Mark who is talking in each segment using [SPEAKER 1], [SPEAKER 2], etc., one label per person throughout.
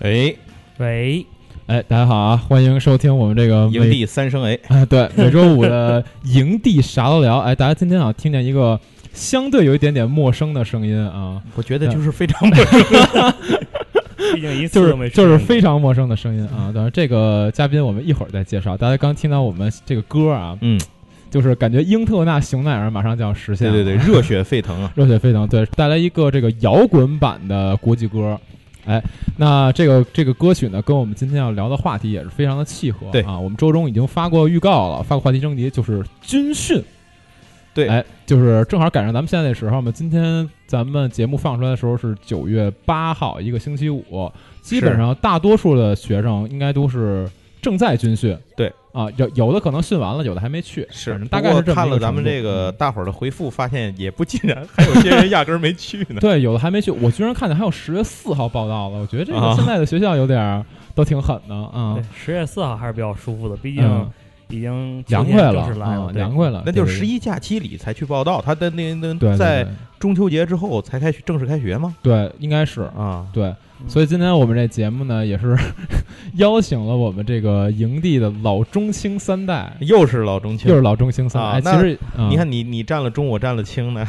[SPEAKER 1] 哎
[SPEAKER 2] 喂，
[SPEAKER 1] 哎，大家好啊，欢迎收听我们这个
[SPEAKER 3] 营
[SPEAKER 1] 每
[SPEAKER 3] 地三声哎，
[SPEAKER 1] 啊，对每周五的 营地啥都聊。哎，大家今天啊听见一个相对有一点点陌生的声音 啊，
[SPEAKER 3] 我觉得
[SPEAKER 1] 就
[SPEAKER 3] 就是非常陌
[SPEAKER 1] 啊
[SPEAKER 3] 生。
[SPEAKER 2] 毕竟一
[SPEAKER 1] 就
[SPEAKER 2] 次都没
[SPEAKER 1] 是就是
[SPEAKER 2] 出现
[SPEAKER 1] 非常陌生的声音 啊。当然，这个嘉宾我们一会儿再介绍。大家刚听到我们这个歌啊，
[SPEAKER 3] 嗯，
[SPEAKER 1] 就是感觉英特纳熊奈尔马上就要实现
[SPEAKER 3] 对
[SPEAKER 1] 了，
[SPEAKER 3] 对对，热血沸腾啊！
[SPEAKER 1] 热血沸腾，对，带来一个这个摇滚版的国际歌。哎，那这个这个歌曲呢，跟我们今天要聊的话题也是非常的契合。
[SPEAKER 3] 对
[SPEAKER 1] 啊，我们周中已经发过预告了，发过话题征集，就是军训。
[SPEAKER 3] 对
[SPEAKER 1] 哎，就是正好赶上咱们现在这时候嘛。今天咱们节目放出来的时候是九月八号，一个星期五，基本上大多数的学生应该都是正在军训。
[SPEAKER 3] 对
[SPEAKER 1] 啊，有有的可能训完了，有的还没去，反正大概
[SPEAKER 3] 不
[SPEAKER 1] 是
[SPEAKER 3] 过
[SPEAKER 1] 这么
[SPEAKER 3] 看
[SPEAKER 1] 一个
[SPEAKER 3] 了咱们
[SPEAKER 1] 程度嗯
[SPEAKER 3] 这个大伙儿的回复，发现也不尽然，还有些人压根儿没去 呢。
[SPEAKER 1] 对，有的还没去，我居然看见还有十月四号报道了。我觉得这个
[SPEAKER 3] 啊
[SPEAKER 1] 现在的学校有点儿都挺狠的啊
[SPEAKER 2] 对，十月四号还是比较舒服的，毕
[SPEAKER 1] 嗯
[SPEAKER 2] 竟已经秋
[SPEAKER 1] 凉
[SPEAKER 2] 天
[SPEAKER 1] 快了
[SPEAKER 2] 正式来
[SPEAKER 1] 啊，
[SPEAKER 2] 了，对
[SPEAKER 1] 凉快了。
[SPEAKER 3] 那就 是
[SPEAKER 1] 对
[SPEAKER 3] 十一假期里才去报道，他的那那
[SPEAKER 1] 对对对
[SPEAKER 3] 在中秋节之后才开学正式开学吗？
[SPEAKER 1] 对，对应该是
[SPEAKER 3] 啊，
[SPEAKER 1] 对。
[SPEAKER 2] 嗯
[SPEAKER 1] 所以今天我们这节目呢，也是 邀请了我们这个营地的老中青三代，
[SPEAKER 3] 又是老中青
[SPEAKER 1] 又。是老中青三代。
[SPEAKER 3] 哎啊
[SPEAKER 1] 哎，其
[SPEAKER 3] 那
[SPEAKER 1] 实
[SPEAKER 3] 你，
[SPEAKER 1] 嗯
[SPEAKER 3] 看你你占了中，我占了 青呢，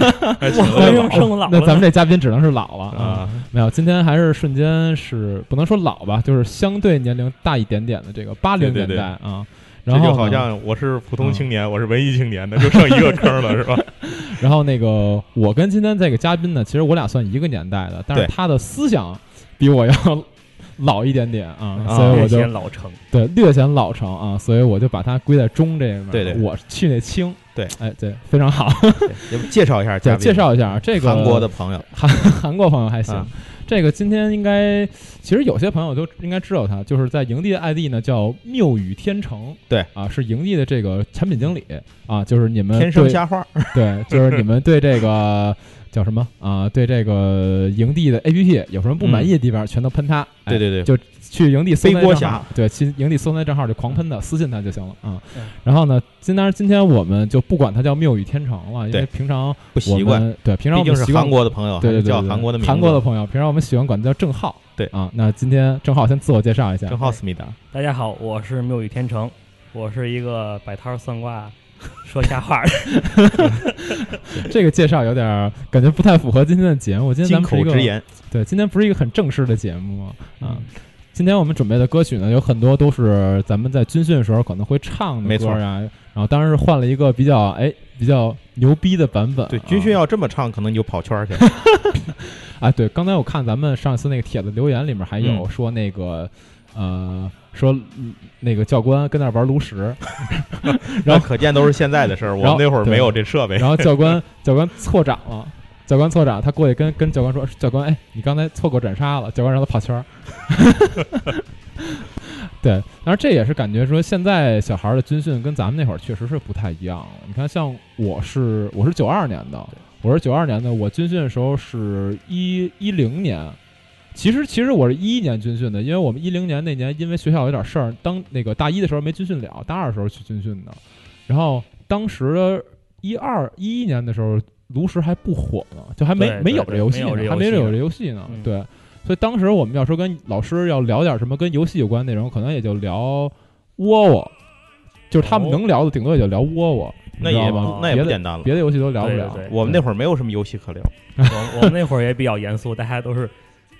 [SPEAKER 2] 我
[SPEAKER 1] 那
[SPEAKER 2] 们又生老
[SPEAKER 1] 那
[SPEAKER 2] 了
[SPEAKER 1] 咱们这嘉宾只能是老了啊。
[SPEAKER 3] 啊，
[SPEAKER 1] 没有，今天还是瞬间是不能说老吧，就是相对年龄大一点点的这个八零
[SPEAKER 3] 对
[SPEAKER 1] 年
[SPEAKER 3] 对
[SPEAKER 1] 代啊。
[SPEAKER 3] 这
[SPEAKER 1] 然后
[SPEAKER 3] 就好
[SPEAKER 1] 呢嗯
[SPEAKER 3] 像我是普通青年，我是文艺青年的，就剩一个坑了，是吧？
[SPEAKER 1] 然后那个我跟今天这个嘉宾呢，其实我俩算一个年代的，但是
[SPEAKER 3] 对
[SPEAKER 1] 他的思想比我要老一点点啊，
[SPEAKER 3] 啊
[SPEAKER 1] 所以我
[SPEAKER 2] 略
[SPEAKER 1] 就
[SPEAKER 2] 显老成，
[SPEAKER 1] 对略显老成啊，所以我就把他归在中这一面。
[SPEAKER 3] 对对
[SPEAKER 1] 我去那清。
[SPEAKER 3] 对，
[SPEAKER 1] 哎， 对，非常好。
[SPEAKER 3] 对要不介绍一下嘉
[SPEAKER 1] 对，
[SPEAKER 3] 宾，
[SPEAKER 1] 介绍一下啊这个
[SPEAKER 3] 韩国的朋友，
[SPEAKER 1] 韩韩国朋友还行
[SPEAKER 3] 啊。
[SPEAKER 1] 这个今天应该，其实有些朋友都应该知道他，就是在营地的 ID 呢叫谬雨天成，
[SPEAKER 3] 对
[SPEAKER 1] 啊，是营地的这个产品经理啊，就是你们
[SPEAKER 3] 天生
[SPEAKER 1] 对
[SPEAKER 3] 瞎花，
[SPEAKER 1] 对，就是你们对这个叫什么啊、对这个营地的 APP 有什么不满意的地方，全都喷他。哎
[SPEAKER 3] 嗯对对对，
[SPEAKER 1] 就去营地搜那
[SPEAKER 3] 背锅
[SPEAKER 1] 账
[SPEAKER 3] 侠
[SPEAKER 1] 号，对，去营地搜那账号就狂喷他，私信他就行了啊、
[SPEAKER 2] 嗯
[SPEAKER 1] 然后呢，今当然今天我们就不管他叫谬雨天成了，因为
[SPEAKER 3] 对
[SPEAKER 1] 平常我
[SPEAKER 3] 不习惯。
[SPEAKER 1] 们对平常
[SPEAKER 3] 毕
[SPEAKER 1] 我
[SPEAKER 3] 竟
[SPEAKER 1] 们
[SPEAKER 3] 是
[SPEAKER 1] 习惯
[SPEAKER 3] 韩国的朋友，
[SPEAKER 1] 对对对对
[SPEAKER 3] 还是
[SPEAKER 1] 对
[SPEAKER 3] 叫韩国的名字。
[SPEAKER 1] 韩国的朋友，平常我们喜欢管他叫郑浩。
[SPEAKER 3] 对
[SPEAKER 1] 啊，那今天郑浩先自我介绍一下
[SPEAKER 3] 正。好 思密达，
[SPEAKER 2] 大家好，我是妙语天成，我是一个摆摊儿算卦、说瞎话的。
[SPEAKER 1] 这个介绍有点儿感觉不太符合今天的节目。今天咱
[SPEAKER 3] 金
[SPEAKER 1] 们是
[SPEAKER 3] 口
[SPEAKER 1] 一个
[SPEAKER 3] 直言，
[SPEAKER 1] 对，今天不是一个很正式的节目 啊。今天我们准备的歌曲呢，有很多都是咱们在军训的时候可能会唱的
[SPEAKER 3] 没
[SPEAKER 1] 歌
[SPEAKER 3] 错
[SPEAKER 1] 啊。然后当然是换了一个比较哎比较牛逼的版本啊。
[SPEAKER 3] 对军训要这么唱，可能你就跑 圈儿去了。
[SPEAKER 1] 啊，对，刚才我看咱们上次那个帖子留言里面还有
[SPEAKER 3] 嗯
[SPEAKER 1] 说那个、呃说嗯那个教官跟那儿玩炉石，然
[SPEAKER 3] 然
[SPEAKER 1] 后
[SPEAKER 3] 后可见都是现在的事儿，我
[SPEAKER 1] 然后
[SPEAKER 3] 们那会儿
[SPEAKER 1] 对
[SPEAKER 3] 没有这设备
[SPEAKER 1] 然。后教官教官错掌了。教官错掌，他过去跟跟教官说：“教官，哎，你刚才错过斩杀了。”教官让他跑圈儿。 对，当然这也是感觉说现在小孩儿的军训跟咱们那会儿确实是不太一样了。你看，像我是我是九二年的，我是九二年的，我军训的时候是一一零年。其实其实我是一一年军训的，因为我们一零年那年因为学校有点事儿，当那个大一的时候没军训了，大二的时候去军训的。然后当时的一二一一年的时候，炉石还不火呢，就还没
[SPEAKER 2] 对
[SPEAKER 1] 没有
[SPEAKER 2] 对
[SPEAKER 1] 这游戏
[SPEAKER 2] 没有这
[SPEAKER 1] 呢，
[SPEAKER 2] 游
[SPEAKER 1] 还没
[SPEAKER 2] 戏
[SPEAKER 1] 有
[SPEAKER 2] 呢
[SPEAKER 1] 这游戏呢
[SPEAKER 2] 嗯。
[SPEAKER 1] 对，所以当时我们要说跟老师要聊点什么跟游戏有关的内容，可能也就聊窝窝，就是他们
[SPEAKER 2] 哦
[SPEAKER 1] 能聊的顶多也就聊窝窝，你
[SPEAKER 3] 那
[SPEAKER 1] 知
[SPEAKER 3] 也
[SPEAKER 1] 道
[SPEAKER 3] 不
[SPEAKER 1] 吗？
[SPEAKER 3] 那也
[SPEAKER 1] 别
[SPEAKER 3] 不
[SPEAKER 1] 的
[SPEAKER 3] 简单了。
[SPEAKER 1] 别的游戏都聊不
[SPEAKER 2] 对
[SPEAKER 1] 了
[SPEAKER 2] 对。对
[SPEAKER 3] 我们那会儿没有什么游戏可聊，
[SPEAKER 2] 我我们那会儿也比较严肃，大家都是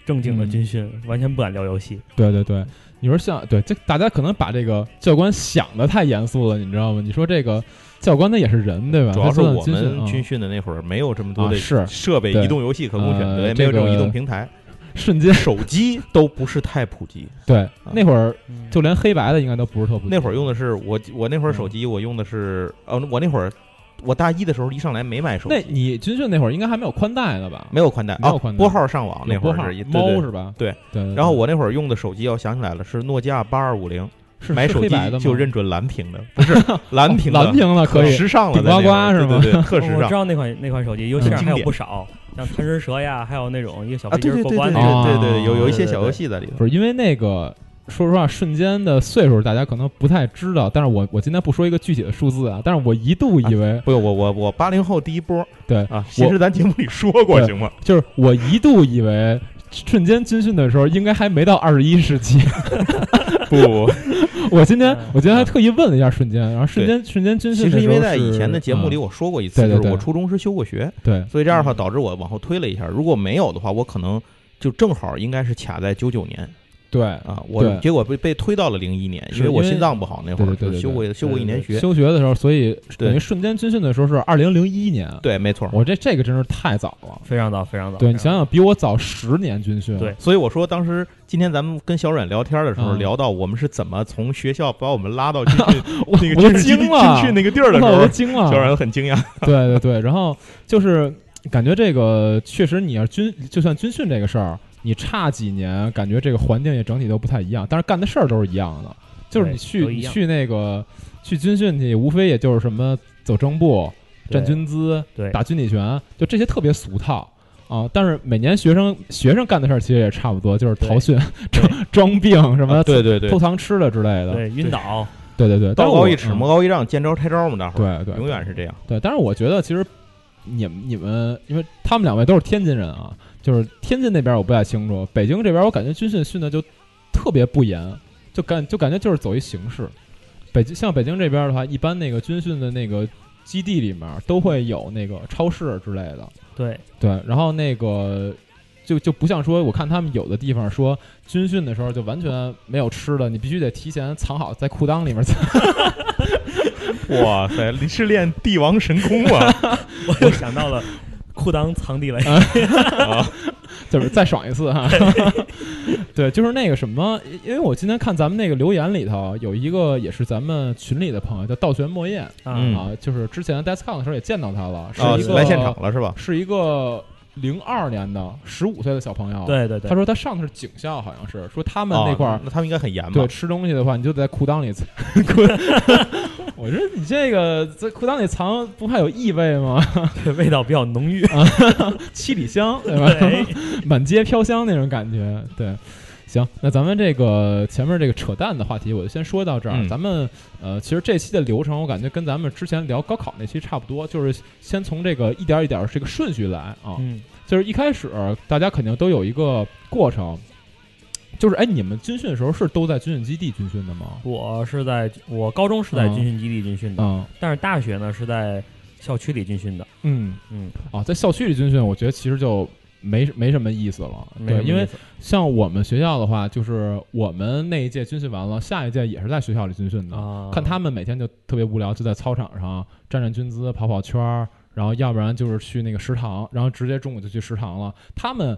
[SPEAKER 2] 正经
[SPEAKER 1] 嗯
[SPEAKER 2] 的军训，完全不敢聊游戏。
[SPEAKER 1] 对对对，你说像对这大家可能把这个教官想的太严肃了，你知道吗？你说这个教官他也是人对吧？
[SPEAKER 3] 主要
[SPEAKER 1] 他
[SPEAKER 3] 是
[SPEAKER 1] 做
[SPEAKER 3] 我们
[SPEAKER 1] 军
[SPEAKER 3] 军
[SPEAKER 1] 训
[SPEAKER 3] 训的那会儿没有这么
[SPEAKER 1] 啊
[SPEAKER 3] 多
[SPEAKER 1] 啊
[SPEAKER 3] 的
[SPEAKER 1] 是
[SPEAKER 3] 设备，
[SPEAKER 1] 对
[SPEAKER 3] 移动游戏可供选择，
[SPEAKER 1] 呃
[SPEAKER 3] 也没
[SPEAKER 1] 这
[SPEAKER 3] 有这
[SPEAKER 1] 个
[SPEAKER 3] 种移动平台，
[SPEAKER 1] 瞬 间
[SPEAKER 3] 手机都不是太普 及。
[SPEAKER 1] 对那会儿
[SPEAKER 2] 嗯
[SPEAKER 1] 就连黑白的应该都不是特普及
[SPEAKER 3] 啊那会儿用的是我我
[SPEAKER 1] 嗯
[SPEAKER 3] 那会儿手机我用的是哦，我那会儿我大一的时候一上来没买手
[SPEAKER 1] 那
[SPEAKER 3] 机，
[SPEAKER 1] 你军训那会儿应该还没有宽带呢吧？
[SPEAKER 3] 没有宽带
[SPEAKER 1] 没
[SPEAKER 3] 啊
[SPEAKER 1] 有宽，带
[SPEAKER 3] 拨号上网那
[SPEAKER 1] 有
[SPEAKER 3] 会
[SPEAKER 1] 拨
[SPEAKER 3] 儿
[SPEAKER 1] 号
[SPEAKER 3] 是一对
[SPEAKER 1] 猫
[SPEAKER 3] 对
[SPEAKER 1] 是吧？
[SPEAKER 3] 对
[SPEAKER 1] 对对。
[SPEAKER 3] 然后我那会儿用的手机，我想起来了，是诺基亚八二五零，
[SPEAKER 1] 是
[SPEAKER 3] 买
[SPEAKER 1] 是
[SPEAKER 3] 手
[SPEAKER 1] 黑
[SPEAKER 3] 机
[SPEAKER 1] 白的吗哦
[SPEAKER 3] 就认准蓝 屏的，不是蓝屏的，
[SPEAKER 1] 蓝屏的可以。
[SPEAKER 3] 时尚了，
[SPEAKER 1] 顶呱呱
[SPEAKER 3] 在那
[SPEAKER 1] 是
[SPEAKER 3] 会
[SPEAKER 1] 吗
[SPEAKER 3] 儿对对对， 特时
[SPEAKER 2] 我知
[SPEAKER 3] 尚。
[SPEAKER 2] 道那款那款手机，游戏上
[SPEAKER 3] 嗯
[SPEAKER 2] 还
[SPEAKER 3] 经
[SPEAKER 2] 有
[SPEAKER 3] 典
[SPEAKER 2] 不少，像贪吃蛇呀，还有那种一个小
[SPEAKER 3] 啊，
[SPEAKER 2] 飞机
[SPEAKER 3] 对对
[SPEAKER 2] 儿
[SPEAKER 3] 对
[SPEAKER 2] 过
[SPEAKER 3] 对
[SPEAKER 2] 关
[SPEAKER 1] 那
[SPEAKER 2] 的
[SPEAKER 1] 种
[SPEAKER 3] 对对对，
[SPEAKER 1] 啊
[SPEAKER 3] 有有一
[SPEAKER 2] 对
[SPEAKER 3] 些
[SPEAKER 2] 对
[SPEAKER 3] 小游
[SPEAKER 2] 对
[SPEAKER 3] 戏在里头。
[SPEAKER 1] 不是因为那个，说实话，瞬间的岁数大家可能不太知道，但是我我今天不说一个具体的数字啊，但是我一度以为、
[SPEAKER 3] 不，我我我八零后第一波
[SPEAKER 1] 对
[SPEAKER 3] 啊，其实咱节目里说过
[SPEAKER 1] 对
[SPEAKER 3] 行吗？
[SPEAKER 1] 就是我一度以为瞬间军训的时候，应该还没到二十一世纪。
[SPEAKER 3] 不，
[SPEAKER 1] 我今天
[SPEAKER 2] 嗯
[SPEAKER 1] 我今天还特意问了一下瞬间，然后瞬间瞬间军训
[SPEAKER 3] 嗯其
[SPEAKER 1] 的时候
[SPEAKER 3] 实
[SPEAKER 1] 是，
[SPEAKER 3] 因为在以前的节目里
[SPEAKER 1] 嗯
[SPEAKER 3] 我说过一
[SPEAKER 1] 对
[SPEAKER 3] 次，
[SPEAKER 1] 对
[SPEAKER 3] 就是我
[SPEAKER 1] 对
[SPEAKER 3] 初中是休过学，
[SPEAKER 1] 对
[SPEAKER 3] 所以这样的话
[SPEAKER 2] 嗯
[SPEAKER 3] 导致我往后推了一下。如果没有的话，我可能就正好应该是卡在九九年
[SPEAKER 1] 对
[SPEAKER 3] 啊，我
[SPEAKER 1] 对
[SPEAKER 3] 结果被被推到了零一年，
[SPEAKER 1] 是
[SPEAKER 3] 因为我
[SPEAKER 1] 因为
[SPEAKER 3] 心脏不好那会儿，
[SPEAKER 1] 对对对
[SPEAKER 3] 就休过休过一年学。
[SPEAKER 1] 呃休学的时候，所以
[SPEAKER 3] 对
[SPEAKER 1] 等于瞬间军训的时候是二零零一年。
[SPEAKER 3] 对，没错。
[SPEAKER 1] 我这这个真是太早了。
[SPEAKER 2] 非常早，非常早。
[SPEAKER 1] 对你
[SPEAKER 2] 非常
[SPEAKER 1] 想
[SPEAKER 2] 早，
[SPEAKER 1] 想，比我早十年军训。
[SPEAKER 2] 对
[SPEAKER 3] 所以我说，当时今天咱们跟小阮聊天的时候，
[SPEAKER 1] 嗯
[SPEAKER 3] 聊到我们是怎么从学校把我们拉 到军训
[SPEAKER 1] 我
[SPEAKER 3] 那个
[SPEAKER 1] 我都
[SPEAKER 3] 军训
[SPEAKER 1] 惊了，
[SPEAKER 3] 军训那个地儿的时
[SPEAKER 1] 我都
[SPEAKER 3] 候，
[SPEAKER 1] 惊了。
[SPEAKER 3] 小阮很惊讶。
[SPEAKER 1] 对对对，然后就是感觉这个确实，你要军就算军训这个事儿，你差几年，感觉这个环境也整体都不太一样，但是干的事儿都是一样的，就是你
[SPEAKER 2] 对
[SPEAKER 1] 去
[SPEAKER 2] 都一
[SPEAKER 1] 你
[SPEAKER 2] 样
[SPEAKER 1] 去那个去军训去，无非也就是什么走正步、站
[SPEAKER 2] 对
[SPEAKER 1] 军姿、
[SPEAKER 2] 对
[SPEAKER 1] 打军体拳，就这些特别俗套。啊！但是每年学生学生干的事儿其实也差不多，就是逃
[SPEAKER 2] 对
[SPEAKER 1] 训、
[SPEAKER 2] 对
[SPEAKER 1] 装装病什么、
[SPEAKER 3] 啊对对对
[SPEAKER 1] 偷，藏吃的之类的。啊
[SPEAKER 2] 对晕倒，
[SPEAKER 1] 对对对，但
[SPEAKER 3] 道
[SPEAKER 1] 是
[SPEAKER 3] 高
[SPEAKER 1] 我
[SPEAKER 3] 一尺，
[SPEAKER 1] 嗯
[SPEAKER 3] 魔高一丈，见招拆招嘛，大伙
[SPEAKER 1] 对
[SPEAKER 3] 儿
[SPEAKER 1] 对，
[SPEAKER 3] 永
[SPEAKER 1] 对
[SPEAKER 3] 远是这样。
[SPEAKER 1] 对，但是我觉得其实你们你们，因为他们两位都是天津人啊，就是天津那边我不太清楚，北京这边我感觉军训训的就特别不严，就感就感觉就是走一形式。北京像北京这边的话，一般那个军训的那个基地里面都会有那个超市之类的，
[SPEAKER 2] 对
[SPEAKER 1] 对，然后那个。就就不像说，我看他们有的地方说军训的时候就完全没有吃的，你必须得提前藏好在裤裆里面。
[SPEAKER 3] 哇塞，你是练帝王神功 啊！
[SPEAKER 2] 我又想到了裤裆藏地雷，
[SPEAKER 3] 啊
[SPEAKER 1] 就是再爽一次哈。 对，就是那个什么，因为我今天看咱们那个留言里头有一个也是咱们群里的朋友叫道玄莫彦、
[SPEAKER 3] 嗯
[SPEAKER 1] 啊，就是之前 DeskCon 的时候也见到他了，是
[SPEAKER 3] 啊
[SPEAKER 1] 一个、，
[SPEAKER 3] 来现场，了是吧？
[SPEAKER 1] 是一个零二年的十五岁的小朋友。，
[SPEAKER 2] 对对对，
[SPEAKER 1] 他说他上的是警校，好像是说他们
[SPEAKER 3] 啊
[SPEAKER 1] 那块儿、
[SPEAKER 3] 那他们应该很严吧
[SPEAKER 1] 对，？吃东西的话，你就在裤裆里藏裤裆。 我说你这个在裤裆里藏不怕有异味吗？
[SPEAKER 2] 对味道比较浓郁，
[SPEAKER 1] 七里香， 对吧？
[SPEAKER 2] 对，
[SPEAKER 1] 满街飘香那种感觉。对，行，那咱们这个前面这个扯淡的话题，我就先说到这儿。
[SPEAKER 3] 嗯
[SPEAKER 1] 咱们呃，其实这期的流程我感觉跟咱们之前聊高考那期差不多，就是先从这个一点儿一点儿这个顺序来啊，
[SPEAKER 2] 嗯，
[SPEAKER 1] 就是一开始大家肯定都有一个过程。就是哎，你们军训的时候是都在军训基地军训的吗？
[SPEAKER 2] 我是在我高中是在军训基地军训的，
[SPEAKER 1] 嗯
[SPEAKER 2] 但是大学呢是在校区里军训的，
[SPEAKER 1] 嗯
[SPEAKER 2] 嗯，
[SPEAKER 1] 啊，在校区里军训，我觉得其实就没没什么意思了。
[SPEAKER 2] 没
[SPEAKER 1] 对，
[SPEAKER 2] 什么
[SPEAKER 1] 因为
[SPEAKER 2] 意思
[SPEAKER 1] 像我们学校的话，就是我们那一届军训完了，下一届也是在学校里军训的。
[SPEAKER 2] 啊，
[SPEAKER 1] 嗯看他们每天就特别无聊，就在操场上站站军姿、跑跑圈儿，然后要不然就是去那个食堂，然后直接中午就去食堂了。他们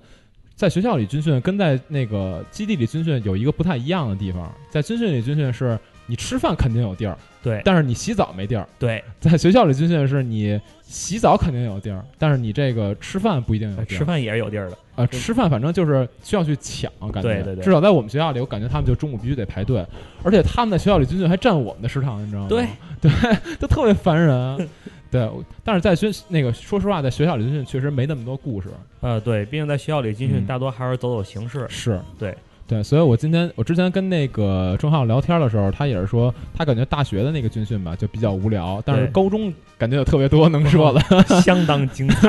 [SPEAKER 1] 在学校里军训跟在那个基地里军训有一个不太一样的地方，在军训里军训是你吃饭肯定有地儿，
[SPEAKER 2] 对
[SPEAKER 1] 但是你洗澡没地儿；
[SPEAKER 2] 对，
[SPEAKER 1] 在学校里军训是你洗澡肯定有地儿，但是你这个吃饭不一定有地儿
[SPEAKER 2] 吃。饭也是有地儿的，
[SPEAKER 1] 呃，吃饭反正就是需要去抢，感觉
[SPEAKER 2] 对对对
[SPEAKER 1] 至少在我们学校里，我感觉他们就中午必须得排队，而且他们在学校里军训还占我们的食堂，你知道吗？
[SPEAKER 2] 对
[SPEAKER 1] 对， 就特别烦 人。对，我但是在军那个，说实话，在学校里军训确实没那么多故事。
[SPEAKER 2] 呃，对，毕竟在学校里军
[SPEAKER 1] 嗯
[SPEAKER 2] 训大多还是走走 形式，
[SPEAKER 1] 是
[SPEAKER 2] 对
[SPEAKER 1] 对，所以我今天我之前跟那个郑浩聊天的时候，他也是说，他感觉大学的那个军训吧就比较无聊，但是
[SPEAKER 2] 对
[SPEAKER 1] 高中感觉有特别多能说的。
[SPEAKER 2] 相当精彩。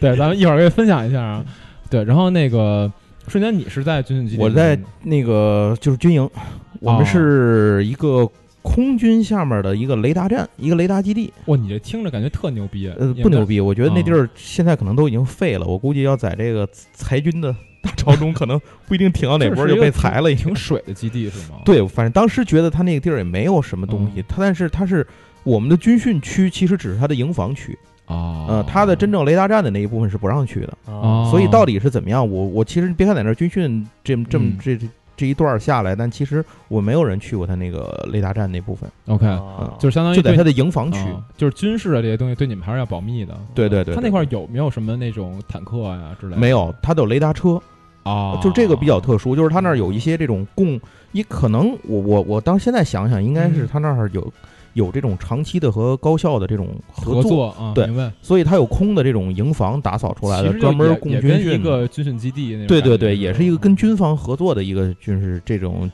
[SPEAKER 1] 对，咱们一会儿可以分享一下啊。对，然后那个瞬间，你是在军训基地
[SPEAKER 3] 我
[SPEAKER 1] 军训的？
[SPEAKER 3] 在那个就是军营，我们是一个空军下面的一个雷达站，一个雷达基地。
[SPEAKER 1] 哇，你这听着感觉特牛逼，
[SPEAKER 3] 呃，
[SPEAKER 1] 你
[SPEAKER 3] 不
[SPEAKER 1] 们
[SPEAKER 3] 牛逼，我觉得那嗯地儿现在可能都已经废了，我估计要在这个裁军的大潮中，可能不一定挺到哪波
[SPEAKER 1] 这是一
[SPEAKER 3] 就
[SPEAKER 1] 个
[SPEAKER 3] 被裁了，已
[SPEAKER 1] 在
[SPEAKER 3] 经
[SPEAKER 1] 挺。水的基地是吗？，
[SPEAKER 3] 对，反正当时觉得他那个地儿也没有什么东西，
[SPEAKER 1] 嗯
[SPEAKER 3] 他但是他是我们的军训区，其实只是他的营房区，
[SPEAKER 1] 啊，
[SPEAKER 3] 呃，他的真正雷达站的那一部分是不让去的，
[SPEAKER 1] 哦
[SPEAKER 3] 所以到底是怎么样，我我其实别看在那儿军训这么这么
[SPEAKER 1] 嗯
[SPEAKER 3] 这这这一段儿下来，但其实我没有人去过他那个雷达站那部分，
[SPEAKER 1] 哦 OK，
[SPEAKER 2] 啊
[SPEAKER 1] 就是相当于
[SPEAKER 3] 就在
[SPEAKER 1] 对
[SPEAKER 3] 他的营房区。
[SPEAKER 1] 啊就是军事的这些东西对你们还是要保密的。
[SPEAKER 3] 对对对，
[SPEAKER 1] 他
[SPEAKER 3] 对
[SPEAKER 1] 那块儿有没有什么那种坦克呀之类的？
[SPEAKER 3] 没有，他都有雷达车，
[SPEAKER 1] 啊，
[SPEAKER 3] 就这个比较特殊，就是他那儿有一些这种共，也可能我我我当现在想想，应该是
[SPEAKER 1] 嗯
[SPEAKER 3] 他那儿有有这种长期的和高校的这种
[SPEAKER 1] 合
[SPEAKER 3] 作，
[SPEAKER 1] 作啊，
[SPEAKER 3] 对
[SPEAKER 1] 明白。
[SPEAKER 3] 所以他有空的这种营房打扫出来的，
[SPEAKER 1] 其实就
[SPEAKER 3] 专门
[SPEAKER 1] 也
[SPEAKER 3] 供
[SPEAKER 1] 也
[SPEAKER 3] 军
[SPEAKER 1] 跟一
[SPEAKER 3] 训的。
[SPEAKER 1] 个军训基地那种感觉
[SPEAKER 3] 对
[SPEAKER 1] 吧。
[SPEAKER 3] 对对，也是一个跟军方合作的一个军事这种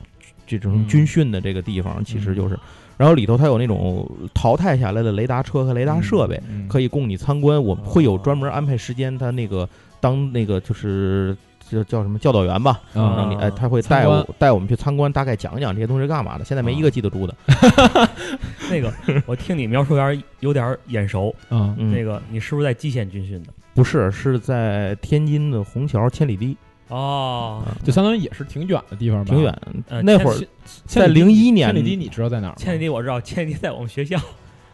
[SPEAKER 3] 这种
[SPEAKER 1] 嗯
[SPEAKER 3] 军训的这个地方，其实就是，然后里头它有那种淘汰下来的雷达车和雷达设备，
[SPEAKER 1] 嗯
[SPEAKER 3] 可以供你参观。我
[SPEAKER 2] 哦
[SPEAKER 3] 会有专门安排时间，它那个当那个就是叫叫什么教导员吧，
[SPEAKER 1] 啊
[SPEAKER 3] 让你哎，他会
[SPEAKER 1] 参
[SPEAKER 3] 带我
[SPEAKER 1] 观啊
[SPEAKER 3] 带我们去参观，大概讲讲这些东西是干嘛的。现在没一个记得住的。
[SPEAKER 2] 那个，我听你描述有点有点眼熟。
[SPEAKER 1] 嗯
[SPEAKER 3] 嗯
[SPEAKER 2] 那个，你是不是在蓟县军训的？
[SPEAKER 3] 不是，是在天津的虹桥千里堤，
[SPEAKER 2] 哦，
[SPEAKER 1] 就相当于也是挺远的地方吧，
[SPEAKER 3] 挺远。
[SPEAKER 2] 呃
[SPEAKER 3] 那会儿
[SPEAKER 1] 千。
[SPEAKER 3] 在零一年
[SPEAKER 1] 千里堤你知道在哪儿吗？
[SPEAKER 2] 千里堤我知道，千里堤在我们学校，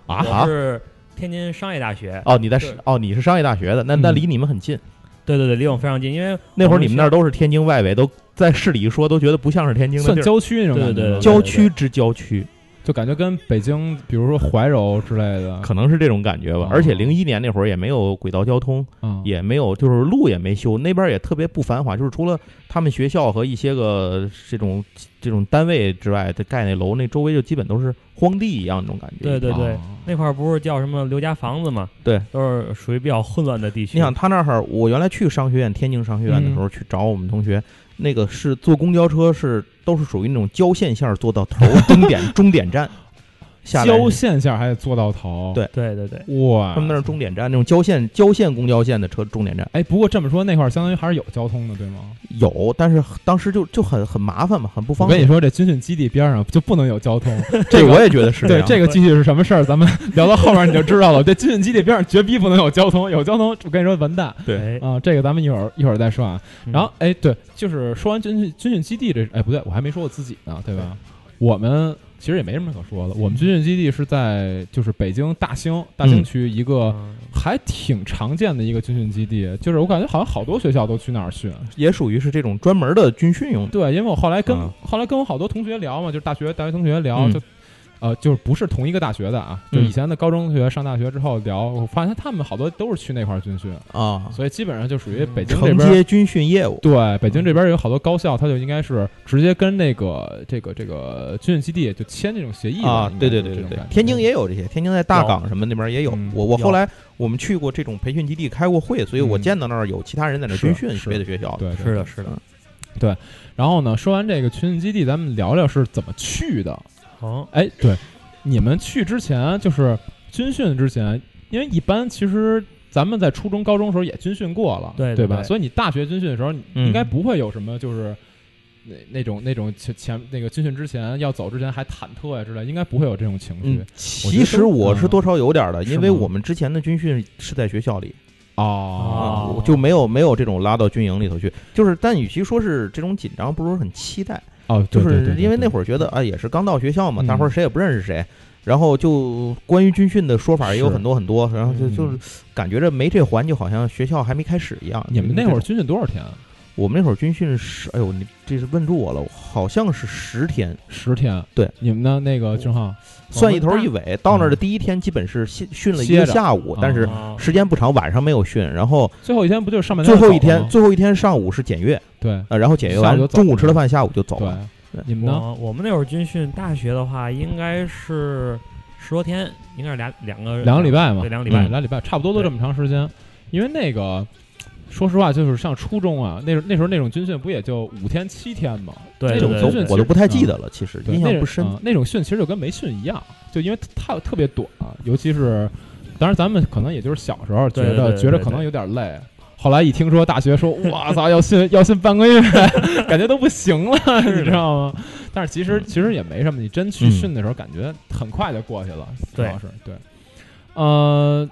[SPEAKER 3] 啊
[SPEAKER 2] 我
[SPEAKER 3] 啊
[SPEAKER 2] 是天津商业大学。
[SPEAKER 3] 哦，你在
[SPEAKER 2] 对
[SPEAKER 3] 哦你是商业大学的，那那
[SPEAKER 1] 嗯
[SPEAKER 3] 离你们很近。
[SPEAKER 2] 对对对，离我们非常近，因为
[SPEAKER 3] 那会儿你们那儿
[SPEAKER 2] 都
[SPEAKER 3] 都是天津外围，都在市里一说都觉得不像是天津的
[SPEAKER 1] 算
[SPEAKER 3] 地儿，
[SPEAKER 1] 郊区那种感觉
[SPEAKER 2] 对对
[SPEAKER 1] 吗
[SPEAKER 2] 对
[SPEAKER 3] 郊区之郊区，
[SPEAKER 1] 就感觉跟北京，比如说怀柔之类的，
[SPEAKER 3] 可能是这种感觉吧
[SPEAKER 1] 哦。
[SPEAKER 3] 而且零一年那会儿也没有轨道交通，
[SPEAKER 1] 嗯
[SPEAKER 3] 也没有就是路也没修，那边儿也特别不繁华，就是除了他们学校和一些个这种这种单位之外，它盖那楼那周围就基本都是荒地一样那种感觉。
[SPEAKER 2] 对对对
[SPEAKER 1] 哦
[SPEAKER 2] 那块儿不是叫什么刘家房子嘛？
[SPEAKER 3] 对，
[SPEAKER 2] 都是属于比较混乱的地区。
[SPEAKER 1] 嗯
[SPEAKER 3] 你想他那儿，我原来去商学院，天津商学院的时候去找我们同学，那个是坐公交车是都是属于那种交线线儿坐到头，终点终 点站下来。
[SPEAKER 1] 交线线还得坐到头，
[SPEAKER 3] 对
[SPEAKER 2] 对对对，
[SPEAKER 1] 哇，
[SPEAKER 3] 他们那儿终点站那种交线交线公交线的车终点站
[SPEAKER 1] 哎，不过这么说那块儿相当于还是有交通的，对吗？
[SPEAKER 3] 有，但是当时就就很很麻烦嘛，很不
[SPEAKER 1] 我
[SPEAKER 3] 方
[SPEAKER 1] 跟你
[SPEAKER 3] 便。
[SPEAKER 1] 说，这军训基地边上就不能有交通，
[SPEAKER 3] 这我也觉得是
[SPEAKER 1] 对，
[SPEAKER 3] 这
[SPEAKER 1] 这
[SPEAKER 3] 样
[SPEAKER 1] 个继续是什么事儿？咱们 聊到后面你就知道了。这军训基地边上绝逼不能有交通，有交通我跟你说完蛋
[SPEAKER 3] 对
[SPEAKER 2] 哎，
[SPEAKER 1] 啊、这个咱们一会儿一会儿再说啊。
[SPEAKER 2] 嗯
[SPEAKER 1] 然后哎，对，就是说完军训军训基地这，哎不对，我还没说我自己呢，对吧？我们其实也没什么可说的。我们军训基地是在就是北京大兴大兴
[SPEAKER 3] 嗯
[SPEAKER 1] 区一个
[SPEAKER 2] 嗯
[SPEAKER 1] 还挺常见的一个军训基地，就是我感觉好像好多学校都去那儿训。
[SPEAKER 3] 也属于是这种专门的军训用的。
[SPEAKER 1] 对，因为我后来跟、
[SPEAKER 3] 嗯
[SPEAKER 1] 后来跟我好多同学聊嘛，就是大学大学同学聊，
[SPEAKER 3] 嗯
[SPEAKER 1] 就呃就是不是同一个大学的啊，就
[SPEAKER 3] 嗯
[SPEAKER 1] 以前的高中同学上大学之后聊，我发现他们好多都是去那块儿军训，
[SPEAKER 3] 啊，
[SPEAKER 1] 所以基本上就属于北京这
[SPEAKER 3] 承
[SPEAKER 1] 边儿。
[SPEAKER 3] 接军训业务。
[SPEAKER 1] 对，北京这边有好多高校，它就应该是直接跟那个这个这个军训基地就签这种协议吧
[SPEAKER 3] 啊，
[SPEAKER 1] 应该
[SPEAKER 3] 对
[SPEAKER 1] 是
[SPEAKER 3] 对对
[SPEAKER 1] 这
[SPEAKER 3] 对
[SPEAKER 1] 种
[SPEAKER 3] 对
[SPEAKER 1] 感，觉
[SPEAKER 3] 天津也有这些，天津在大港什么那边也有
[SPEAKER 1] 嗯。
[SPEAKER 3] 我我
[SPEAKER 2] 有
[SPEAKER 3] 后来我们去过这种培训基地，开过会，所以我
[SPEAKER 1] 嗯
[SPEAKER 3] 见到那儿有其他人在那儿
[SPEAKER 1] 是
[SPEAKER 3] 军训
[SPEAKER 1] 是
[SPEAKER 3] 别的学校
[SPEAKER 1] 对
[SPEAKER 3] 的。
[SPEAKER 1] 对
[SPEAKER 2] 是的，是的。
[SPEAKER 1] 然后呢，说完这个军训基地，咱们聊聊是怎么去的。
[SPEAKER 2] 哦，
[SPEAKER 1] 哎，对，你们去之前就是军训之前，因为一般其实咱们在初中、高中时候也军训过了，
[SPEAKER 2] 对
[SPEAKER 1] 对
[SPEAKER 2] 对
[SPEAKER 1] 吧？
[SPEAKER 2] 对
[SPEAKER 1] 所以你大学军训的时候，你
[SPEAKER 3] 嗯
[SPEAKER 1] 应该不会有什么就是。那那种那种前前那个军训之前要走之前还忐忑呀之类，应该不会有这种情绪
[SPEAKER 3] 嗯，
[SPEAKER 1] 我觉
[SPEAKER 3] 其
[SPEAKER 1] 得嗯
[SPEAKER 3] 实我是多少有点的，
[SPEAKER 1] 是
[SPEAKER 3] 因为
[SPEAKER 1] 吗
[SPEAKER 3] 我们之前的军训是在学校里啊
[SPEAKER 1] 哦
[SPEAKER 2] 哦
[SPEAKER 3] 我就没有没有这种拉到军营里头去。就是，但与其说是这种紧张，不如很期待。
[SPEAKER 1] 哦，
[SPEAKER 3] 就
[SPEAKER 1] 对对
[SPEAKER 3] 是
[SPEAKER 1] 对对
[SPEAKER 3] 因为
[SPEAKER 1] 对
[SPEAKER 3] 那会儿觉得啊，也是刚到学校嘛，
[SPEAKER 1] 嗯
[SPEAKER 3] 大伙儿谁也不认识谁，然后就关于军训的说法也有
[SPEAKER 1] 是
[SPEAKER 3] 很多很多，然后就
[SPEAKER 1] 嗯
[SPEAKER 3] 就是感觉着没这环，就好像学校还没开始一样。
[SPEAKER 1] 你们那
[SPEAKER 3] 就
[SPEAKER 1] 会
[SPEAKER 3] 是
[SPEAKER 1] 儿军训多少天啊？
[SPEAKER 3] 我们那会儿军训是，哎呦，你这是问住我了，好像是十天，
[SPEAKER 1] 十天。嗯
[SPEAKER 3] 对，
[SPEAKER 1] 你们呢？那个郑浩
[SPEAKER 3] 算一头一尾。到那儿的第一天，基本是训训了
[SPEAKER 1] 嗯
[SPEAKER 3] 一
[SPEAKER 1] 歇
[SPEAKER 3] 个
[SPEAKER 1] 着
[SPEAKER 3] 下午，但是
[SPEAKER 2] 哦
[SPEAKER 3] 时间不长，晚上没有训，然后
[SPEAKER 1] 最后一天不就是上半
[SPEAKER 3] 最
[SPEAKER 1] 天
[SPEAKER 3] 后
[SPEAKER 1] 走
[SPEAKER 3] 一天
[SPEAKER 1] 吗
[SPEAKER 3] 最后一天上午是检阅，
[SPEAKER 1] 对
[SPEAKER 3] 呃，然后检阅
[SPEAKER 1] 下午就
[SPEAKER 3] 完
[SPEAKER 1] 走了
[SPEAKER 3] 中午吃了饭，下午就走了。
[SPEAKER 1] 对，你们呢？
[SPEAKER 2] 我我们那会儿军训，大学的话应该是十多天，应该是俩两个
[SPEAKER 1] 两个礼拜嘛，
[SPEAKER 2] 对，两个礼拜
[SPEAKER 1] 嗯。两个礼拜，差不多都这么长时间。因为那个，说实话，就是上初中啊，那时候那时候那种军训不也就五天七天嘛？
[SPEAKER 2] 对
[SPEAKER 1] 那
[SPEAKER 3] 这种
[SPEAKER 1] 对
[SPEAKER 3] 都
[SPEAKER 1] 对对
[SPEAKER 3] 我都不太记得了，其实
[SPEAKER 1] 啊对，
[SPEAKER 3] 印
[SPEAKER 1] 那
[SPEAKER 3] 象
[SPEAKER 1] 种
[SPEAKER 3] 不深。
[SPEAKER 1] 嗯那种训其实就跟没训一样，就因为它特别短，啊尤其是，当然咱们可能也就是小时候觉
[SPEAKER 2] 对对
[SPEAKER 1] 得
[SPEAKER 2] 对对
[SPEAKER 1] 觉得
[SPEAKER 2] 对
[SPEAKER 1] 可能有点累。后来一听说大学说，我操，要训要训半个月， 感觉都不行了，你知道吗？但是其实其实也没什么，你真去
[SPEAKER 3] 嗯
[SPEAKER 1] 训的时候，感觉很快就过去了，主
[SPEAKER 2] 对
[SPEAKER 1] 要是对。呃，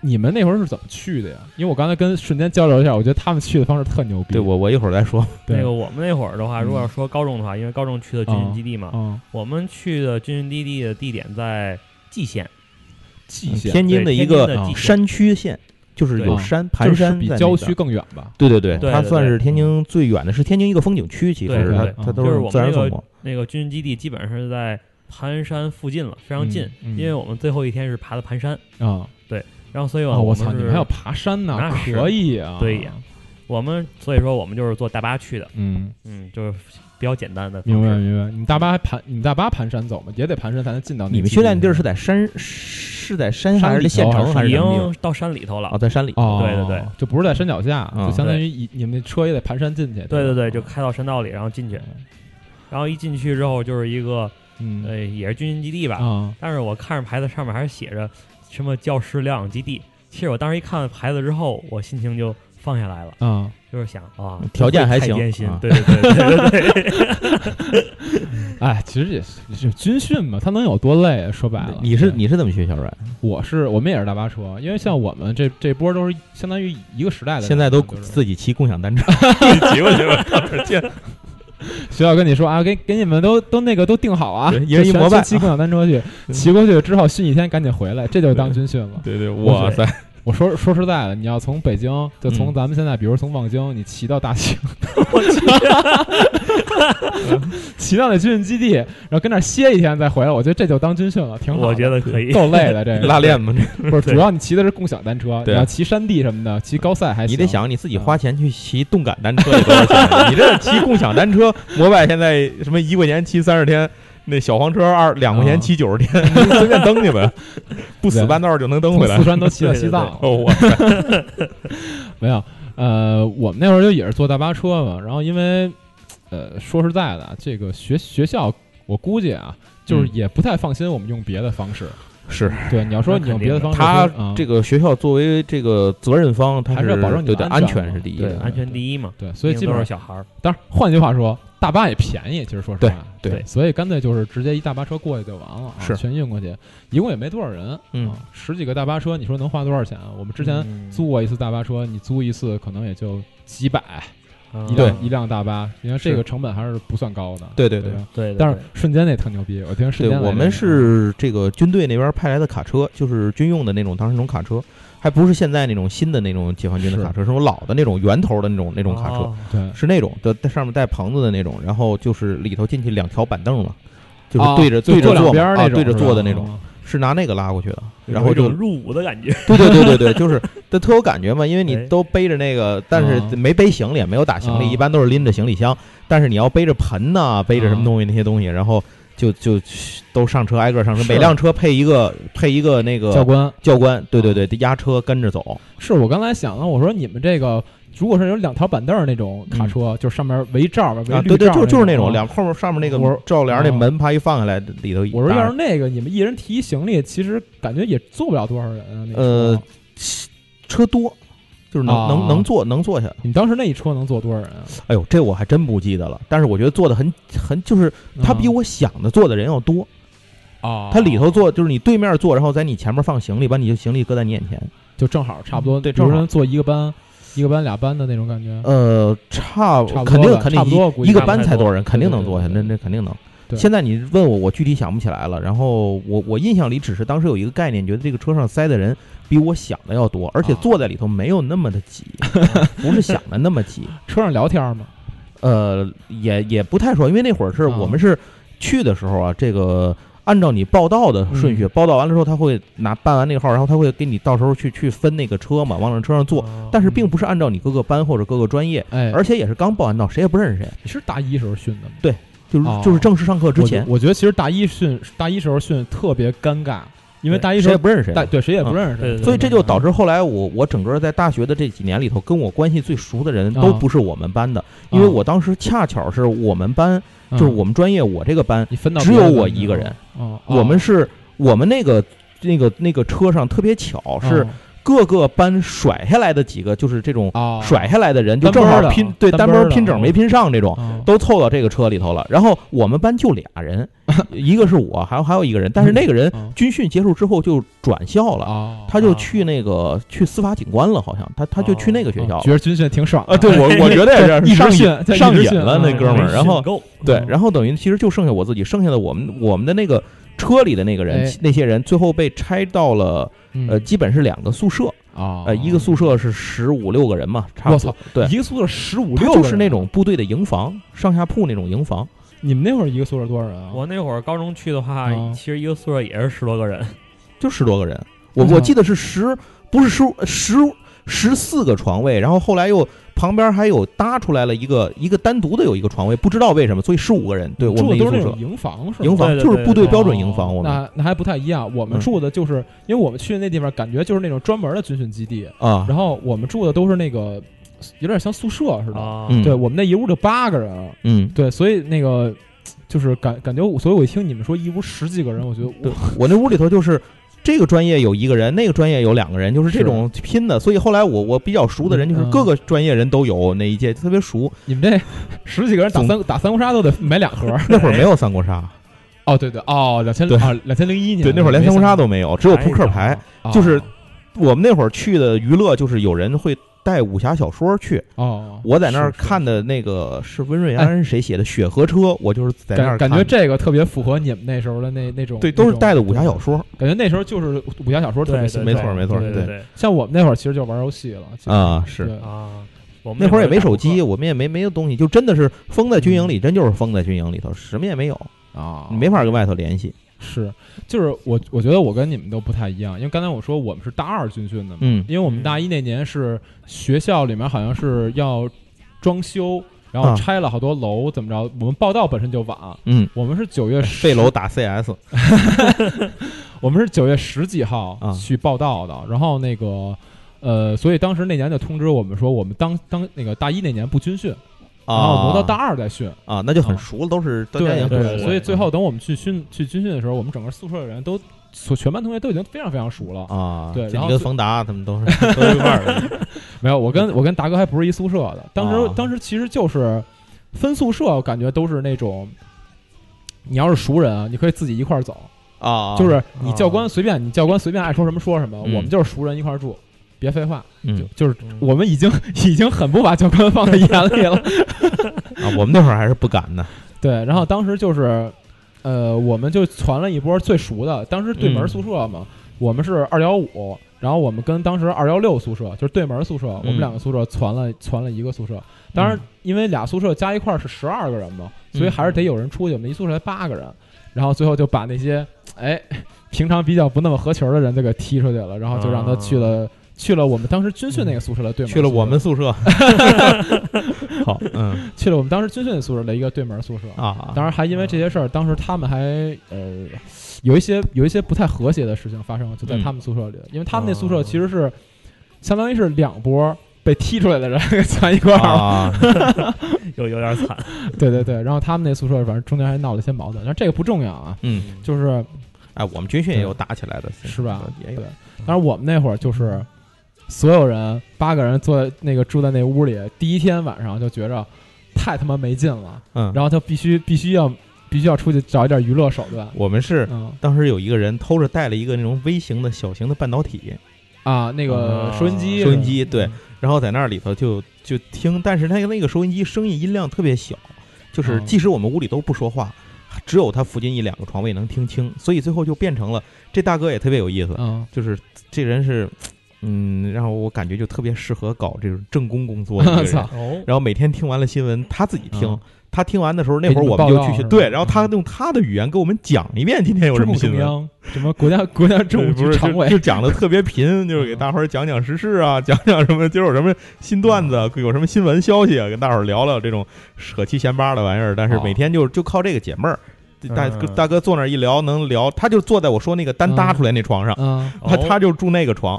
[SPEAKER 1] 你们那会儿是怎么去的呀？因为我刚才跟瞬间交流一下，我觉得他们去的方式特牛逼。
[SPEAKER 3] 对我，我一会儿再说。
[SPEAKER 1] 对
[SPEAKER 2] 那个我们那会儿的话，如果
[SPEAKER 3] 嗯
[SPEAKER 2] 要说高中的话，因为高中去的军训基地
[SPEAKER 3] 哦
[SPEAKER 2] 嘛，
[SPEAKER 1] 嗯，
[SPEAKER 2] 我们去的军训基地的地点在蓟县，
[SPEAKER 1] 蓟县
[SPEAKER 3] 天津
[SPEAKER 2] 对
[SPEAKER 3] 一
[SPEAKER 2] 天津
[SPEAKER 3] 个
[SPEAKER 2] 的蓟县
[SPEAKER 3] 山区县，就是
[SPEAKER 2] 对
[SPEAKER 3] 有
[SPEAKER 1] 啊
[SPEAKER 3] 山
[SPEAKER 1] 就
[SPEAKER 3] 盘
[SPEAKER 1] 是
[SPEAKER 3] 山
[SPEAKER 1] 比
[SPEAKER 3] 在那
[SPEAKER 1] 郊
[SPEAKER 3] 边
[SPEAKER 1] 区。更远吧？
[SPEAKER 3] 对对对，
[SPEAKER 2] 对
[SPEAKER 3] 它
[SPEAKER 2] 对
[SPEAKER 3] 算
[SPEAKER 2] 对
[SPEAKER 3] 是天津最远的，是天津一个风景区，其
[SPEAKER 2] 对
[SPEAKER 3] 实
[SPEAKER 1] 对
[SPEAKER 3] 它
[SPEAKER 1] 对
[SPEAKER 3] 它都
[SPEAKER 2] 就是
[SPEAKER 3] 是
[SPEAKER 2] 我
[SPEAKER 3] 自
[SPEAKER 2] 们
[SPEAKER 3] 然
[SPEAKER 2] 那
[SPEAKER 3] 风
[SPEAKER 2] 个
[SPEAKER 3] 光。
[SPEAKER 2] 那个军训基地基本上是在盘山附近了，非常近，
[SPEAKER 1] 嗯嗯
[SPEAKER 2] 因为我们最后一天是爬的盘山，
[SPEAKER 1] 啊，
[SPEAKER 2] 然后所以
[SPEAKER 1] 啊！
[SPEAKER 2] 我
[SPEAKER 1] 我
[SPEAKER 2] 们
[SPEAKER 1] 操，你
[SPEAKER 2] 是
[SPEAKER 1] 们还要爬山呢
[SPEAKER 2] 那，是
[SPEAKER 1] 可以啊！
[SPEAKER 2] 对呀我们所以说我们就是坐大巴去的，
[SPEAKER 1] 嗯，
[SPEAKER 2] 嗯，就是比较简单的方式，
[SPEAKER 1] 明白明白。你们大巴还盘，你们大巴盘山走吗？也得盘山才能进到那
[SPEAKER 3] 你们
[SPEAKER 1] 基
[SPEAKER 3] 训
[SPEAKER 1] 地
[SPEAKER 3] 练地儿
[SPEAKER 1] 吧
[SPEAKER 3] 是在山，是在山
[SPEAKER 1] 山
[SPEAKER 3] 还是
[SPEAKER 1] 里
[SPEAKER 3] 在县
[SPEAKER 1] 头还
[SPEAKER 3] 城
[SPEAKER 1] 是
[SPEAKER 3] 还是
[SPEAKER 2] 已
[SPEAKER 3] 什么地方
[SPEAKER 2] 经到山里头了。
[SPEAKER 3] 啊，在山里。
[SPEAKER 1] 哦，
[SPEAKER 2] 对对对，
[SPEAKER 1] 就不是在山脚下，
[SPEAKER 3] 嗯
[SPEAKER 1] 就相当于以你们那车也得盘山进去。
[SPEAKER 2] 对对
[SPEAKER 1] 吧
[SPEAKER 2] 对，就开到山道里，然后进去，然后一进去之后就是一个
[SPEAKER 1] 嗯
[SPEAKER 2] 呃，也是军训基地吧，
[SPEAKER 1] 啊
[SPEAKER 2] 但是我看着牌子上面还是写着什么教师疗养基地。其实我当时一看牌子之后，我心情就放下来了，
[SPEAKER 1] 啊，
[SPEAKER 2] 就是想啊，
[SPEAKER 3] 条件还行
[SPEAKER 2] 太艰辛
[SPEAKER 3] 啊，
[SPEAKER 2] 对对对对对对，
[SPEAKER 1] 哎，其实也是也是军训嘛，他能有多累啊？说白了，
[SPEAKER 3] 你是
[SPEAKER 1] 对
[SPEAKER 3] 你是怎么学小阮？
[SPEAKER 1] 我是我们也是大巴车，因为像我们这这波都是相当于一个时代的人，
[SPEAKER 3] 现在都
[SPEAKER 1] 就是
[SPEAKER 3] 自己骑共享单车，骑过去了，见
[SPEAKER 1] 学校跟你说啊，给给你们都都那个都定好啊
[SPEAKER 3] 对，一人一
[SPEAKER 1] 全
[SPEAKER 3] 膜拜
[SPEAKER 1] 全骑共享单车去，
[SPEAKER 3] 嗯
[SPEAKER 1] 骑过去之后训一天，赶紧回来，这就当军训了。
[SPEAKER 3] 对对，
[SPEAKER 1] 哇
[SPEAKER 3] 哇塞，
[SPEAKER 1] 我说说实在的，你要从北京，就从
[SPEAKER 3] 嗯
[SPEAKER 1] 咱们现在，比如从望京，你骑到大兴，
[SPEAKER 2] 我去，
[SPEAKER 1] 骑到那军训基地，然后跟那儿歇一天再回来，我觉得这就当军训了，挺好的。
[SPEAKER 2] 我觉得可以，
[SPEAKER 1] 够累的，这个
[SPEAKER 3] 拉练嘛，这
[SPEAKER 1] 不是
[SPEAKER 2] 对
[SPEAKER 1] 主要你骑的是共享单车，你
[SPEAKER 3] 对啊
[SPEAKER 1] 要骑山地什么的，骑高赛还哎行嗯
[SPEAKER 3] 你得想你自己花钱去骑动感单车得多少钱？你这骑共享单车，摩拜现在什么一块钱骑三十天，那小黄车二两
[SPEAKER 1] 哦
[SPEAKER 3] 块钱骑九十天，你随便蹬去呗，不死半道就能蹬
[SPEAKER 1] 从
[SPEAKER 3] 回来
[SPEAKER 1] 四。川都骑 到
[SPEAKER 2] 对对
[SPEAKER 1] 西藏了。
[SPEAKER 2] 对
[SPEAKER 3] 哦，我
[SPEAKER 1] 没有，呃，我们那会儿就也是坐大巴车嘛，然后因为，呃，说实在的啊，这个学学校，我估计啊，就是
[SPEAKER 3] 嗯
[SPEAKER 1] 也不太放心我们用别的方式。
[SPEAKER 3] 是
[SPEAKER 1] 对，你要说
[SPEAKER 2] 那
[SPEAKER 1] 你
[SPEAKER 2] 肯
[SPEAKER 1] 用别
[SPEAKER 2] 定
[SPEAKER 1] 的
[SPEAKER 2] 的
[SPEAKER 1] 方式说，
[SPEAKER 3] 他
[SPEAKER 1] 啊
[SPEAKER 3] 这个学校作为这个责任方，他
[SPEAKER 1] 还是要保证你的
[SPEAKER 3] 对对
[SPEAKER 1] 安
[SPEAKER 3] 安
[SPEAKER 1] 全
[SPEAKER 3] 全
[SPEAKER 1] 嘛
[SPEAKER 3] 是第一
[SPEAKER 2] 对，
[SPEAKER 3] 的。
[SPEAKER 2] 安全第一嘛，
[SPEAKER 1] 对，所以
[SPEAKER 2] 毕
[SPEAKER 1] 基
[SPEAKER 2] 竟
[SPEAKER 1] 本
[SPEAKER 2] 都是
[SPEAKER 1] 上，
[SPEAKER 2] 小孩儿，
[SPEAKER 1] 当然，换句话说，大巴也便宜，其实说实
[SPEAKER 3] 对
[SPEAKER 1] 话，
[SPEAKER 3] 对
[SPEAKER 1] 所以干脆就是直接一大巴车过去就完了啊，
[SPEAKER 3] 是
[SPEAKER 1] 全运过去，一共也没多少人，
[SPEAKER 3] 嗯
[SPEAKER 1] 啊，十几个大巴车，你说能花多少钱啊？我们之前
[SPEAKER 2] 嗯
[SPEAKER 1] 租过一次大巴车，你租一次可能也就几百，
[SPEAKER 2] 啊
[SPEAKER 1] 一
[SPEAKER 3] 对
[SPEAKER 1] 辆一辆大巴，因为这个成本还是不算高的。
[SPEAKER 3] 对对啊
[SPEAKER 1] 对吧，
[SPEAKER 2] 对，对
[SPEAKER 1] 但是
[SPEAKER 2] 对
[SPEAKER 1] 瞬间那特牛逼，我听瞬
[SPEAKER 3] 对，
[SPEAKER 1] 间来
[SPEAKER 3] 我
[SPEAKER 1] 这
[SPEAKER 3] 们
[SPEAKER 1] 个
[SPEAKER 3] 是这个军队那边派来的卡车，就是军用的那种，当时那种卡车，还不是现在那种新的那种解放军的
[SPEAKER 1] 是
[SPEAKER 3] 卡车，是那种老的那种圆头的那种那种卡车，
[SPEAKER 2] 哦
[SPEAKER 1] 对
[SPEAKER 3] 是那种的，在上面带棚子的那种，然后就是里头进去两条板凳嘛，就是
[SPEAKER 1] 啊
[SPEAKER 3] 对着、对
[SPEAKER 1] 坐
[SPEAKER 3] 着
[SPEAKER 1] 两
[SPEAKER 3] 坐嘛
[SPEAKER 1] 边儿那
[SPEAKER 3] 啊，
[SPEAKER 1] 种
[SPEAKER 3] 对着
[SPEAKER 1] 是
[SPEAKER 3] 坐
[SPEAKER 1] 吧
[SPEAKER 3] 的那种，
[SPEAKER 1] 啊
[SPEAKER 3] 是拿那个拉过去的，
[SPEAKER 2] 有
[SPEAKER 3] 然后
[SPEAKER 2] 一种
[SPEAKER 3] 就
[SPEAKER 2] 入伍的感觉，
[SPEAKER 3] 对对对 对对，就是它特有感觉嘛，因为
[SPEAKER 2] 哎
[SPEAKER 3] 你都背着那个，但
[SPEAKER 1] 啊
[SPEAKER 3] 是没背行李，也没有打行
[SPEAKER 1] 啊
[SPEAKER 3] 李，一般都是拎着行李箱，但是你要背着盆呐，背着什
[SPEAKER 1] 啊
[SPEAKER 3] 么东西那些东西，然后就就都上车，挨个上车，
[SPEAKER 1] 是啊
[SPEAKER 3] 每辆车配一个配一个那
[SPEAKER 1] 教
[SPEAKER 3] 个
[SPEAKER 1] 官啊
[SPEAKER 3] 教官，对对对，押车跟着走，
[SPEAKER 1] 是我刚才想了，我说你们这个如果是有两条板凳儿那种卡车，就是上面围罩儿围
[SPEAKER 3] 嗯啊，
[SPEAKER 1] 绿
[SPEAKER 3] 对对，
[SPEAKER 1] 罩
[SPEAKER 3] 就
[SPEAKER 1] 儿
[SPEAKER 3] 就是那
[SPEAKER 1] 种
[SPEAKER 3] 种
[SPEAKER 1] 啊
[SPEAKER 3] 两后面上面那个
[SPEAKER 1] 我
[SPEAKER 3] 照帘儿那
[SPEAKER 1] 啊
[SPEAKER 3] 门啪一放下来，里头一
[SPEAKER 1] 我说
[SPEAKER 3] 搭
[SPEAKER 1] 要是那个你们一人提一行李，其实感觉也坐不了多少人啊。那一车
[SPEAKER 3] 呃，车多，就是能、
[SPEAKER 1] 啊
[SPEAKER 3] 能能坐能坐下。
[SPEAKER 1] 你们当时那一车能坐多少人啊？
[SPEAKER 3] 哎呦，这我还真不记得了，但是我觉得坐的很很，就是
[SPEAKER 1] 嗯
[SPEAKER 3] 他比我想的坐的人要多。
[SPEAKER 1] 啊，
[SPEAKER 3] 它里头坐就是你对面坐，然后在你前面放行李，把你的行李搁在你眼前。
[SPEAKER 1] 就正好差不多，
[SPEAKER 3] 嗯对
[SPEAKER 1] 比如
[SPEAKER 3] 正
[SPEAKER 1] 说
[SPEAKER 3] 好
[SPEAKER 1] 坐一个班，一个班俩班的那种感觉。
[SPEAKER 3] 呃，差
[SPEAKER 1] 嗯差不多
[SPEAKER 3] 肯定
[SPEAKER 1] 吧
[SPEAKER 3] 肯
[SPEAKER 1] 差不多
[SPEAKER 3] 定
[SPEAKER 1] 估
[SPEAKER 3] 一
[SPEAKER 1] 计
[SPEAKER 3] 一个
[SPEAKER 2] 差不
[SPEAKER 3] 班
[SPEAKER 2] 太
[SPEAKER 3] 才
[SPEAKER 2] 多
[SPEAKER 3] 多少人，肯定
[SPEAKER 1] 对对
[SPEAKER 3] 能坐下，
[SPEAKER 1] 对对
[SPEAKER 3] 那那肯定能
[SPEAKER 1] 对。
[SPEAKER 3] 现在你问我，我具体想不起来了。然后我我印象里只是当时有一个概念，觉得这个车上塞的人比我想的要多，而且
[SPEAKER 1] 啊
[SPEAKER 3] 坐在里头没有那么的 挤，不是想的那么挤。
[SPEAKER 1] 车上聊天嘛，
[SPEAKER 3] 呃，也也不太说，因为那会儿是
[SPEAKER 1] 啊
[SPEAKER 3] 我们是去的时候啊，这个按照你报到的顺序，
[SPEAKER 1] 嗯
[SPEAKER 3] 报到完了之后，他会拿办完那个号，然后他会给你到时候去去分那个车嘛，往那车上坐。
[SPEAKER 2] 哦
[SPEAKER 3] 但是并不是按照你各个班或者各个专业，
[SPEAKER 1] 啊哎，
[SPEAKER 3] 而且也是刚报完到，谁也不认识谁，
[SPEAKER 1] 你是大一时候训的吗？
[SPEAKER 3] 就是
[SPEAKER 1] 哦
[SPEAKER 3] 就是正式上课之前
[SPEAKER 1] 我觉，我觉得其实大一训，大一时候训特别尴尬，因为
[SPEAKER 2] 对
[SPEAKER 1] 大一时
[SPEAKER 3] 谁也
[SPEAKER 1] 候
[SPEAKER 3] 不认识
[SPEAKER 1] 大
[SPEAKER 3] 谁。
[SPEAKER 1] 对谁也不
[SPEAKER 3] 嗯
[SPEAKER 1] 认识谁，
[SPEAKER 2] 对对对
[SPEAKER 3] 所以这就导致后来我我整个在大学的这几年里头，跟我关系最熟的人
[SPEAKER 1] 啊
[SPEAKER 3] 都不是我们班的，因为我当时恰巧是我们班，
[SPEAKER 1] 哦嗯
[SPEAKER 3] 就是我们专业我这个班
[SPEAKER 1] 你分到
[SPEAKER 3] 只
[SPEAKER 1] 别的
[SPEAKER 3] 有
[SPEAKER 1] 班
[SPEAKER 3] 我
[SPEAKER 1] 去
[SPEAKER 3] 一个
[SPEAKER 1] 了
[SPEAKER 3] 人，
[SPEAKER 1] 哦哦
[SPEAKER 3] 我们是我们那个那个那个车上特别巧，是
[SPEAKER 1] 哦
[SPEAKER 3] 各个班甩下来的几个，就是这种
[SPEAKER 1] 哦
[SPEAKER 3] 甩下来的人，就
[SPEAKER 1] 单
[SPEAKER 3] 正
[SPEAKER 1] 班
[SPEAKER 3] 好
[SPEAKER 1] 的
[SPEAKER 3] 拼
[SPEAKER 1] 啊
[SPEAKER 3] 对
[SPEAKER 1] 单
[SPEAKER 3] 单
[SPEAKER 1] 班
[SPEAKER 3] 班
[SPEAKER 1] 的
[SPEAKER 3] 拼整
[SPEAKER 1] 哦
[SPEAKER 3] 没拼上这种。
[SPEAKER 1] 哦
[SPEAKER 3] 都凑到这个车里头了，然后我们班就俩 人，一个是我，还有还有一个人，但是那个人
[SPEAKER 1] 嗯
[SPEAKER 3] 军训结束之后就转校了，
[SPEAKER 1] 哦，
[SPEAKER 3] 他就去那个去司法警官了，好像他他就去那个学校
[SPEAKER 1] 哦觉得军训挺爽
[SPEAKER 3] 啊，对我我觉得 也
[SPEAKER 1] 一
[SPEAKER 3] 是
[SPEAKER 1] 直
[SPEAKER 3] 上
[SPEAKER 1] 训
[SPEAKER 3] 瘾
[SPEAKER 1] 在一
[SPEAKER 3] 上
[SPEAKER 1] 直
[SPEAKER 3] 瘾
[SPEAKER 1] 训
[SPEAKER 3] 了
[SPEAKER 1] 嗯
[SPEAKER 3] 那哥们
[SPEAKER 2] 没
[SPEAKER 3] 儿，然后
[SPEAKER 2] 训哎够
[SPEAKER 3] 对
[SPEAKER 1] 嗯，
[SPEAKER 3] 然后等于其实就剩下我自己，剩下的我们我们的那个车里的那个人，
[SPEAKER 1] 哎
[SPEAKER 3] 那些人最后被拆到了，
[SPEAKER 1] 嗯
[SPEAKER 3] 呃，基本是两个宿舍，
[SPEAKER 1] 啊
[SPEAKER 3] 呃，一个宿舍是十五六个人嘛，差不
[SPEAKER 1] 我
[SPEAKER 3] 多。对，
[SPEAKER 1] 一个宿舍十五
[SPEAKER 3] 它
[SPEAKER 1] 六，
[SPEAKER 3] 就是那种部队的营房，上下铺那种营房。
[SPEAKER 1] 你们那会儿一个宿舍多少人啊？
[SPEAKER 2] 我那会儿高中去的话
[SPEAKER 3] 哦
[SPEAKER 1] 啊，
[SPEAKER 2] 其实一个宿舍也是十多个人，
[SPEAKER 3] 就十多个人，我
[SPEAKER 1] 我操
[SPEAKER 3] 我记得是十，不是十五十十四个床位，然后后来又旁边还有搭出来了一个一个单独的有一个床位，不知道为什么，所以十五个人，对我
[SPEAKER 1] 住
[SPEAKER 3] 们
[SPEAKER 1] 的
[SPEAKER 3] 一
[SPEAKER 1] 都
[SPEAKER 3] 个
[SPEAKER 1] 是那
[SPEAKER 3] 宿
[SPEAKER 1] 种
[SPEAKER 3] 舍
[SPEAKER 1] 营房是吗？哦
[SPEAKER 3] 营
[SPEAKER 2] 对
[SPEAKER 3] 房
[SPEAKER 2] 对
[SPEAKER 3] 就是部队
[SPEAKER 2] 对
[SPEAKER 3] 标准营房，我们
[SPEAKER 1] 那那还不太一样，我们
[SPEAKER 3] 嗯
[SPEAKER 1] 住的就是因为我们去的那地方感觉就是那种专门的军训基地，
[SPEAKER 3] 啊
[SPEAKER 1] 然后我们住的都是那个有点像宿舍似的。
[SPEAKER 2] 啊，
[SPEAKER 3] 嗯
[SPEAKER 1] 对我们那一屋就八个人，
[SPEAKER 3] 嗯。
[SPEAKER 1] 对，所以那个就是感感觉我，所以我一听你们说一屋十几个人，我觉得
[SPEAKER 3] 对
[SPEAKER 1] 我，
[SPEAKER 3] 我那屋里头就是这个专业有一个人，那个专业有两个人，就是这
[SPEAKER 1] 是
[SPEAKER 3] 种拼的。所以后来我我比较熟的人，就是
[SPEAKER 1] 嗯
[SPEAKER 3] 各个专业人都有那一届，特别熟。
[SPEAKER 1] 你们这十几个人打三打三国杀都得买两盒儿。
[SPEAKER 3] 那会儿没有三国杀，嗯
[SPEAKER 1] 哦，对对，哦，两千
[SPEAKER 3] 对
[SPEAKER 1] 啊，两千零一年，
[SPEAKER 3] 对，那会儿连三国杀都没有，只有扑克牌。
[SPEAKER 1] 哦
[SPEAKER 3] 就是我们那会儿去的娱乐，就是有人会带武侠小说去。
[SPEAKER 1] 哦，
[SPEAKER 3] 我在那儿
[SPEAKER 1] 是是
[SPEAKER 3] 看的那个是温瑞安谁写的《雪河车》，我就是在那
[SPEAKER 1] 感
[SPEAKER 3] 儿
[SPEAKER 1] 感
[SPEAKER 3] 看
[SPEAKER 1] 觉
[SPEAKER 3] 的
[SPEAKER 1] 这个特别符合你们那时候的那那种，
[SPEAKER 3] 对，都是带的武侠小
[SPEAKER 1] 说，
[SPEAKER 3] 说
[SPEAKER 1] 感觉那时候就是武侠小说特别
[SPEAKER 2] 对，
[SPEAKER 1] 兴
[SPEAKER 2] 对
[SPEAKER 1] 盛
[SPEAKER 3] 没错没错
[SPEAKER 2] 对
[SPEAKER 3] 对
[SPEAKER 2] 对
[SPEAKER 1] 像我们那会儿其实就玩游戏了其实
[SPEAKER 3] 啊，是。
[SPEAKER 1] 对
[SPEAKER 2] 啊，我们
[SPEAKER 3] 那会儿也
[SPEAKER 2] 打
[SPEAKER 3] 没手
[SPEAKER 2] 扑克
[SPEAKER 3] 机，，嗯我们也没没有东西，就真的是封在军营里，真就是封在军营里头，什么也没有，
[SPEAKER 1] 啊，
[SPEAKER 3] 你没法跟外头联系。
[SPEAKER 1] 是，就是我我觉得我跟你们都不太一样，因为刚才我说我们是大二军训的嘛，
[SPEAKER 3] 嗯
[SPEAKER 1] 因为我们大一那年是学校里面好像是要装修，然后
[SPEAKER 3] 啊
[SPEAKER 1] 拆了好多楼，怎么着？我们报道本身就晚，
[SPEAKER 3] 嗯，
[SPEAKER 1] 我们是九月十
[SPEAKER 3] 废楼，打 CS，
[SPEAKER 1] 我们是九月十几号
[SPEAKER 3] 啊
[SPEAKER 1] 去报道的，然后那个。呃，所以当时那年就通知我们说，我们当当那个大一那年不军训，然后
[SPEAKER 3] 啊，
[SPEAKER 1] 挪到大二再训。
[SPEAKER 3] 啊，那就很
[SPEAKER 1] 啊
[SPEAKER 3] 熟了，都是大家已
[SPEAKER 1] 对
[SPEAKER 3] 经
[SPEAKER 2] 对
[SPEAKER 3] 很熟
[SPEAKER 2] 对
[SPEAKER 3] 了
[SPEAKER 1] 所以最后等我们去训去军训的时候，我们整个宿舍的人都，所全班同学都已经非常非常熟了。
[SPEAKER 3] 啊，
[SPEAKER 1] 对然
[SPEAKER 3] 就你
[SPEAKER 1] 后
[SPEAKER 3] 跟
[SPEAKER 1] 最
[SPEAKER 3] 冯达他们都是 都一块儿的，
[SPEAKER 1] 没有，我
[SPEAKER 3] 嗯
[SPEAKER 1] 跟我跟达哥还不是一宿舍的。当时、
[SPEAKER 3] 哦
[SPEAKER 1] 当时其实就是分宿舍，感觉都是那种，你要是熟人啊，你可以自己一块儿走，
[SPEAKER 3] 啊，
[SPEAKER 1] 就是你教官随便、你教官随便爱说什么说什么，
[SPEAKER 3] 嗯
[SPEAKER 1] 我们就是熟人一块儿住，别废话。
[SPEAKER 3] 嗯
[SPEAKER 1] 就就是
[SPEAKER 2] 嗯
[SPEAKER 1] 我们已经 已经很不把教官放在眼里了。
[SPEAKER 3] 啊，我们那会儿还是不敢的，
[SPEAKER 1] 对，
[SPEAKER 3] 嗯
[SPEAKER 1] 然后当时就是，呃，我们就传了一波最熟的，当时对门
[SPEAKER 3] 嗯
[SPEAKER 1] 宿舍嘛，我们是二幺五，然后我们跟当时二幺六宿舍就是对门宿舍，我们
[SPEAKER 3] 嗯
[SPEAKER 1] 两个宿舍传了传了一个宿舍，当然因为俩宿舍加一块儿是十二个人嘛，所以还
[SPEAKER 3] 嗯
[SPEAKER 1] 是得有人出去，我们一宿舍才八个人，然后最后就把那些哎平常比较不那么合群儿的人就给踢出去了，然后就让他去了。去了我们当时军训那个宿舍的对门宿舍，
[SPEAKER 3] 啊去了我们宿舍， 好，嗯
[SPEAKER 1] 去了我们当时军训宿舍的一个对门宿舍
[SPEAKER 3] 啊，
[SPEAKER 1] 当然还因为这些事儿，当时他们还呃有一些有一些不太和谐的事情发生，就在
[SPEAKER 3] 嗯
[SPEAKER 1] 他们宿舍里，因为他们那宿舍其实是、相当于是两波被踢出来的人给攒一块儿，
[SPEAKER 3] 啊，
[SPEAKER 2] 有有点惨，
[SPEAKER 1] 对对对，然后他们那宿舍反正中间还闹了一些矛盾，但这个不重要啊，
[SPEAKER 3] 嗯，
[SPEAKER 1] 就是
[SPEAKER 3] 哎，我们军训也有打起来的，
[SPEAKER 1] 是吧？
[SPEAKER 3] 也
[SPEAKER 1] 对
[SPEAKER 3] 有，，
[SPEAKER 1] 当然我们那会儿就是所有人八个人坐在那个住在那屋里，第一天晚上就觉着太他妈没劲了，
[SPEAKER 3] 嗯，
[SPEAKER 1] 然后他必须必须要必须要出去找一点娱乐手段，
[SPEAKER 3] 我们是
[SPEAKER 1] 嗯。
[SPEAKER 3] 当时有一个人偷着带了一个那种微型的小型的半导体
[SPEAKER 1] 啊，那个
[SPEAKER 2] 啊
[SPEAKER 1] 收音机，
[SPEAKER 3] 收音机，对，然后在那里头就就听，但是他那个收音机声音音量特别小，就是
[SPEAKER 1] 哦
[SPEAKER 3] 即使我们屋里都不说话，只有他附近一两个床位能听清，所以最后就变成了这大哥也特别有意思，
[SPEAKER 1] 嗯，
[SPEAKER 3] 就是这人是，嗯，让我感觉就特别适合搞这种政工工作的一个 人
[SPEAKER 1] 操。
[SPEAKER 2] 哦，
[SPEAKER 3] 然后每天听完了新闻，他自己听，
[SPEAKER 1] 嗯
[SPEAKER 3] 他听完的时候，那
[SPEAKER 1] 给
[SPEAKER 3] 会儿
[SPEAKER 1] 你
[SPEAKER 3] 我
[SPEAKER 1] 报
[SPEAKER 3] 们就
[SPEAKER 1] 告
[SPEAKER 3] 去
[SPEAKER 1] 是
[SPEAKER 3] 去
[SPEAKER 1] 吧
[SPEAKER 3] 对，然后他
[SPEAKER 1] 嗯
[SPEAKER 3] 用他的语言给我们讲一遍今天有什
[SPEAKER 1] 中
[SPEAKER 3] 么
[SPEAKER 1] 共
[SPEAKER 3] 新
[SPEAKER 1] 中
[SPEAKER 3] 闻。
[SPEAKER 1] 央什么国家国家政务
[SPEAKER 3] 对不
[SPEAKER 1] 局
[SPEAKER 3] 是
[SPEAKER 1] 常
[SPEAKER 3] 就
[SPEAKER 1] 委
[SPEAKER 3] 就讲的特别贫，就是给大伙儿讲讲时事啊， 讲讲什么，今儿有什么新段子，有什么新闻消息啊，跟大伙儿聊聊这种扯七闲八的玩意儿。但是
[SPEAKER 1] 哦
[SPEAKER 3] 每天就就靠这个解闷儿，大
[SPEAKER 2] 嗯
[SPEAKER 3] 大哥坐那儿一聊能聊，他就坐在我说那个单搭出来那床上，
[SPEAKER 1] 嗯，
[SPEAKER 3] 他
[SPEAKER 2] 哦
[SPEAKER 3] 他就住那个床。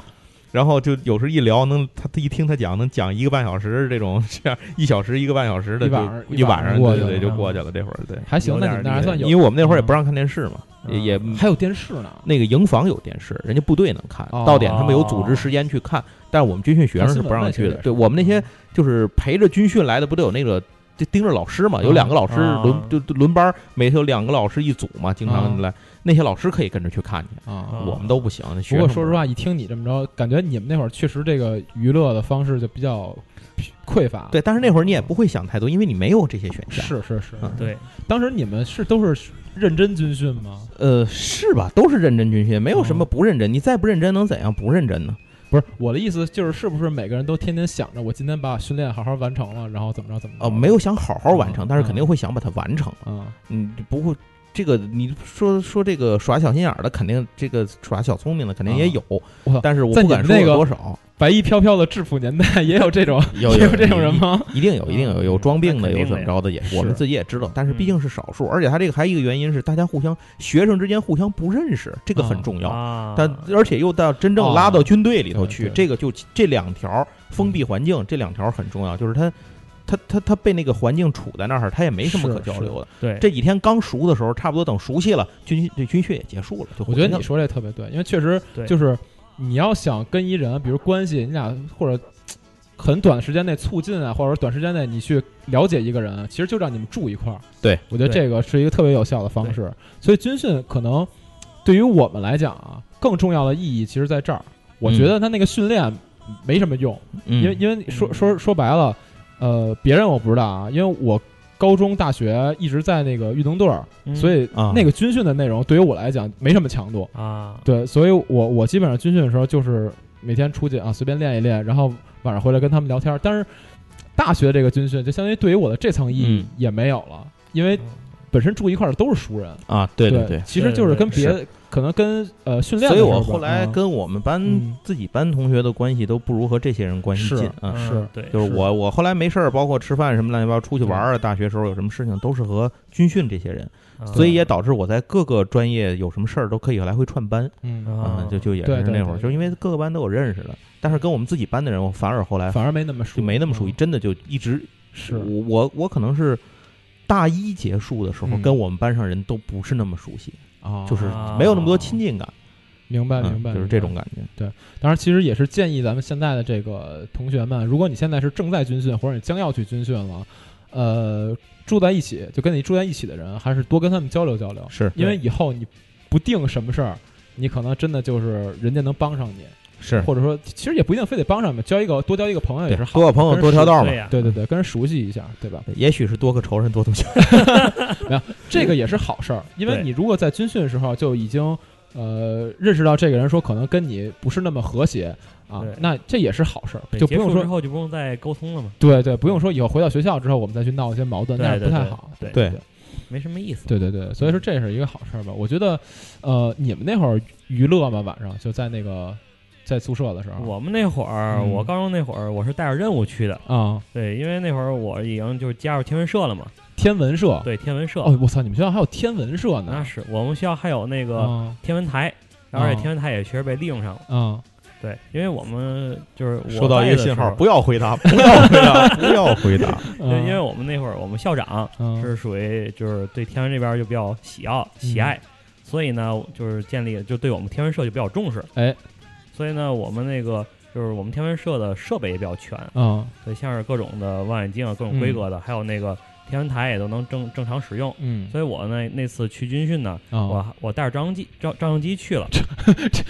[SPEAKER 3] 然后就有时一聊，能他他一听他讲，能讲一个半小时这种， 这样一小时一个半小时的
[SPEAKER 1] 一晚
[SPEAKER 3] 就
[SPEAKER 1] 上一
[SPEAKER 3] 一晚
[SPEAKER 1] 晚上
[SPEAKER 3] 上，
[SPEAKER 1] 过
[SPEAKER 3] 对
[SPEAKER 1] 去
[SPEAKER 3] 对，
[SPEAKER 1] 了
[SPEAKER 3] 就
[SPEAKER 1] 嗯
[SPEAKER 3] 过去了。这会儿对，
[SPEAKER 1] 还行，
[SPEAKER 2] 有
[SPEAKER 1] 那
[SPEAKER 2] 点
[SPEAKER 1] 你
[SPEAKER 2] 儿
[SPEAKER 1] 们那还算有，
[SPEAKER 3] 因为我们那会儿也
[SPEAKER 1] 嗯
[SPEAKER 3] 不让看电视嘛，也也
[SPEAKER 1] 还有电视呢，
[SPEAKER 3] 那个营房有电视，人家部队能看，
[SPEAKER 1] 哦
[SPEAKER 3] 到点他们有组织时间去看，但是我们军训学生是不让去
[SPEAKER 1] 看新
[SPEAKER 3] 的
[SPEAKER 1] 闻呗。
[SPEAKER 3] 对我们那些
[SPEAKER 1] 嗯
[SPEAKER 3] 就是陪着军训来的，不都有那个就盯着老师嘛？有两个老师
[SPEAKER 2] 嗯
[SPEAKER 3] 轮就就轮班，每次有两个老师一组嘛，经常
[SPEAKER 1] 嗯
[SPEAKER 3] 来。那些老师可以跟着去看去，
[SPEAKER 1] 啊。
[SPEAKER 2] 嗯
[SPEAKER 3] 我们都不行。那
[SPEAKER 1] 不
[SPEAKER 3] 学
[SPEAKER 1] 过
[SPEAKER 3] 生
[SPEAKER 1] 说实话，一听你这么着，感觉你们那会儿确实这个娱乐的方式就比较匮乏。
[SPEAKER 3] 对，但是那会儿你也不会想太多，因为你没有这些选项。
[SPEAKER 1] 嗯是是是，
[SPEAKER 3] 嗯
[SPEAKER 2] 对，
[SPEAKER 1] 当时你们是都是认真军训吗？
[SPEAKER 3] 呃，是吧？都是认真军训，没有
[SPEAKER 1] 嗯
[SPEAKER 3] 什么不认真。你再不认真，能怎样？不认真呢？
[SPEAKER 1] 不是我的意思，就是是不是每个人都天天想着我今天把训练好好完成了，然后怎么着怎么着？
[SPEAKER 3] 呃，没有想好好完成，
[SPEAKER 1] 嗯
[SPEAKER 3] 但是肯定会想把它完成。
[SPEAKER 1] 啊，
[SPEAKER 3] 嗯，不会这个你说说这个耍小心眼儿的，肯定这个耍小聪明的肯定也有，
[SPEAKER 1] 哇
[SPEAKER 3] 但是我
[SPEAKER 1] 在
[SPEAKER 3] 不
[SPEAKER 1] 你
[SPEAKER 3] 敢
[SPEAKER 1] 们
[SPEAKER 3] 说
[SPEAKER 1] 那
[SPEAKER 3] 有
[SPEAKER 1] 个
[SPEAKER 3] 多少，
[SPEAKER 1] 白衣飘飘的质朴年代也有这种
[SPEAKER 3] 有
[SPEAKER 1] 也有这种人？吗？嗯
[SPEAKER 3] 一定有，一定有，有装病的，
[SPEAKER 2] 那肯定
[SPEAKER 3] 有
[SPEAKER 2] 的
[SPEAKER 3] 怎么着的也，
[SPEAKER 1] 是嗯
[SPEAKER 3] 我们自己也知道，但是毕竟是少数，而且他这个还有一个原因是大家互相学生之间互相不认识，这个很重要。
[SPEAKER 2] 啊，
[SPEAKER 3] 但而且又到真正拉到军队里头
[SPEAKER 1] 哦
[SPEAKER 3] 去，
[SPEAKER 1] 啊对对嗯
[SPEAKER 3] 这个就这两条封闭环境，这两条很重要，就是他他他他他被那个环境处在那儿，他也没什么
[SPEAKER 1] 是
[SPEAKER 3] 可交流的。
[SPEAKER 2] 对，
[SPEAKER 3] 这几天刚熟的时候，差不多等熟悉了，军这军训也结束了，就
[SPEAKER 1] 我觉得你
[SPEAKER 3] 回去
[SPEAKER 1] 说这特别对，因为确实
[SPEAKER 2] 对
[SPEAKER 1] 就是你要想跟一人，比如关系，你俩或者很短时间内促进啊，或者短时间内你去了解一个人，其实就让你们住一块儿。
[SPEAKER 3] 对，
[SPEAKER 1] 我觉得
[SPEAKER 2] 对
[SPEAKER 1] 这个是一个特别有效的方式。所以军训可能对于我们来讲啊，更重要的意义其实在这儿。我觉得他那个训练没什么用，
[SPEAKER 3] 了，嗯
[SPEAKER 1] 因为因为你说说说白了，呃，别人我不知道啊，因为我高中、大学一直在那个运动队儿，
[SPEAKER 2] 嗯
[SPEAKER 1] 所以
[SPEAKER 3] 啊
[SPEAKER 1] 那个军训的内容对于我来讲没什么强度。
[SPEAKER 2] 啊，
[SPEAKER 1] 对，所以我我基本上军训的时候就是每天出去啊，随便练一练，然后晚上回来跟他们聊天儿。但是大学这个军训，就相当于对于我的这层意义
[SPEAKER 3] 嗯
[SPEAKER 1] 也没有了，因
[SPEAKER 3] 哎
[SPEAKER 1] 为本身住一块儿的都是熟人。
[SPEAKER 3] 啊，对
[SPEAKER 1] 对
[SPEAKER 3] 对。
[SPEAKER 1] 其实就是跟别
[SPEAKER 3] 对
[SPEAKER 1] 可能跟呃训练
[SPEAKER 3] 所
[SPEAKER 1] 的
[SPEAKER 3] 以
[SPEAKER 1] 时候吧，
[SPEAKER 3] 我后来
[SPEAKER 1] 嗯
[SPEAKER 3] 跟我们班、
[SPEAKER 1] 嗯
[SPEAKER 3] 自己班同学的关系都不如和这些人关系
[SPEAKER 1] 是
[SPEAKER 3] 近
[SPEAKER 2] 嗯
[SPEAKER 3] 啊。
[SPEAKER 1] 是
[SPEAKER 2] 对，
[SPEAKER 3] 就是我，我后来没事儿，包括吃饭什么乱七八糟，出去玩儿啊，大学时候有什么事情都是和军训这些人，
[SPEAKER 2] 啊
[SPEAKER 1] 嗯
[SPEAKER 3] 所以也导致我在各个专业有什么事儿都可以来回串班
[SPEAKER 1] 嗯，
[SPEAKER 2] 啊
[SPEAKER 3] 啊，，就就也
[SPEAKER 1] 对
[SPEAKER 3] 是
[SPEAKER 1] 对
[SPEAKER 3] 那会儿，
[SPEAKER 1] 对
[SPEAKER 3] 就是因为各个班都有认识的，但是跟我们自己班的人，我反而后来
[SPEAKER 1] 反而没那么熟，
[SPEAKER 3] 啊就没那么熟悉，
[SPEAKER 1] 嗯
[SPEAKER 3] 真的就一直
[SPEAKER 1] 是
[SPEAKER 3] 我我我可能是大一结束的时候，
[SPEAKER 1] 嗯
[SPEAKER 3] 跟我们班上人都不是那么熟悉，
[SPEAKER 1] 啊，
[SPEAKER 3] 就是没有那么多亲近感，
[SPEAKER 1] 明白明
[SPEAKER 3] 嗯
[SPEAKER 1] 白，
[SPEAKER 3] 就是
[SPEAKER 1] 明
[SPEAKER 3] 这
[SPEAKER 1] 白
[SPEAKER 3] 种感觉。
[SPEAKER 1] 当然，其实也是建议咱们现在的这个同学们，如果你现在是正在军训，或者你将要去军训了，呃，住在一起就跟你住在一起的人，还是多跟他们交流交流，
[SPEAKER 3] 是
[SPEAKER 1] 因为以后你不定什么事儿，你可能真的就是人家能帮上你，
[SPEAKER 3] 是，
[SPEAKER 1] 或者说其实也不一定非得帮上你，交一个多交一个朋友也
[SPEAKER 3] 对
[SPEAKER 1] 是，好
[SPEAKER 3] 多。个朋友
[SPEAKER 1] 跟
[SPEAKER 3] 多条道嘛
[SPEAKER 2] 对，呀，
[SPEAKER 1] 对对对，跟人熟悉一下，对吧？
[SPEAKER 3] 也许是多个仇人多同情。
[SPEAKER 1] 这个也是好事儿，因为
[SPEAKER 2] 对
[SPEAKER 1] 你如果在军训的时候就已经呃认识到这个人说可能跟你不是那么和谐啊
[SPEAKER 2] 对，
[SPEAKER 1] 那这也是好事儿，
[SPEAKER 2] 对
[SPEAKER 1] 就不
[SPEAKER 2] 结
[SPEAKER 1] 用
[SPEAKER 2] 束
[SPEAKER 1] 说
[SPEAKER 2] 之后就不用再沟通了嘛，
[SPEAKER 1] 对对，不用说以后回到学校之后我们再去闹一些矛盾，
[SPEAKER 2] 对
[SPEAKER 1] 那样不太
[SPEAKER 2] 对
[SPEAKER 1] 好。
[SPEAKER 2] 对
[SPEAKER 1] 对
[SPEAKER 2] 没什么意思。
[SPEAKER 1] 对对对，所以说这是一个好事儿吧？我觉得，呃，你们那会儿娱乐嘛，晚上就在那个在宿舍的
[SPEAKER 3] 啊
[SPEAKER 1] 时候，
[SPEAKER 2] 我们那会儿，
[SPEAKER 1] 嗯
[SPEAKER 2] 我高中那会儿，我是带着任务
[SPEAKER 3] 嗯
[SPEAKER 2] 去的，
[SPEAKER 1] 啊、
[SPEAKER 2] 对，因为那会儿我已经就是加入天文社了嘛，
[SPEAKER 1] 天文社，
[SPEAKER 2] 对，天文社，
[SPEAKER 1] 哦，我操，你们学校还有天文社呢？
[SPEAKER 2] 那是我们学校还有那个
[SPEAKER 1] 啊
[SPEAKER 2] 天文台，
[SPEAKER 1] 哦
[SPEAKER 2] 而且天文台也确实被利用上了，
[SPEAKER 1] 啊，
[SPEAKER 2] 对，因为我们就是 我
[SPEAKER 3] 收到一个信
[SPEAKER 2] 带
[SPEAKER 3] 号，
[SPEAKER 2] 的时
[SPEAKER 3] 不要嗯 回答，不要回答，不要回答。
[SPEAKER 2] 候，对因为我们那会儿我们校长
[SPEAKER 1] 嗯
[SPEAKER 2] 是属于就是对天文这边就比较喜好
[SPEAKER 3] 嗯
[SPEAKER 2] 喜爱，所以呢就是建立就对我们天文社就比较重视，
[SPEAKER 1] 哎，
[SPEAKER 2] 所以呢我们那个就是我们天文社的设备也比较全，
[SPEAKER 1] 啊
[SPEAKER 2] 所以像是各种的望远镜啊，各种规格的，还有那个天文台也都能正正常使用。
[SPEAKER 1] 嗯
[SPEAKER 2] 所以我那那次去军训呢，
[SPEAKER 1] 啊，
[SPEAKER 2] 我我带着照相机照照相机去了，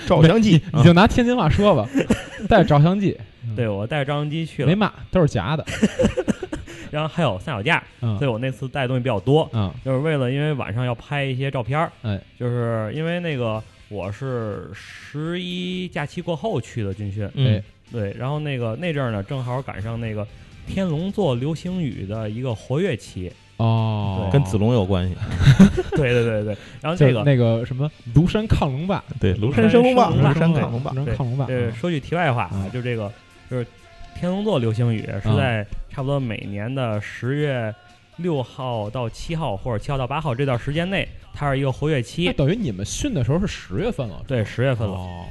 [SPEAKER 3] 照相机，
[SPEAKER 1] 你
[SPEAKER 2] 啊
[SPEAKER 1] 就拿天津话说 吧，带着照相机，嗯
[SPEAKER 2] 对我带着照相机去
[SPEAKER 1] 没
[SPEAKER 2] 了，
[SPEAKER 1] 骂，都是假的，
[SPEAKER 2] 然后还有三脚架，
[SPEAKER 1] 嗯
[SPEAKER 2] 所以我那次带的东西比较多，
[SPEAKER 1] 啊
[SPEAKER 2] 就是为了因为晚上要拍一些照片儿，
[SPEAKER 1] 哎，
[SPEAKER 2] 就是因为那个我是十一假期过后去的军训，
[SPEAKER 1] 哎
[SPEAKER 3] 嗯，
[SPEAKER 2] 对，然后那个那阵儿呢正好赶上那个天龙座流星雨的一个活跃期，
[SPEAKER 1] 哦，
[SPEAKER 3] 跟子龙有关系。
[SPEAKER 2] 对对对对，然后
[SPEAKER 1] 就
[SPEAKER 2] 这
[SPEAKER 1] 是
[SPEAKER 2] 个
[SPEAKER 1] 那个什么庐山抗龙霸，
[SPEAKER 3] 对，庐
[SPEAKER 2] 山
[SPEAKER 3] 山
[SPEAKER 2] 升
[SPEAKER 3] 升龙
[SPEAKER 2] 龙霸
[SPEAKER 3] 霸，
[SPEAKER 2] 庐
[SPEAKER 3] 庐
[SPEAKER 2] 山
[SPEAKER 3] 山
[SPEAKER 2] 抗
[SPEAKER 3] 抗
[SPEAKER 1] 龙
[SPEAKER 3] 龙
[SPEAKER 1] 霸
[SPEAKER 3] 霸
[SPEAKER 1] 庐，山
[SPEAKER 2] 对
[SPEAKER 1] 抗
[SPEAKER 3] 啊
[SPEAKER 1] 龙霸，
[SPEAKER 2] 呃，
[SPEAKER 1] 嗯
[SPEAKER 2] 说句题外话啊
[SPEAKER 1] 嗯，
[SPEAKER 2] 就这个就是天龙座流星雨是
[SPEAKER 1] 嗯
[SPEAKER 2] 在差不多每年的十月六号到七号或者七号到八号这段时间内，它是一个活跃
[SPEAKER 1] 那
[SPEAKER 2] 期。
[SPEAKER 1] 等于你们训的时候是十月份了，
[SPEAKER 2] 对，十月份了，
[SPEAKER 1] 哦，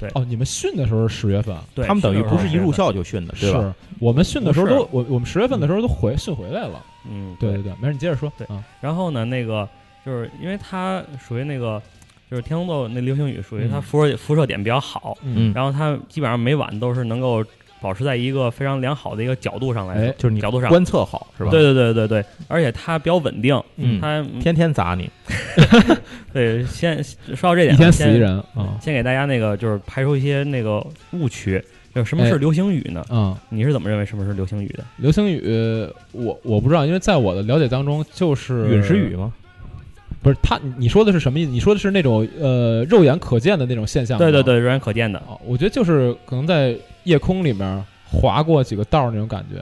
[SPEAKER 2] 对
[SPEAKER 1] 哦，你们训的时候是十月份，
[SPEAKER 2] 对，
[SPEAKER 3] 他们等于
[SPEAKER 2] 是的
[SPEAKER 3] 不是一入，校就训的，对吧？
[SPEAKER 1] 是我们训的时候
[SPEAKER 3] 不是
[SPEAKER 1] 都我我们十月份的时候都回训回来了，
[SPEAKER 2] 是的嗯，
[SPEAKER 1] 对对对，没事，你接着说，
[SPEAKER 2] 对
[SPEAKER 1] 啊，
[SPEAKER 2] 然后呢，那个就是因为它属于那个就是天龙座那流星雨属于它
[SPEAKER 1] 嗯
[SPEAKER 2] 辐射辐射点比较好，
[SPEAKER 1] 嗯
[SPEAKER 3] 嗯
[SPEAKER 2] 然后它基本上每晚都是能够保持在一个非常良好的一个角度上来
[SPEAKER 1] 哎
[SPEAKER 2] 的，
[SPEAKER 3] 就是你
[SPEAKER 2] 角度上。
[SPEAKER 3] 观测好是吧？
[SPEAKER 2] 对，对对对对，而且它比较稳定，
[SPEAKER 1] 嗯
[SPEAKER 2] 它
[SPEAKER 3] 天天砸你，
[SPEAKER 2] 对，先说到这点，
[SPEAKER 1] 一天死一
[SPEAKER 2] 先
[SPEAKER 1] 人啊，
[SPEAKER 2] 先给大家那个就是排除一些那个误区，就是什么
[SPEAKER 1] 哎
[SPEAKER 2] 是流星雨呢？
[SPEAKER 1] 嗯，
[SPEAKER 2] 你是怎么认为什么是流星雨的？
[SPEAKER 1] 流星雨我我不知道，因为在我的了解当中就是
[SPEAKER 3] 陨石雨，吗？
[SPEAKER 1] 不是他，你说的是什么意思？你说的是那种呃肉眼可见的那种现象，
[SPEAKER 2] 对对，对，肉眼可见的。
[SPEAKER 1] 哦，我觉得就是可能在夜空里面划过几个道儿那种感觉。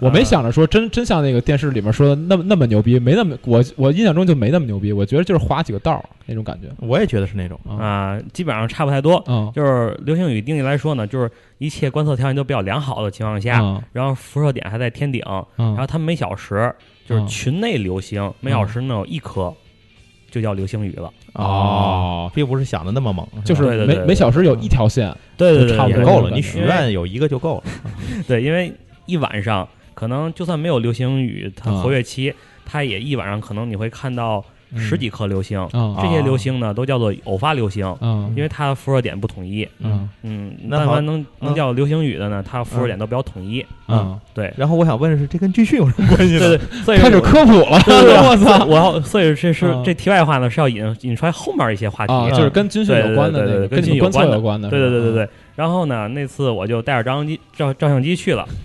[SPEAKER 1] 我
[SPEAKER 2] 啊
[SPEAKER 1] 没想着说真真像那个电视里面说的那么那么牛逼，没那么我我印象中就没那么牛逼，我觉得就是划几个道儿那种感觉
[SPEAKER 3] 我也觉得是那种。
[SPEAKER 1] 啊
[SPEAKER 2] 啊，基本上差不太多。
[SPEAKER 1] 啊
[SPEAKER 2] 就是流星雨定义来说呢，就是一切观测条件都比较良好的情况下，
[SPEAKER 1] 啊
[SPEAKER 2] 然后辐射点还在天顶，然后
[SPEAKER 1] 啊！
[SPEAKER 2] 它每小时就是
[SPEAKER 1] 嗯
[SPEAKER 2] 群内流星，每小时能有一颗，就叫流星雨了。
[SPEAKER 1] 哦
[SPEAKER 3] 哦，并不是想的那么猛，
[SPEAKER 1] 就
[SPEAKER 3] 吧
[SPEAKER 2] 对
[SPEAKER 1] 是
[SPEAKER 2] 对
[SPEAKER 1] 每
[SPEAKER 2] 对嗯
[SPEAKER 1] 每小时有一条线，
[SPEAKER 2] 对对对，
[SPEAKER 1] 差不
[SPEAKER 3] 也
[SPEAKER 1] 多
[SPEAKER 3] 够
[SPEAKER 1] 那种感
[SPEAKER 3] 了，
[SPEAKER 1] 觉
[SPEAKER 3] 你许愿有一个就够了。
[SPEAKER 2] 对，因为一晚上可能就算没有流星雨，它
[SPEAKER 1] 啊
[SPEAKER 2] 活跃期，它也一晚上可能你会看到十几颗流星。
[SPEAKER 1] 嗯
[SPEAKER 2] 这些流星呢，都叫做偶发流星，
[SPEAKER 1] 嗯
[SPEAKER 2] 因为它的辐射点不统一。
[SPEAKER 1] 嗯
[SPEAKER 2] 嗯，
[SPEAKER 3] 那
[SPEAKER 2] 但
[SPEAKER 3] 好
[SPEAKER 2] 凡能能
[SPEAKER 3] 嗯
[SPEAKER 2] 叫流星雨的呢，它的辐射点都比较统一。
[SPEAKER 1] 嗯，
[SPEAKER 2] 对，
[SPEAKER 3] 然后我想问的是，这跟军训有什么关系
[SPEAKER 2] 对
[SPEAKER 3] 呢？
[SPEAKER 2] 对，所以
[SPEAKER 1] 开始
[SPEAKER 2] 我
[SPEAKER 1] 科普了， 我操
[SPEAKER 2] 我要，所以这是
[SPEAKER 1] 啊
[SPEAKER 2] 这题外话呢，是要引引出来后面一些话题。
[SPEAKER 1] 啊，就是跟军训有关的那个，
[SPEAKER 2] 对对对对
[SPEAKER 1] 你观测有关的，
[SPEAKER 2] 对对对对
[SPEAKER 1] 嗯
[SPEAKER 2] 对，然后呢，那次我就带着照相机、照照相机去了，
[SPEAKER 1] 嗯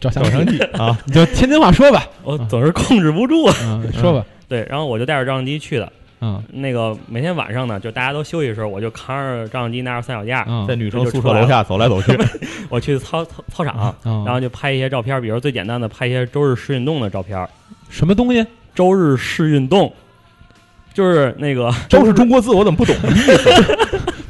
[SPEAKER 1] 照相
[SPEAKER 3] 小成
[SPEAKER 1] 机，
[SPEAKER 3] 绩啊，
[SPEAKER 1] 你就天津话说吧，
[SPEAKER 2] 我总是控制不住啊。
[SPEAKER 1] 嗯，说吧，
[SPEAKER 2] 对，然后我就带着照相机去的。
[SPEAKER 1] 嗯
[SPEAKER 2] 那个每天晚上呢，就大家都休息的时候，我就扛着照相机，拿着三脚架，
[SPEAKER 1] 嗯，
[SPEAKER 3] 在女生宿舍楼下走来走 去，
[SPEAKER 2] 我去操操操场，
[SPEAKER 1] 嗯，
[SPEAKER 2] 啊然后就拍一些照片，比如最简单的拍一些周日试运动的照片。
[SPEAKER 1] 什么东西？
[SPEAKER 2] 周日试运动就是那个
[SPEAKER 3] 都是中国字，我怎么不懂？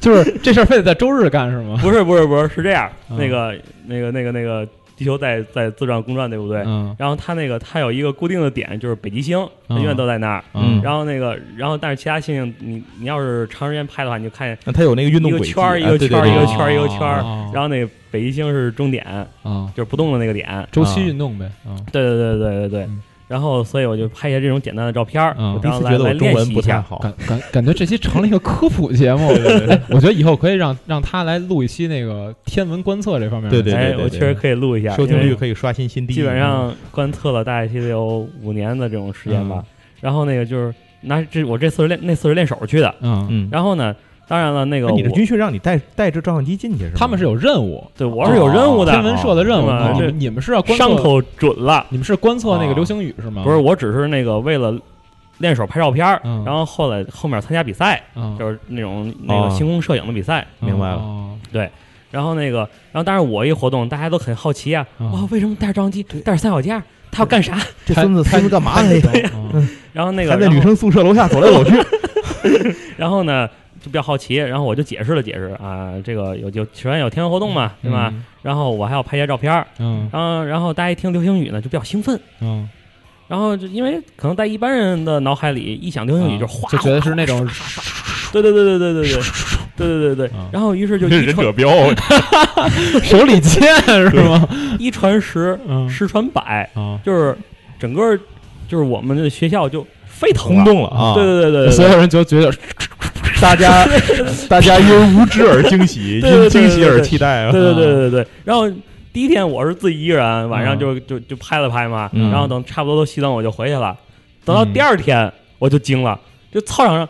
[SPEAKER 1] 就是这事儿非得在周日干是吗？
[SPEAKER 2] 不是不是不是是这样，
[SPEAKER 1] 嗯
[SPEAKER 2] 那个那个那个那个地球在在自转公转，对不对？
[SPEAKER 1] 嗯
[SPEAKER 2] 然后它那个它有一个固定的点，就是北极星，它永远都在那儿。
[SPEAKER 1] 嗯，
[SPEAKER 2] 然后那个，然后但是其他星星，你你要是长时间拍的话，你就看见，
[SPEAKER 3] 那它有那个运动
[SPEAKER 2] 一个
[SPEAKER 3] 轨迹，
[SPEAKER 2] 圈儿
[SPEAKER 3] 哎
[SPEAKER 2] 一个
[SPEAKER 3] 对对
[SPEAKER 2] 圈儿
[SPEAKER 3] 对
[SPEAKER 2] 一个
[SPEAKER 3] 对
[SPEAKER 2] 圈儿一个圈儿
[SPEAKER 1] 然
[SPEAKER 2] 然后那北极星是终点，
[SPEAKER 1] 啊，
[SPEAKER 2] 就是不动的那个点。
[SPEAKER 1] 周期运动呗，啊
[SPEAKER 2] 对对对对对对。
[SPEAKER 1] 嗯
[SPEAKER 2] 然后所以我就拍一些这种简单的照片儿，
[SPEAKER 1] 嗯
[SPEAKER 3] 我第
[SPEAKER 2] 然
[SPEAKER 3] 一
[SPEAKER 2] 后
[SPEAKER 3] 次
[SPEAKER 2] 来
[SPEAKER 3] 觉得
[SPEAKER 2] 来
[SPEAKER 3] 我中
[SPEAKER 2] 练习
[SPEAKER 3] 文
[SPEAKER 2] 一
[SPEAKER 3] 不太
[SPEAKER 2] 下。
[SPEAKER 3] 好，
[SPEAKER 1] 感感感觉这期成了一个科普节目，哎我觉得以后可以让让他来录一期那个天文观测这方面的。
[SPEAKER 3] 对对
[SPEAKER 2] 哎，我确实可以录一下，
[SPEAKER 3] 收听
[SPEAKER 2] 因为
[SPEAKER 3] 率可以刷新新低。嗯
[SPEAKER 2] 基本上观测了大概得有五年的这种时间吧。然后那个就是拿这我这次是练那次是练手去的。
[SPEAKER 1] 嗯，
[SPEAKER 3] 嗯，
[SPEAKER 2] 然后呢，当然了，那个
[SPEAKER 3] 那你是
[SPEAKER 2] 我
[SPEAKER 3] 军训让你带带着照相机进去是吗？
[SPEAKER 1] 他们是有任务，
[SPEAKER 2] 对我
[SPEAKER 3] 哦
[SPEAKER 2] 是有任务的，
[SPEAKER 1] 天文社的任务，
[SPEAKER 2] 啊
[SPEAKER 1] 你
[SPEAKER 2] 这
[SPEAKER 1] 们你们是要观
[SPEAKER 2] 上
[SPEAKER 1] 测，
[SPEAKER 2] 头准了。
[SPEAKER 1] 你们是观测那个流星雨是
[SPEAKER 3] 嗯
[SPEAKER 1] 吗？
[SPEAKER 2] 不是，，我只是那个为了练手拍照片儿，
[SPEAKER 1] 嗯
[SPEAKER 2] 然后后来后面参加比赛，
[SPEAKER 1] 嗯，
[SPEAKER 2] 就是那种那
[SPEAKER 3] 哦
[SPEAKER 2] 个星空摄影的比赛。
[SPEAKER 3] 明白了
[SPEAKER 1] 了，
[SPEAKER 2] 然后那个，然后当然我一活动，大家都很好奇啊，
[SPEAKER 1] 嗯
[SPEAKER 2] 哇，为什么带着照相机，带着三脚架，他要干啥？
[SPEAKER 3] 这孙子
[SPEAKER 1] 还
[SPEAKER 3] 孙子干嘛呢？
[SPEAKER 1] 嗯
[SPEAKER 2] 然后那个
[SPEAKER 3] 还在
[SPEAKER 2] 然后
[SPEAKER 3] 女生宿舍楼下走来走去，
[SPEAKER 2] 然后呢，就比较好奇，然后我就解释了解释啊，这个有有首先有天文活动嘛，对吧？？然后我还要拍一些照片儿，
[SPEAKER 1] 嗯
[SPEAKER 2] 然后然后大家一听流星雨呢，就比较兴奋。
[SPEAKER 1] 嗯，
[SPEAKER 2] 然后就因为可能在一般人的脑海里，一想流星雨就哗，
[SPEAKER 1] 就觉得是那种
[SPEAKER 2] 对对对对对对对对对对对
[SPEAKER 1] 啊。
[SPEAKER 2] 然后于是 就
[SPEAKER 3] 这
[SPEAKER 2] 一
[SPEAKER 3] 忍
[SPEAKER 2] 传
[SPEAKER 3] 者 标，
[SPEAKER 1] 手里剑是吗？
[SPEAKER 2] 一传十，
[SPEAKER 1] 嗯
[SPEAKER 2] 十传百，
[SPEAKER 1] 啊，
[SPEAKER 2] 就是整个就是我们的学校就沸腾
[SPEAKER 3] 轰
[SPEAKER 2] 了。
[SPEAKER 3] 动了啊！
[SPEAKER 2] 对对对对对，
[SPEAKER 1] 所有人就觉得
[SPEAKER 3] 大家大家因无知而惊喜，
[SPEAKER 2] 对对对
[SPEAKER 3] 因惊喜
[SPEAKER 2] 对对
[SPEAKER 3] 而
[SPEAKER 2] 对
[SPEAKER 3] 期待 啊！
[SPEAKER 2] 对对对对对对。然后第一天我是自己一个人，晚上
[SPEAKER 1] 嗯
[SPEAKER 2] 就就就拍了拍嘛，
[SPEAKER 3] 嗯
[SPEAKER 2] 然后等差不多都熄灯我就回去了。等到
[SPEAKER 1] 嗯
[SPEAKER 2] 第二天我就惊了，就操场上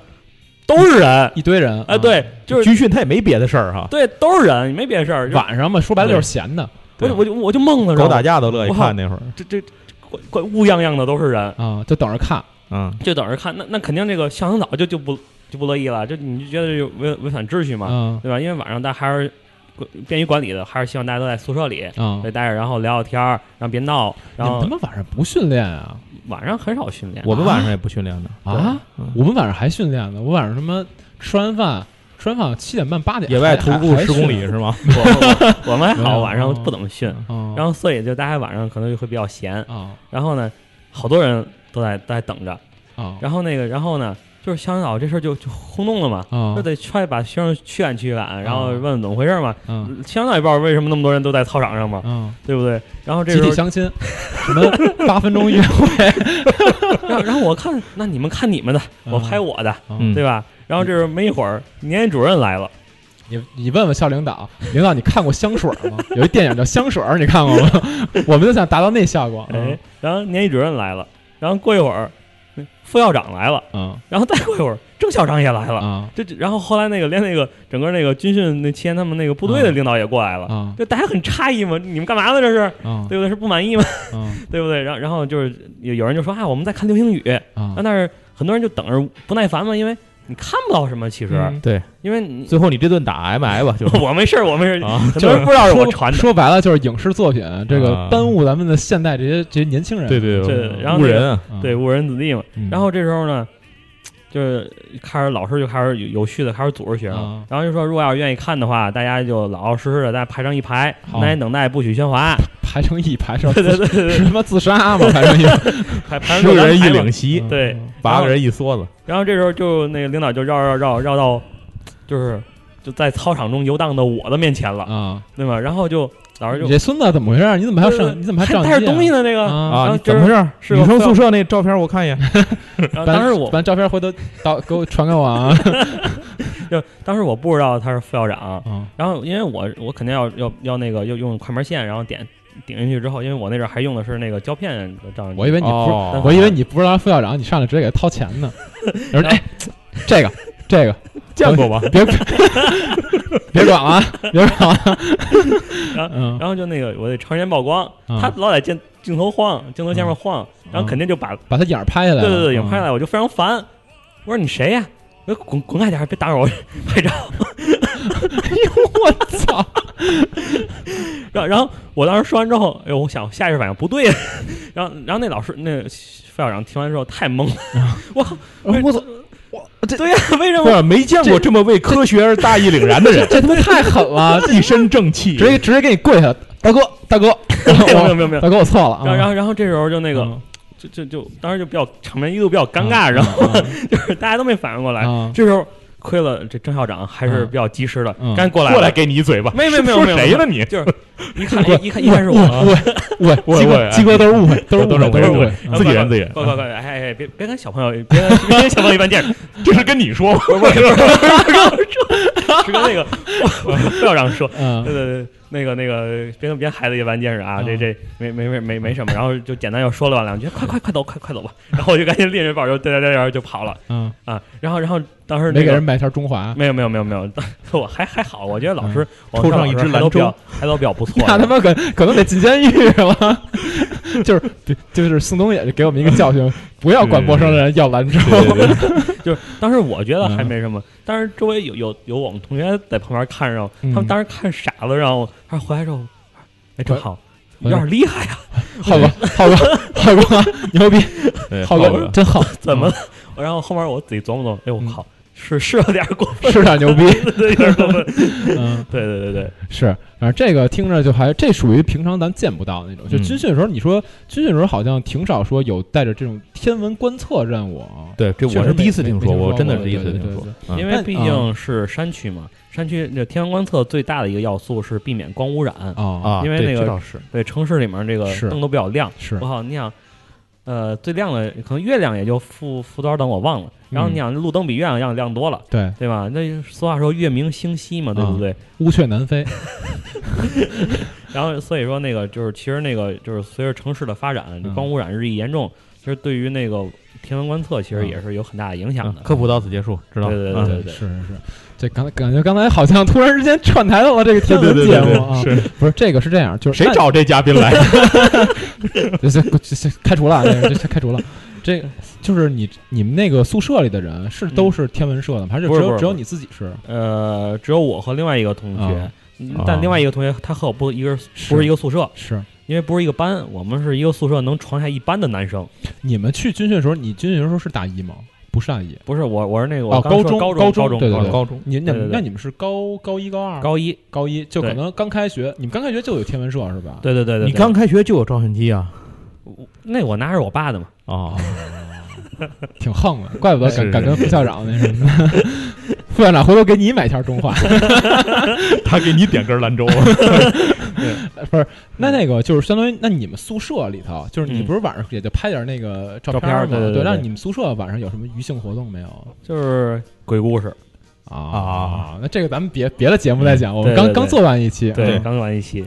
[SPEAKER 2] 都是人，
[SPEAKER 1] 一堆人啊
[SPEAKER 2] 哎，，对，就是
[SPEAKER 3] 军训他也没别的事儿哈，
[SPEAKER 2] 对都是人，没别事儿。就
[SPEAKER 1] 嗯晚上嘛，说白了就是闲的
[SPEAKER 2] 我就我就我就懵了，
[SPEAKER 3] 狗打
[SPEAKER 2] 架，
[SPEAKER 3] 架都乐意
[SPEAKER 2] 我
[SPEAKER 3] 看那会儿，
[SPEAKER 2] 这这怪怪乌泱泱的都是人，
[SPEAKER 1] 啊，就等着看，
[SPEAKER 3] 嗯
[SPEAKER 2] 就等着看。那那肯定这个向导就就不就不乐意了，就你就觉得有违违反秩序嘛，
[SPEAKER 1] 嗯
[SPEAKER 2] 对吧？因为晚上大家还是便于管理的，还是希望大家都在宿舍里。
[SPEAKER 1] 啊，
[SPEAKER 2] 对，待着，然后聊聊天儿，然后别闹，
[SPEAKER 1] 你
[SPEAKER 2] 然
[SPEAKER 1] 们
[SPEAKER 2] 后
[SPEAKER 1] 他妈晚上不训练啊？
[SPEAKER 2] 晚上很少训练。
[SPEAKER 3] 我们晚上也不训练的
[SPEAKER 1] 啊，
[SPEAKER 3] 对嗯
[SPEAKER 1] 我们晚上还训练呢，我晚上他妈吃完饭，吃完饭七点半八点
[SPEAKER 3] 野
[SPEAKER 1] 还
[SPEAKER 3] 外徒步
[SPEAKER 1] 还
[SPEAKER 3] 十公里
[SPEAKER 1] 还
[SPEAKER 3] 是吗？
[SPEAKER 2] 我我我们还
[SPEAKER 1] 没有
[SPEAKER 2] 好，晚上不怎么训，
[SPEAKER 1] 训啊，
[SPEAKER 2] 然后所以就大家晚上可能就会比较闲。
[SPEAKER 1] 后啊
[SPEAKER 2] 然后呢，好多人都在都在等着。
[SPEAKER 1] 啊
[SPEAKER 2] 然后那个，然后呢，就是香岛这事儿就就轰动了嘛，
[SPEAKER 1] 啊
[SPEAKER 2] 就，得踹把学生驱赶驱赶，然后
[SPEAKER 1] 嗯
[SPEAKER 2] 问问怎么回事嘛。
[SPEAKER 1] 嗯
[SPEAKER 2] 香岛也不知道为什么那么多人都在操场上嘛，
[SPEAKER 1] 嗯，
[SPEAKER 2] 对不对？然后这
[SPEAKER 1] 集体
[SPEAKER 2] 时
[SPEAKER 1] 相亲，什么 八分钟约会，
[SPEAKER 2] 候，然后然后我看，那你们看你们的，我
[SPEAKER 1] 嗯
[SPEAKER 2] 拍我的，
[SPEAKER 1] 嗯
[SPEAKER 2] 对吧？然后这时候没一会儿，年级主任来了。
[SPEAKER 1] 你你问问校领导，领导你看过香水 吗？有一电影叫《香水》，你看过吗？我们就想达到那效果。啊
[SPEAKER 2] 哎，然后年级主任来了，然后过一会儿，那副校长来了，
[SPEAKER 1] 嗯
[SPEAKER 2] 然后再过一会儿，郑校长也来了。
[SPEAKER 1] 啊
[SPEAKER 2] 这然后后来那个连那个整个那个军训那期间，他们那个部队
[SPEAKER 1] 嗯
[SPEAKER 2] 的领导也过来了，
[SPEAKER 1] 啊
[SPEAKER 2] 就大家很诧异嘛，你们干嘛呢？这是
[SPEAKER 1] 啊
[SPEAKER 2] 对不对？是不满意吗？
[SPEAKER 1] 啊
[SPEAKER 2] 对不对？然后然后就是有有人就说啊，我们在看流星雨，然
[SPEAKER 1] 啊
[SPEAKER 2] 后！但是很多人就等着不耐烦嘛，因为你看不到什么，其实、
[SPEAKER 1] 嗯
[SPEAKER 3] 对，
[SPEAKER 2] 因为你
[SPEAKER 3] 最后你这顿打 M I 吧，就是
[SPEAKER 2] 我没事儿，我没事儿，
[SPEAKER 3] 啊，
[SPEAKER 2] 很多人不知道是我传的。
[SPEAKER 1] 说白了就是影视作品，这个
[SPEAKER 3] 啊
[SPEAKER 1] 耽误咱们的现代这些这些年轻人。
[SPEAKER 3] 对对
[SPEAKER 2] 对
[SPEAKER 3] 我
[SPEAKER 2] 然后
[SPEAKER 3] 误
[SPEAKER 2] 那个
[SPEAKER 3] 人啊，
[SPEAKER 1] 嗯
[SPEAKER 2] 对，，误人子弟嘛。
[SPEAKER 1] 嗯
[SPEAKER 2] 然后这时候呢，就是开始老师就开始有有序的开始组织学生，
[SPEAKER 1] 啊
[SPEAKER 2] 然后就说如果要是愿意看的话，大家就老老实实的，大家排成一排，
[SPEAKER 1] 好
[SPEAKER 2] 耐心等待，不许喧哗。
[SPEAKER 1] 排成一排是吧
[SPEAKER 2] 对对对对
[SPEAKER 1] 是
[SPEAKER 2] 对，
[SPEAKER 1] 他妈自杀吗？排成一嗯
[SPEAKER 2] 排排
[SPEAKER 3] 十
[SPEAKER 2] 成
[SPEAKER 3] 个
[SPEAKER 2] 六
[SPEAKER 3] 人一
[SPEAKER 2] 排嘛
[SPEAKER 3] 领。席，
[SPEAKER 2] 对
[SPEAKER 3] 八个人一梭子，
[SPEAKER 2] 然后这时候就那个领导就绕绕绕绕到，就是就在操场中游荡的我的面前了，
[SPEAKER 1] 啊
[SPEAKER 2] 对吗？然后就老师
[SPEAKER 1] 你
[SPEAKER 2] 就
[SPEAKER 1] 这孙子怎么回事？你怎么还要上？你怎么
[SPEAKER 2] 还
[SPEAKER 1] 上？
[SPEAKER 2] 带着东西呢？这个
[SPEAKER 1] 啊
[SPEAKER 2] 然
[SPEAKER 3] 啊，
[SPEAKER 2] 后
[SPEAKER 3] 你
[SPEAKER 2] 就
[SPEAKER 3] 怎
[SPEAKER 2] 是
[SPEAKER 3] 么回事？
[SPEAKER 2] 是
[SPEAKER 3] 女
[SPEAKER 2] 个
[SPEAKER 3] 生
[SPEAKER 2] 非常
[SPEAKER 3] 宿舍那照片我看一眼，
[SPEAKER 2] 然后
[SPEAKER 1] 把
[SPEAKER 2] 当时我
[SPEAKER 1] 把照片回头到给我传给我 啊！
[SPEAKER 2] 就当时我不知道他是副校长，
[SPEAKER 1] 啊
[SPEAKER 2] 然后因为我我肯定要要要那个要用快门线，然后点顶进去之后，因为我那阵儿还用的是那个胶片的照相机，
[SPEAKER 1] 我以为你不是，
[SPEAKER 3] 哦
[SPEAKER 1] 我以为你不知道副校长，你上来直接给他掏钱呢。 有人哎，这个这个
[SPEAKER 3] 见过吧？
[SPEAKER 1] 别 别管 了，啊，别管了
[SPEAKER 2] 然
[SPEAKER 1] 啊。嗯，
[SPEAKER 2] 然后就那个我得常年曝光，
[SPEAKER 1] 嗯
[SPEAKER 2] 他老在镜镜头晃，镜头前面晃，然后肯定就把
[SPEAKER 1] 把他影儿拍下来了。
[SPEAKER 2] 对对对，
[SPEAKER 1] 嗯
[SPEAKER 2] 影拍下来，我就非常烦。我说你谁呀、我说滚滚开点儿，别打扰我 拍照。
[SPEAKER 1] 我操！
[SPEAKER 2] 然后然后我当时说完之后，哎呦，我想下意识反应不对呀。 然后然后那老师那副校长听完之后太懵了，
[SPEAKER 1] 嗯我操！
[SPEAKER 2] 对呀、为什
[SPEAKER 3] 不
[SPEAKER 2] 么？
[SPEAKER 3] 是没见过这么为科学而大义凛然的人，
[SPEAKER 1] 这他妈太狠了！
[SPEAKER 3] 一身正气。
[SPEAKER 1] 啊直接直接给你跪下，大哥大哥，
[SPEAKER 2] 没 有没有没有没有。
[SPEAKER 1] 大哥我错了啊！
[SPEAKER 2] 然后然后然后这时候就那
[SPEAKER 1] 那
[SPEAKER 2] 个、就就就当时就比较场面一度比较尴尬，然后就是大家都没反应过来。
[SPEAKER 1] 啊
[SPEAKER 2] 这时候亏了这郑校长还是比较及时的，
[SPEAKER 1] 嗯嗯
[SPEAKER 2] 赶紧过来
[SPEAKER 3] 过来给你一嘴巴，
[SPEAKER 2] 没有没有没有
[SPEAKER 3] 说
[SPEAKER 2] 没有
[SPEAKER 3] 谁了你？
[SPEAKER 2] 一看一一看一看是我，
[SPEAKER 1] 误会误
[SPEAKER 3] 我
[SPEAKER 1] 会，鸡
[SPEAKER 3] 我
[SPEAKER 1] 哥鸡哥都是误会，
[SPEAKER 3] 都
[SPEAKER 1] 是
[SPEAKER 3] 是
[SPEAKER 1] 误会
[SPEAKER 3] 我
[SPEAKER 1] 都是
[SPEAKER 3] 也
[SPEAKER 1] 误
[SPEAKER 3] 是
[SPEAKER 1] 会。
[SPEAKER 3] 我自己人自己人
[SPEAKER 2] 乖乖乖，哎哎，别别跟小朋友，别跟别跟小朋友一般见识，
[SPEAKER 3] 这是跟你说吗？
[SPEAKER 2] 是跟那个我不要让说。对
[SPEAKER 1] 嗯
[SPEAKER 2] 对对，那个那个，别跟别孩子一般见识啊，这这没没没没没什么，然后就简单又说了两句，快快快走，快快走吧，然后我就赶紧拎着包就颠颠颠颠就跑了
[SPEAKER 1] 嗯，
[SPEAKER 2] 啊，然后然后当时
[SPEAKER 1] 没
[SPEAKER 2] 那
[SPEAKER 1] 给
[SPEAKER 2] 个嗯
[SPEAKER 1] 人买条中 华，
[SPEAKER 2] 没有没有没有没有， 我还还好，我觉得
[SPEAKER 1] 嗯
[SPEAKER 2] 老师我
[SPEAKER 3] 抽上一只
[SPEAKER 2] 还都
[SPEAKER 3] 兰
[SPEAKER 2] 比较
[SPEAKER 3] 州
[SPEAKER 2] 还都 比较不错，
[SPEAKER 1] 那他妈可可能得进监狱了。 就是就是宋冬野给我们一个教训，不要管陌生人要兰州。
[SPEAKER 3] 对对对
[SPEAKER 2] 就是当时我觉得
[SPEAKER 1] 嗯
[SPEAKER 2] 还没什么，当时周围有有有我们同学在旁边看着，
[SPEAKER 1] 嗯
[SPEAKER 2] 他们当时看傻了，然后他说回来之后，哎，正好
[SPEAKER 1] 回
[SPEAKER 2] 有点厉害啊，
[SPEAKER 1] 浩哥浩哥浩哥牛逼，
[SPEAKER 3] 对
[SPEAKER 1] 浩
[SPEAKER 3] 好
[SPEAKER 1] 哥
[SPEAKER 3] 吧
[SPEAKER 1] 真好，
[SPEAKER 2] 怎么了？ 然后后面我自己琢磨琢磨，哎，我
[SPEAKER 1] 嗯
[SPEAKER 2] 靠，是是有点过分，
[SPEAKER 1] 是点牛逼。
[SPEAKER 2] 对有点过分，
[SPEAKER 1] 嗯，
[SPEAKER 2] 对对对对，
[SPEAKER 1] 是，反正这个听着就还这属于平常咱见不到的那种。就
[SPEAKER 3] 嗯
[SPEAKER 1] 军训的时候，你说军训的时候好像挺少说有带着这种天文观测任务啊。
[SPEAKER 3] 对，这
[SPEAKER 1] 确
[SPEAKER 3] 我
[SPEAKER 1] 实
[SPEAKER 3] 是
[SPEAKER 1] 没
[SPEAKER 3] 第一次听
[SPEAKER 1] 没
[SPEAKER 3] 说，
[SPEAKER 1] 没
[SPEAKER 3] 我真的
[SPEAKER 1] 过
[SPEAKER 3] 是第一
[SPEAKER 1] 对
[SPEAKER 3] 次
[SPEAKER 1] 对
[SPEAKER 3] 听
[SPEAKER 1] 对
[SPEAKER 3] 说
[SPEAKER 1] 对。
[SPEAKER 3] 啊
[SPEAKER 2] 因为毕竟是山区嘛，山区这天文观测最大的一个要素是避免光污染，
[SPEAKER 1] 啊
[SPEAKER 3] 啊，
[SPEAKER 2] 因为
[SPEAKER 3] 对
[SPEAKER 2] 那个
[SPEAKER 3] 这倒是
[SPEAKER 2] 对城市里面这个
[SPEAKER 1] 是
[SPEAKER 2] 灯都比较亮。
[SPEAKER 1] 是
[SPEAKER 2] 我靠，你想，呃，最亮的可能月亮也就负负多少灯我忘了。然后
[SPEAKER 1] 嗯
[SPEAKER 2] 你想，路灯比月亮要亮多了，
[SPEAKER 1] 对，
[SPEAKER 2] 对吧？那俗话说月明星稀嘛，对不
[SPEAKER 1] 啊
[SPEAKER 2] 对？
[SPEAKER 1] 乌鹊南飞。
[SPEAKER 2] 然后所以说那个就是其实那个就是随着城市的发展，
[SPEAKER 1] 嗯
[SPEAKER 2] 光污染日益严重，其实对于那个天文观测其实
[SPEAKER 1] 嗯
[SPEAKER 2] 也是有很大的影响的。
[SPEAKER 3] 科普到此结束，知道
[SPEAKER 2] 对对
[SPEAKER 3] 啊
[SPEAKER 2] 对
[SPEAKER 1] 是是是，这刚才感觉刚才好像突然之间串台到了这个天
[SPEAKER 3] 对
[SPEAKER 1] 文
[SPEAKER 3] 对
[SPEAKER 1] 节
[SPEAKER 3] 对
[SPEAKER 1] 目啊
[SPEAKER 3] 对，。是
[SPEAKER 1] 不是这个是这样，就是
[SPEAKER 3] 谁找这嘉宾来？
[SPEAKER 1] 这这这这开除了，啊这个这开除了。这个就是你你们那个宿舍里的人是都是天文社的吗？还是
[SPEAKER 2] 不
[SPEAKER 1] 只
[SPEAKER 2] 是不
[SPEAKER 1] 有
[SPEAKER 2] 是
[SPEAKER 1] 只有
[SPEAKER 2] 不是
[SPEAKER 1] 你自己是？
[SPEAKER 2] 呃，只有我和另外一个同学
[SPEAKER 1] 啊，
[SPEAKER 2] 嗯
[SPEAKER 3] 啊
[SPEAKER 2] 但另外一个同学他和我不一个
[SPEAKER 1] 是
[SPEAKER 2] 不是一个宿舍，
[SPEAKER 1] 是
[SPEAKER 2] 因为不是一个班，我们是一个宿舍能床下一班的男生。
[SPEAKER 1] 你们去军训的时候，你军训的时候是大一吗？不是大一，
[SPEAKER 2] 不是我，我是那个
[SPEAKER 1] 哦
[SPEAKER 2] 我刚
[SPEAKER 1] 高
[SPEAKER 2] 说
[SPEAKER 1] 中
[SPEAKER 2] 高
[SPEAKER 1] 高
[SPEAKER 2] 中
[SPEAKER 1] 中
[SPEAKER 2] 中
[SPEAKER 1] 对对
[SPEAKER 2] 高
[SPEAKER 1] 对
[SPEAKER 2] 中
[SPEAKER 3] 高中
[SPEAKER 1] 你你
[SPEAKER 2] 对对
[SPEAKER 1] 们
[SPEAKER 2] 对
[SPEAKER 1] 那你们是高高一高二
[SPEAKER 2] 高一，
[SPEAKER 1] 高一就可
[SPEAKER 2] 对
[SPEAKER 1] 能刚开学，你们刚开学就有天文社是吧？，
[SPEAKER 2] 对对对对，
[SPEAKER 3] 你
[SPEAKER 2] 对
[SPEAKER 3] 刚开学就有照相机啊？
[SPEAKER 2] 那我拿着我爸的嘛，
[SPEAKER 1] 哦
[SPEAKER 3] 啊，
[SPEAKER 1] 挺横的，怪不得
[SPEAKER 3] 是
[SPEAKER 1] 敢
[SPEAKER 3] 是
[SPEAKER 1] 敢跟副校长那什么的。 副校长回头给你买条中华，
[SPEAKER 3] 他给你点根兰州。啊
[SPEAKER 1] 不是？那那个就是相当于，那你们宿舍里头，就是你
[SPEAKER 2] 嗯
[SPEAKER 1] 不是晚上也就拍点那个照
[SPEAKER 2] 照片
[SPEAKER 1] 儿吗？
[SPEAKER 2] 对对对
[SPEAKER 1] 那
[SPEAKER 2] 对
[SPEAKER 1] 你们宿舍晚上有什么余兴活动没有？
[SPEAKER 2] 就是鬼故事，
[SPEAKER 1] 啊
[SPEAKER 3] 啊，
[SPEAKER 1] 那这个咱们别别的节目再讲，我们
[SPEAKER 2] 嗯对
[SPEAKER 1] 刚
[SPEAKER 2] 对
[SPEAKER 1] 刚
[SPEAKER 2] 对
[SPEAKER 1] 做完一期。
[SPEAKER 2] 对，
[SPEAKER 1] 嗯
[SPEAKER 2] 刚玩一期，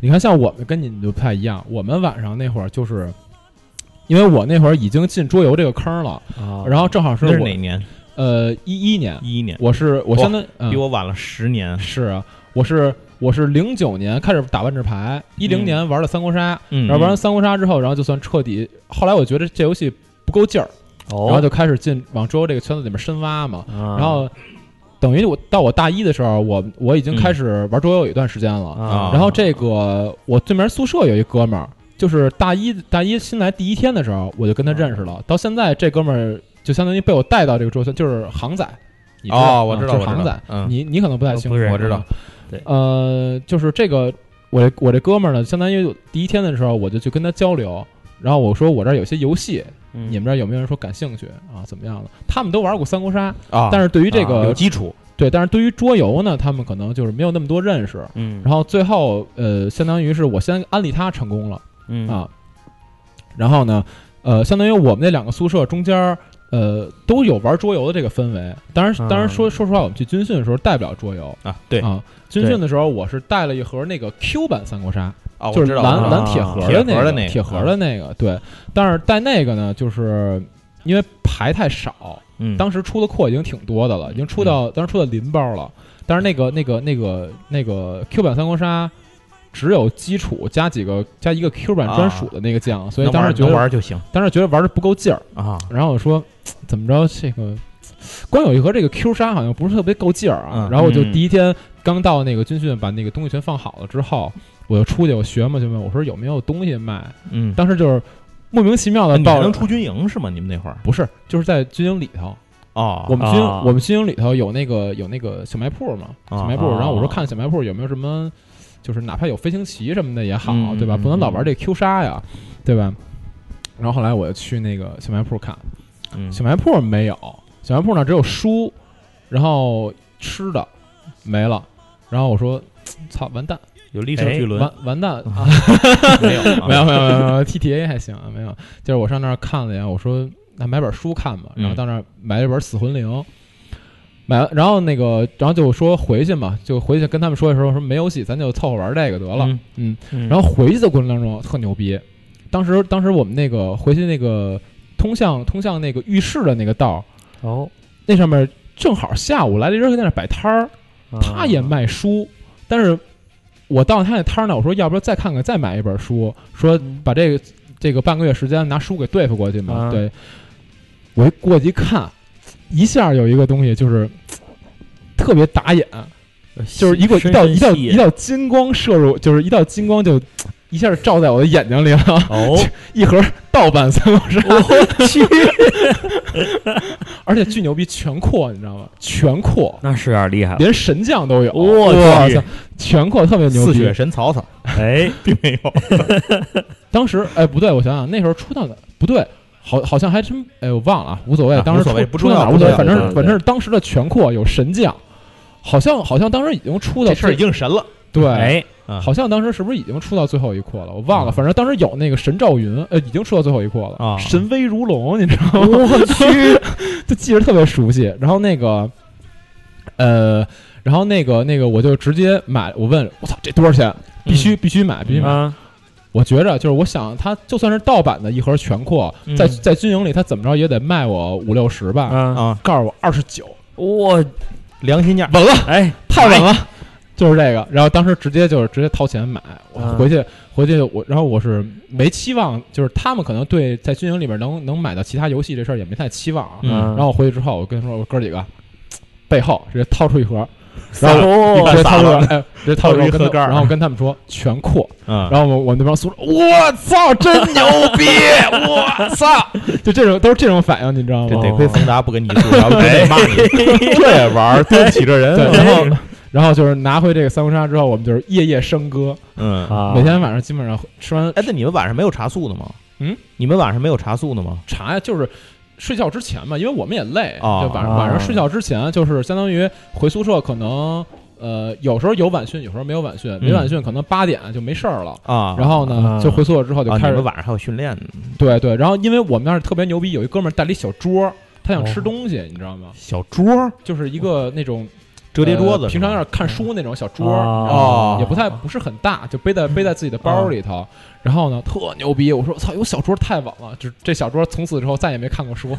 [SPEAKER 1] 你看，像我们跟你们就不太一样，我们晚上那会儿就是。因为我那会儿已经进桌游这个坑了，
[SPEAKER 2] 啊
[SPEAKER 1] 然后正好是
[SPEAKER 3] 那
[SPEAKER 1] 我
[SPEAKER 3] 是哪年？
[SPEAKER 1] 呃一一年，
[SPEAKER 3] 一一年，
[SPEAKER 1] 我是我
[SPEAKER 3] 哇
[SPEAKER 1] 相当嗯
[SPEAKER 3] 比我晚了十年。
[SPEAKER 1] 是啊，我是我是零九年开始打万智牌，一零
[SPEAKER 2] 嗯
[SPEAKER 1] 年玩了三国杀，
[SPEAKER 3] 嗯
[SPEAKER 1] 然后玩完三国杀之后，然后就算彻底。后来我觉得这游戏不够劲儿，然后
[SPEAKER 2] 哦，
[SPEAKER 1] 就开始进往桌游这个圈子里面深挖嘛。
[SPEAKER 2] 然
[SPEAKER 3] 啊
[SPEAKER 1] 然后等于我到我大一的时候，我我已经
[SPEAKER 3] 嗯
[SPEAKER 1] 开始玩桌游有一段时间了。
[SPEAKER 2] 啊，
[SPEAKER 1] 然后这个我对面宿舍有一哥们儿，就是大一大一新来第一天的时候，我就跟他认识了。到现在这哥们儿就相当于被我带到这个桌游圈，就是航仔。你知道
[SPEAKER 3] 哦我
[SPEAKER 1] 嗯
[SPEAKER 3] 知道
[SPEAKER 1] 就是
[SPEAKER 3] 我知道
[SPEAKER 1] 航仔，
[SPEAKER 3] 嗯
[SPEAKER 1] 你你可能不太清楚
[SPEAKER 2] 不，认识
[SPEAKER 3] 我知道，
[SPEAKER 1] 呃，就是这个，我这我这哥们儿呢，相当于第一天的时候，我就去跟他交流，然后我说我这儿有些游戏，
[SPEAKER 2] 嗯
[SPEAKER 1] 你们这儿有没有人说感兴趣啊？怎么样的？他们都玩过三国杀，嗯
[SPEAKER 3] 啊，
[SPEAKER 1] 但是对于这
[SPEAKER 3] 有
[SPEAKER 1] 个
[SPEAKER 3] 基础，
[SPEAKER 1] 对，但是对于桌游呢，他们可能就是没有那么多认识。
[SPEAKER 2] 嗯，
[SPEAKER 1] 然后最后呃，相当于是我先安利他成功了
[SPEAKER 2] 嗯
[SPEAKER 1] 啊，然后呢，呃，相当于我们那两个宿舍中间儿。呃，都有玩桌游的这个氛围。当然，当然说、说实话，我们去军训的时候带不了桌游
[SPEAKER 3] 啊，对
[SPEAKER 1] 啊。军训的时候，我是带了一盒那个 Q 版三国杀，
[SPEAKER 3] 啊，
[SPEAKER 1] 就是
[SPEAKER 3] 我知道
[SPEAKER 1] 蓝
[SPEAKER 3] 啊
[SPEAKER 1] 蓝铁盒
[SPEAKER 3] 铁盒
[SPEAKER 1] 那
[SPEAKER 3] 的
[SPEAKER 1] 个
[SPEAKER 3] 那个啊
[SPEAKER 1] 铁盒的那个，对。但是带那个呢，就是因为牌太少，
[SPEAKER 2] 嗯
[SPEAKER 1] 当时出的扩已经挺多的了，已经出
[SPEAKER 3] 嗯
[SPEAKER 1] 到当时出到林包了。但是那个那个那个那个 Q 版三国杀只有基础加几个加一个 Q 版专属的那个酱，所以
[SPEAKER 3] 啊能
[SPEAKER 1] 当时
[SPEAKER 3] 玩
[SPEAKER 1] 觉
[SPEAKER 3] 能
[SPEAKER 1] 得
[SPEAKER 3] 玩就行
[SPEAKER 1] 当时觉得玩的不够劲儿。
[SPEAKER 3] 啊
[SPEAKER 1] 然后我说嘖怎么着这个。光有一盒这个 Q 杀好像不是特别够劲儿啊，
[SPEAKER 3] 嗯
[SPEAKER 1] 然后我就
[SPEAKER 2] 嗯
[SPEAKER 1] 第一天刚到那个军训，把那个东西全放好了之后，我就出去我学嘛学嘛，我说有没有东西卖？
[SPEAKER 3] 嗯。
[SPEAKER 1] 当时就是莫名其妙
[SPEAKER 3] 那
[SPEAKER 1] 的
[SPEAKER 3] 哎你
[SPEAKER 1] 到
[SPEAKER 3] 还
[SPEAKER 1] 了
[SPEAKER 3] 能，出军营是吗？你们那会儿
[SPEAKER 1] 不是就是在军营里头，
[SPEAKER 3] 啊
[SPEAKER 1] 我们军
[SPEAKER 2] 啊
[SPEAKER 1] 我们军营里头有那个有那个小卖铺嘛，
[SPEAKER 3] 啊
[SPEAKER 1] 小卖铺，
[SPEAKER 2] 啊
[SPEAKER 1] 然后我说看小卖铺有没有什么，就是哪怕有飞行棋什么的也好
[SPEAKER 3] 嗯，
[SPEAKER 1] 对吧？
[SPEAKER 3] 嗯
[SPEAKER 1] 不能老玩这 Q 杀呀，对吧？然后后来我就去那个小卖铺看，
[SPEAKER 3] 嗯
[SPEAKER 1] 小卖铺没有，小卖铺那只有书，然后吃的没了。然后我说，操，完蛋，
[SPEAKER 3] 有立胜巨轮
[SPEAKER 1] 哎完完 蛋啊！
[SPEAKER 3] 没有 啊
[SPEAKER 1] 没有没有没有没有 TTA 还行啊，没有。就是我上那儿看了一眼，我说那买本书看吧，
[SPEAKER 3] 嗯
[SPEAKER 1] 然后到那儿买了一本《死魂灵》。买完，然后那个，然后就说回去嘛，就回去跟他们说的时候说没游戏，咱就凑合玩这个得了。
[SPEAKER 3] 嗯
[SPEAKER 1] 嗯，
[SPEAKER 2] 然
[SPEAKER 1] 然后回去的过程当中特牛逼，当时当时我们那个回去那个通向通向那个浴室的那个道，
[SPEAKER 2] 哦，
[SPEAKER 1] 那上面正好下午来了一人在那儿摆摊
[SPEAKER 3] 啊
[SPEAKER 1] 儿，
[SPEAKER 2] 啊
[SPEAKER 1] 他也卖书，但是我到他那摊儿呢，我说要不然再看看，再买一本书，说
[SPEAKER 2] 嗯
[SPEAKER 1] 把这个这个半个月时间拿书给对付过去嘛。
[SPEAKER 2] 啊
[SPEAKER 1] 对，我一过去一看，一下有一个东西就是特别打眼，
[SPEAKER 2] 啊
[SPEAKER 1] 就是一个一道一道一，
[SPEAKER 2] 深深吸引
[SPEAKER 1] 道金光射入，就是一道金光就一下照在我的眼睛里了。
[SPEAKER 2] 哦，
[SPEAKER 1] 一盒盗版三国杀，我去！而且巨牛逼，全扩，你知道吗？全扩，
[SPEAKER 2] 那是有点厉害了，
[SPEAKER 1] 连神将都有，
[SPEAKER 2] 我
[SPEAKER 1] 哇
[SPEAKER 2] 去
[SPEAKER 1] 塞，全扩特别牛
[SPEAKER 3] 四
[SPEAKER 1] 逼
[SPEAKER 3] 血。神曹操
[SPEAKER 2] 哎，
[SPEAKER 3] 并没 有
[SPEAKER 1] 当时哎，不对，我想想，那时候出到哪？不对，好，好像还真哎，我忘了啊，无所谓。
[SPEAKER 3] 啊
[SPEAKER 1] 当时
[SPEAKER 3] 无所谓
[SPEAKER 1] 出
[SPEAKER 3] 不
[SPEAKER 1] 出
[SPEAKER 3] 重
[SPEAKER 1] 到
[SPEAKER 3] 要
[SPEAKER 1] 哪儿
[SPEAKER 3] 不
[SPEAKER 1] 无所谓，
[SPEAKER 3] 重
[SPEAKER 1] 反
[SPEAKER 3] 要
[SPEAKER 1] 正
[SPEAKER 2] 对对
[SPEAKER 1] 反正当时的全扩有神将，好像好像当时已经出到
[SPEAKER 3] 这事儿已
[SPEAKER 1] 最
[SPEAKER 3] 经神了
[SPEAKER 1] 对。
[SPEAKER 2] 哎，
[SPEAKER 3] 啊
[SPEAKER 1] 好像当时是不是已经出到最后一扩了？我忘了，
[SPEAKER 3] 嗯
[SPEAKER 1] 反正当时有那个神赵云，呃，已经出到最后一扩了。
[SPEAKER 3] 啊
[SPEAKER 1] 神威如龙，你知道吗？我去， 就记着特别熟悉。然后那个，呃，然后那个那个，我就直接买。我问，我操，这多少钱？必
[SPEAKER 3] 嗯
[SPEAKER 1] 须、必须买，必须买。
[SPEAKER 2] 啊，
[SPEAKER 1] 我觉着就是，我想它就算是盗版的一盒全扩，
[SPEAKER 3] 嗯
[SPEAKER 1] 在在军营里，它怎么着也得卖我五六十吧。
[SPEAKER 2] 啊，
[SPEAKER 3] 啊，
[SPEAKER 1] 告诉我二十九，
[SPEAKER 2] 我
[SPEAKER 3] 良心价
[SPEAKER 1] 稳了。
[SPEAKER 2] 哎，
[SPEAKER 1] 太稳了，啊就是这个。然后当时直接就是直接掏钱买，我
[SPEAKER 3] 嗯
[SPEAKER 2] 啊
[SPEAKER 1] 回去、回去我，然后我是没期望，就是他们可能对在军营里边能能买到其他游戏这事儿也没太期望啊。
[SPEAKER 3] 嗯
[SPEAKER 1] 然后我回去之后，我跟他说我哥几个 背后直接掏出一盒，然后
[SPEAKER 2] 后
[SPEAKER 1] 直接掏出
[SPEAKER 3] 撒
[SPEAKER 1] 来，哎，直接掏出来，我
[SPEAKER 3] 哦 掏出一
[SPEAKER 1] 跟他
[SPEAKER 3] 盒盖儿
[SPEAKER 1] 然后我跟他们说全扩，
[SPEAKER 3] 啊，
[SPEAKER 1] 然后我我那帮宿 舍，我操， 真牛逼，我操， 就这种都是这种反应，你知道
[SPEAKER 3] 这
[SPEAKER 1] 吗？
[SPEAKER 3] 得亏冯达不跟你住，要不真得骂你， 这也 玩儿对不起这人
[SPEAKER 1] 哎对，然后然后就是拿回这个三国杀之后，我们就是夜夜笙歌，
[SPEAKER 3] 嗯，
[SPEAKER 2] 啊，
[SPEAKER 1] 每天晚上基本上吃完
[SPEAKER 3] 哎，那你们晚上没有茶宿的吗？
[SPEAKER 1] 嗯，
[SPEAKER 3] 你们晚上没有茶宿的吗？
[SPEAKER 1] 茶呀，就是睡觉之前嘛，因为我们也累，
[SPEAKER 3] 啊
[SPEAKER 1] 就晚上
[SPEAKER 2] 啊
[SPEAKER 1] 晚上睡觉之前，就是相当于回宿舍，可能呃有时候有晚训，有时候没有晚训，没晚训可能八点就没事儿了。
[SPEAKER 3] 嗯啊，
[SPEAKER 1] 然后呢
[SPEAKER 2] 啊，
[SPEAKER 1] 就回宿舍之后就
[SPEAKER 3] 啊，你
[SPEAKER 1] 开始
[SPEAKER 3] 们晚上还有训练呢，
[SPEAKER 1] 对对，然后因为我们那儿特别牛逼，有一哥们儿带了一小桌，他
[SPEAKER 3] 哦
[SPEAKER 1] 想吃东西，你知道吗？
[SPEAKER 3] 小桌
[SPEAKER 1] 就是一个那种
[SPEAKER 3] 折叠桌子
[SPEAKER 1] 呃
[SPEAKER 3] 是
[SPEAKER 1] 平
[SPEAKER 3] 吗，
[SPEAKER 1] 常有点看书那种小桌，
[SPEAKER 2] 啊
[SPEAKER 1] 然后
[SPEAKER 3] 哦
[SPEAKER 1] 也不太不是很大，就背在背在自己的包里
[SPEAKER 3] 嗯
[SPEAKER 1] 头。然后呢，特牛逼！我说我操，有小桌太稳了，就这小桌从此之后再也没看过 书，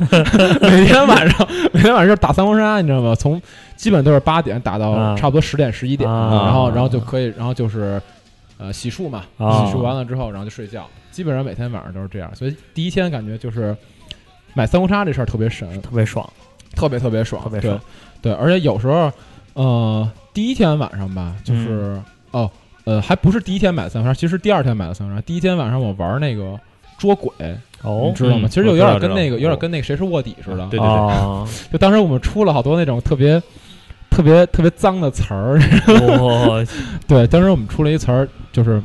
[SPEAKER 1] 每天晚上 每天晚上就打三国杀，你知道吗？从基本都是八点打到
[SPEAKER 2] 啊
[SPEAKER 1] 差不多十点十一点，
[SPEAKER 2] 啊
[SPEAKER 1] 然后然后就可以，然后就是呃洗漱嘛，
[SPEAKER 2] 啊
[SPEAKER 1] 洗漱完了之后，然后就睡觉，基本上每天晚上都是这样。所以第一天感觉就是买三国杀这事儿特别神，
[SPEAKER 2] 特别爽，
[SPEAKER 1] 特别特别爽，
[SPEAKER 2] 特别爽
[SPEAKER 1] 对。对，而且有时候，呃，第一天晚上吧，就是、
[SPEAKER 3] 嗯
[SPEAKER 1] 哦，呃，还不是第一天买的三国杀，其实第二天买的三国杀。第一天晚上我玩那个捉鬼，
[SPEAKER 2] 哦
[SPEAKER 1] 你知道吗？
[SPEAKER 3] 嗯
[SPEAKER 1] 其实有点
[SPEAKER 3] 我知
[SPEAKER 1] 跟
[SPEAKER 3] 道
[SPEAKER 1] 那个
[SPEAKER 3] 知道
[SPEAKER 1] 有点跟那个谁是卧底似的。
[SPEAKER 3] 对对对
[SPEAKER 2] 哦，
[SPEAKER 1] 就当时我们出了好多那种特别。特别特别脏的词儿，
[SPEAKER 2] 我
[SPEAKER 1] 对，当时我们出了一词儿，就是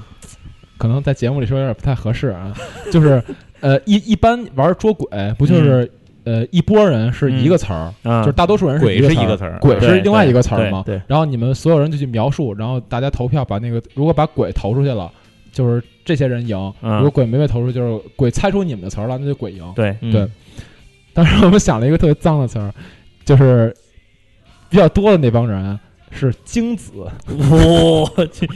[SPEAKER 1] 可能在节目里说有点不太合适啊， 就是呃一一般玩捉鬼不就是、呃一拨人是一个词儿，
[SPEAKER 2] 啊，
[SPEAKER 1] 就是大多数人
[SPEAKER 3] 嗯鬼
[SPEAKER 1] 是
[SPEAKER 3] 是一个
[SPEAKER 1] 词
[SPEAKER 3] 词儿，
[SPEAKER 1] 鬼是
[SPEAKER 2] 对
[SPEAKER 1] 另外一个词儿嘛，
[SPEAKER 3] 对对
[SPEAKER 1] 然后你们所有人就去描述，然后大家投票把那个如果把鬼投出去了，就是这些人赢；
[SPEAKER 2] 嗯
[SPEAKER 1] 如果鬼没被投出去，就是鬼猜出你们的词儿了，那就鬼赢。
[SPEAKER 2] 对，
[SPEAKER 3] 嗯
[SPEAKER 1] 对当时我们想了一个特别脏的词儿，就是比较多的那帮人是精子，
[SPEAKER 2] 我去，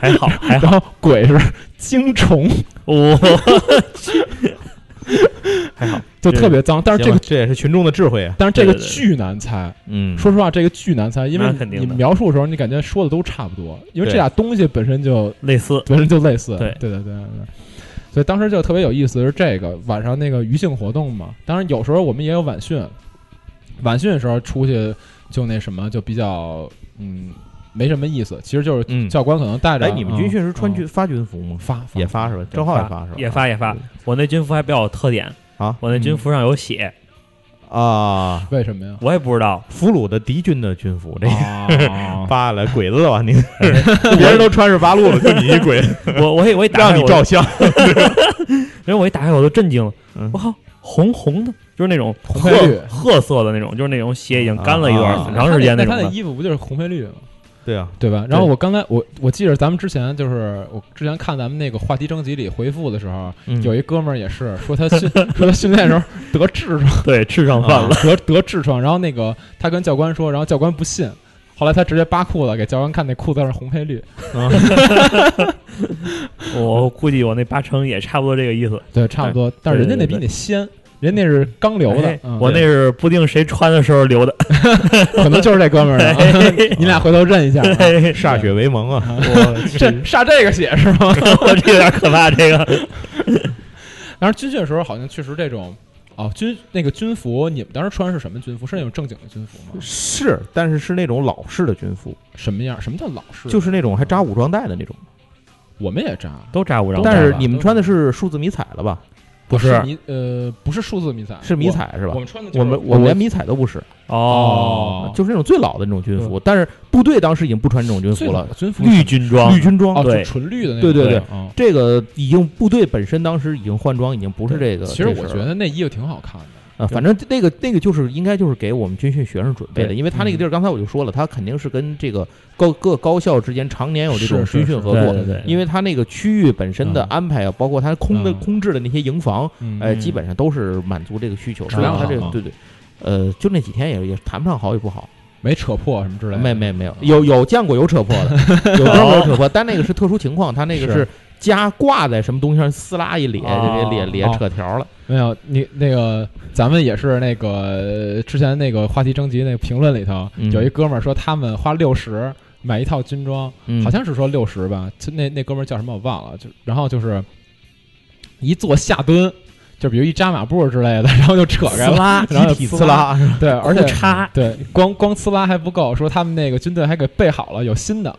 [SPEAKER 2] 还好还好，
[SPEAKER 1] 然后鬼是精虫，
[SPEAKER 2] 我
[SPEAKER 1] 就特别脏。但是这个
[SPEAKER 3] 行吧这也是群众的智慧啊，
[SPEAKER 1] 但是这个
[SPEAKER 2] 对对对
[SPEAKER 1] 巨难猜，
[SPEAKER 3] 嗯，
[SPEAKER 1] 说实话，这个巨难猜，因为
[SPEAKER 2] 那肯定
[SPEAKER 1] 你
[SPEAKER 2] 的
[SPEAKER 1] 描述的时候，你感觉说的都差不多，因为这
[SPEAKER 3] 对
[SPEAKER 1] 俩东西本身就
[SPEAKER 2] 类似，
[SPEAKER 1] 本身就类似。
[SPEAKER 2] 对
[SPEAKER 1] 对对对对对所以当时就特别有意思，是这个晚上那个余兴活动嘛。当然有时候我们也有晚训，晚训的时候出去就那什么，就比较嗯没什么意思。其实就是
[SPEAKER 3] 嗯
[SPEAKER 1] 教官可能带着。嗯
[SPEAKER 3] 哎，你们军训时穿军发军服吗？
[SPEAKER 1] 发
[SPEAKER 3] 也发是吧？正好也发是吧？
[SPEAKER 2] 也发也发，我那军服还比较有特点
[SPEAKER 3] 啊
[SPEAKER 2] 我那军服上有血，
[SPEAKER 3] 啊！
[SPEAKER 1] 为什么呀？
[SPEAKER 2] 我也不知 道，
[SPEAKER 3] 俘虏的敌军的军服，这
[SPEAKER 1] 啊
[SPEAKER 3] 发了鬼子吧？你
[SPEAKER 1] 哎
[SPEAKER 3] 别人都穿着八路了，就你一鬼，
[SPEAKER 2] 我我也我也打开
[SPEAKER 3] 让你
[SPEAKER 2] 我
[SPEAKER 3] 照相。
[SPEAKER 2] 因为我一打开我都震惊了，
[SPEAKER 3] 嗯
[SPEAKER 2] 我靠，红红的，就是那种
[SPEAKER 1] 红
[SPEAKER 2] 褐
[SPEAKER 1] 配绿
[SPEAKER 2] 褐色的那种，就是那种血已经干了一段、
[SPEAKER 3] 啊
[SPEAKER 2] 很长时间
[SPEAKER 1] 那
[SPEAKER 2] 种
[SPEAKER 1] 他那
[SPEAKER 2] 的。
[SPEAKER 1] 衣服不就是红配绿吗？
[SPEAKER 3] 对啊，
[SPEAKER 1] 对吧？然后我刚才我我记着咱们之前就是我之前看咱们那个话题征集里回复的时候，
[SPEAKER 3] 嗯
[SPEAKER 1] 有一哥们儿也是说他训说他训练的时候得痔疮，
[SPEAKER 2] 对，吃上饭了，
[SPEAKER 1] 得得痔疮，然后那个他跟教官说，然后教官不信，后来他直接扒裤子给教官看，那裤子上是红配绿。
[SPEAKER 3] 啊
[SPEAKER 2] 啊我估计我那八成也差不多这个意思。
[SPEAKER 1] 对，差不多。但是人家那比你先，人家那是刚留的
[SPEAKER 2] 哎，
[SPEAKER 1] 嗯啊
[SPEAKER 2] 我那是不定谁穿的时候留的。
[SPEAKER 1] 可能就是这哥们儿啊，
[SPEAKER 3] 哎
[SPEAKER 1] 你俩回头认一下啊。
[SPEAKER 2] 哎
[SPEAKER 3] 歃血为盟
[SPEAKER 1] 嗯
[SPEAKER 3] 啊！
[SPEAKER 2] 我
[SPEAKER 1] 这煞这个血是吗？
[SPEAKER 2] 我这有点可怕，这个
[SPEAKER 1] 当时军训的时候好像确实这种。哦，军那个军服，你们当时穿是什么军服？是那种正经的军服吗？
[SPEAKER 3] 是，但是是那种老式的军服，
[SPEAKER 1] 什么样？什么叫老式？
[SPEAKER 3] 就是那种还扎武装带的那种。
[SPEAKER 1] 我们也扎，啊
[SPEAKER 2] 都扎五张。
[SPEAKER 3] 但
[SPEAKER 1] 都
[SPEAKER 3] 是
[SPEAKER 1] 扎吧
[SPEAKER 3] 你们穿的是数字迷彩了吧？
[SPEAKER 2] 不
[SPEAKER 1] 是
[SPEAKER 2] 是
[SPEAKER 1] 迷呃不是数字迷彩，
[SPEAKER 3] 是迷彩是
[SPEAKER 1] 我。
[SPEAKER 3] 吧
[SPEAKER 1] 我？们穿的就是
[SPEAKER 3] 我们我们连迷彩都不是，
[SPEAKER 2] 哦，
[SPEAKER 3] 就是那种最老的那种军服。但是部队当时已经不穿这种军服
[SPEAKER 1] 最老
[SPEAKER 3] 了
[SPEAKER 1] 的，军服
[SPEAKER 2] 绿军装
[SPEAKER 3] 绿，军装
[SPEAKER 1] 哦，。就
[SPEAKER 2] 对
[SPEAKER 1] 纯绿的那
[SPEAKER 3] 对
[SPEAKER 1] 种
[SPEAKER 3] 对
[SPEAKER 2] 对
[SPEAKER 1] 啊。
[SPEAKER 3] 这个已经部队本身当时已经换装，已经不是这个。
[SPEAKER 1] 其实
[SPEAKER 3] 这
[SPEAKER 1] 我
[SPEAKER 3] 事
[SPEAKER 1] 觉
[SPEAKER 3] 儿了
[SPEAKER 1] 得那衣服挺好看的，
[SPEAKER 3] 啊，反正那个那个就是应该就是给我们军训学生准备的，
[SPEAKER 2] 对
[SPEAKER 3] 因为他那个地儿刚才我就说了，他肯定是跟这个高各高校之间常年有这种
[SPEAKER 1] 是是
[SPEAKER 3] 军训
[SPEAKER 1] 是
[SPEAKER 3] 合
[SPEAKER 2] 对
[SPEAKER 3] 作，
[SPEAKER 2] 对对
[SPEAKER 3] 因为他那个区域本身的
[SPEAKER 1] 嗯
[SPEAKER 3] 安排啊，包括他空的
[SPEAKER 1] 嗯
[SPEAKER 3] 空置的那些营房，
[SPEAKER 1] 嗯
[SPEAKER 3] 哎，
[SPEAKER 2] 嗯
[SPEAKER 3] 基本上都是满足这个需求的。
[SPEAKER 1] 质
[SPEAKER 3] 然
[SPEAKER 1] 量
[SPEAKER 3] 后他这
[SPEAKER 1] 好
[SPEAKER 3] 个对对，呃，就那几天也也谈不上好与不好，
[SPEAKER 1] 没扯破什么之类的，
[SPEAKER 3] 没没没有，有有见过有扯破的，有哥们儿有扯破，但那个是特殊情况，他那个
[SPEAKER 1] 是
[SPEAKER 3] 是夹挂在什么东西上，撕拉一咧，就
[SPEAKER 2] 哦
[SPEAKER 3] 给咧咧
[SPEAKER 1] 哦
[SPEAKER 3] 扯条了。
[SPEAKER 1] 没有你那个咱们也是那个呃之前那个话题征集那个评论里头
[SPEAKER 3] 嗯
[SPEAKER 1] 有一哥们儿说他们花六十买一套军装，
[SPEAKER 3] 嗯
[SPEAKER 1] 好像是说六十吧，就那那哥们儿叫什么我忘了，就然后就是一做下蹲，就比如一扎马步之类的，然后就扯开了，
[SPEAKER 2] 拉
[SPEAKER 1] 然后
[SPEAKER 3] 集体撕拉，
[SPEAKER 1] 对，而
[SPEAKER 2] 裤
[SPEAKER 1] 且啊
[SPEAKER 2] 衩，
[SPEAKER 1] 对，光光呲拉还不够，说他们那个军队还给备好了，有新的，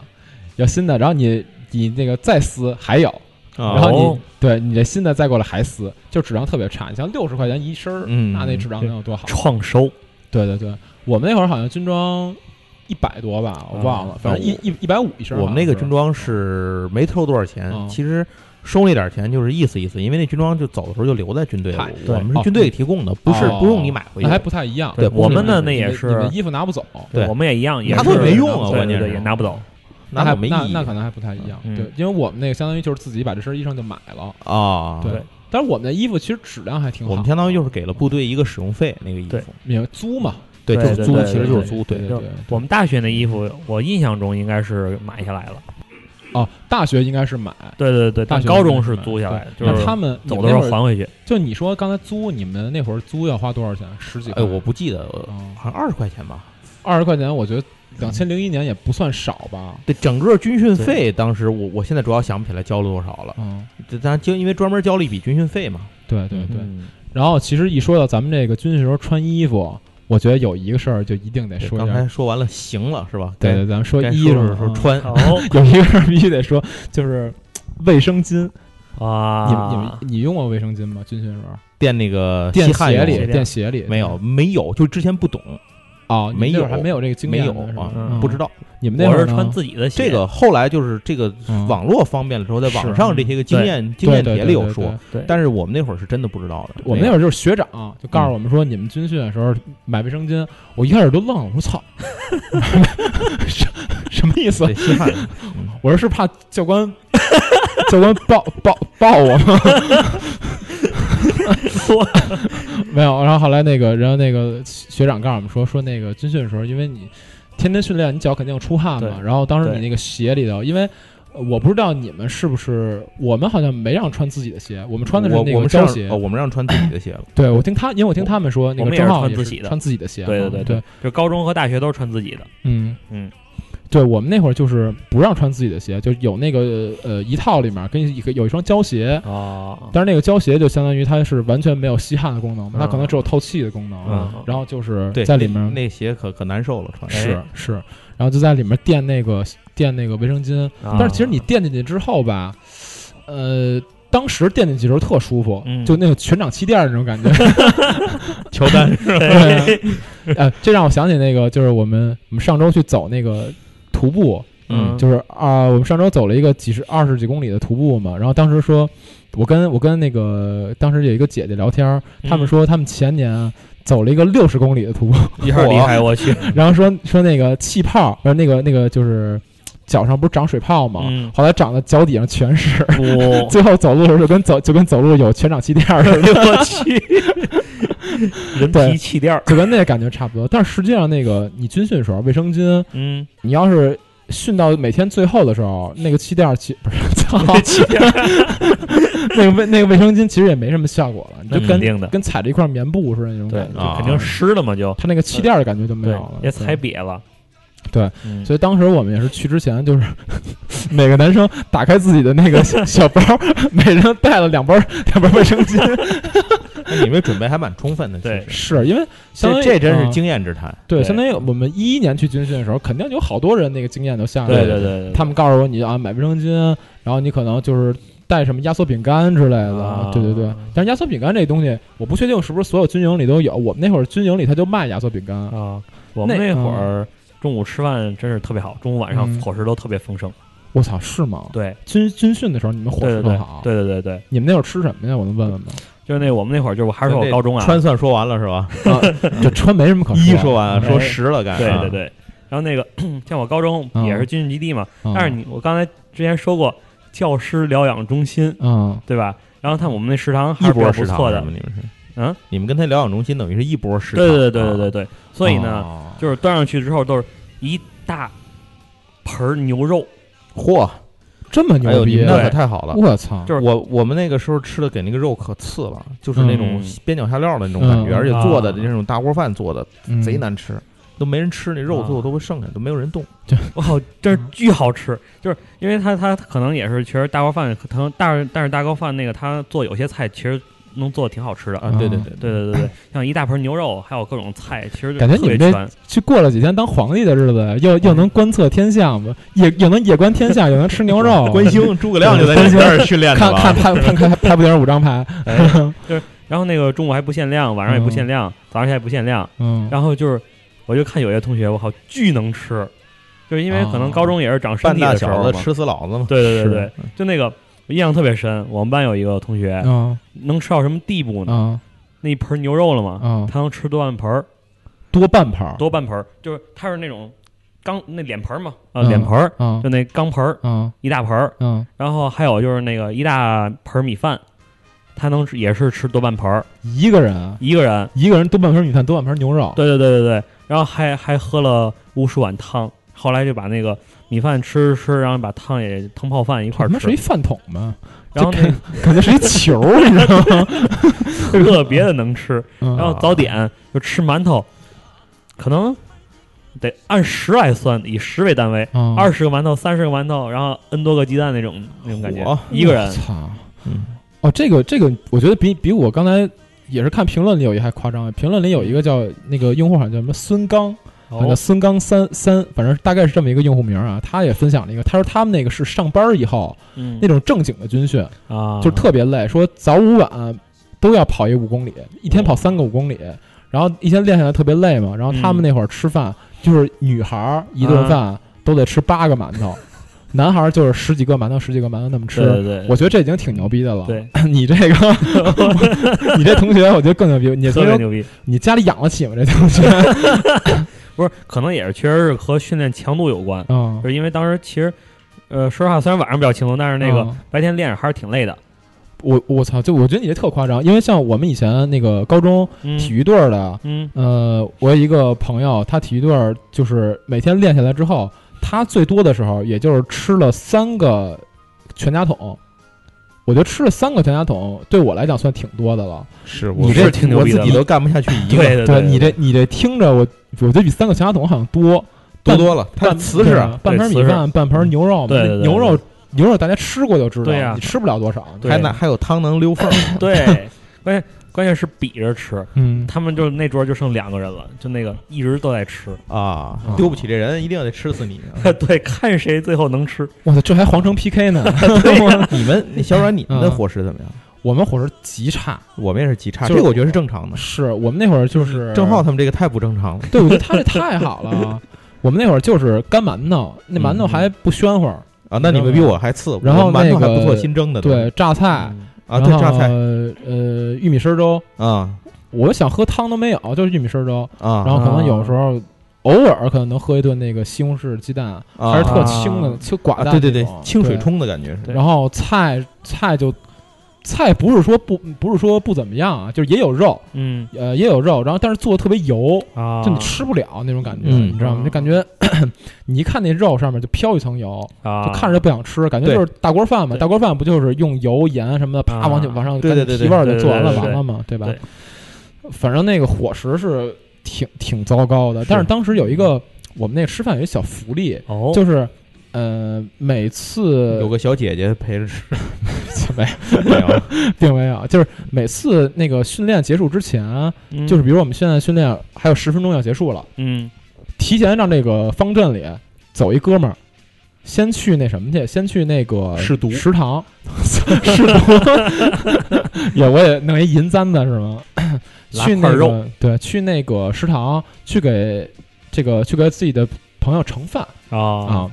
[SPEAKER 1] 有新的，然后你你那个再撕还有，然后你、
[SPEAKER 2] 哦
[SPEAKER 1] 对你这新的再过来还撕，就质量特别差。你像六十块钱一身儿，
[SPEAKER 3] 嗯
[SPEAKER 1] 那那质量能有多好？
[SPEAKER 2] 创收，
[SPEAKER 1] 对对对，我们那会儿好像军装一百多吧，我忘了，
[SPEAKER 3] 啊
[SPEAKER 1] 反正一一一百五一身儿好
[SPEAKER 3] 我
[SPEAKER 1] 像是。
[SPEAKER 3] 们那个军装是没偷多少钱，
[SPEAKER 1] 嗯
[SPEAKER 3] 其实收那点钱就是意思意思，因为那军装就走的时候就留在军队了
[SPEAKER 1] 嗨，
[SPEAKER 3] 我
[SPEAKER 2] 对
[SPEAKER 3] 们是军队给提供的，不是
[SPEAKER 1] 哦
[SPEAKER 3] 不用你买回去
[SPEAKER 1] 那还。不太一样。
[SPEAKER 3] 对
[SPEAKER 2] 我们呢那
[SPEAKER 1] 你的
[SPEAKER 2] 也
[SPEAKER 1] 你
[SPEAKER 2] 是
[SPEAKER 1] 的，衣服拿不走，
[SPEAKER 3] 对
[SPEAKER 2] 我们也一样，也
[SPEAKER 3] 拿
[SPEAKER 2] 是
[SPEAKER 3] 走也没用啊
[SPEAKER 2] 对
[SPEAKER 3] 关键
[SPEAKER 2] 对
[SPEAKER 3] 是
[SPEAKER 2] 对，也拿不走。
[SPEAKER 1] 那
[SPEAKER 3] 那
[SPEAKER 1] 还
[SPEAKER 3] 我没意
[SPEAKER 1] 那
[SPEAKER 3] 义
[SPEAKER 1] 那可能还不太一样。
[SPEAKER 2] 嗯
[SPEAKER 1] 对，因为我们那个相当于就是自己把这身衣裳就买了。
[SPEAKER 3] 啊。
[SPEAKER 1] 对，但是我们的衣服其实质量还挺好。
[SPEAKER 3] 我们相当于就是给了部队一个使用费，那个衣
[SPEAKER 2] 对
[SPEAKER 3] 服，
[SPEAKER 1] 也租嘛，
[SPEAKER 3] 对，
[SPEAKER 2] 对
[SPEAKER 3] 就是
[SPEAKER 2] 对
[SPEAKER 3] 租，
[SPEAKER 2] 对
[SPEAKER 3] 其实就是租，
[SPEAKER 1] 对
[SPEAKER 3] 对，
[SPEAKER 1] 对
[SPEAKER 2] 就我们大学那衣服，我印象中应该是买下来了。
[SPEAKER 1] 哦，大学应该是买，
[SPEAKER 2] 对对对，
[SPEAKER 1] 大
[SPEAKER 2] 但
[SPEAKER 1] 学
[SPEAKER 2] 高中是租下来的，
[SPEAKER 1] 对
[SPEAKER 2] 就
[SPEAKER 1] 那
[SPEAKER 2] 是
[SPEAKER 1] 他们
[SPEAKER 2] 走
[SPEAKER 1] 你们
[SPEAKER 2] 的时
[SPEAKER 1] 那
[SPEAKER 2] 候
[SPEAKER 1] 会儿
[SPEAKER 2] 还回去。
[SPEAKER 1] 就你说刚才租，你们那会儿租要花多少钱？十几块？
[SPEAKER 3] 哎，我不记得，
[SPEAKER 1] 哦
[SPEAKER 3] 好像二十块钱吧。
[SPEAKER 1] 二十块钱，我觉得两千零一年也不算少吧。
[SPEAKER 3] 对，整个军训费当时我我现在主要想不起来交了多少了，
[SPEAKER 1] 嗯，
[SPEAKER 3] 这咱就因为专门交了一笔军训费嘛。
[SPEAKER 1] 对对对。
[SPEAKER 3] 嗯
[SPEAKER 1] 然后其实一说到咱们这个军训时候穿衣服，我觉得有一个事儿就一定得
[SPEAKER 3] 对
[SPEAKER 1] 哎说一
[SPEAKER 3] 刚
[SPEAKER 1] 下
[SPEAKER 3] 才。说完了，行了是吧？
[SPEAKER 1] 对
[SPEAKER 3] 该
[SPEAKER 1] 对，咱们说
[SPEAKER 3] 该
[SPEAKER 1] 衣
[SPEAKER 3] 说
[SPEAKER 1] 裳
[SPEAKER 3] 的时候
[SPEAKER 1] 啊
[SPEAKER 3] 穿，
[SPEAKER 2] 哦
[SPEAKER 1] 有一个事儿必须得说，就是卫生巾。 你们你
[SPEAKER 2] 啊
[SPEAKER 1] 们，你用过卫生巾吗？军训时候？
[SPEAKER 3] 垫那个
[SPEAKER 1] 垫
[SPEAKER 3] 吸汗
[SPEAKER 1] 鞋
[SPEAKER 3] 用
[SPEAKER 1] 里，
[SPEAKER 2] 用
[SPEAKER 1] 垫鞋里
[SPEAKER 3] 没有没有，就之前不懂，
[SPEAKER 1] 哦，你们
[SPEAKER 3] 没
[SPEAKER 1] 那
[SPEAKER 3] 有
[SPEAKER 1] 会儿还没有这个经
[SPEAKER 3] 没
[SPEAKER 1] 验
[SPEAKER 3] 有
[SPEAKER 1] 呢，是吧
[SPEAKER 3] 啊
[SPEAKER 1] 嗯，
[SPEAKER 3] 不知道
[SPEAKER 1] 你们那
[SPEAKER 2] 我
[SPEAKER 1] 会儿
[SPEAKER 2] 是
[SPEAKER 1] 呢
[SPEAKER 2] 穿自己的鞋，
[SPEAKER 3] 这个后来就是这个
[SPEAKER 1] 嗯
[SPEAKER 3] 网络方便了之后，在
[SPEAKER 1] 是嗯
[SPEAKER 3] 网上这些个经验经
[SPEAKER 1] 对
[SPEAKER 3] 验
[SPEAKER 1] 对
[SPEAKER 3] 帖
[SPEAKER 1] 对
[SPEAKER 3] 里有
[SPEAKER 1] 对对
[SPEAKER 3] 说，
[SPEAKER 2] 对，
[SPEAKER 3] 但是我们那会儿是真的不知道的。
[SPEAKER 1] 我们那会儿就是学长就告诉我们
[SPEAKER 3] 嗯
[SPEAKER 1] 说，你们军训的时候买卫生巾，我一开始都愣了，我说操， 什什么意思
[SPEAKER 3] 对？稀罕，
[SPEAKER 1] 我说是怕教官教官抱抱抱我吗？没有，然后后来那个，然后那个学长告诉我们说，说那个军训的时候，因为你天天训练，你脚肯定要出汗嘛。
[SPEAKER 2] 对
[SPEAKER 1] 然后当时
[SPEAKER 2] 对
[SPEAKER 1] 你那个鞋里头，因为呃我不知道你们是不是，我们好像没让穿自己的鞋，我 们穿的是
[SPEAKER 3] 我
[SPEAKER 1] 那
[SPEAKER 3] 我
[SPEAKER 1] 个
[SPEAKER 3] 们是让
[SPEAKER 1] 胶鞋
[SPEAKER 3] 哦。我们让穿自己的鞋了。
[SPEAKER 1] 对，我听他，因为我听他们说，那
[SPEAKER 2] 我
[SPEAKER 1] 个
[SPEAKER 2] 们也
[SPEAKER 1] 郑
[SPEAKER 2] 是
[SPEAKER 1] 浩
[SPEAKER 2] 穿
[SPEAKER 1] 也
[SPEAKER 2] 自
[SPEAKER 1] 是
[SPEAKER 2] 己的
[SPEAKER 1] 穿自己的鞋嘛。
[SPEAKER 2] 对对
[SPEAKER 1] 对
[SPEAKER 2] 对对，就高中和大学都是穿自己的，
[SPEAKER 1] 嗯
[SPEAKER 2] 嗯，
[SPEAKER 1] 对我们那会儿就是不让穿自己的鞋，就有那个呃一套里面跟一个有一双胶鞋，
[SPEAKER 2] 哦，
[SPEAKER 1] 但是那个胶鞋就相当于它是完全没有吸汗的功能嘛，它
[SPEAKER 2] 嗯
[SPEAKER 1] 可能只有透气的功能。
[SPEAKER 2] 嗯
[SPEAKER 1] 然后就是
[SPEAKER 3] 对，
[SPEAKER 1] 在里面
[SPEAKER 3] 那那鞋可可难受了，穿
[SPEAKER 2] 哎
[SPEAKER 1] 是是，然后就在里面垫那个垫那个卫生巾，
[SPEAKER 2] 啊
[SPEAKER 1] 但是其 实你垫进去之后吧，呃。当时垫进去的时候特舒服，
[SPEAKER 2] 嗯
[SPEAKER 1] 就那个全掌气垫儿那种感觉。
[SPEAKER 3] 乔丹 是吧
[SPEAKER 1] 呃，这让我想起那个，就是我们我们上周去走那个徒步，
[SPEAKER 2] 嗯
[SPEAKER 1] 就是啊、我们上周走了一个几十二十几公里的徒步嘛，然后当时说，我跟我跟那个当时有一个姐姐聊天儿，他
[SPEAKER 2] 嗯
[SPEAKER 1] 们说他们前年啊走了一个六十公里的徒步，
[SPEAKER 2] 一下厉害，我去，
[SPEAKER 1] 然后说说那个气泡，呃，那个那个就是脚上不是长水泡嘛，
[SPEAKER 2] 嗯
[SPEAKER 1] 后来长的脚底上全是，
[SPEAKER 2] 我
[SPEAKER 1] 最后走路的时候就跟走就跟走路有全掌气垫儿似的，
[SPEAKER 2] 我去，人
[SPEAKER 1] 对
[SPEAKER 2] 皮气垫儿，
[SPEAKER 1] 就跟那感觉差不多。但是实际上那个你军训的时候，卫生巾
[SPEAKER 2] 嗯，
[SPEAKER 1] 你要是。训到每天最后的时候，那个气垫儿其不是操，
[SPEAKER 2] 气垫儿
[SPEAKER 1] 那个卫那个卫生巾其实也没什么效果了，你就
[SPEAKER 2] 肯
[SPEAKER 1] 跟
[SPEAKER 2] 定的，
[SPEAKER 1] 跟踩着一块棉布似的那种
[SPEAKER 2] 对，
[SPEAKER 1] 感觉，
[SPEAKER 2] 就肯定湿了嘛，就
[SPEAKER 1] 它那个气垫儿的感觉就没
[SPEAKER 2] 对
[SPEAKER 1] 有了，
[SPEAKER 2] 也
[SPEAKER 1] 对
[SPEAKER 2] 踩瘪了，
[SPEAKER 1] 对
[SPEAKER 2] 嗯，
[SPEAKER 1] 所以当时我们也是去之前，就是 每个男生打开自己的那个 小小包，每人带了两包两包卫生 巾，
[SPEAKER 3] 那你们准备还蛮充分的，
[SPEAKER 2] 对
[SPEAKER 3] 其实
[SPEAKER 1] 是因为相当
[SPEAKER 3] 这
[SPEAKER 1] 于
[SPEAKER 3] 这真
[SPEAKER 1] 嗯
[SPEAKER 3] 是经验之谈。
[SPEAKER 1] 对，
[SPEAKER 2] 对
[SPEAKER 1] 相当于我们一一年去军训的时候，肯定有好多人那个经验都下来了，
[SPEAKER 2] 对对对，
[SPEAKER 1] 他们告诉我你啊买卫生巾，然后你可能就是带什么压缩饼干之类的，
[SPEAKER 2] 啊
[SPEAKER 1] 对对对。但是压缩饼干这东西，我不确定是不是所有军营里都有。我们那会儿军营里他就卖压缩饼干，
[SPEAKER 2] 啊，我们
[SPEAKER 1] 那
[SPEAKER 2] 那会儿中午吃饭真是特别好，中午晚上
[SPEAKER 1] 嗯
[SPEAKER 2] 伙食都特别丰盛，
[SPEAKER 1] 我操，是吗？
[SPEAKER 2] 对，
[SPEAKER 1] 军军训的时候你们伙
[SPEAKER 2] 对
[SPEAKER 1] 食
[SPEAKER 2] 对
[SPEAKER 1] 多
[SPEAKER 2] 对
[SPEAKER 1] 好，，
[SPEAKER 2] 对对对对，
[SPEAKER 1] 你们那会儿吃什么呀？我能问问吗？
[SPEAKER 2] 就是那我们那会儿就是我还是我
[SPEAKER 3] 这
[SPEAKER 2] 高中啊，
[SPEAKER 3] 穿算说完了是吧？
[SPEAKER 1] 这穿没什么可
[SPEAKER 3] 一
[SPEAKER 1] 说
[SPEAKER 3] 说完
[SPEAKER 1] 哎
[SPEAKER 3] 说十了，该
[SPEAKER 2] 对
[SPEAKER 3] 啊
[SPEAKER 2] 对对，然后那个 像我高中也是军训基地嘛，
[SPEAKER 3] 哦
[SPEAKER 1] 嗯
[SPEAKER 2] 但是你我刚才之前说过教师疗养中心，
[SPEAKER 1] 嗯，
[SPEAKER 2] 对吧？然后他我们那食堂还
[SPEAKER 3] 一
[SPEAKER 2] 是比
[SPEAKER 3] 波
[SPEAKER 2] 较
[SPEAKER 3] 食
[SPEAKER 2] 不
[SPEAKER 3] 堂
[SPEAKER 2] 错
[SPEAKER 3] 是
[SPEAKER 2] 的
[SPEAKER 3] 吗，你们是
[SPEAKER 2] 嗯，
[SPEAKER 3] 你们跟他疗养中心等于是一波食堂，啊哦
[SPEAKER 2] 对对对对对对，所以呢，
[SPEAKER 3] 呢，
[SPEAKER 2] 就是端上去之后都是一大盆儿 牛肉，
[SPEAKER 3] 嚯，
[SPEAKER 1] 这么
[SPEAKER 3] 哎呦，
[SPEAKER 1] 牛
[SPEAKER 3] 你
[SPEAKER 1] 逼啊
[SPEAKER 3] 们，那可
[SPEAKER 2] 对
[SPEAKER 3] 太好了。
[SPEAKER 1] 我操！
[SPEAKER 2] 就是
[SPEAKER 3] 我我们那个时候吃的给那个肉可次了，就是那种
[SPEAKER 2] 嗯
[SPEAKER 3] 边角下料的那种感觉，
[SPEAKER 1] 嗯
[SPEAKER 3] 而且做的
[SPEAKER 2] 啊
[SPEAKER 3] 那种大锅饭做的
[SPEAKER 1] 嗯
[SPEAKER 3] 贼难吃，都没人吃，那肉
[SPEAKER 2] 啊
[SPEAKER 3] 最后都会剩下，都没有人动。
[SPEAKER 2] 我靠，真是
[SPEAKER 3] 嗯
[SPEAKER 2] 巨好吃！就是因为他他他可能也是，其实大锅饭可能，但是但是大锅饭那个他做有些菜其实能做的挺好吃的。
[SPEAKER 3] 啊，对对对，
[SPEAKER 2] 对对对对，像一大盆牛肉，还有各种菜，其实就
[SPEAKER 1] 感觉
[SPEAKER 2] 特别
[SPEAKER 1] 你们这
[SPEAKER 2] 全
[SPEAKER 1] 去过了几天当皇帝的日子，又又能观测天象，也又能夜观天象，又能吃牛肉
[SPEAKER 3] 观星，诸葛亮就在你这儿训练
[SPEAKER 1] 看
[SPEAKER 3] 的吧？
[SPEAKER 1] 看拍看看拍不点五张牌，
[SPEAKER 2] 然后那个中午还不限量，晚上也不限
[SPEAKER 3] 哦
[SPEAKER 2] 量，早上也不限量。
[SPEAKER 1] 嗯，
[SPEAKER 2] 然后就是，我就看有些同学，我靠，巨能吃，就是因为可能
[SPEAKER 1] 哦
[SPEAKER 2] 高中也是长身
[SPEAKER 3] 半
[SPEAKER 2] 体
[SPEAKER 3] 大
[SPEAKER 2] 的时
[SPEAKER 3] 小
[SPEAKER 2] 候
[SPEAKER 3] 子
[SPEAKER 2] 嘛。
[SPEAKER 3] 吃死老子嘛。
[SPEAKER 2] 对对对对
[SPEAKER 1] 是，
[SPEAKER 2] 就那个我印象特别深。我们班有一个同学
[SPEAKER 1] 嗯
[SPEAKER 2] 能吃到什么地步呢？
[SPEAKER 1] 嗯
[SPEAKER 2] 那一盆牛肉了嘛，
[SPEAKER 1] 嗯，
[SPEAKER 2] 他能吃多半盆儿。
[SPEAKER 1] 多半盘儿，
[SPEAKER 2] 多半盆儿，就是它是那种钢那脸盆儿嘛，啊、
[SPEAKER 1] 嗯
[SPEAKER 2] 脸盆儿，
[SPEAKER 1] 嗯
[SPEAKER 2] 就那钢盆儿
[SPEAKER 1] 嗯
[SPEAKER 2] 一大盆儿，
[SPEAKER 1] 嗯，
[SPEAKER 2] 然后还有就是那个一大盆儿米饭，他能吃也是吃多半盆儿，
[SPEAKER 1] 一个人啊
[SPEAKER 2] 一个人，
[SPEAKER 1] 一个人多半盆米饭，多半盆牛肉，
[SPEAKER 2] 对对对对对，然后还还喝了无数碗汤，后来就把那个米饭吃着吃着，然后把汤也汤泡饭一块
[SPEAKER 1] 他
[SPEAKER 2] 儿
[SPEAKER 1] 妈是一
[SPEAKER 2] 吃，
[SPEAKER 1] 饭桶吗？
[SPEAKER 2] 然后
[SPEAKER 1] 这
[SPEAKER 2] 那
[SPEAKER 1] 感觉是一球， 你知道吗？
[SPEAKER 2] 特别的 能吃，
[SPEAKER 1] 嗯
[SPEAKER 2] 然后早点就吃馒头，可能得按十来算，以十为单位。
[SPEAKER 1] 嗯
[SPEAKER 2] 二十个馒头、三十个馒头，然后 n 多个鸡蛋那种那种感觉
[SPEAKER 3] 火，
[SPEAKER 2] 一个人
[SPEAKER 1] 我操
[SPEAKER 3] 嗯，
[SPEAKER 1] 哦，这个这个，我觉得比比我刚才。也是看评论里有一还夸张，啊评论里有一个叫那个用户好像叫什么孙刚，好像叫
[SPEAKER 2] 哦
[SPEAKER 1] 孙刚三三，反正大概是这么一个用户名啊。他也分享了一个，他说他们那个是上班以后，
[SPEAKER 2] 嗯
[SPEAKER 1] 那种正经的军训，
[SPEAKER 2] 啊，
[SPEAKER 1] 就是特别累，说早午晚都要跑一五公里，一天跑三个五公里，然然后一天练下来特别累嘛，然后
[SPEAKER 2] 嗯
[SPEAKER 1] 他们那会儿吃饭、就是女孩儿一顿饭都得吃八个馒头，男孩儿就是十几个馒头十几个馒头那么吃。
[SPEAKER 2] 对对对，
[SPEAKER 1] 我觉得这已经挺牛逼的了。
[SPEAKER 2] 对
[SPEAKER 1] 你这 个，你这同学，我觉得更牛逼。你
[SPEAKER 2] 特
[SPEAKER 1] 同
[SPEAKER 2] 别
[SPEAKER 1] 学，
[SPEAKER 2] 牛逼。
[SPEAKER 1] 你家里养得起吗？这同学？
[SPEAKER 2] 不是，可能也是确实是和训练强度有关，
[SPEAKER 1] 嗯
[SPEAKER 2] 就是因为当时其实。呃，说实话，虽然晚上比较轻松，但是那个
[SPEAKER 1] 嗯
[SPEAKER 2] 白天练着还是挺累的。
[SPEAKER 1] 我我操，就我觉得你这特夸张，因为像我们以前那个高中
[SPEAKER 2] 嗯
[SPEAKER 1] 体育队儿的，
[SPEAKER 2] 嗯，
[SPEAKER 1] 呃，我有一个朋友，他体育队儿就是每天练下来之后，他最多的时候也就是吃了三个全家桶。我觉得吃了三个全家桶，对我来讲算挺多的了。
[SPEAKER 3] 是
[SPEAKER 1] 你
[SPEAKER 3] 我
[SPEAKER 1] 这
[SPEAKER 3] 是
[SPEAKER 2] 挺牛
[SPEAKER 3] 我
[SPEAKER 2] 逼
[SPEAKER 3] 自
[SPEAKER 2] 的
[SPEAKER 3] 己
[SPEAKER 2] 了
[SPEAKER 3] 都干不下去一
[SPEAKER 2] 对
[SPEAKER 3] 个，
[SPEAKER 2] 对
[SPEAKER 1] 你这你这听着我，我觉得比三个全家桶好像多。
[SPEAKER 3] 多多了。它
[SPEAKER 1] 半
[SPEAKER 3] 的词是啊，
[SPEAKER 1] 半
[SPEAKER 2] 对
[SPEAKER 1] 盘米
[SPEAKER 2] 瓷实嗯
[SPEAKER 1] 饭，半盘牛肉嘛。
[SPEAKER 2] 对对对
[SPEAKER 1] 牛肉牛肉大家吃过就知道，
[SPEAKER 2] 对呀
[SPEAKER 1] 你吃不了多少。
[SPEAKER 2] 对
[SPEAKER 3] 还拿还有汤能溜缝儿，
[SPEAKER 2] 对，关键关键是比着吃，
[SPEAKER 1] 嗯，
[SPEAKER 2] 他们就那桌就剩两个人了，就那个一直都在吃。
[SPEAKER 3] 啊
[SPEAKER 1] 啊，
[SPEAKER 3] 丢不起这人，一定得吃死你。啊
[SPEAKER 1] 嗯
[SPEAKER 2] 对，看谁最后能吃。
[SPEAKER 1] 我操，这还皇城 PK 呢。
[SPEAKER 3] 你们，你小阮，你们的
[SPEAKER 1] 嗯
[SPEAKER 3] 伙食怎么样？
[SPEAKER 1] 我们伙食极差，
[SPEAKER 3] 我们也是极差，
[SPEAKER 1] 就
[SPEAKER 3] 这
[SPEAKER 1] 是
[SPEAKER 3] 个我觉得是正常的。
[SPEAKER 1] 是我们那会儿就是
[SPEAKER 3] 郑浩他们这个太不正常了，
[SPEAKER 1] 对，我觉得他这太好了。 嗯我们那会儿就是干馒头，那馒头还不暄乎儿，
[SPEAKER 3] 啊！那你们比我还次，
[SPEAKER 1] 然后
[SPEAKER 3] 我们馒头还
[SPEAKER 1] 那个
[SPEAKER 3] 不错，新蒸的都
[SPEAKER 1] 对，榨菜，
[SPEAKER 3] 啊，
[SPEAKER 1] 然
[SPEAKER 3] 对
[SPEAKER 1] 后
[SPEAKER 3] 榨菜
[SPEAKER 1] 呃，玉米丝粥，
[SPEAKER 3] 啊
[SPEAKER 1] 我想喝汤都没有，就是玉米丝粥，
[SPEAKER 3] 啊，
[SPEAKER 1] 然后可能有时候。偶尔可能能喝一顿那个西红柿鸡蛋，
[SPEAKER 3] 啊
[SPEAKER 1] 还是特清的，就寡
[SPEAKER 3] 啊，
[SPEAKER 1] 淡那
[SPEAKER 3] 对
[SPEAKER 1] 种。
[SPEAKER 3] 对对，清水
[SPEAKER 1] 对
[SPEAKER 3] 冲的感觉是
[SPEAKER 2] 对
[SPEAKER 1] 然后菜菜就菜不是说不不是说不怎么样啊，就是也有肉，
[SPEAKER 2] 嗯
[SPEAKER 1] 呃也有肉，然后但是做的特别油，
[SPEAKER 2] 啊
[SPEAKER 1] 就你吃不了那种感觉，
[SPEAKER 3] 嗯
[SPEAKER 1] 你知道吗？就感觉 你一看那肉上面就飘一层油，
[SPEAKER 2] 啊，
[SPEAKER 1] 就看着就不想吃，感觉
[SPEAKER 3] 对
[SPEAKER 1] 就是大锅饭嘛。
[SPEAKER 2] 对
[SPEAKER 1] 大锅饭不就是用油盐什么的啪
[SPEAKER 2] 啊
[SPEAKER 1] 往起往上，
[SPEAKER 3] 对对对对
[SPEAKER 1] 提味儿就做完了
[SPEAKER 2] 对对对
[SPEAKER 1] 完了嘛，对吧
[SPEAKER 2] 对？
[SPEAKER 1] 反正那个伙食是挺挺糟糕的，
[SPEAKER 2] 是嗯
[SPEAKER 1] 但是当时有一个我们那个吃饭有一小福利，
[SPEAKER 2] 哦，
[SPEAKER 1] 就是呃每次
[SPEAKER 3] 有个小姐姐陪着吃，
[SPEAKER 1] 没
[SPEAKER 3] 没有
[SPEAKER 1] 并没有，就是每次那个训练结束之前，
[SPEAKER 2] 嗯
[SPEAKER 1] 就是比如我们现在训练还有十分钟要结束了，
[SPEAKER 2] 嗯
[SPEAKER 1] 提前让这个方阵里走一哥们儿，先去那什么去，先去那个
[SPEAKER 3] 试毒
[SPEAKER 1] 食堂，试毒， 也我也弄一银簪子是吗？
[SPEAKER 2] 拉
[SPEAKER 1] 去
[SPEAKER 2] 块
[SPEAKER 1] 那
[SPEAKER 2] 肉
[SPEAKER 1] 个对，去那个食堂去给这个去给自己的朋友盛饭
[SPEAKER 2] 啊
[SPEAKER 1] 啊，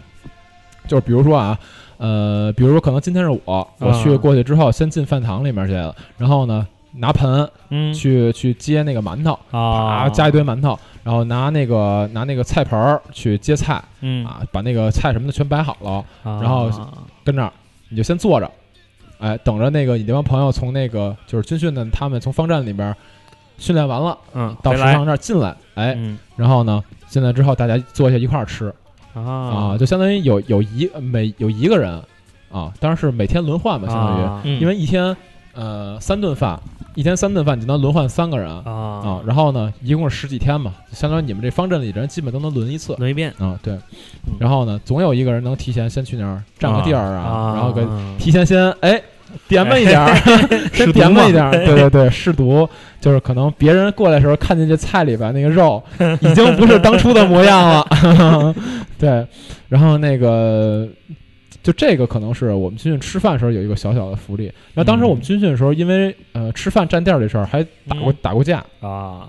[SPEAKER 1] 就是比如说啊。呃，比如说，可能今天是我，我去
[SPEAKER 2] 啊
[SPEAKER 1] 过去之后，先进饭堂里面去了，然后呢，拿盆
[SPEAKER 2] 嗯
[SPEAKER 1] 去去接那个馒头，
[SPEAKER 2] 啊
[SPEAKER 1] 啊，加一堆馒头，然后拿那个拿那个菜盆儿去接菜
[SPEAKER 2] 嗯
[SPEAKER 1] 啊，把那个菜什么的全摆好了，然后
[SPEAKER 2] 啊
[SPEAKER 1] 跟那儿你就先坐着，哎，等着那个你这帮朋友从那个就是军训的他们从方阵里边儿训练完了
[SPEAKER 2] 嗯
[SPEAKER 1] 到
[SPEAKER 2] 回
[SPEAKER 1] 食
[SPEAKER 2] 来
[SPEAKER 1] 堂这儿进来，哎，
[SPEAKER 2] 嗯
[SPEAKER 1] 然后呢进来之后大家坐下一块儿吃啊，
[SPEAKER 2] 啊
[SPEAKER 1] 就相当于有有一每有一个人啊，当然是每天轮换嘛，相当于，嗯
[SPEAKER 2] 于
[SPEAKER 1] 因为一天呃三顿饭，一天三顿饭你就能轮换三个人啊。啊
[SPEAKER 2] 啊，
[SPEAKER 1] 然后呢，一共是十几天嘛，相当于你们这方阵里人基本都能轮一次
[SPEAKER 2] 轮一遍
[SPEAKER 1] 啊。对，然后呢，总有一个人能提前先去那儿占个地儿
[SPEAKER 2] 啊，
[SPEAKER 1] 然后给
[SPEAKER 2] 啊
[SPEAKER 1] 提前先哎点吧一点儿，
[SPEAKER 3] 试
[SPEAKER 1] 先
[SPEAKER 3] 毒
[SPEAKER 1] 点吧
[SPEAKER 3] 嘛
[SPEAKER 1] 一点儿，对对对，试毒就是可能别人过来的时候看见这菜里边那个肉已经不是当初的模样了， 对，然后那个。就这个可能是我们军训吃饭时候有一个小小的福利。那当时我们军训的时候，因为呃吃饭占地儿这事儿还打过、
[SPEAKER 2] 嗯
[SPEAKER 1] 打过架，
[SPEAKER 2] 啊，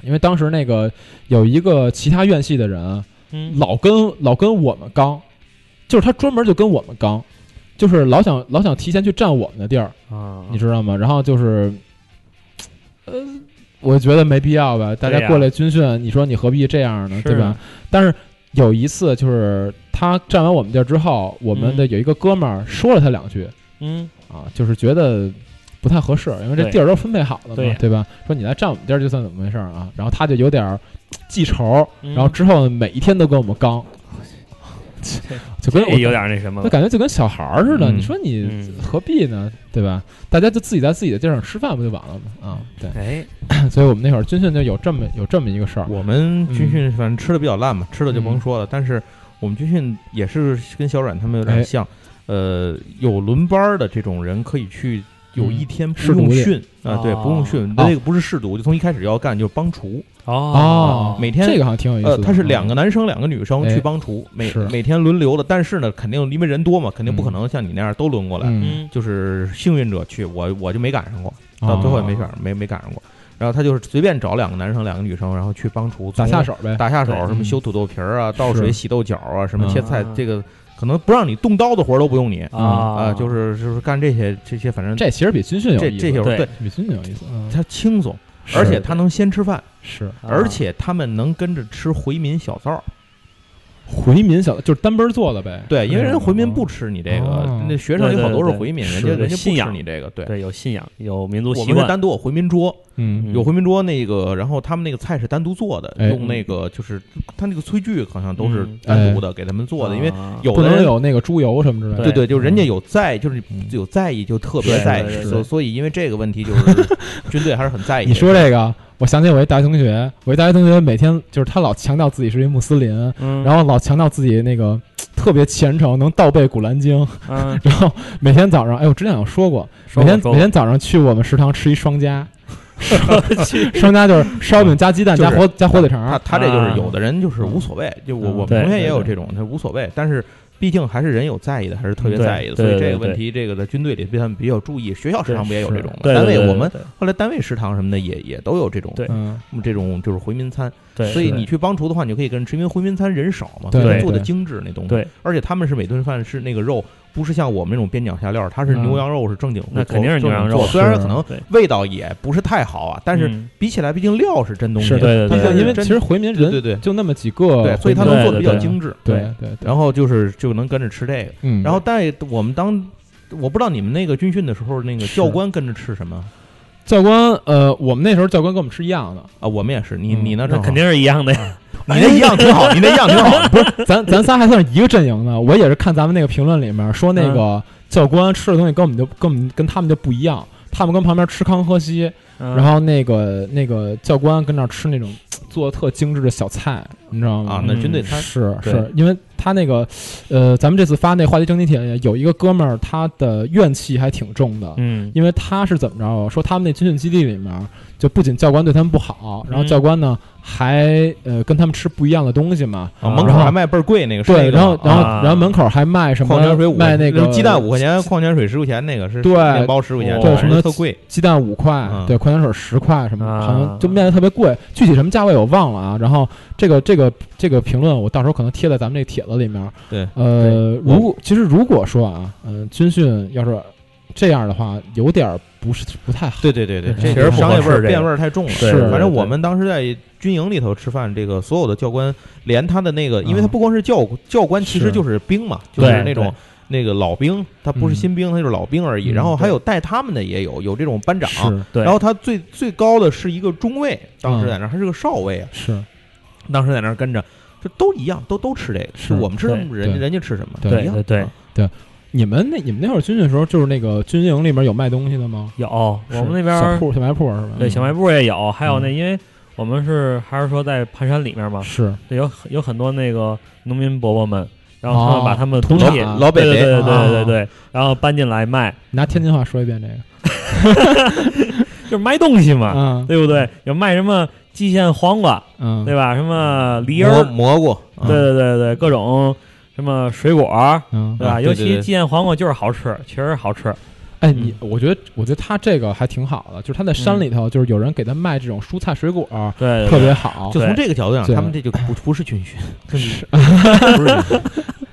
[SPEAKER 1] 因为当时那个有一个其他院系的人，啊
[SPEAKER 2] 嗯
[SPEAKER 1] 老跟老跟我们刚，就是他专门就跟我们刚，就是老想老想提前去占我们的地儿，
[SPEAKER 2] 啊，
[SPEAKER 1] 你知道吗？然后就是，呃，我觉得没必要吧，大
[SPEAKER 2] 对
[SPEAKER 1] 家
[SPEAKER 2] 呀
[SPEAKER 1] 过来军训，你说你何必这样呢，
[SPEAKER 2] 是
[SPEAKER 1] 对吧？但是有一次就是他占完我们地儿之后，我们的有一个哥们儿说了他两句
[SPEAKER 2] 嗯
[SPEAKER 1] 啊，就是觉得。不太合适，因为这
[SPEAKER 2] 对
[SPEAKER 1] 地儿都分配好了嘛，
[SPEAKER 2] 对呀
[SPEAKER 1] 对吧？说你来占我们地儿就算怎么回事儿啊？然后他就有点儿记仇，
[SPEAKER 2] 嗯，
[SPEAKER 1] 然后之后呢每一天都跟我们 刚，就跟
[SPEAKER 2] 这
[SPEAKER 1] 我
[SPEAKER 2] 哎有点那什么
[SPEAKER 1] 就
[SPEAKER 2] 了
[SPEAKER 1] 感觉就跟小孩儿似的。
[SPEAKER 3] 嗯
[SPEAKER 1] 你说你
[SPEAKER 2] 嗯
[SPEAKER 1] 何必呢？对吧？大家就自己在自己的地儿上吃饭不就完了吗？啊，对。
[SPEAKER 2] 哎，
[SPEAKER 1] 所以我们那会儿军训就有这么有这么一个事儿。
[SPEAKER 3] 我们
[SPEAKER 1] 嗯
[SPEAKER 3] 军训反正吃的比较烂嘛，吃的就甭说了。但是我们军训也是跟小阮他们有
[SPEAKER 1] 哎
[SPEAKER 3] 点像，呃，有轮班儿的这种人可以去有一天不用
[SPEAKER 1] 嗯试
[SPEAKER 3] 训啊，对，
[SPEAKER 2] 哦
[SPEAKER 3] 不用训，
[SPEAKER 1] 哦
[SPEAKER 3] 那个不是试毒，就从一开始要干就是帮厨，
[SPEAKER 2] 哦
[SPEAKER 3] 每天
[SPEAKER 1] 这个好像挺有意思
[SPEAKER 3] 呃，
[SPEAKER 1] 的。啊
[SPEAKER 3] 他是两个男生两个女生
[SPEAKER 1] 哎
[SPEAKER 3] 去帮厨，每
[SPEAKER 1] 是
[SPEAKER 3] 每天轮流的，但是呢，肯定因为人多嘛，肯定不
[SPEAKER 1] 嗯
[SPEAKER 3] 可能像你那样都轮过来，
[SPEAKER 1] 嗯，
[SPEAKER 2] 嗯
[SPEAKER 3] 就是幸运者去，我我就没赶上过，
[SPEAKER 1] 嗯，
[SPEAKER 3] 到最后也
[SPEAKER 1] 哦
[SPEAKER 3] 没选，没没赶上过。然后他就是随便找两个男生、两个女生，然后去帮厨
[SPEAKER 1] 打下
[SPEAKER 3] 从
[SPEAKER 1] 手呗。
[SPEAKER 3] 打下手，
[SPEAKER 2] 对
[SPEAKER 3] 什么
[SPEAKER 1] 嗯
[SPEAKER 3] 修土豆皮儿啊，倒水
[SPEAKER 1] 是
[SPEAKER 3] 洗豆角啊，什么切菜
[SPEAKER 2] 嗯，
[SPEAKER 3] 这个可能不让你动刀的活儿都不用你啊，就是是就是干这些这些，反正
[SPEAKER 1] 这其实比军训有
[SPEAKER 3] 这
[SPEAKER 1] 意思，
[SPEAKER 3] 这些活儿
[SPEAKER 2] 对
[SPEAKER 3] 对
[SPEAKER 1] 比军训有意思。嗯
[SPEAKER 3] 他轻松，
[SPEAKER 1] 是啊
[SPEAKER 3] 而且他能先吃饭，
[SPEAKER 1] 是
[SPEAKER 2] 啊
[SPEAKER 3] 而且他们能跟着吃回民小灶儿。
[SPEAKER 1] 回民小就是单杯做的呗。
[SPEAKER 3] 对，因为人
[SPEAKER 1] 嗯
[SPEAKER 3] 家回民不吃你这
[SPEAKER 1] 哦
[SPEAKER 3] 个，那学生
[SPEAKER 2] 对
[SPEAKER 3] 有
[SPEAKER 2] 对
[SPEAKER 3] 好多
[SPEAKER 2] 对
[SPEAKER 3] 是回民，人
[SPEAKER 1] 是
[SPEAKER 3] 家人家不
[SPEAKER 2] 信
[SPEAKER 3] 吃
[SPEAKER 2] 仰
[SPEAKER 3] 你这个，对。
[SPEAKER 2] 对有信仰，有民族
[SPEAKER 3] 我
[SPEAKER 2] 习
[SPEAKER 3] 们是
[SPEAKER 2] 惯，
[SPEAKER 3] 单独有回民桌，
[SPEAKER 1] 嗯，
[SPEAKER 2] 嗯
[SPEAKER 3] 有回民桌那个，然后他们那个菜是单独做的，
[SPEAKER 1] 哎
[SPEAKER 3] 用那个就是他那个炊具好像都是
[SPEAKER 2] 嗯
[SPEAKER 3] 单独的给他们做的，因为
[SPEAKER 2] 啊
[SPEAKER 3] 有
[SPEAKER 1] 不
[SPEAKER 3] 的
[SPEAKER 1] 能
[SPEAKER 3] 人
[SPEAKER 1] 有那个猪油什么之类的。
[SPEAKER 3] 对
[SPEAKER 2] 对
[SPEAKER 3] 对，就是人
[SPEAKER 1] 嗯
[SPEAKER 3] 家有在，就是
[SPEAKER 1] 嗯
[SPEAKER 3] 有在意，就特别
[SPEAKER 2] 对
[SPEAKER 3] 在
[SPEAKER 2] 对
[SPEAKER 3] 意，
[SPEAKER 2] 对
[SPEAKER 3] 所
[SPEAKER 1] 对
[SPEAKER 3] 所以因为这个问题，就是军队还是很在意。
[SPEAKER 1] 你说这个，我想起我一大学同学，我一大学同学每天就是他老强调自己是一穆斯林，
[SPEAKER 2] 嗯，
[SPEAKER 1] 然后老强调自己那个特别虔诚，能倒背古兰经，
[SPEAKER 2] 嗯，
[SPEAKER 1] 然后每天早上，哎，我之前有说过，
[SPEAKER 2] 说
[SPEAKER 1] 每
[SPEAKER 2] 吧
[SPEAKER 1] 天
[SPEAKER 2] 说
[SPEAKER 1] 每
[SPEAKER 2] 吧
[SPEAKER 1] 天早上去我们食堂吃一双 夹，双夹就是烧饼加鸡蛋
[SPEAKER 3] 就
[SPEAKER 1] 加
[SPEAKER 3] 是
[SPEAKER 1] 火加火腿
[SPEAKER 3] 他
[SPEAKER 1] 肠，
[SPEAKER 3] 他这就是
[SPEAKER 2] 啊
[SPEAKER 3] 有的人就是无所谓，就我
[SPEAKER 1] 嗯
[SPEAKER 3] 我们
[SPEAKER 2] 对
[SPEAKER 3] 同学也
[SPEAKER 2] 对
[SPEAKER 3] 有
[SPEAKER 1] 对
[SPEAKER 3] 这种，他无所谓，但是毕竟还是人有在意的，还是特别
[SPEAKER 2] 嗯对
[SPEAKER 3] 在意的，
[SPEAKER 2] 对
[SPEAKER 3] 所以
[SPEAKER 2] 对
[SPEAKER 3] 这个
[SPEAKER 2] 对
[SPEAKER 3] 问题，这个在军队里对他们比较注意，学校食
[SPEAKER 2] 对
[SPEAKER 3] 堂不也有
[SPEAKER 1] 是
[SPEAKER 3] 这种吗？
[SPEAKER 2] 对
[SPEAKER 3] 单位
[SPEAKER 2] 对对
[SPEAKER 3] 我们
[SPEAKER 2] 对
[SPEAKER 3] 后来单位食堂什么的也也都有这种
[SPEAKER 2] 对
[SPEAKER 1] 嗯，
[SPEAKER 3] 这种就是回民餐，
[SPEAKER 2] 对，
[SPEAKER 3] 所以
[SPEAKER 2] 对
[SPEAKER 3] 你去帮厨的话，你就可以跟人吃，因为回民餐人少嘛，
[SPEAKER 1] 对
[SPEAKER 3] 所以
[SPEAKER 2] 对
[SPEAKER 3] 做的
[SPEAKER 1] 对
[SPEAKER 3] 精致那东西，
[SPEAKER 2] 对，
[SPEAKER 3] 而且他们是每顿饭是那个肉，不是像我们那种边角下料，它是
[SPEAKER 1] 嗯
[SPEAKER 3] 牛羊肉是正经，
[SPEAKER 2] 那肯定是
[SPEAKER 3] 正经
[SPEAKER 2] 牛羊肉
[SPEAKER 3] 做虽然
[SPEAKER 1] 是
[SPEAKER 3] 可能
[SPEAKER 2] 对
[SPEAKER 3] 味道也不是太好啊，但是
[SPEAKER 2] 嗯
[SPEAKER 3] 比起来，毕竟料是真东西，
[SPEAKER 1] 是
[SPEAKER 2] 对对
[SPEAKER 1] 他
[SPEAKER 2] 对
[SPEAKER 3] 它
[SPEAKER 1] 们
[SPEAKER 3] 是
[SPEAKER 1] 因为其实
[SPEAKER 3] 真
[SPEAKER 1] 回民
[SPEAKER 3] 对对
[SPEAKER 1] 人
[SPEAKER 3] 对
[SPEAKER 1] 就那么几个，
[SPEAKER 3] 对，所以他
[SPEAKER 1] 回民
[SPEAKER 3] 能
[SPEAKER 1] 人
[SPEAKER 3] 做的比较
[SPEAKER 2] 对对
[SPEAKER 3] 精致，
[SPEAKER 1] 哦对对对，
[SPEAKER 3] 然后就是就能跟着吃这个，
[SPEAKER 1] 嗯，
[SPEAKER 3] 然后但是我们当。我不知道你们那个军训的时候，那个
[SPEAKER 1] 是
[SPEAKER 3] 教官跟着吃什么
[SPEAKER 1] 教官，呃，我们那时候教官跟我们是一样的，
[SPEAKER 3] 啊？我们也是，你
[SPEAKER 1] 嗯
[SPEAKER 3] 你那
[SPEAKER 2] 那
[SPEAKER 3] 正好
[SPEAKER 2] 肯，定是一样的呀，
[SPEAKER 3] 你那一样挺 好，你那一样挺好，不是
[SPEAKER 1] 咱咱仨还哦算是一个阵营的。我也是看咱们那个评论里面说，那
[SPEAKER 3] 嗯
[SPEAKER 1] 个教官吃的东西跟我们就跟我们跟他们就不一样，他们跟旁边吃糠喝稀，
[SPEAKER 2] 然
[SPEAKER 1] 然后那个那个教官跟那儿吃那种做的特精致的小菜，你知道吗？
[SPEAKER 3] 啊，那军队
[SPEAKER 2] 嗯
[SPEAKER 3] 餐
[SPEAKER 1] 是
[SPEAKER 3] 对
[SPEAKER 1] 是，因为他那个，呃，咱们这次发那话题征集帖，有一个哥们儿，他的怨气还挺重的，
[SPEAKER 2] 嗯
[SPEAKER 1] 因为他是怎么着？说他们那军训基地里面，就不仅教官对他们不好，然后
[SPEAKER 2] 嗯
[SPEAKER 1] 教官呢还呃跟他们吃不一样的东西嘛。
[SPEAKER 3] 啊，门口
[SPEAKER 1] 然后
[SPEAKER 3] 还卖倍儿贵那个，是那
[SPEAKER 1] 对，
[SPEAKER 3] 个
[SPEAKER 1] 然后
[SPEAKER 3] 吗
[SPEAKER 1] 然后
[SPEAKER 2] 啊
[SPEAKER 1] 然后门口还卖什么
[SPEAKER 3] 矿泉水五
[SPEAKER 1] 卖那个
[SPEAKER 3] 鸡蛋五块钱，矿泉水十块钱那个是
[SPEAKER 1] 对
[SPEAKER 3] 面包十块钱，反
[SPEAKER 2] 对
[SPEAKER 3] 正
[SPEAKER 1] 什么
[SPEAKER 3] 特贵。
[SPEAKER 1] 鸡蛋五块
[SPEAKER 3] 嗯，
[SPEAKER 1] 对，矿泉水十块什么的，
[SPEAKER 2] 啊
[SPEAKER 1] 好像就卖的特别贵，具体什么价位我忘了啊。然后这个这个这个评论我到时候可能贴在咱们这个帖子里面。
[SPEAKER 3] 对，
[SPEAKER 1] 呃，如果其实如果说啊，嗯、军训要是这样的话，有点儿不是不太好。
[SPEAKER 3] 对对对对，
[SPEAKER 1] 对
[SPEAKER 3] 这
[SPEAKER 1] 确
[SPEAKER 3] 个
[SPEAKER 1] 实
[SPEAKER 3] 商业
[SPEAKER 2] 不
[SPEAKER 3] 味
[SPEAKER 2] 合适
[SPEAKER 3] 儿
[SPEAKER 2] 这个
[SPEAKER 3] 变味儿太重了。
[SPEAKER 1] 对是
[SPEAKER 3] 反正
[SPEAKER 2] 对
[SPEAKER 3] 我们当时在军营里头吃饭，这个所有的教官，连他的那个，因为
[SPEAKER 1] 嗯
[SPEAKER 3] 他不光是教教官，其实
[SPEAKER 1] 是
[SPEAKER 3] 就是兵嘛，就
[SPEAKER 2] 对
[SPEAKER 3] 是那种。那个老兵，他不是
[SPEAKER 1] 嗯
[SPEAKER 3] 新兵，他就是老兵而已。
[SPEAKER 1] 嗯
[SPEAKER 3] 然后还
[SPEAKER 2] 对
[SPEAKER 3] 有带他们的也有，有这种班长。
[SPEAKER 1] 是
[SPEAKER 2] 对
[SPEAKER 3] 然后他最最高的是一个中尉，当时
[SPEAKER 1] 嗯
[SPEAKER 3] 在那儿还是个少尉啊，
[SPEAKER 1] 是，
[SPEAKER 2] 嗯
[SPEAKER 3] 当时在那儿跟着，就都一样，都都吃这个，
[SPEAKER 1] 是
[SPEAKER 3] 就我们吃什么，
[SPEAKER 1] 对
[SPEAKER 3] 人家
[SPEAKER 1] 对
[SPEAKER 3] 人家吃什么，
[SPEAKER 1] 对
[SPEAKER 3] 一
[SPEAKER 2] 对
[SPEAKER 3] 样
[SPEAKER 2] 对对
[SPEAKER 3] 啊
[SPEAKER 1] 你们那你们那会儿军训的时候，就是那个军营里面有卖东西的吗？
[SPEAKER 2] 有我们那边
[SPEAKER 1] 小
[SPEAKER 2] 儿
[SPEAKER 1] 铺小卖铺是吧？
[SPEAKER 2] 对小卖部也有，还有那
[SPEAKER 1] 嗯
[SPEAKER 2] 因为我们是还是说在盘山里面嘛，
[SPEAKER 1] 是
[SPEAKER 2] 对，有很有很多那个农民伯伯们，然后他
[SPEAKER 1] 哦
[SPEAKER 2] 们把他们的
[SPEAKER 1] 土
[SPEAKER 2] 东
[SPEAKER 1] 产
[SPEAKER 2] 西，
[SPEAKER 1] 啊
[SPEAKER 3] 老北
[SPEAKER 2] 对对
[SPEAKER 3] 北
[SPEAKER 2] 对对
[SPEAKER 1] 啊
[SPEAKER 2] 对对对，然后搬进来卖，
[SPEAKER 1] 拿天津话说一遍这个
[SPEAKER 2] 就是卖东西嘛，
[SPEAKER 1] 啊
[SPEAKER 2] 对不对？有卖什么蓟县黄瓜，
[SPEAKER 1] 嗯
[SPEAKER 2] 对吧？什么梨
[SPEAKER 3] 蘑
[SPEAKER 2] 儿，
[SPEAKER 3] 蘑菇，啊
[SPEAKER 2] 对对对对，各种什么水果儿，
[SPEAKER 1] 嗯
[SPEAKER 2] 对吧？
[SPEAKER 3] 啊
[SPEAKER 2] 尤
[SPEAKER 3] 对对
[SPEAKER 2] 其
[SPEAKER 3] 对
[SPEAKER 2] 蓟县黄瓜就是好吃，确实好吃。
[SPEAKER 1] 哎你我觉得我觉得他这个还挺好的，就是他在山里头，就是有人给他卖这种蔬菜水果，
[SPEAKER 3] 嗯
[SPEAKER 2] 对，对
[SPEAKER 1] 特
[SPEAKER 2] 对
[SPEAKER 1] 别好。
[SPEAKER 3] 就从
[SPEAKER 2] 对
[SPEAKER 3] 这个角度
[SPEAKER 1] 对
[SPEAKER 3] 讲，他们这就不不是军 训，
[SPEAKER 1] 就是
[SPEAKER 3] 不是军训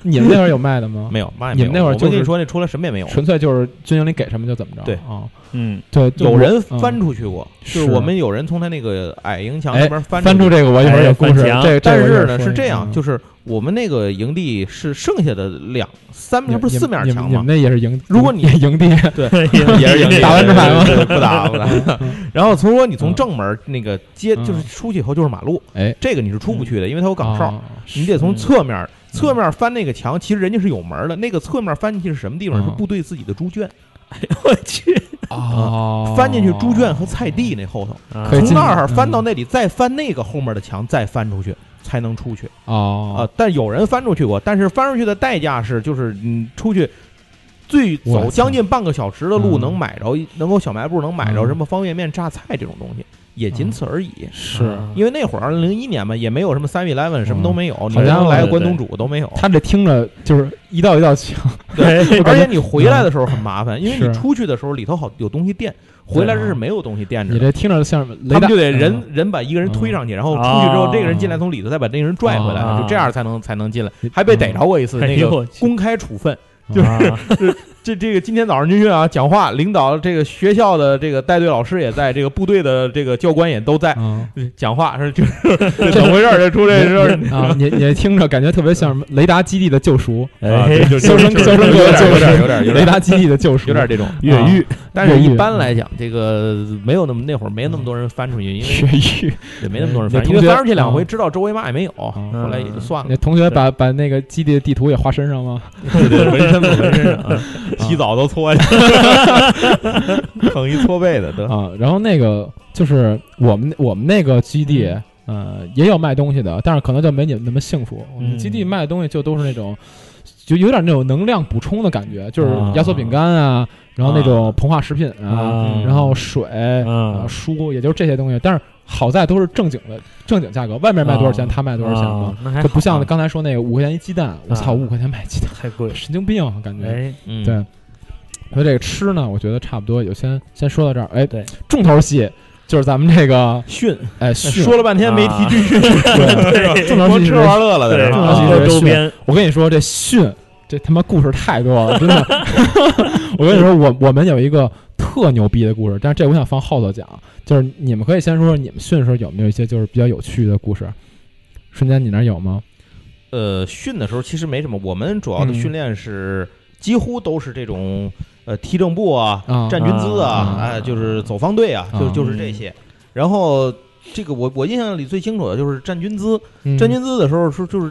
[SPEAKER 1] 你们那啊会儿有卖的吗？
[SPEAKER 3] 没有，嘛也
[SPEAKER 1] 你们
[SPEAKER 3] 没
[SPEAKER 1] 那
[SPEAKER 3] 有
[SPEAKER 1] 会儿
[SPEAKER 3] 我
[SPEAKER 1] 就
[SPEAKER 3] 跟
[SPEAKER 1] 是
[SPEAKER 3] 你说，那出来什么也没有。
[SPEAKER 1] 纯粹就是军营里给什么就怎么着。
[SPEAKER 3] 对
[SPEAKER 1] 啊，
[SPEAKER 2] 嗯，
[SPEAKER 1] 对，就
[SPEAKER 3] 有
[SPEAKER 1] 我
[SPEAKER 3] 人
[SPEAKER 1] 嗯
[SPEAKER 3] 翻出去过，就是我们有人从他那个矮营墙
[SPEAKER 1] 哎
[SPEAKER 3] 那边翻
[SPEAKER 1] 翻出
[SPEAKER 3] 去。
[SPEAKER 1] 这个，我一会儿有故事。
[SPEAKER 2] 哎翻墙
[SPEAKER 1] 这这我
[SPEAKER 3] 但
[SPEAKER 1] 一会
[SPEAKER 3] 是
[SPEAKER 1] 儿
[SPEAKER 3] 呢，
[SPEAKER 1] 说
[SPEAKER 3] 是
[SPEAKER 1] 一
[SPEAKER 3] 这
[SPEAKER 1] 下
[SPEAKER 3] 样，
[SPEAKER 1] 嗯
[SPEAKER 3] 就是我们那个营地是剩下的两三
[SPEAKER 1] 你
[SPEAKER 3] 面，不是
[SPEAKER 1] 你
[SPEAKER 3] 四面
[SPEAKER 1] 你们
[SPEAKER 3] 墙
[SPEAKER 1] 你
[SPEAKER 3] 吗
[SPEAKER 1] 们？那也是营，
[SPEAKER 3] 如果你
[SPEAKER 1] 营地，
[SPEAKER 3] 也是营地，
[SPEAKER 1] 打完
[SPEAKER 3] 对
[SPEAKER 1] 这牌吗
[SPEAKER 3] 对对不打不打。 然后从说你从
[SPEAKER 1] 嗯
[SPEAKER 3] 正门那个街，
[SPEAKER 1] 嗯
[SPEAKER 3] 就是出去以后就是马路，
[SPEAKER 1] 哎，嗯
[SPEAKER 3] 这个你是出不去的，因为它有岗哨，
[SPEAKER 1] 啊
[SPEAKER 3] 你得从侧面。侧面翻那个墙，其实人家是有门的。那个侧面翻进去是什么地方？
[SPEAKER 1] 嗯
[SPEAKER 3] 是部队自己的猪圈，
[SPEAKER 2] 我去，
[SPEAKER 1] 哦，
[SPEAKER 3] 翻进去猪圈和菜地那后头。
[SPEAKER 2] 啊
[SPEAKER 1] 可以
[SPEAKER 3] 从
[SPEAKER 1] 进
[SPEAKER 3] 那儿翻
[SPEAKER 1] 嗯
[SPEAKER 3] 到那里，再翻那个后面的墙，再翻出去才能出去啊、
[SPEAKER 1] 哦
[SPEAKER 3] 但有人翻出去过，但是翻出去的代价是，就是你出去最
[SPEAKER 1] 我
[SPEAKER 3] 走
[SPEAKER 1] 操
[SPEAKER 3] 将近半个小时的路，
[SPEAKER 1] 嗯
[SPEAKER 3] 能买着一能够小卖部能买着
[SPEAKER 1] 嗯
[SPEAKER 3] 什么方便面、榨菜这种东西，也仅此而已。
[SPEAKER 1] 是
[SPEAKER 2] 啊
[SPEAKER 3] 因为那会儿零一年嘛，也没有什么 Seven Eleven，什么都没有，你
[SPEAKER 1] 嗯好家伙
[SPEAKER 3] 能来个关东煮都没有。
[SPEAKER 1] 他这听着就是一道一道墙，
[SPEAKER 2] 对
[SPEAKER 3] 而且你回来的时候很麻烦，因
[SPEAKER 1] 嗯
[SPEAKER 3] 为
[SPEAKER 1] 是
[SPEAKER 3] 你出去的时候里头好有东西垫，回来
[SPEAKER 1] 对啊
[SPEAKER 3] 这是没有东西垫着
[SPEAKER 1] 你
[SPEAKER 3] 的。
[SPEAKER 1] 这听着像雷
[SPEAKER 3] 他
[SPEAKER 1] 达
[SPEAKER 3] 们就得
[SPEAKER 1] 嗯啊
[SPEAKER 3] 人人把一个人推上去，然后出去之后，这个人进来从里头再把那个人拽回来，
[SPEAKER 2] 啊
[SPEAKER 3] 就这样才能才能
[SPEAKER 1] 哎
[SPEAKER 3] 进来。还被
[SPEAKER 1] 哦
[SPEAKER 3] 逮着过一次，
[SPEAKER 2] 嗯
[SPEAKER 3] 那
[SPEAKER 2] 哎呦我
[SPEAKER 3] 个
[SPEAKER 2] 去
[SPEAKER 3] 公开处分。
[SPEAKER 2] 就
[SPEAKER 3] 就是是
[SPEAKER 1] 啊
[SPEAKER 2] 啊
[SPEAKER 3] 这这个今天早上军训啊，讲话，领导这个学校的这个带队老师也在，这个部队的这个教官也都在
[SPEAKER 1] 嗯
[SPEAKER 3] 讲话，是就是哎这怎么回事儿？这出这事儿
[SPEAKER 1] 啊，你你听着感觉特别像什 么雷达基地的救赎，
[SPEAKER 3] 啊
[SPEAKER 2] 哎
[SPEAKER 3] 对，就
[SPEAKER 1] 肖
[SPEAKER 3] 就
[SPEAKER 1] 申
[SPEAKER 3] 就
[SPEAKER 1] 肖申
[SPEAKER 3] 有
[SPEAKER 1] 克的
[SPEAKER 3] 点
[SPEAKER 1] 救
[SPEAKER 3] 有点
[SPEAKER 1] 赎，
[SPEAKER 3] 有点有
[SPEAKER 1] 雷
[SPEAKER 3] 点
[SPEAKER 1] 达基地的救赎，啊
[SPEAKER 3] 有点这种啊
[SPEAKER 1] 越狱，
[SPEAKER 3] 但是
[SPEAKER 1] 越狱
[SPEAKER 3] 一般来讲，这个没有那么那会儿没那么多人翻出去，因为
[SPEAKER 1] 越狱。
[SPEAKER 3] 也没那么多人
[SPEAKER 1] 那
[SPEAKER 3] 翻，
[SPEAKER 1] 同
[SPEAKER 3] 因为
[SPEAKER 1] 学
[SPEAKER 3] 翻出去两回，
[SPEAKER 1] 嗯
[SPEAKER 3] 知道周围嘛也没有，
[SPEAKER 1] 嗯
[SPEAKER 3] 后来也就算了
[SPEAKER 1] 那。同学把把那个基地的地图也画身上吗？
[SPEAKER 3] 对对，纹身纹身上，洗澡都搓去，捧一搓背的，得
[SPEAKER 1] 啊，然后那个就是我们我们那个基地。
[SPEAKER 2] 嗯
[SPEAKER 1] 呃，也有卖东西的，但是可能就没你们那么幸福。我们基
[SPEAKER 2] 嗯
[SPEAKER 1] 地卖的东西就都是那种，就有点那种能量补充的感觉，就是压缩饼干啊，然后那种膨化食品啊，
[SPEAKER 2] 啊
[SPEAKER 1] 然后水、啊、书，也就这些东西。但是好在都是正经的正经价格，外面卖多少钱，
[SPEAKER 2] 啊
[SPEAKER 1] 他卖多少钱嘛，
[SPEAKER 2] 那还
[SPEAKER 1] 就不像
[SPEAKER 2] 好
[SPEAKER 1] 刚才说那个五块钱一鸡蛋，我操，
[SPEAKER 2] 啊
[SPEAKER 1] 五块钱买鸡蛋，
[SPEAKER 2] 太贵了，
[SPEAKER 1] 神经病啊，感觉。
[SPEAKER 2] 哎，
[SPEAKER 3] 嗯
[SPEAKER 1] 对所以这个吃呢，我觉得差不多，就先先说到这儿。哎，
[SPEAKER 2] 对，
[SPEAKER 1] 重头戏就是咱们这个
[SPEAKER 3] 训
[SPEAKER 1] 哎训，啊
[SPEAKER 3] 说了半天没提军训，
[SPEAKER 2] 对
[SPEAKER 1] 正常
[SPEAKER 3] 光
[SPEAKER 1] 是
[SPEAKER 3] 吃玩乐了，在
[SPEAKER 2] 对，
[SPEAKER 3] 这
[SPEAKER 1] 正
[SPEAKER 3] 儿
[SPEAKER 1] 常是
[SPEAKER 3] 啊
[SPEAKER 2] 欧洲边
[SPEAKER 1] 我跟你说这训，这他妈故事太多了，真的。 我跟你说，我我们有一个特牛逼的故事，但是这我想放后头讲，就是你们可以先说说你们训的时候有没有一些就是比较有趣的故事。瞬间，你那儿有吗？
[SPEAKER 3] 呃，训的时候其实没什么，我们主要的
[SPEAKER 1] 嗯
[SPEAKER 3] 训练是几乎都是这种呃踢正步啊、
[SPEAKER 1] 啊
[SPEAKER 3] 站军姿啊
[SPEAKER 1] 啊、
[SPEAKER 3] 哎就是走方队啊，
[SPEAKER 1] 啊
[SPEAKER 3] 就就是这些。然后这个我我印象里最清楚的就是站军姿，
[SPEAKER 1] 嗯
[SPEAKER 3] 站军姿的时候是就是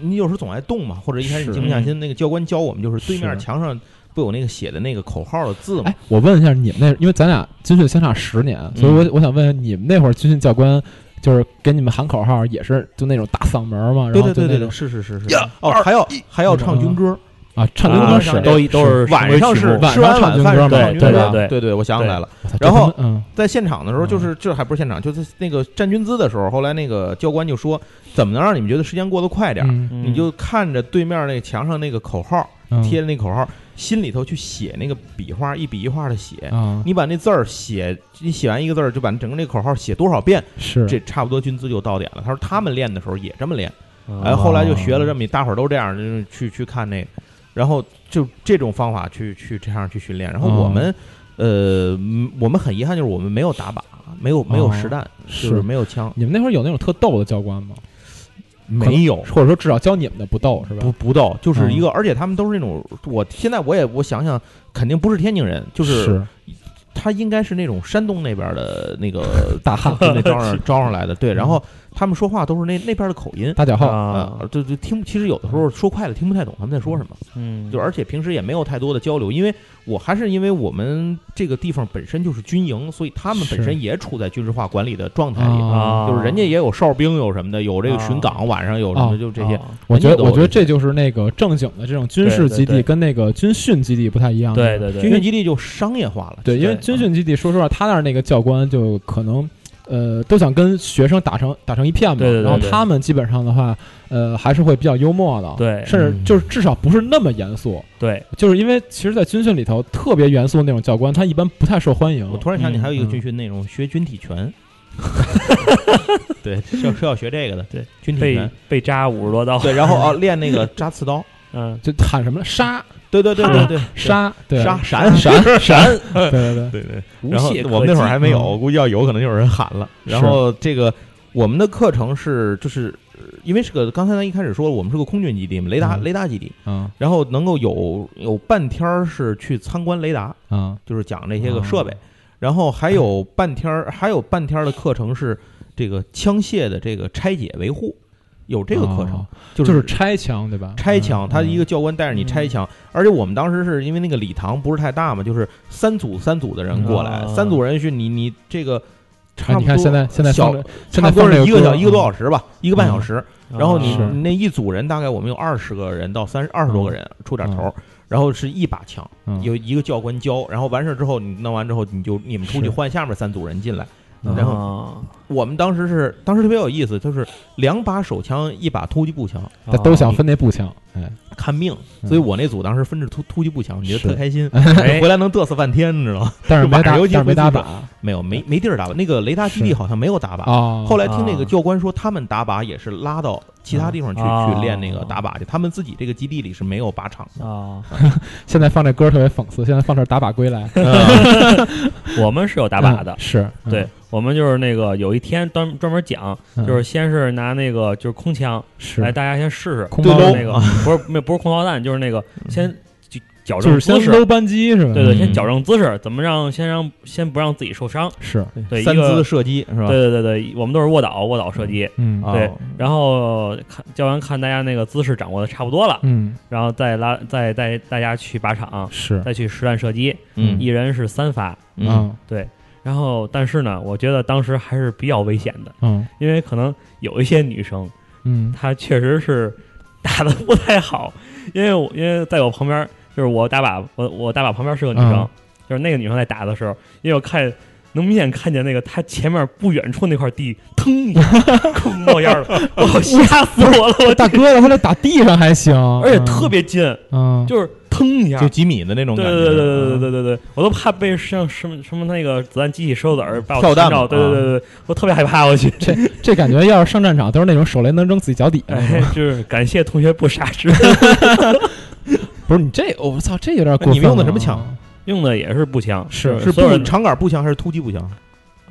[SPEAKER 3] 你有时候总爱动嘛，或者一开始
[SPEAKER 1] 是
[SPEAKER 3] 你静不下心，那个教官教我们就是对面
[SPEAKER 1] 是
[SPEAKER 3] 墙上不有那个写的那个口号的嗯字嘛
[SPEAKER 1] 哎，，我问一下你们那，因为咱俩军训相差十年，所以我我想问一下你们那会儿军训教官就是给你们喊口号，也是就那种大嗓门儿嘛，然
[SPEAKER 3] 对
[SPEAKER 1] 后
[SPEAKER 3] 对
[SPEAKER 1] 就
[SPEAKER 3] 对
[SPEAKER 1] 那
[SPEAKER 3] 对
[SPEAKER 1] 种
[SPEAKER 3] 对，是是是是。哦，还要还要唱军歌，
[SPEAKER 1] 啊唱
[SPEAKER 3] 啊
[SPEAKER 1] 军歌
[SPEAKER 3] 晚
[SPEAKER 1] 是
[SPEAKER 3] 上
[SPEAKER 1] 谁
[SPEAKER 3] 都
[SPEAKER 2] 都是
[SPEAKER 3] 晚上是
[SPEAKER 1] 晚上
[SPEAKER 3] 吃完
[SPEAKER 1] 唱
[SPEAKER 3] 晚
[SPEAKER 1] 军
[SPEAKER 3] 饭
[SPEAKER 1] 歌嘛
[SPEAKER 3] 是唱军
[SPEAKER 1] 对
[SPEAKER 3] 歌
[SPEAKER 1] 对
[SPEAKER 3] 的
[SPEAKER 2] 对
[SPEAKER 3] 对对，我想起来了。
[SPEAKER 1] 我操这
[SPEAKER 3] 然后
[SPEAKER 1] 他妈嗯
[SPEAKER 3] 在现场的时候，
[SPEAKER 1] 嗯
[SPEAKER 3] 就是这还不是现场，就是那个站军姿的时候，后来那个教官就说，怎么能让你们觉得时间过得快点儿？
[SPEAKER 1] 嗯
[SPEAKER 3] 你就看着对面那个墙上那个口号，
[SPEAKER 1] 嗯
[SPEAKER 3] 贴的那口号，心里头去写那个笔画，一笔一画的写。
[SPEAKER 1] 啊
[SPEAKER 3] 你把那字儿写，你写完一个字儿，就把整个那口号写多少遍，
[SPEAKER 1] 是
[SPEAKER 3] 这差不多军姿就到点了。他说他们练的时候也这么练，
[SPEAKER 2] 哎
[SPEAKER 1] 啊
[SPEAKER 3] 哎，后来就学了这么一，大伙儿都这样，就是去去看那个，然后就这种方法去去这样去训练。然后
[SPEAKER 1] 哦
[SPEAKER 3] 我们，呃，嗯我们很遗憾就是我们没有打靶，没有没有实弹，哦就是没有枪，
[SPEAKER 1] 你们那会儿有那种特逗的教官吗？
[SPEAKER 3] 没有。嗯
[SPEAKER 1] 或者说至少教你们的不逗是吧？
[SPEAKER 3] 不不到，就是一个，而且他们都是那种，我现在我也我想想，肯定不是天津人，就是
[SPEAKER 1] 是
[SPEAKER 3] 他应该是那种山东那边的那个
[SPEAKER 1] 大 汉
[SPEAKER 3] 就那招上招上来的，对，然后他们说话都是那那边的口音，
[SPEAKER 1] 嗯大脚后
[SPEAKER 2] 啊
[SPEAKER 3] 啊，，就就听，其实有的时候说快了听不太懂他们在说什么。
[SPEAKER 2] 嗯，
[SPEAKER 3] 就而且平时也没有太多的交流，因为我还是因为我们这个地方本身就是军营，所以他们本
[SPEAKER 1] 是
[SPEAKER 3] 身也处在军事化管理的状态里，
[SPEAKER 1] 啊
[SPEAKER 2] 啊，
[SPEAKER 3] 就是人家也有哨兵，有什么的，有这个
[SPEAKER 2] 啊
[SPEAKER 3] 巡岗，晚上有什
[SPEAKER 1] 啊
[SPEAKER 3] 么，就这些。
[SPEAKER 2] 啊
[SPEAKER 1] 我觉得
[SPEAKER 3] 人家都
[SPEAKER 1] 我
[SPEAKER 3] 有
[SPEAKER 1] 觉得
[SPEAKER 3] 这
[SPEAKER 1] 这就是那个正经的这种军事
[SPEAKER 2] 对对
[SPEAKER 1] 基地
[SPEAKER 2] 对
[SPEAKER 1] 跟那个军训基地不太一样，
[SPEAKER 2] 对对对，
[SPEAKER 3] 军训基地就商业化了，啊
[SPEAKER 1] 对，因为军训基地，说实话，他那儿那个教官就可能，呃，都想跟学生打成打成一片嘛。
[SPEAKER 2] 对对对
[SPEAKER 1] 然后
[SPEAKER 2] 对
[SPEAKER 1] 他们基本上的话，呃，还是会比较幽默的，，
[SPEAKER 2] 对
[SPEAKER 1] 甚至就是至少不是那么严肃，
[SPEAKER 2] 对，
[SPEAKER 1] 就是因为其实，在军训里头特别严肃的那种教官，他一般不太受欢迎。
[SPEAKER 3] 我突然想起还有一个
[SPEAKER 1] 嗯
[SPEAKER 3] 军训内容，学军体 拳。对，是要是要学这个
[SPEAKER 1] 哦
[SPEAKER 3] 的，
[SPEAKER 2] 对，
[SPEAKER 3] 军体
[SPEAKER 2] 被
[SPEAKER 3] 拳。
[SPEAKER 2] 被扎五十多刀，
[SPEAKER 3] 对，然后啊，练那个扎刺 刀。
[SPEAKER 2] 嗯，
[SPEAKER 1] 就喊什么杀
[SPEAKER 3] 对对对对对，
[SPEAKER 1] 杀对
[SPEAKER 3] 杀闪
[SPEAKER 1] 闪
[SPEAKER 3] 闪，
[SPEAKER 1] 对对对，
[SPEAKER 3] 对对。
[SPEAKER 2] 无
[SPEAKER 3] 然后
[SPEAKER 2] 懈
[SPEAKER 3] 我们
[SPEAKER 2] 可
[SPEAKER 3] 那会儿
[SPEAKER 2] 击
[SPEAKER 3] 还没有，
[SPEAKER 1] 嗯
[SPEAKER 3] 我估计要有可能就有人喊了。然
[SPEAKER 1] 是
[SPEAKER 3] 后这个我们的课程是就是呃因为是个刚才咱一开始说了我们是个空军基地嘛，雷达、
[SPEAKER 1] 嗯
[SPEAKER 3] 雷达基地，
[SPEAKER 1] 啊
[SPEAKER 3] 然后能够有有半天儿是去参观雷达，
[SPEAKER 1] 啊
[SPEAKER 3] 就是讲那些个设
[SPEAKER 1] 哦
[SPEAKER 3] 备，然后还有半天 儿还有半天儿的课程是这个枪械的这个拆解维护，有这个课程、
[SPEAKER 1] 哦
[SPEAKER 3] 就
[SPEAKER 1] 就是是。拆墙对吧？
[SPEAKER 3] 拆墙，
[SPEAKER 1] 嗯
[SPEAKER 3] 他一个教官带着你拆墙，而且我们当时是因为那个礼堂不是太大嘛，就是三组三组的人过来，
[SPEAKER 2] 啊
[SPEAKER 1] 哦
[SPEAKER 3] 三组人是你你这个差
[SPEAKER 1] 哎，
[SPEAKER 3] 不多，
[SPEAKER 1] 你看现在现在
[SPEAKER 3] 小
[SPEAKER 1] 放着嗯现
[SPEAKER 3] 差
[SPEAKER 1] 在
[SPEAKER 3] 不多
[SPEAKER 1] 放这
[SPEAKER 3] 是一个小
[SPEAKER 1] 歌嗯
[SPEAKER 3] 一个多小时吧，一个半小时，然后你
[SPEAKER 1] 是
[SPEAKER 3] 那一组人大概我们有二十个人到三二十多个人出点头，然后是一把枪，
[SPEAKER 1] 嗯
[SPEAKER 3] 有一个教官教，然后完事儿之后你弄完之后你就你们出去
[SPEAKER 1] 是
[SPEAKER 3] 换下面三组人进来，
[SPEAKER 1] 嗯
[SPEAKER 3] 然后
[SPEAKER 2] 后
[SPEAKER 3] 我们当时是当时特别有意思，就是两把手枪，一把突击步枪，
[SPEAKER 2] 啊
[SPEAKER 1] 他都想分那步枪，哎，
[SPEAKER 3] 看命。
[SPEAKER 1] 嗯
[SPEAKER 3] 所以我那组当时分着突突击步枪，你就是特开心，
[SPEAKER 2] 哎
[SPEAKER 3] 回来能嘚瑟半天，你知道吗？
[SPEAKER 1] 但是没
[SPEAKER 3] 晚上
[SPEAKER 1] 打，
[SPEAKER 3] 尤
[SPEAKER 1] 但
[SPEAKER 3] 其
[SPEAKER 1] 是没
[SPEAKER 3] 回
[SPEAKER 1] 打
[SPEAKER 3] 宿
[SPEAKER 1] 靶
[SPEAKER 3] 舍没有，没没地儿打靶。那个雷达基地
[SPEAKER 1] 是
[SPEAKER 3] 好像没有打靶。
[SPEAKER 1] 啊。
[SPEAKER 3] 后来听那
[SPEAKER 2] 啊
[SPEAKER 3] 个教官说，他们打靶也是拉到其他地方去、
[SPEAKER 2] 啊
[SPEAKER 3] 去练那个打靶去，他们自己这个基地里是没有靶 场的。
[SPEAKER 2] 啊，
[SPEAKER 1] 现在放这歌特别讽刺，现在放这打靶归来，
[SPEAKER 3] 啊
[SPEAKER 2] 我们是有打靶的
[SPEAKER 1] 嗯，是，嗯
[SPEAKER 2] 对，我们就是那个有一天专专门讲，
[SPEAKER 1] 嗯
[SPEAKER 2] 就是哎先是拿那个就是空枪
[SPEAKER 1] 是
[SPEAKER 2] 来，大家先试试，
[SPEAKER 1] 空
[SPEAKER 3] 对
[SPEAKER 1] 包
[SPEAKER 2] 就是
[SPEAKER 3] 喽
[SPEAKER 2] 那个不是没不是空包弹，就是那个先就矫
[SPEAKER 1] 就
[SPEAKER 2] 正
[SPEAKER 1] 是先
[SPEAKER 2] 姿势，
[SPEAKER 1] 搂扳机是吧？
[SPEAKER 2] 对对，
[SPEAKER 3] 嗯
[SPEAKER 2] 先矫正姿势，怎么让先让先不让自己受伤？
[SPEAKER 1] 是，
[SPEAKER 2] 对，一
[SPEAKER 3] 三
[SPEAKER 2] 个
[SPEAKER 3] 姿射击是吧？
[SPEAKER 2] 对对对对，我们都是卧倒卧倒射击，
[SPEAKER 1] 嗯
[SPEAKER 3] 啊
[SPEAKER 2] 对然后看教完看大家那个姿势掌握的差不多了，
[SPEAKER 1] 嗯
[SPEAKER 2] 然后再拉再带大家去靶场，
[SPEAKER 1] 是，啊
[SPEAKER 2] 再去实弹射击，
[SPEAKER 3] 嗯
[SPEAKER 2] 一人是三发。
[SPEAKER 3] 嗯，
[SPEAKER 2] 对，然后但是呢，我觉得当时还是比较危险的，
[SPEAKER 1] 嗯
[SPEAKER 2] 因为可能有一些女生
[SPEAKER 1] 嗯
[SPEAKER 2] 她确实是打的不太好，因为我因为在我旁边就是我打靶，我我打靶旁边是个女生，
[SPEAKER 1] 嗯
[SPEAKER 2] 就是那个女生在打的时候，因为我看。能明显看见那个她前面不远处那块地，腾一 下空冒烟了，我吓死我了！我
[SPEAKER 1] 嗯，大哥了，他这打地上还行，
[SPEAKER 2] 而且特别近，
[SPEAKER 1] 嗯，嗯
[SPEAKER 2] 就是腾一下
[SPEAKER 3] 哦就，几米的那种
[SPEAKER 2] 对
[SPEAKER 3] 感觉。嗯
[SPEAKER 2] 对对对对
[SPEAKER 3] 对
[SPEAKER 2] 对对对，我都怕被像什么什么那个子弹机器手子儿把我
[SPEAKER 3] 跳
[SPEAKER 2] 弹
[SPEAKER 3] 弹啊嘛
[SPEAKER 2] 着，对对对对对，我特别害怕，我去，
[SPEAKER 1] 这这感觉要是上战场都是那种手雷能扔自己脚底下，
[SPEAKER 3] 嗯
[SPEAKER 2] 哎，就是感谢同学不杀之恩，
[SPEAKER 1] 不是你这我操，这有点过分了。啊
[SPEAKER 3] 你们用的什么枪
[SPEAKER 2] 用的也是步枪，
[SPEAKER 1] 是
[SPEAKER 3] 是
[SPEAKER 2] 所有
[SPEAKER 3] 步
[SPEAKER 2] 人
[SPEAKER 3] 长杆步枪还是突击步枪？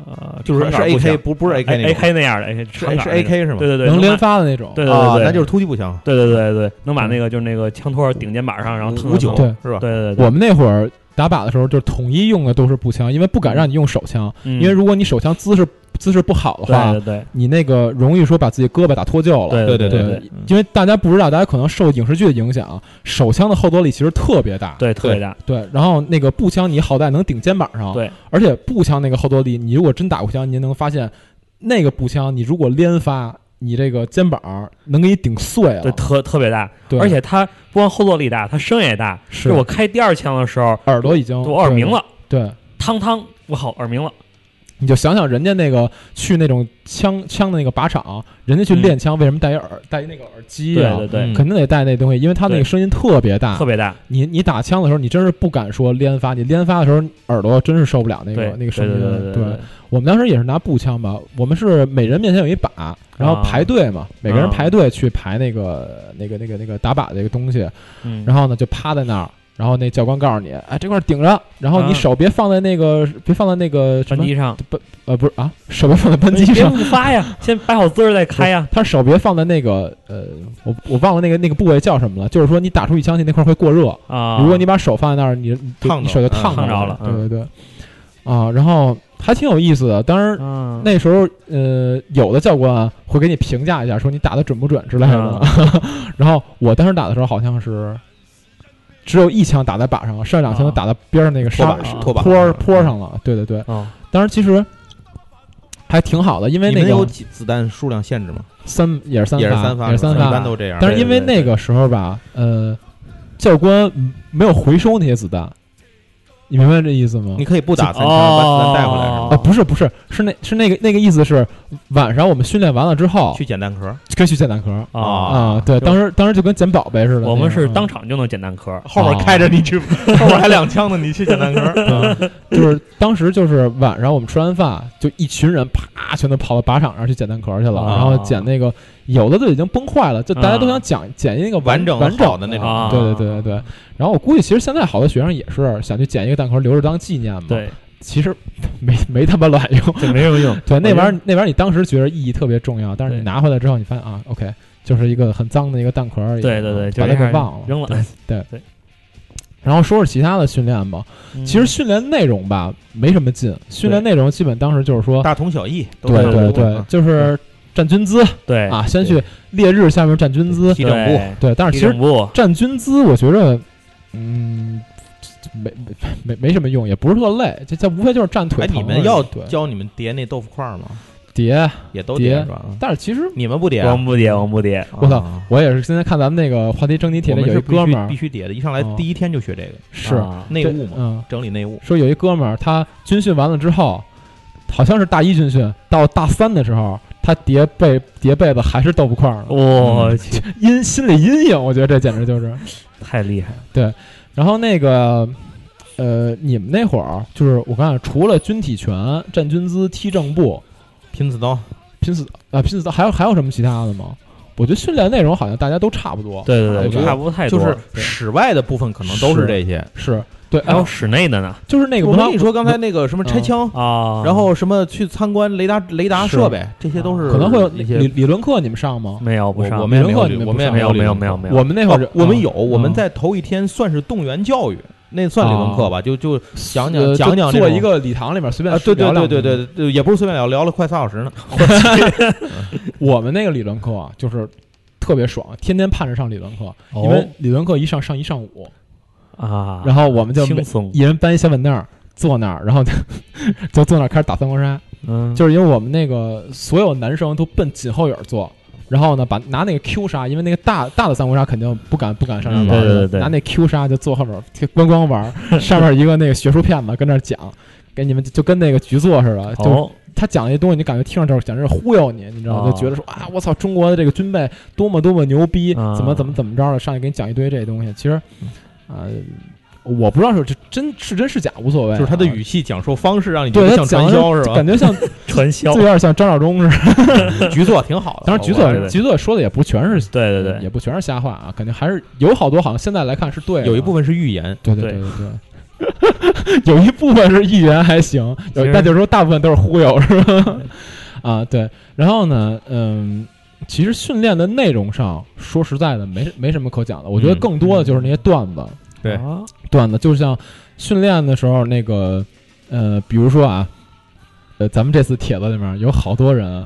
[SPEAKER 2] 呃，
[SPEAKER 3] 就是是
[SPEAKER 2] 长杆步枪
[SPEAKER 3] AK，
[SPEAKER 2] 哎
[SPEAKER 3] 不不是 AK 那
[SPEAKER 2] A
[SPEAKER 3] 种，
[SPEAKER 2] K 那样的，AK
[SPEAKER 3] 是
[SPEAKER 2] 长杆
[SPEAKER 3] 是
[SPEAKER 2] 那种
[SPEAKER 3] AK 是吗？
[SPEAKER 2] 对对对，
[SPEAKER 1] 能连
[SPEAKER 2] 把，
[SPEAKER 1] 发的那种？
[SPEAKER 2] 对对
[SPEAKER 3] 啊
[SPEAKER 2] 对，，
[SPEAKER 3] 那就是突击步枪，
[SPEAKER 2] 对对对对，能把那个就是那个枪托顶肩膀上，然后腾
[SPEAKER 3] 五九
[SPEAKER 2] 腾
[SPEAKER 1] 对
[SPEAKER 3] 是吧？
[SPEAKER 2] 对对对，
[SPEAKER 1] 我们那会儿打靶的时候，就统一用的都是步枪，因为不敢让你用手枪，
[SPEAKER 2] 因
[SPEAKER 1] 因为如果你手枪姿势姿势不好的话
[SPEAKER 2] 嗯对，对
[SPEAKER 1] 你那个容易说把自己胳膊打脱臼了。
[SPEAKER 2] 对
[SPEAKER 3] 对
[SPEAKER 2] 对对嗯
[SPEAKER 1] 对因为大家不知道，大家可能受影视剧的影响，手枪的后坐力其实特别大。
[SPEAKER 2] 对，特别大，
[SPEAKER 1] 对，然后那个步枪你好歹能顶肩膀上，
[SPEAKER 2] 对，
[SPEAKER 1] 而且步枪那个后坐力，你如果真打过枪，您能发现那个步枪你如果连发，你这个肩膀能给你顶碎了。
[SPEAKER 2] 对特特别大，
[SPEAKER 1] 对
[SPEAKER 2] 而且它不光后坐力大，它声也大，
[SPEAKER 1] 是
[SPEAKER 2] 就我开第二枪的时候，
[SPEAKER 1] 耳朵已经
[SPEAKER 2] 我耳鸣了，
[SPEAKER 1] 对。对，
[SPEAKER 2] 汤汤，我好耳鸣了，
[SPEAKER 1] 你就想想人家那个去那种枪枪的那个靶场，人家去
[SPEAKER 2] 嗯
[SPEAKER 1] 练枪，为什么戴一耳戴一那个耳机啊？
[SPEAKER 2] 对对对，
[SPEAKER 3] 嗯
[SPEAKER 1] 肯定得戴那东西，因为他那
[SPEAKER 2] 对
[SPEAKER 1] 个声音特别大
[SPEAKER 2] 特。别大，
[SPEAKER 1] 你你打枪的时候，你真是不敢说连发，你连发的时候耳朵真是受不了那
[SPEAKER 2] 对
[SPEAKER 1] 个那个声音。啊
[SPEAKER 2] 对对对，
[SPEAKER 1] 我们当时也是拿步枪吧，我们是每人面前有一靶，然
[SPEAKER 2] 啊
[SPEAKER 1] 后排队嘛，每个人排队去排那个、那个那个那个打靶的那个东西，
[SPEAKER 2] 嗯，
[SPEAKER 1] 然后呢就趴在那儿。然后那教官告诉你，哎，这块儿顶着，然后
[SPEAKER 2] 啊
[SPEAKER 1] 你手别放在那个，别放在那个什
[SPEAKER 2] 扳
[SPEAKER 1] 么，
[SPEAKER 2] 机上，
[SPEAKER 1] 呃，不是啊，手别放在扳机
[SPEAKER 2] 别
[SPEAKER 1] 上，
[SPEAKER 2] 误发呀，先摆好姿势再开 呀，
[SPEAKER 1] 他手别放在那个呃，我我忘了那个那个部位叫什么了，就是说你打出一枪去那块儿会过热，
[SPEAKER 2] 啊，
[SPEAKER 1] 如果你把手放在那儿，你你就
[SPEAKER 3] 烫着
[SPEAKER 1] 你手就
[SPEAKER 3] 嗯
[SPEAKER 1] 烫
[SPEAKER 2] 烫着了
[SPEAKER 1] 了，对
[SPEAKER 2] 嗯
[SPEAKER 1] 对对，啊，然后还挺有意思的。当然
[SPEAKER 2] 嗯，
[SPEAKER 1] 那时候呃，有的教官啊会给你评价一下，说你打的准不准之类
[SPEAKER 2] 嗯
[SPEAKER 1] 的。然后我当时打的时候好像是。只有一枪打在靶上，剩下两枪都
[SPEAKER 2] 啊
[SPEAKER 1] 打在边上那个
[SPEAKER 3] 拖
[SPEAKER 1] 沙
[SPEAKER 3] 把
[SPEAKER 2] 是
[SPEAKER 3] 拖把嗯
[SPEAKER 1] 坡儿坡儿上了。对对对，
[SPEAKER 2] 哦，
[SPEAKER 1] 当时其实还挺好的，因为
[SPEAKER 3] 你
[SPEAKER 1] 那
[SPEAKER 3] 们有
[SPEAKER 1] 个
[SPEAKER 3] 几子弹数量限制吗？
[SPEAKER 1] 三也是三
[SPEAKER 3] 也是
[SPEAKER 1] 发
[SPEAKER 3] 三发，
[SPEAKER 1] 也是三
[SPEAKER 3] 吧
[SPEAKER 1] 发
[SPEAKER 3] 一般都
[SPEAKER 2] 啊
[SPEAKER 3] 这样。
[SPEAKER 1] 但是因为
[SPEAKER 2] 对对对
[SPEAKER 1] 那个时候吧，呃，教官嗯没有回收那些子弹，你明白这意思吗
[SPEAKER 3] 你？可以不打三枪，
[SPEAKER 2] 哦
[SPEAKER 3] 把子弹带回来是
[SPEAKER 1] 啊，
[SPEAKER 3] 吗？
[SPEAKER 1] 不是不是，是那是那个那个意思是，晚上我们训练完了之后，
[SPEAKER 3] 去捡弹壳，
[SPEAKER 1] 可以去捡弹壳
[SPEAKER 2] 啊
[SPEAKER 1] 啊。对，
[SPEAKER 2] 就
[SPEAKER 1] 当时当时就跟捡宝贝似的那种。
[SPEAKER 2] 我们是
[SPEAKER 1] 嗯
[SPEAKER 2] 当场就能捡弹壳，
[SPEAKER 3] 后
[SPEAKER 1] 哦
[SPEAKER 3] 面开着你 去，后面还两枪呢，你去捡弹壳。
[SPEAKER 1] 嗯 就是当时就是晚上我们吃完饭，就一群人啪全都跑到靶场上去捡弹壳去了，
[SPEAKER 2] 啊
[SPEAKER 1] 然后捡那个有的都已经崩坏了，就大家都
[SPEAKER 2] 啊
[SPEAKER 1] 想捡捡一个
[SPEAKER 3] 完整
[SPEAKER 1] 整
[SPEAKER 3] 的
[SPEAKER 1] 完
[SPEAKER 3] 好的那种
[SPEAKER 2] 啊
[SPEAKER 1] 对对对对对。然后我估计其实现在好多学生也是想去捡一个弹壳留着当纪念嘛。，
[SPEAKER 2] 对，
[SPEAKER 1] 其实 没没他妈卵 用。
[SPEAKER 2] 这没什么用，
[SPEAKER 1] 对，那
[SPEAKER 2] 我觉
[SPEAKER 1] 玩
[SPEAKER 2] 得
[SPEAKER 1] 意儿那玩意儿你当时觉得意义特别重要，但是你
[SPEAKER 2] 对
[SPEAKER 1] 拿回来之后你发现啊，OK，就是一个很脏的一个弹壳而已。
[SPEAKER 2] 对对对，就
[SPEAKER 1] 把它
[SPEAKER 2] 这
[SPEAKER 1] 给
[SPEAKER 2] 样
[SPEAKER 1] 忘了，
[SPEAKER 2] 扔了
[SPEAKER 1] 对。对。然后说说其他的训练吧，
[SPEAKER 2] 嗯
[SPEAKER 1] 其实训练内容吧没什么劲，训练内容基本当时就是说，
[SPEAKER 3] 大同小异，都
[SPEAKER 1] 对
[SPEAKER 3] 是
[SPEAKER 1] 对
[SPEAKER 3] 都
[SPEAKER 1] 对，就是站军姿
[SPEAKER 2] 对
[SPEAKER 1] 啊，先去烈日下面站军姿，
[SPEAKER 3] 踢正步
[SPEAKER 2] 对
[SPEAKER 1] 对，但是
[SPEAKER 2] 踢
[SPEAKER 1] 其实
[SPEAKER 2] 正步，
[SPEAKER 1] 站军姿，我觉着，嗯，没没没没什么用，也不是特累，这这无非就是站腿
[SPEAKER 3] 哎，
[SPEAKER 1] 疼而已。
[SPEAKER 3] 你们要
[SPEAKER 1] 对
[SPEAKER 3] 教你们叠那豆腐块吗？
[SPEAKER 1] 叠，
[SPEAKER 3] 也都
[SPEAKER 1] 叠
[SPEAKER 3] 叠是吧？
[SPEAKER 1] 但是其实
[SPEAKER 3] 你们不叠啊？
[SPEAKER 2] 我们不叠，我们不叠，
[SPEAKER 1] 我操
[SPEAKER 3] 啊
[SPEAKER 1] 我也是今天看咱们那个话题征集帖
[SPEAKER 3] 我
[SPEAKER 1] 里
[SPEAKER 3] 们
[SPEAKER 1] 有
[SPEAKER 3] 是
[SPEAKER 1] 一
[SPEAKER 3] 必须
[SPEAKER 1] 哥们儿
[SPEAKER 3] 必须叠的，一上来
[SPEAKER 1] 哦
[SPEAKER 3] 第一天就学这个
[SPEAKER 1] 是
[SPEAKER 2] 啊
[SPEAKER 3] 内
[SPEAKER 1] 这
[SPEAKER 3] 务嘛，
[SPEAKER 1] 嗯，
[SPEAKER 3] 整理内务。
[SPEAKER 1] 说有一哥们儿他军训完了之后，好像是大一军训到大三的时候，他叠被叠被子还是豆腐块儿呢，
[SPEAKER 3] 哦
[SPEAKER 2] 我
[SPEAKER 1] 嗯
[SPEAKER 2] 去，
[SPEAKER 1] 阴心理阴影，我觉得这简直就是。
[SPEAKER 2] 太厉 害了！
[SPEAKER 1] 然后那个，呃，你们那会儿就是我看除了军体拳、站军姿、踢正步、
[SPEAKER 3] 拼刺刀，
[SPEAKER 1] 拼死啊、拼死，还有还有什么其他的吗？我觉得训练内容好像大家都差不多。
[SPEAKER 2] 对对
[SPEAKER 1] 我觉
[SPEAKER 2] 对，
[SPEAKER 1] 得
[SPEAKER 2] 差不太
[SPEAKER 3] 就
[SPEAKER 2] 多。
[SPEAKER 3] 是
[SPEAKER 1] 对
[SPEAKER 3] 室外的部分可能都是这些。
[SPEAKER 1] 是，对，
[SPEAKER 2] 还
[SPEAKER 1] 然
[SPEAKER 2] 有
[SPEAKER 1] 后
[SPEAKER 2] 室内的呢
[SPEAKER 1] 就是那个
[SPEAKER 3] 我
[SPEAKER 1] 文化
[SPEAKER 3] 跟你说，刚才那个什么拆枪，
[SPEAKER 2] 啊，
[SPEAKER 3] 然后什么去参观雷达雷达设备，这些都是啊
[SPEAKER 1] 可能会有
[SPEAKER 3] 一些
[SPEAKER 1] 理理论课，你们上吗？
[SPEAKER 2] 没有不
[SPEAKER 3] 我
[SPEAKER 2] 上，
[SPEAKER 3] 我们也没有
[SPEAKER 1] 理论课
[SPEAKER 3] 理
[SPEAKER 1] 你们
[SPEAKER 3] 我
[SPEAKER 1] 不
[SPEAKER 3] 们也
[SPEAKER 1] 上
[SPEAKER 2] 没有
[SPEAKER 3] 理
[SPEAKER 2] 没有
[SPEAKER 3] 论
[SPEAKER 2] 没有
[SPEAKER 3] 课
[SPEAKER 2] 没有，
[SPEAKER 1] 我们那会儿
[SPEAKER 3] 哦我们有，
[SPEAKER 1] 嗯
[SPEAKER 3] 我们在头一天算是动员教育，那算理论课吧，就就讲讲
[SPEAKER 1] 呃
[SPEAKER 3] 讲讲
[SPEAKER 1] 就
[SPEAKER 3] 这
[SPEAKER 1] 做
[SPEAKER 3] 种
[SPEAKER 1] 一个礼堂里面随便
[SPEAKER 3] 啊啊，对对
[SPEAKER 1] 聊两
[SPEAKER 3] 对
[SPEAKER 1] 句
[SPEAKER 3] 对对对，也不是随便聊，聊了快仨小时呢。
[SPEAKER 1] 我们那个理论课啊，就是特别爽，天天盼着上理论课，
[SPEAKER 2] 哦
[SPEAKER 1] 因为理论课一上上一上午，
[SPEAKER 2] 啊，
[SPEAKER 1] 然后我们就每
[SPEAKER 2] 轻松，
[SPEAKER 1] 一人搬一小板凳儿坐那儿，然后就 就坐那儿开始打三国杀，
[SPEAKER 2] 嗯，
[SPEAKER 1] 就是因为我们那个所有男生都奔紧后眼儿坐。然后呢，把拿那个 Q 杀，因为那个大大的三国杀肯定不敢不敢上面
[SPEAKER 3] 嗯
[SPEAKER 1] 玩儿，
[SPEAKER 2] 对对对
[SPEAKER 1] 拿那 Q 杀就坐后面就光光玩儿，上面一个那个学术骗子跟那儿讲，给你们就跟那个局座似的，就
[SPEAKER 2] 哦，
[SPEAKER 1] 他讲的一东西，你感觉听上就是简直是忽悠你，你知道吗？
[SPEAKER 2] 哦
[SPEAKER 1] 就觉得说啊，我操，中国的这个军备多么多么牛逼，
[SPEAKER 2] 啊嗯
[SPEAKER 1] 怎么怎么怎么着的，上去给你讲一堆这东西。其实，啊、我不知道是这真是真是假无所谓啊，
[SPEAKER 3] 就是他的语气讲述方式，让你觉
[SPEAKER 1] 对
[SPEAKER 3] 得
[SPEAKER 1] 他
[SPEAKER 3] 像
[SPEAKER 1] 讲
[SPEAKER 3] 传
[SPEAKER 1] 的
[SPEAKER 3] 销是
[SPEAKER 1] 感
[SPEAKER 3] 吧？
[SPEAKER 1] 觉 像
[SPEAKER 2] 传销
[SPEAKER 1] 就，有点像张召忠似的。
[SPEAKER 3] 局座挺好的，
[SPEAKER 1] 当然，局
[SPEAKER 2] 对
[SPEAKER 1] 座
[SPEAKER 2] 对对
[SPEAKER 1] 局座说的也不全是，
[SPEAKER 2] 对对对，
[SPEAKER 1] 也不全是瞎话啊，肯定还是有好多好像现在来看是对的，
[SPEAKER 3] 有一部分是预言，
[SPEAKER 1] 对对对对对， 有一部分是议员还行，有
[SPEAKER 2] 其实
[SPEAKER 1] 那就是说大部分都是忽悠，是吧？ 啊，对。然后呢，嗯，其实训练的内容上，说实在的，没没什么可讲的。我觉得
[SPEAKER 3] 嗯
[SPEAKER 1] 更多的就是那些段子，
[SPEAKER 3] 对
[SPEAKER 2] 啊
[SPEAKER 1] 段子就像训练的时候那个，呃，比如说啊，呃，咱们这次帖子里面有好多人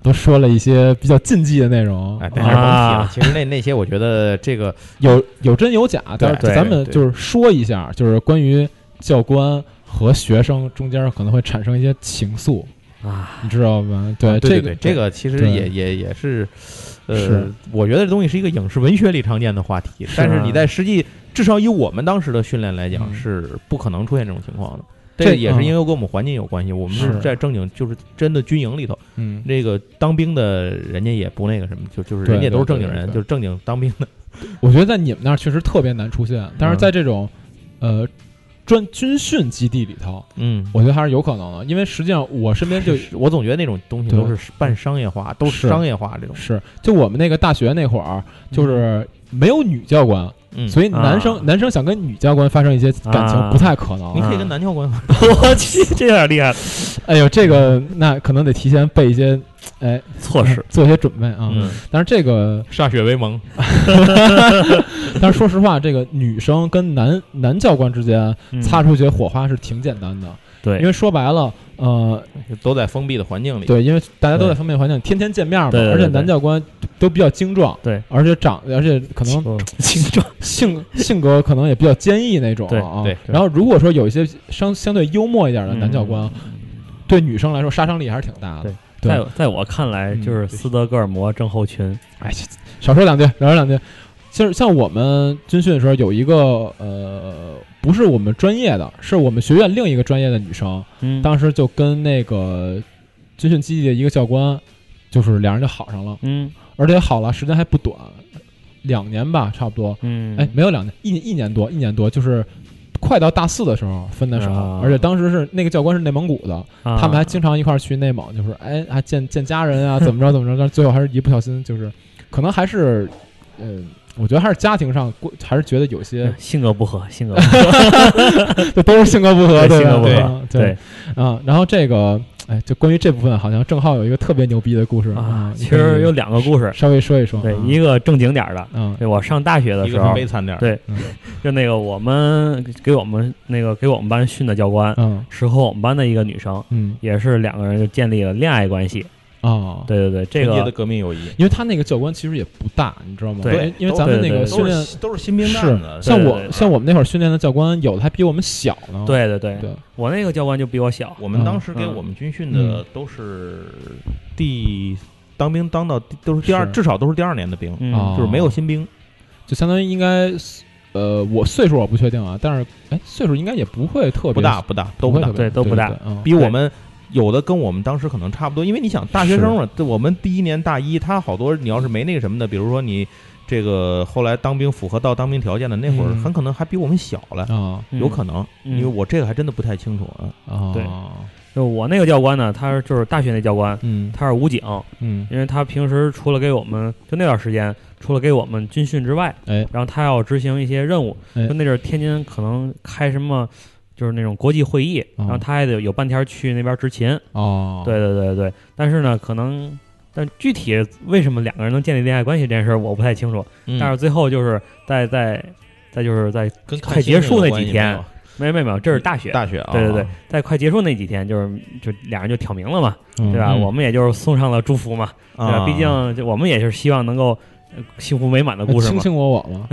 [SPEAKER 1] 都说了一些比较禁忌的内容，
[SPEAKER 3] 哎，
[SPEAKER 1] 啊
[SPEAKER 3] 但还是甭提了
[SPEAKER 2] 啊。
[SPEAKER 3] 其实那那些，我觉得这个
[SPEAKER 1] 有有真有假，但是
[SPEAKER 2] 对
[SPEAKER 1] 咱们
[SPEAKER 3] 对
[SPEAKER 1] 就是说一下，就是关于教官和学生中间可能会产生一些情愫，
[SPEAKER 2] 啊，
[SPEAKER 1] 你知道吗？
[SPEAKER 3] 啊
[SPEAKER 1] 这
[SPEAKER 3] 对
[SPEAKER 1] 个
[SPEAKER 3] 对，这个其实
[SPEAKER 1] 对
[SPEAKER 3] 也也也是，呃
[SPEAKER 1] 是，
[SPEAKER 3] 我觉得这东西是一个影视文学里常见的话题，
[SPEAKER 2] 是啊
[SPEAKER 3] 但是你在实际，至少以我们当时的训练来讲，
[SPEAKER 1] 嗯
[SPEAKER 3] 是不可能出现这种情况的。
[SPEAKER 1] 这
[SPEAKER 3] 这也是
[SPEAKER 1] 嗯
[SPEAKER 3] 因为跟我们环境有关系，我们是
[SPEAKER 1] 是
[SPEAKER 3] 在正经就是真的军营里头，
[SPEAKER 1] 嗯，
[SPEAKER 3] 那个当兵的人家也不那个什么，就就是
[SPEAKER 1] 对
[SPEAKER 3] 人家都是正经
[SPEAKER 1] 对对
[SPEAKER 3] 人，
[SPEAKER 1] 对
[SPEAKER 3] 就是正经当兵的。
[SPEAKER 1] 我觉得在你们那儿确实特别难出现，但是在这种呃专军训基地里头，
[SPEAKER 3] 嗯，
[SPEAKER 1] 我觉得还是有可能的，因为实际上我身边就
[SPEAKER 3] 我总觉得那种东西
[SPEAKER 1] 对
[SPEAKER 3] 都是半商业化，都
[SPEAKER 1] 是
[SPEAKER 3] 商业化这种。
[SPEAKER 1] 是就我们那个大学那会儿，就是没有女教官，
[SPEAKER 3] 嗯，
[SPEAKER 1] 所以男生、
[SPEAKER 2] 嗯啊
[SPEAKER 1] 男生想跟女教官发生一些感情
[SPEAKER 2] 啊
[SPEAKER 1] 不太可能。
[SPEAKER 3] 你可以跟男教官
[SPEAKER 2] 我去，这有点厉害，
[SPEAKER 1] 哎呦，这个那可能得提前备一些，哎，
[SPEAKER 2] 措施
[SPEAKER 1] 做一些准备啊。
[SPEAKER 3] 嗯
[SPEAKER 1] 但是这个，
[SPEAKER 3] 歃血为盟。
[SPEAKER 1] 但是说实话，这个女生跟男男教官之间擦出一些火花是挺简单的，
[SPEAKER 2] 嗯对，
[SPEAKER 1] 因为说白了，呃，
[SPEAKER 3] 都在封闭的环境里。
[SPEAKER 1] 对，因为大家都在封闭环境，天天见面嘛，
[SPEAKER 2] 对对对
[SPEAKER 1] 而且
[SPEAKER 2] 对
[SPEAKER 1] 男教官都比较精壮，
[SPEAKER 2] 对，
[SPEAKER 1] 而且长，而且可能
[SPEAKER 2] 轻重
[SPEAKER 1] 性性格可能也比较坚毅那种
[SPEAKER 2] 对嗯
[SPEAKER 1] 啊。
[SPEAKER 3] 对对
[SPEAKER 1] 然后如果说有一些相相对幽默一点的男教官，对女生来说杀伤力还是挺大的
[SPEAKER 2] 对。
[SPEAKER 1] 对
[SPEAKER 2] 在在我看来，
[SPEAKER 1] 嗯
[SPEAKER 2] 就是斯德哥尔摩症候群。
[SPEAKER 1] 哎，少说两句，少说两句。就是像我们军训的时候，有一个呃，不是我们专业的，是我们学院另一个专业的女生，
[SPEAKER 2] 嗯
[SPEAKER 1] 当时就跟那个军训基地的一个教官，就是两人就好上了，
[SPEAKER 2] 嗯
[SPEAKER 1] 而且好了时间还不短，两年吧，差不多。
[SPEAKER 2] 嗯，
[SPEAKER 1] 哎，没有两年，一一年多，一年多，就是快到大四的时候分的手，
[SPEAKER 2] 啊
[SPEAKER 1] 而且当时是那个教官是内蒙古的，
[SPEAKER 2] 啊，
[SPEAKER 1] 他们还经常一块儿去内蒙，就是哎，还见见家人啊，怎么着怎么着，但是最后还是一不小心，就是可能还是，呃，我觉得还是家庭上过，还是觉得有些
[SPEAKER 2] 嗯性格不合，性格不合
[SPEAKER 1] 这 都是性格不合，
[SPEAKER 2] 对
[SPEAKER 1] 吧
[SPEAKER 2] 性格不
[SPEAKER 1] 对对啊。然后这个，哎，就关于这部分，好像正浩有一个特别牛逼的故事
[SPEAKER 2] 啊。
[SPEAKER 1] 你
[SPEAKER 2] 其
[SPEAKER 1] 可
[SPEAKER 2] 实
[SPEAKER 1] 以
[SPEAKER 2] 有两个故事，
[SPEAKER 1] 稍微说一说，
[SPEAKER 2] 对
[SPEAKER 1] 啊，
[SPEAKER 2] 一个正经点儿的，
[SPEAKER 1] 嗯
[SPEAKER 2] 对我上大学的
[SPEAKER 3] 一
[SPEAKER 2] 时
[SPEAKER 3] 个是
[SPEAKER 2] 候
[SPEAKER 3] 悲，惨点儿。
[SPEAKER 2] 对，就那个我们给我们那个给我们班训的教官，
[SPEAKER 1] 嗯
[SPEAKER 2] 是和我们班的一个女生，
[SPEAKER 1] 嗯
[SPEAKER 2] 也是两个人就建立了恋爱关系。
[SPEAKER 1] 啊，
[SPEAKER 2] 对对对，这
[SPEAKER 3] 纯洁的
[SPEAKER 2] 个
[SPEAKER 3] 革命友谊。
[SPEAKER 1] 因为他那个教官其实也不大，你知道吗？
[SPEAKER 2] 对
[SPEAKER 1] 因为咱们那个
[SPEAKER 2] 对对对
[SPEAKER 1] 训练
[SPEAKER 3] 都是新兵
[SPEAKER 1] 是
[SPEAKER 3] 蛋子，
[SPEAKER 1] 像
[SPEAKER 2] 对对
[SPEAKER 1] 我
[SPEAKER 2] 对
[SPEAKER 1] 像我们那会儿训练的教官，有的还比我们小呢。
[SPEAKER 2] 对对对，
[SPEAKER 1] 对，
[SPEAKER 2] 我那个教官就比我小，
[SPEAKER 3] 我们当时
[SPEAKER 2] 嗯
[SPEAKER 3] 给我们军训的
[SPEAKER 1] 嗯
[SPEAKER 3] 都是第当兵当到第都是第二，
[SPEAKER 1] 是
[SPEAKER 3] 至少都是第二年的兵，
[SPEAKER 2] 嗯
[SPEAKER 1] 哦
[SPEAKER 3] 就是没有新兵。
[SPEAKER 1] 就相当于应该，呃，我岁数我不确定啊，但是哎，岁数应该也不会特别
[SPEAKER 3] 不大，不大，都
[SPEAKER 1] 不会
[SPEAKER 3] 大
[SPEAKER 1] 特，别
[SPEAKER 2] 对都不大
[SPEAKER 1] 对对对嗯
[SPEAKER 3] 比我们有的跟我们当时可能差不多，因为你想大学生嘛，对我们第一年大一，他好多你要是没那个什么的，比如说你这个后来当兵符合到当兵条件的那会儿，
[SPEAKER 1] 嗯
[SPEAKER 3] 很可能还比我们小了，
[SPEAKER 1] 啊
[SPEAKER 3] 有可能，
[SPEAKER 2] 嗯
[SPEAKER 3] 因为我这个还真的不太清楚啊。
[SPEAKER 1] 啊，
[SPEAKER 2] 对就我那个教官呢，他是就是大学那教官，
[SPEAKER 3] 嗯
[SPEAKER 2] 他是武警，
[SPEAKER 1] 嗯，
[SPEAKER 2] 因为他平时除了给我们就那段时间，除了给我们军训之外，
[SPEAKER 1] 哎，
[SPEAKER 2] 然后他要执行一些任务，
[SPEAKER 1] 哎
[SPEAKER 2] 就那阵儿天津可能开什么。就是那种国际会议，
[SPEAKER 3] 哦
[SPEAKER 2] 然后他还得有半天去那边执勤。
[SPEAKER 1] 哦，
[SPEAKER 2] 对对对对，但是呢，可能，但具体为什么两个人能建立恋爱关系这件事儿我不太清楚。
[SPEAKER 3] 嗯，
[SPEAKER 2] 但是最后就是在在在就是在
[SPEAKER 3] 跟
[SPEAKER 2] 快
[SPEAKER 3] 看星
[SPEAKER 2] 结
[SPEAKER 3] 星
[SPEAKER 2] 束
[SPEAKER 3] 有
[SPEAKER 2] 那
[SPEAKER 3] 关
[SPEAKER 2] 几
[SPEAKER 3] 系没
[SPEAKER 2] 天
[SPEAKER 3] 有
[SPEAKER 2] 没没没有，这是大学，
[SPEAKER 3] 大学啊，
[SPEAKER 2] 对对对，在快结束那几天，就是就俩人就挑明了嘛，
[SPEAKER 1] 嗯，
[SPEAKER 2] 对吧？
[SPEAKER 3] 嗯
[SPEAKER 2] 我们也就是送上了祝福嘛，对吧？
[SPEAKER 3] 啊，
[SPEAKER 2] 毕竟就我们也是希望能够呃幸福美满的
[SPEAKER 1] 哎
[SPEAKER 2] 故事
[SPEAKER 1] 卿
[SPEAKER 2] 嘛，
[SPEAKER 1] 卿我我 嘛，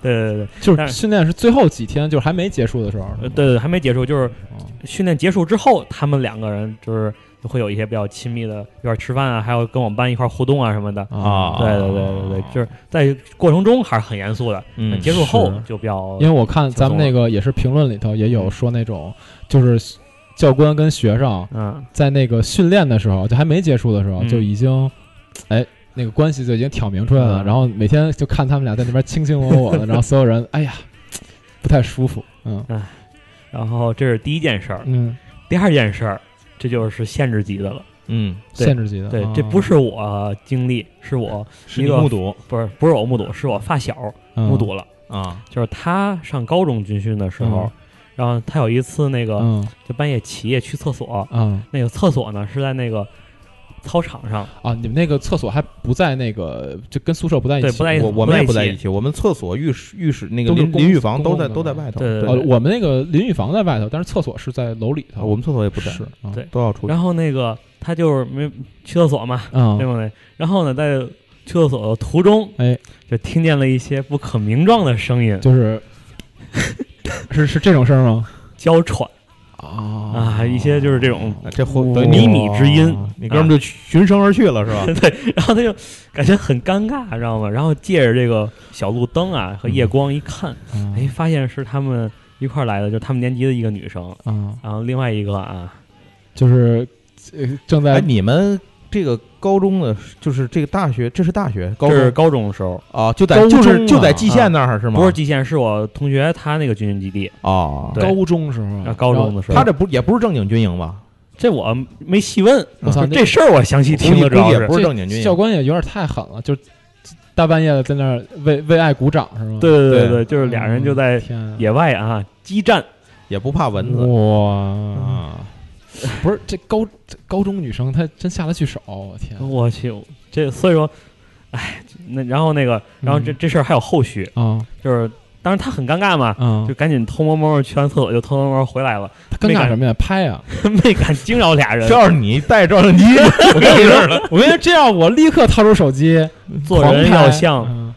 [SPEAKER 2] 对对对
[SPEAKER 1] 就
[SPEAKER 2] 但
[SPEAKER 1] 是
[SPEAKER 2] 是
[SPEAKER 1] 训练是最后几天，就是还没结束的时候，
[SPEAKER 2] 对，呃对对，还没结束，就是
[SPEAKER 1] 哦
[SPEAKER 2] 训练结束之后，他们两个人就是会有一些比较亲密的，一块儿吃饭啊，还有跟我们班一块儿互动啊什么的。
[SPEAKER 3] 啊
[SPEAKER 2] 对对
[SPEAKER 1] 哦
[SPEAKER 2] 对对对，就是在过程中还是很严肃的，
[SPEAKER 3] 嗯
[SPEAKER 2] 结束后
[SPEAKER 1] 是
[SPEAKER 2] 就比较
[SPEAKER 1] 因为我看咱们
[SPEAKER 2] 轻松了
[SPEAKER 1] 那个也是评论里头也有说那种，就是教官跟学生
[SPEAKER 2] 嗯
[SPEAKER 1] 在那个训练的时候，就还没结束的时候，
[SPEAKER 2] 嗯
[SPEAKER 1] 就已经，哎，那个关系就已经挑明出来了。
[SPEAKER 2] 嗯
[SPEAKER 1] 然后每天就看他们俩在那边卿卿我我 的，然后所有人，哎呀，不太舒服。嗯
[SPEAKER 2] 然后这是第一件事儿，
[SPEAKER 1] 嗯，
[SPEAKER 2] 第二件事儿，这就是限制级的了。
[SPEAKER 3] 嗯，
[SPEAKER 2] 对
[SPEAKER 1] 限制级的，
[SPEAKER 2] 对
[SPEAKER 1] 啊，
[SPEAKER 2] 这不是我经历，是我
[SPEAKER 3] 是
[SPEAKER 2] 一
[SPEAKER 3] 你
[SPEAKER 2] 个
[SPEAKER 3] 目睹
[SPEAKER 2] 不是不是我目睹，是我发小
[SPEAKER 1] 嗯
[SPEAKER 2] 目，睹了。
[SPEAKER 3] 啊，
[SPEAKER 2] 就是他上高中军训的时候，
[SPEAKER 1] 嗯
[SPEAKER 2] 然后他有一次那个、
[SPEAKER 1] 嗯
[SPEAKER 2] 就半夜起夜去厕所，
[SPEAKER 1] 嗯嗯
[SPEAKER 2] 那个厕所呢是在那个操场上，
[SPEAKER 1] 啊，你们那个厕所还不在那个，就跟宿舍不在一起，
[SPEAKER 2] 对不在一起
[SPEAKER 3] 我我们也不
[SPEAKER 2] 不在
[SPEAKER 3] 在
[SPEAKER 2] 一
[SPEAKER 3] 一起，我们厕所、浴室、浴室那个
[SPEAKER 1] 都是
[SPEAKER 3] 淋
[SPEAKER 1] 公
[SPEAKER 3] 淋浴
[SPEAKER 1] 公
[SPEAKER 3] 房都
[SPEAKER 1] 共
[SPEAKER 3] 在
[SPEAKER 1] 的
[SPEAKER 3] 都在
[SPEAKER 1] 嘛
[SPEAKER 3] 外头，
[SPEAKER 2] 对对
[SPEAKER 1] 哦，我们那个淋浴房在外头，但是厕所是在楼里头。
[SPEAKER 3] 啊我们厕所也不在，
[SPEAKER 1] 是，啊
[SPEAKER 2] 对
[SPEAKER 3] 都要出去。
[SPEAKER 2] 然后那个他就是没去厕所嘛，对
[SPEAKER 1] 嗯，
[SPEAKER 2] 不对？然后呢，在去厕所的途中，
[SPEAKER 1] 哎，
[SPEAKER 2] 就听见了一些不可名状的声音，
[SPEAKER 1] 就是 是是这种声儿吗？
[SPEAKER 2] 娇喘
[SPEAKER 1] 啊
[SPEAKER 2] 啊，一些就是这种
[SPEAKER 3] 啊这回
[SPEAKER 1] 哇
[SPEAKER 3] 等于
[SPEAKER 2] 靡
[SPEAKER 3] 你
[SPEAKER 2] 靡之啊音。
[SPEAKER 3] 你哥们儿就循声而去了 是吧？
[SPEAKER 2] 然后他就感觉很尴尬，知道吗？然后借着这个小路灯啊和夜光一看，哎，
[SPEAKER 1] 哎
[SPEAKER 2] 发现是他们一块儿来的，就是他们年级的一个女生，
[SPEAKER 1] 啊，
[SPEAKER 2] 然后另外一个啊，
[SPEAKER 1] 就是呃正
[SPEAKER 3] 哎，
[SPEAKER 1] 在
[SPEAKER 3] 你们这个高中的就是这个大学，这是大学高
[SPEAKER 2] 这是
[SPEAKER 3] 中
[SPEAKER 2] 高中的时候，
[SPEAKER 3] 啊，就
[SPEAKER 1] 高
[SPEAKER 3] 在
[SPEAKER 1] 中
[SPEAKER 3] 就是就
[SPEAKER 1] 啊
[SPEAKER 3] 在蓟县那儿是吗？
[SPEAKER 2] 不是蓟县，是我同学他那个军训基地，
[SPEAKER 3] 啊，
[SPEAKER 2] 对
[SPEAKER 1] 高中时候
[SPEAKER 2] 啊，高中的时候，
[SPEAKER 3] 他这不也不是正经军营吧？
[SPEAKER 2] 这我没细问，
[SPEAKER 1] 我操
[SPEAKER 2] 就
[SPEAKER 1] 那
[SPEAKER 2] 这事儿我详细听
[SPEAKER 3] 估
[SPEAKER 2] 了，主
[SPEAKER 3] 计
[SPEAKER 2] 要
[SPEAKER 3] 估计也
[SPEAKER 2] 是
[SPEAKER 3] 不是
[SPEAKER 1] 这
[SPEAKER 3] 正经军
[SPEAKER 1] 教
[SPEAKER 3] 营，
[SPEAKER 1] 官也有点太狠了，就大半夜的在那儿为为爱鼓掌是吗？
[SPEAKER 2] 对对对
[SPEAKER 3] 对
[SPEAKER 2] 对，就是俩人就在
[SPEAKER 1] 天啊，
[SPEAKER 2] 野外啊激战，
[SPEAKER 3] 也不怕蚊子
[SPEAKER 1] 哇，
[SPEAKER 2] 嗯
[SPEAKER 3] 啊。
[SPEAKER 1] 不是这高这高中女生她真下得去手，我天，
[SPEAKER 2] 我去，这所以说，哎，那然后那个，然后这
[SPEAKER 1] 嗯
[SPEAKER 2] 这事儿还有后续，
[SPEAKER 1] 啊
[SPEAKER 2] 就是当时他很尴尬嘛，
[SPEAKER 1] 啊
[SPEAKER 2] 就，赶紧偷摸摸去完厕所，就偷摸摸回来了，
[SPEAKER 1] 她尴
[SPEAKER 2] 没
[SPEAKER 1] 尬
[SPEAKER 2] 敢
[SPEAKER 1] 什么呀？拍 啊！
[SPEAKER 2] 没敢惊扰 俩人
[SPEAKER 3] 这，要是你带照 相机，我跟你说，
[SPEAKER 1] 我跟你说，这样我立刻掏出手机，
[SPEAKER 2] 做
[SPEAKER 1] 狂
[SPEAKER 2] 人
[SPEAKER 1] 拍
[SPEAKER 2] 要像
[SPEAKER 1] 嗯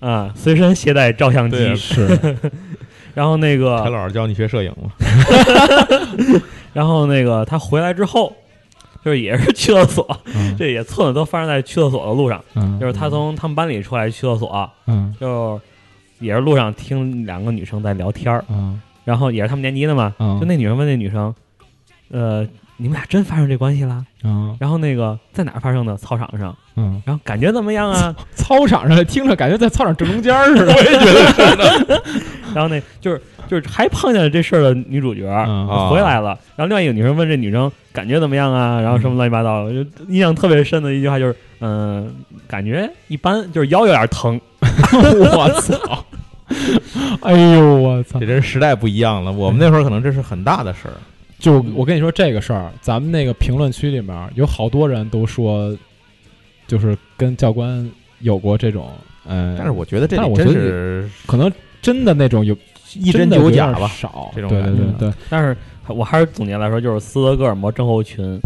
[SPEAKER 1] 啊
[SPEAKER 2] 啊，随身携带照相机
[SPEAKER 3] 对，
[SPEAKER 1] 是
[SPEAKER 2] 然后 那
[SPEAKER 3] 陈
[SPEAKER 2] 个，
[SPEAKER 3] 老师教你学摄影嘛，
[SPEAKER 2] 然后那个他回来之后，就是也是去厕所，
[SPEAKER 1] 嗯
[SPEAKER 2] 这也错的都发生在去厕所的路上，
[SPEAKER 1] 嗯
[SPEAKER 2] 就是他从他们班里出来去厕所，
[SPEAKER 1] 嗯
[SPEAKER 2] 就也是路上听两个女生在聊天儿，
[SPEAKER 1] 嗯
[SPEAKER 2] 然后也是他们年级的嘛，
[SPEAKER 1] 嗯
[SPEAKER 2] 就那女生问那女生，呃，你们俩真发生这关系啦？
[SPEAKER 1] 嗯
[SPEAKER 2] 然后那个在哪儿发生的？操场上。
[SPEAKER 1] 嗯，
[SPEAKER 2] 然后感觉怎么 样啊？
[SPEAKER 1] 操场上听着感觉在操场正中间儿似的，
[SPEAKER 2] 然后那就是就是还碰见了这事儿的女主角。
[SPEAKER 1] 嗯
[SPEAKER 3] 啊
[SPEAKER 2] 回来了，然后另外一个女生问这女生感觉怎么样啊，然后什么乱七八糟，就印象特别深的一句话就是，嗯、感觉一般，就是腰有点 疼，
[SPEAKER 1] 我操！哎呦，我操
[SPEAKER 3] 这！真是时代不一样了。我们那会儿可能这是很大的事儿，
[SPEAKER 1] 就我跟你说这个事儿，咱们那个评论区里面有好多人都说，就是跟教官有过这种，嗯，
[SPEAKER 3] 但是我觉得这
[SPEAKER 1] 但
[SPEAKER 3] 里
[SPEAKER 1] 是我
[SPEAKER 3] 真
[SPEAKER 1] 觉得
[SPEAKER 3] 是
[SPEAKER 1] 可能真的那种有
[SPEAKER 3] 一
[SPEAKER 1] 一
[SPEAKER 3] 针有假吧。
[SPEAKER 1] 少
[SPEAKER 3] 这种
[SPEAKER 1] 对
[SPEAKER 3] 感
[SPEAKER 1] 对
[SPEAKER 3] 觉啊
[SPEAKER 1] 对对，
[SPEAKER 2] 但是我还是总结来说，就是斯德哥尔摩症候群，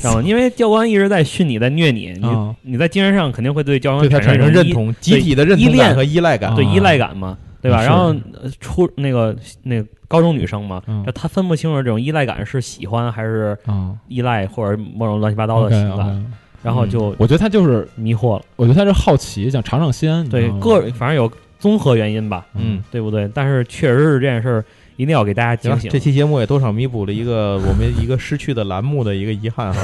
[SPEAKER 2] 知道吗？因为教官一直在训你，在虐你，你、
[SPEAKER 1] 啊
[SPEAKER 2] 你在精神上肯定会对教官
[SPEAKER 3] 嗯对他产
[SPEAKER 2] 生
[SPEAKER 3] 生
[SPEAKER 2] 一
[SPEAKER 3] 认，同，集体的认
[SPEAKER 2] 依
[SPEAKER 3] 同
[SPEAKER 2] 恋
[SPEAKER 3] 感和依赖感嗯
[SPEAKER 1] 啊。
[SPEAKER 2] 对依赖感嘛，对吧？
[SPEAKER 1] 是
[SPEAKER 2] 然后呃初那个那个高中女生嘛，
[SPEAKER 1] 嗯
[SPEAKER 2] 就她分不清楚这种依赖感是喜欢还是
[SPEAKER 1] 啊
[SPEAKER 2] 依赖或者某种乱七八糟的
[SPEAKER 1] ，OK
[SPEAKER 2] 情感
[SPEAKER 1] OK，
[SPEAKER 2] 然后就
[SPEAKER 1] 我觉得他就是，
[SPEAKER 2] 迷惑了。
[SPEAKER 1] 我觉得他是好奇，想尝尝鲜，你知
[SPEAKER 2] 对
[SPEAKER 1] 道吗啊
[SPEAKER 2] 个反正有综合原因吧，
[SPEAKER 3] 嗯，
[SPEAKER 2] 对不对？但是确实是这件事儿一定要给大家
[SPEAKER 3] 行
[SPEAKER 2] 警
[SPEAKER 3] 吧
[SPEAKER 2] 醒。
[SPEAKER 3] 这期节目也多少弥补了一个我们一个失去的栏目的一个遗憾哈，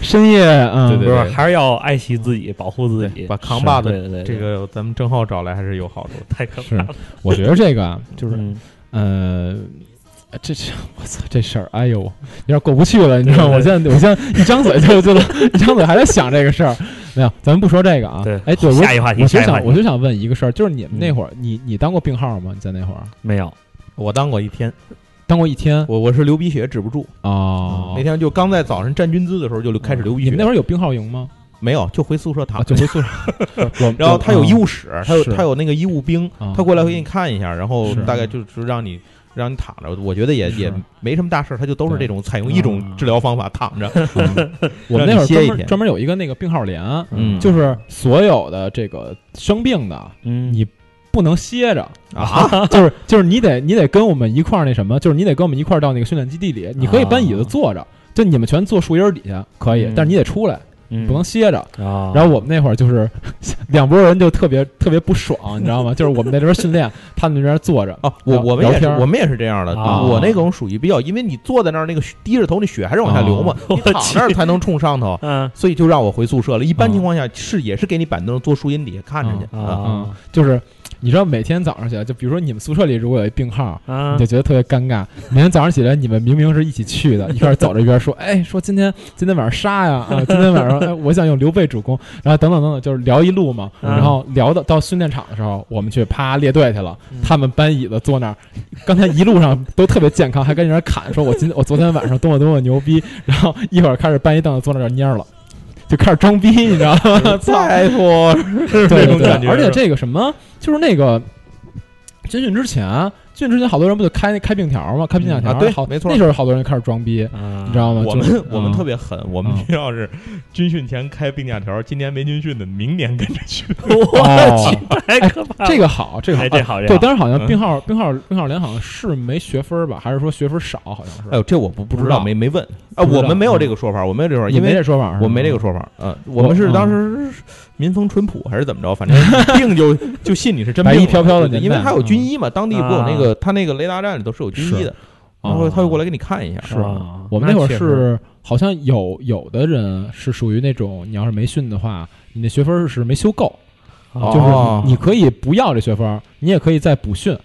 [SPEAKER 1] 深夜，嗯，
[SPEAKER 3] 对对
[SPEAKER 2] 不是，还是要爱惜自己，保护自己。
[SPEAKER 3] 把扛把
[SPEAKER 2] 对
[SPEAKER 3] 子
[SPEAKER 2] 对对，
[SPEAKER 3] 这个咱们郑浩找来还是有好处的。
[SPEAKER 2] 太可怕
[SPEAKER 1] 是
[SPEAKER 2] 了。，
[SPEAKER 1] 我觉得这个啊就，
[SPEAKER 2] 就是
[SPEAKER 1] 呃，这这，我操，这事儿，哎呦，有点过不去了，你知道吗？我
[SPEAKER 2] 对
[SPEAKER 1] 现在我现在一张嘴就就一张嘴还在想这个事儿，没有，咱们不说这个啊。
[SPEAKER 2] 对
[SPEAKER 1] 哎，对，我
[SPEAKER 2] 下一话题
[SPEAKER 1] 我就
[SPEAKER 2] 下一话
[SPEAKER 1] 想
[SPEAKER 2] 题
[SPEAKER 1] 我就想问一个事儿，就是你们
[SPEAKER 2] 嗯
[SPEAKER 1] 那会儿，你你当过病号吗？你在那会儿
[SPEAKER 2] 没有，
[SPEAKER 3] 我当过一天，
[SPEAKER 1] 当过一天
[SPEAKER 3] 我我是流鼻血止不住，
[SPEAKER 1] 哦
[SPEAKER 3] 那。天就刚在早上站军姿的时候就开始流
[SPEAKER 1] 你
[SPEAKER 3] 鼻血
[SPEAKER 1] 们，那会儿有病号营吗？
[SPEAKER 3] 没有就回宿舍
[SPEAKER 1] 啊，
[SPEAKER 3] 躺
[SPEAKER 1] 就。回宿舍。我
[SPEAKER 3] 然后他有医，务室，他有
[SPEAKER 1] 嗯是
[SPEAKER 3] 他有那个医务兵
[SPEAKER 1] 啊，
[SPEAKER 3] 他过来会给你看一下，然后
[SPEAKER 1] 是
[SPEAKER 3] 大概就是让你让你躺着，我觉得也
[SPEAKER 1] 是
[SPEAKER 3] 也没什么大事，他就都是这种采用一种
[SPEAKER 1] 啊
[SPEAKER 3] 治疗方法躺 着，
[SPEAKER 1] 嗯我们那会儿
[SPEAKER 3] 让你歇
[SPEAKER 1] 专
[SPEAKER 3] 一
[SPEAKER 1] 门
[SPEAKER 3] 天
[SPEAKER 1] 专门有一个那个病号连，
[SPEAKER 3] 嗯
[SPEAKER 1] 就是所有的这个生病的，
[SPEAKER 2] 嗯
[SPEAKER 1] 你不能歇着，
[SPEAKER 3] 啊，
[SPEAKER 1] 就是就是你得你得跟我们一块儿那什么，就是你得跟我们一块儿到那个训练基地里，你可以搬椅子坐着，就你们全坐树荫儿底下可以
[SPEAKER 2] 啊嗯，
[SPEAKER 1] 但是你得出来，
[SPEAKER 2] 嗯
[SPEAKER 1] 不能歇着。
[SPEAKER 2] 啊。
[SPEAKER 1] 然后我们那会儿就是两拨人就特别特别不爽，你知道吗？就是我们在这边训练，他们那边坐着，
[SPEAKER 3] 哦，我
[SPEAKER 1] 聊
[SPEAKER 3] 我们也
[SPEAKER 1] 聊
[SPEAKER 3] 是
[SPEAKER 1] 天儿
[SPEAKER 3] 我们也是这样的，
[SPEAKER 2] 啊
[SPEAKER 3] 我那种属于比较，因为你坐在那儿，那个血低着头，那血还是往下流
[SPEAKER 1] 啊
[SPEAKER 3] 嘛，你 躺那儿才能冲上头，
[SPEAKER 2] 嗯
[SPEAKER 3] 所以就让我回宿舍了。一般
[SPEAKER 1] 啊
[SPEAKER 3] 情况下是也是给你板凳坐树荫底下看着去啊，
[SPEAKER 1] 嗯，就是你知道每天早上起来，就比如说你们宿舍里如果有一病号，
[SPEAKER 2] 啊
[SPEAKER 1] 你就觉得特别尴尬。每天早上起来，你们明明是一起去 的，一块儿走着一边说，哎，说今天今天晚上杀呀啊，今天晚上哎，我想用刘备主攻，然后等等等等，就是聊一路嘛。
[SPEAKER 2] 嗯
[SPEAKER 1] 然后聊到到训练场的时候，我们去啪列队去了
[SPEAKER 2] 嗯，
[SPEAKER 1] 他们搬椅子坐那儿，刚才一路上都特别健康，还跟人家侃说，我今我昨天晚上多么多么牛逼，然后一会儿开始搬一凳子坐那儿就蔫儿了。就开始装逼，你知道吗？ 操！
[SPEAKER 3] 再说
[SPEAKER 1] 对
[SPEAKER 3] 那
[SPEAKER 1] 对
[SPEAKER 3] 种
[SPEAKER 1] 对
[SPEAKER 3] 感觉
[SPEAKER 1] 而
[SPEAKER 3] 是
[SPEAKER 1] 且
[SPEAKER 3] 吧
[SPEAKER 1] 这个什么，就是那个军训之前，啊军训之前好多人不就开开病条吗？开病假条、
[SPEAKER 3] 啊对
[SPEAKER 1] 好
[SPEAKER 3] 没错嗯
[SPEAKER 1] 那时候好多人开始装逼，
[SPEAKER 2] 啊，
[SPEAKER 1] 你知道吗？
[SPEAKER 3] 我
[SPEAKER 1] 就是
[SPEAKER 3] 们我们
[SPEAKER 1] 嗯
[SPEAKER 3] 特别狠，我们
[SPEAKER 1] 嗯
[SPEAKER 3] 学校是军训前开病假条，今年没军训的，明年跟着训。
[SPEAKER 2] 我去，啊
[SPEAKER 3] 哦
[SPEAKER 2] 太可怕了。
[SPEAKER 1] 哦这个好，这个好，
[SPEAKER 2] 哎，这
[SPEAKER 1] 啊
[SPEAKER 2] 好，这
[SPEAKER 1] 对，
[SPEAKER 2] 好
[SPEAKER 1] 当时好像
[SPEAKER 3] 嗯
[SPEAKER 1] 病号病号病号连好像是没学分儿吧，还是说学分少？好像是，
[SPEAKER 3] 哎呦，这我不不
[SPEAKER 1] 不
[SPEAKER 3] 知
[SPEAKER 1] 知
[SPEAKER 3] 道，
[SPEAKER 1] 道
[SPEAKER 3] 没没问啊，
[SPEAKER 1] 不知
[SPEAKER 3] 我
[SPEAKER 1] 道
[SPEAKER 3] 们没有这个说法，我没有这个说法，
[SPEAKER 1] 你
[SPEAKER 3] 因
[SPEAKER 1] 没
[SPEAKER 3] 为
[SPEAKER 1] 这说法，
[SPEAKER 3] 我没这个
[SPEAKER 1] 说。
[SPEAKER 3] 说法。嗯，我们是
[SPEAKER 1] 嗯
[SPEAKER 3] 当时民风淳朴还是怎么着，反正 病就就信你是真病
[SPEAKER 1] 白
[SPEAKER 3] 了，
[SPEAKER 1] 衣飘飘的
[SPEAKER 3] 对对
[SPEAKER 1] 年
[SPEAKER 3] 因为
[SPEAKER 1] 代
[SPEAKER 3] 他有
[SPEAKER 1] 嗯
[SPEAKER 3] 军医嘛，当地不有那个他那个雷达站里头是有军医的，然后
[SPEAKER 1] 啊
[SPEAKER 3] 他会过来给你看一下。
[SPEAKER 1] 是
[SPEAKER 2] 啊
[SPEAKER 1] 我们那会儿
[SPEAKER 3] 那
[SPEAKER 1] 是
[SPEAKER 3] 确实
[SPEAKER 1] 好像有有的人是属于那种，你要是没训的话，你的学分儿是没修够，
[SPEAKER 2] 哦
[SPEAKER 1] 就是
[SPEAKER 3] 哦
[SPEAKER 1] 你可以不要这学分儿，你也可以再补训。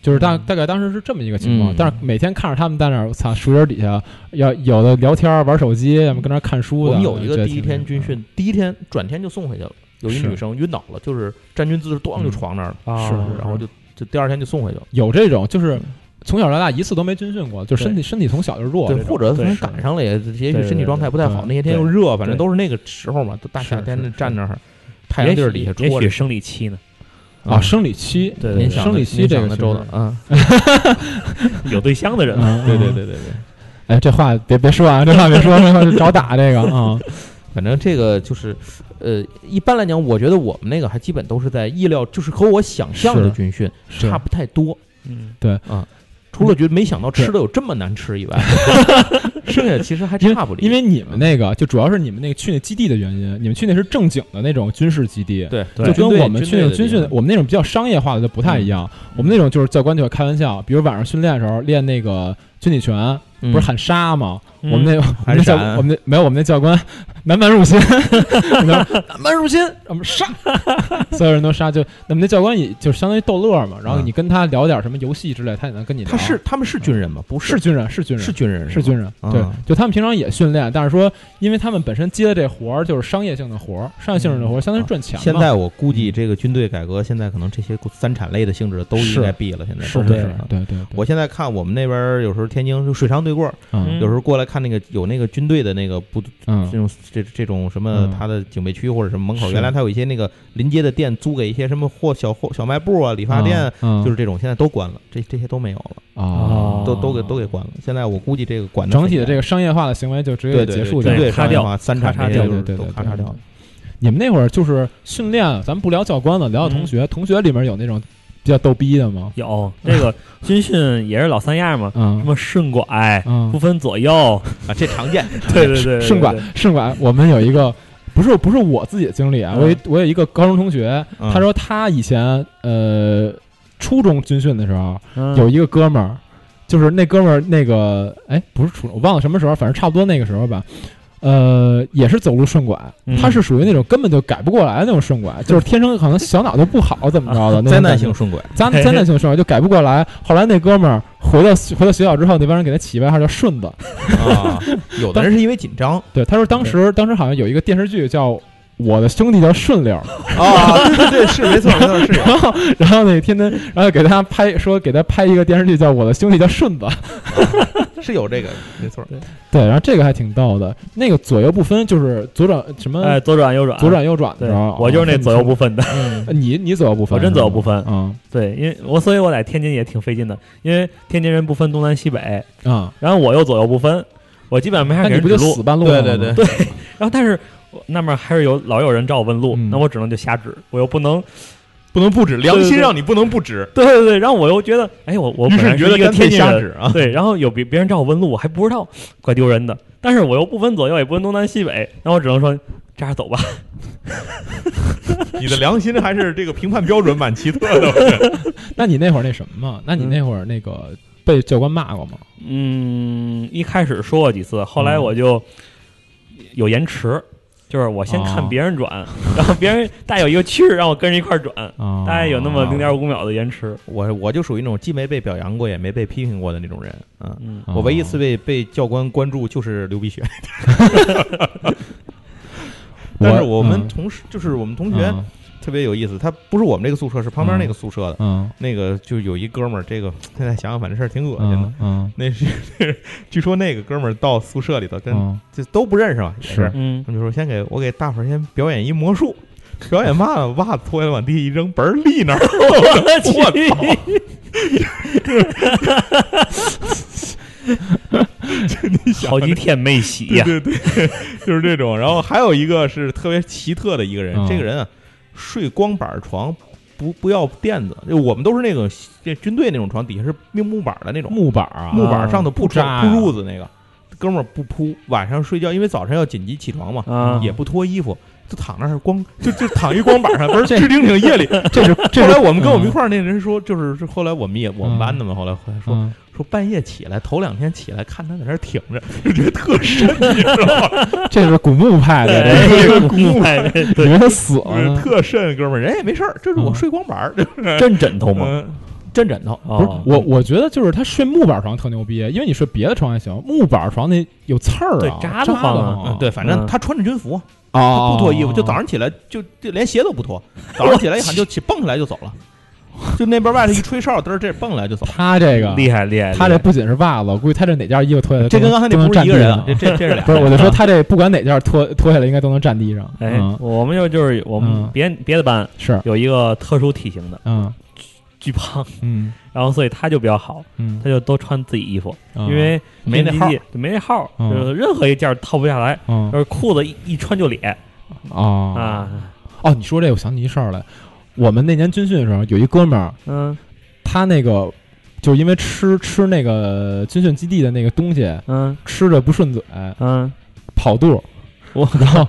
[SPEAKER 1] 就是大大概当时是这么一个情况，
[SPEAKER 3] 嗯
[SPEAKER 1] 但是每天看着他们在那儿，我操，树荫底下，要有的聊天儿玩手机，要么跟那儿看书的。
[SPEAKER 3] 我们有一
[SPEAKER 1] 觉
[SPEAKER 3] 个
[SPEAKER 1] 得
[SPEAKER 3] 第一
[SPEAKER 1] 挺嗯
[SPEAKER 3] 天军训，第一天转天就送回去了，有一
[SPEAKER 1] 是嗯
[SPEAKER 3] 女生晕倒了，就是站军姿势，咣就床那儿了，
[SPEAKER 2] 啊
[SPEAKER 1] 是是
[SPEAKER 3] 然后就嗯就第二天就送回去了。
[SPEAKER 1] 有这种，就是从小到大一次都没军训过，就身体身体从小就弱。
[SPEAKER 3] 对，
[SPEAKER 1] 这种
[SPEAKER 3] 或者可能
[SPEAKER 2] 对
[SPEAKER 3] 赶上了也，也许身体状态不太
[SPEAKER 1] 对
[SPEAKER 3] 好，
[SPEAKER 1] 对对
[SPEAKER 3] 那些天又
[SPEAKER 2] 对
[SPEAKER 3] 热，反正
[SPEAKER 2] 对
[SPEAKER 3] 都是那个时候嘛，都大夏
[SPEAKER 2] 是
[SPEAKER 3] 天
[SPEAKER 2] 是
[SPEAKER 3] 的
[SPEAKER 2] 是
[SPEAKER 3] 站那儿，太阳地儿底下
[SPEAKER 2] 也许
[SPEAKER 3] 戳
[SPEAKER 2] 也许
[SPEAKER 3] 着。
[SPEAKER 2] 生理期呢，
[SPEAKER 1] 啊，
[SPEAKER 3] 嗯
[SPEAKER 1] 生理期，
[SPEAKER 2] 对
[SPEAKER 3] 您
[SPEAKER 2] 对
[SPEAKER 3] 想
[SPEAKER 1] 生理期这个
[SPEAKER 3] 周的
[SPEAKER 1] 确实
[SPEAKER 3] 啊，
[SPEAKER 2] 有对象的人呢，
[SPEAKER 1] 嗯
[SPEAKER 3] 对对，对对对，
[SPEAKER 1] 哎，这话别别说啊，这话别说，这话就找打这个 啊，
[SPEAKER 3] 反正这个就是，呃，一般来讲，我觉得我们那个还基本都是在意料，就是和我想象的
[SPEAKER 1] 是
[SPEAKER 3] 军训
[SPEAKER 1] 是
[SPEAKER 3] 差不太多，
[SPEAKER 2] 嗯，
[SPEAKER 3] 除了觉得没想到吃
[SPEAKER 1] 对
[SPEAKER 3] 的有这么难吃 以外，剩下其实还差不离。嗯
[SPEAKER 1] 因为你们那个就主要是你们那个去那基地的原因，你们去那是正经的那种军事基地，
[SPEAKER 3] 对，
[SPEAKER 2] 对
[SPEAKER 1] 就
[SPEAKER 3] 军
[SPEAKER 1] 跟
[SPEAKER 3] 队
[SPEAKER 1] 我们去那种军
[SPEAKER 3] 队的
[SPEAKER 1] 训
[SPEAKER 3] 地，方嗯
[SPEAKER 1] 我们那种比较商业化的就不太一样。我们那种就是教官就会开玩笑，比如晚上训练的时候练那个军体拳，不是喊杀吗？
[SPEAKER 2] 嗯
[SPEAKER 1] 我们那我
[SPEAKER 3] 嗯还
[SPEAKER 1] 们那
[SPEAKER 3] 是
[SPEAKER 1] 教
[SPEAKER 3] 闪
[SPEAKER 1] 我们那没有我们那教官 南蛮入侵，我们说南
[SPEAKER 3] 嗯
[SPEAKER 1] 蛮入侵，我们杀，所有人都杀。就那么那教官也就是相当于逗乐嘛，然后
[SPEAKER 3] 嗯
[SPEAKER 1] 你跟他聊点什么游戏之类，他也能跟你聊。
[SPEAKER 3] 他是他们是军人吗？不
[SPEAKER 1] 是军人，哦是军人，
[SPEAKER 3] 是军人
[SPEAKER 1] 是军人，对
[SPEAKER 3] 啊，
[SPEAKER 1] 就他们平常也训练，但是说，因为他们本身接的这活儿就是商业性的活儿，商业性质的活儿相当于赚钱嘛。
[SPEAKER 3] 嗯啊现在我估
[SPEAKER 1] 嗯
[SPEAKER 3] 计这个军队改革，现在可能这些三产类的性质都应该
[SPEAKER 1] 是
[SPEAKER 3] 毙了。现在
[SPEAKER 1] 是
[SPEAKER 3] 都
[SPEAKER 1] 对
[SPEAKER 3] 是
[SPEAKER 1] 是
[SPEAKER 3] 啊。
[SPEAKER 1] 对对，对
[SPEAKER 3] 我现在看我们那边儿有时候天津就水上对过儿，
[SPEAKER 1] 嗯
[SPEAKER 3] 有时候过来看那个有那个军队的那个不这
[SPEAKER 1] 嗯
[SPEAKER 3] 种这这种什么
[SPEAKER 1] 嗯
[SPEAKER 3] 他的警备区或者什么门口，
[SPEAKER 1] 是
[SPEAKER 3] 原来他有一些那个临街的店租给一些什么货小货小卖部啊、理发店啊，
[SPEAKER 1] 嗯
[SPEAKER 3] 就是这种现在都关了，这这些都没有了，
[SPEAKER 1] 啊，
[SPEAKER 3] 都都给都给关了。现在我估计这个管得
[SPEAKER 1] 整体的
[SPEAKER 3] 很
[SPEAKER 1] 这个商业化的行为就直
[SPEAKER 3] 严
[SPEAKER 1] 接
[SPEAKER 3] 对
[SPEAKER 1] 就
[SPEAKER 3] 对
[SPEAKER 1] 结
[SPEAKER 3] 对
[SPEAKER 1] 束
[SPEAKER 3] 军
[SPEAKER 1] 掉了。
[SPEAKER 3] 队
[SPEAKER 2] 咔
[SPEAKER 3] 商业
[SPEAKER 2] 掉
[SPEAKER 3] 化三
[SPEAKER 2] 咔
[SPEAKER 3] 产
[SPEAKER 2] 嚓
[SPEAKER 3] 这
[SPEAKER 2] 掉
[SPEAKER 3] 些
[SPEAKER 1] 对
[SPEAKER 3] 就
[SPEAKER 1] 对对
[SPEAKER 3] 是都
[SPEAKER 1] 对，
[SPEAKER 3] 咔嚓掉了。
[SPEAKER 1] 你们那会儿就是训练，咱们不聊教官了，聊聊
[SPEAKER 3] 嗯
[SPEAKER 1] 同学。同学里面有那种比较逗逼的吗？
[SPEAKER 2] 有这个 军训也是老三样嘛，什
[SPEAKER 1] 嗯
[SPEAKER 2] 么顺拐 不
[SPEAKER 1] 嗯，
[SPEAKER 2] 分左右，
[SPEAKER 3] 啊，这常见。
[SPEAKER 2] 对对对，对
[SPEAKER 1] 顺拐，顺拐，我们有一个。不是不是我自己的经历啊，
[SPEAKER 2] 嗯
[SPEAKER 1] 我有一我有一个高中同学，
[SPEAKER 3] 嗯
[SPEAKER 1] 他说他以前呃初中军训的时候，
[SPEAKER 2] 嗯
[SPEAKER 1] 有一个哥们儿，就是那哥们儿那个哎，不是初中，我忘了什么时候，反正差不多那个时候吧。呃，也是走路顺拐，
[SPEAKER 2] 嗯
[SPEAKER 1] 他是属于那种根本就改不过来的那种顺拐， 就是天生可能小脑就不好怎么着的，那种
[SPEAKER 3] 灾难
[SPEAKER 1] 感觉
[SPEAKER 3] 性顺轨，
[SPEAKER 1] 灾
[SPEAKER 2] 嘿嘿
[SPEAKER 1] 灾难性顺拐就改不过来。后来那哥们儿回到回到学校之后，那帮人给他起外号叫顺子。
[SPEAKER 3] 啊，有的人是因为紧张
[SPEAKER 1] 对，他说当时当时好像有一个电视剧叫《我的兄弟叫顺溜儿》，
[SPEAKER 3] 啊，对对对，是没错没错是有，
[SPEAKER 1] 然后然后那天天然后给他拍说给他拍一个电视剧叫《我的兄弟叫顺子》，
[SPEAKER 3] 是有这个没错，
[SPEAKER 1] 对，然后这个还挺逗的。那个左右不分就是左转什么、
[SPEAKER 2] 哎，左转右转，
[SPEAKER 1] 左转右转的哦
[SPEAKER 2] 对
[SPEAKER 1] 时候，，
[SPEAKER 2] 我就是那左右不分的。
[SPEAKER 3] 嗯
[SPEAKER 1] 分，你你左右不分，
[SPEAKER 2] 我真左右不分
[SPEAKER 1] 啊
[SPEAKER 2] 对，因为我所以我在天津也挺费劲的，因为天津人不分东南西北，
[SPEAKER 1] 啊，
[SPEAKER 2] 然后我又左右不分，我基本上没
[SPEAKER 1] 那
[SPEAKER 2] 啥给
[SPEAKER 1] 你
[SPEAKER 2] 人
[SPEAKER 1] 不
[SPEAKER 2] 指
[SPEAKER 1] 就死
[SPEAKER 2] 路。
[SPEAKER 1] 半路
[SPEAKER 3] 对
[SPEAKER 1] 了
[SPEAKER 3] 对对
[SPEAKER 1] 吗，
[SPEAKER 2] 对，然后但是我那面还是有老有人找我问路，
[SPEAKER 1] 嗯
[SPEAKER 2] 那我只能就瞎指，我又不能，
[SPEAKER 3] 不能不止，良心让你不能不止，
[SPEAKER 2] 对对对，然后我又觉得，哎，我我
[SPEAKER 3] 于
[SPEAKER 2] 本
[SPEAKER 3] 是
[SPEAKER 2] 来
[SPEAKER 3] 你觉
[SPEAKER 2] 是
[SPEAKER 3] 得
[SPEAKER 2] 一个
[SPEAKER 3] 干脆
[SPEAKER 2] 天津
[SPEAKER 3] 瞎
[SPEAKER 2] 人，
[SPEAKER 3] 指 啊，
[SPEAKER 2] 对，然后有别别人找我问路，我还不知道，怪丢人的。但是我又不分左右，也不分东南西北，那我只能说这样走吧。
[SPEAKER 3] 你的良心还是这个评判标准蛮奇特的 我觉得，
[SPEAKER 1] 那你那会儿那什么嘛？那你那会儿那个被教官骂过吗？
[SPEAKER 2] 嗯，一开始说过几次，后来
[SPEAKER 1] 嗯
[SPEAKER 2] 我就有延迟，就是我先
[SPEAKER 1] 哦
[SPEAKER 2] 看别人转， 然后别人带有一个趋势让我跟着一块儿转，
[SPEAKER 1] 啊，
[SPEAKER 2] 大概有那么
[SPEAKER 3] 哦
[SPEAKER 2] 零点五秒的延迟。
[SPEAKER 3] 我我就属于那种既没被表扬过也没被批评过的那种人，嗯。
[SPEAKER 2] 嗯，
[SPEAKER 1] 哦
[SPEAKER 3] 我唯一一次被被教官关注就是流鼻血， 但是我
[SPEAKER 2] 嗯
[SPEAKER 3] 们同事就是我们同学
[SPEAKER 1] 嗯
[SPEAKER 3] 特别有意思，他不是我们这个宿舍，是旁边那个宿舍的，
[SPEAKER 1] 嗯
[SPEAKER 3] 那个就有一哥们儿，这个现在想想反正事儿挺恶心的。
[SPEAKER 1] 嗯嗯
[SPEAKER 3] 那是据说那个哥们儿到宿舍里头跟、
[SPEAKER 1] 嗯
[SPEAKER 3] 就都不认识嘛，也
[SPEAKER 1] 是
[SPEAKER 2] 嗯
[SPEAKER 3] 他们就说先给我给大伙儿先表演一魔术，表演嘛呢？袜子脱下来往地下一扔，嘣儿立那儿，我操！你想
[SPEAKER 2] 好几天没洗
[SPEAKER 1] 哎
[SPEAKER 3] 对 对
[SPEAKER 2] 呀，
[SPEAKER 3] 对，就是这种。然后还有一个是特别奇特的一个人，
[SPEAKER 1] 嗯
[SPEAKER 3] 这个人啊，睡光板床，不不要垫子，就我们都是那种这军队那种床，底下是用木板的那种，
[SPEAKER 1] 木板儿啊，
[SPEAKER 3] 木板上头
[SPEAKER 1] 不
[SPEAKER 3] 铺
[SPEAKER 1] 扎
[SPEAKER 3] 铺
[SPEAKER 1] 呀
[SPEAKER 3] 褥子那个，哥们儿不铺，晚上睡觉，因为早晨要紧急起床嘛，
[SPEAKER 2] 啊
[SPEAKER 3] 也不脱衣服，就躺那儿光就就躺一光板 上，不是
[SPEAKER 1] 这
[SPEAKER 3] 直挺挺夜里。
[SPEAKER 1] 这 是这
[SPEAKER 3] 后
[SPEAKER 1] 是
[SPEAKER 3] 来我们跟我
[SPEAKER 1] 嗯
[SPEAKER 3] 们一块儿那人说，就是是后来我们也我们班的嘛，后来后来说
[SPEAKER 1] 嗯
[SPEAKER 3] 说半夜起来，头两天起来看他在那儿挺着，就觉得特神，你知 道吗？
[SPEAKER 1] 这是古墓派的，这
[SPEAKER 3] 这个古墓
[SPEAKER 2] 哎
[SPEAKER 1] 以
[SPEAKER 2] 对，
[SPEAKER 1] 为他死了
[SPEAKER 3] 就是
[SPEAKER 1] 呢。
[SPEAKER 3] 特瘆，哥们儿，人也没事儿，这是我
[SPEAKER 1] 嗯
[SPEAKER 3] 睡光板儿，这
[SPEAKER 2] 真枕头吗？
[SPEAKER 3] 嗯真枕头，
[SPEAKER 1] 不是
[SPEAKER 2] 哦
[SPEAKER 1] 我，我觉得就是他睡木板床特牛逼，因为你睡别的床还行，木板床那有刺儿
[SPEAKER 2] 对
[SPEAKER 1] 啊，
[SPEAKER 2] 扎
[SPEAKER 1] 得
[SPEAKER 2] 得慌啊
[SPEAKER 3] 嗯对，反正
[SPEAKER 2] 嗯
[SPEAKER 3] 他穿着军服，他
[SPEAKER 1] 啊，
[SPEAKER 3] 不脱衣服，就早上起来就就连鞋都不脱，早上起来一喊就起蹦起来就走了，就那边外头一吹哨，嘚儿这蹦起来就走了。
[SPEAKER 1] 他这个
[SPEAKER 2] 厉害厉害，
[SPEAKER 1] 他这
[SPEAKER 2] 厉害
[SPEAKER 1] 不仅是袜子，我估计他这哪件衣服脱下来
[SPEAKER 3] 这
[SPEAKER 1] 都能，
[SPEAKER 3] 跟刚才
[SPEAKER 1] 都
[SPEAKER 3] 那
[SPEAKER 1] 能
[SPEAKER 3] 不是
[SPEAKER 1] 占
[SPEAKER 3] 一个人
[SPEAKER 1] 地
[SPEAKER 3] 啊嗯
[SPEAKER 1] 上，
[SPEAKER 3] 这这 这是俩。
[SPEAKER 1] 不是，我就说他这不管哪件脱脱下来，应该都能占地上。
[SPEAKER 2] 哎
[SPEAKER 1] 嗯，，
[SPEAKER 2] 我们就就是我们
[SPEAKER 1] 嗯
[SPEAKER 2] 别别的班
[SPEAKER 1] 是，
[SPEAKER 2] 有一个特殊体型的，
[SPEAKER 1] 嗯
[SPEAKER 2] 巨胖，
[SPEAKER 1] 嗯
[SPEAKER 2] 然后所以他就比较好，
[SPEAKER 1] 嗯
[SPEAKER 2] 他，就都穿自己衣服，
[SPEAKER 1] 嗯
[SPEAKER 2] 因为
[SPEAKER 3] 没那号儿
[SPEAKER 2] 编辑记没那号儿，
[SPEAKER 1] 嗯
[SPEAKER 2] 就是任何一件儿套不下来，
[SPEAKER 1] 嗯
[SPEAKER 2] 就是裤子一一穿就裂
[SPEAKER 1] 哦
[SPEAKER 2] 啊，
[SPEAKER 1] 哦，你说这我想起一事儿来，我们那年军训的时候，有一哥们儿，
[SPEAKER 2] 嗯
[SPEAKER 1] 他那个就是因为吃吃那个军训基地的那个东西，
[SPEAKER 2] 嗯
[SPEAKER 1] 吃着不顺嘴，
[SPEAKER 2] 嗯
[SPEAKER 1] 跑肚，
[SPEAKER 2] 我
[SPEAKER 1] 然后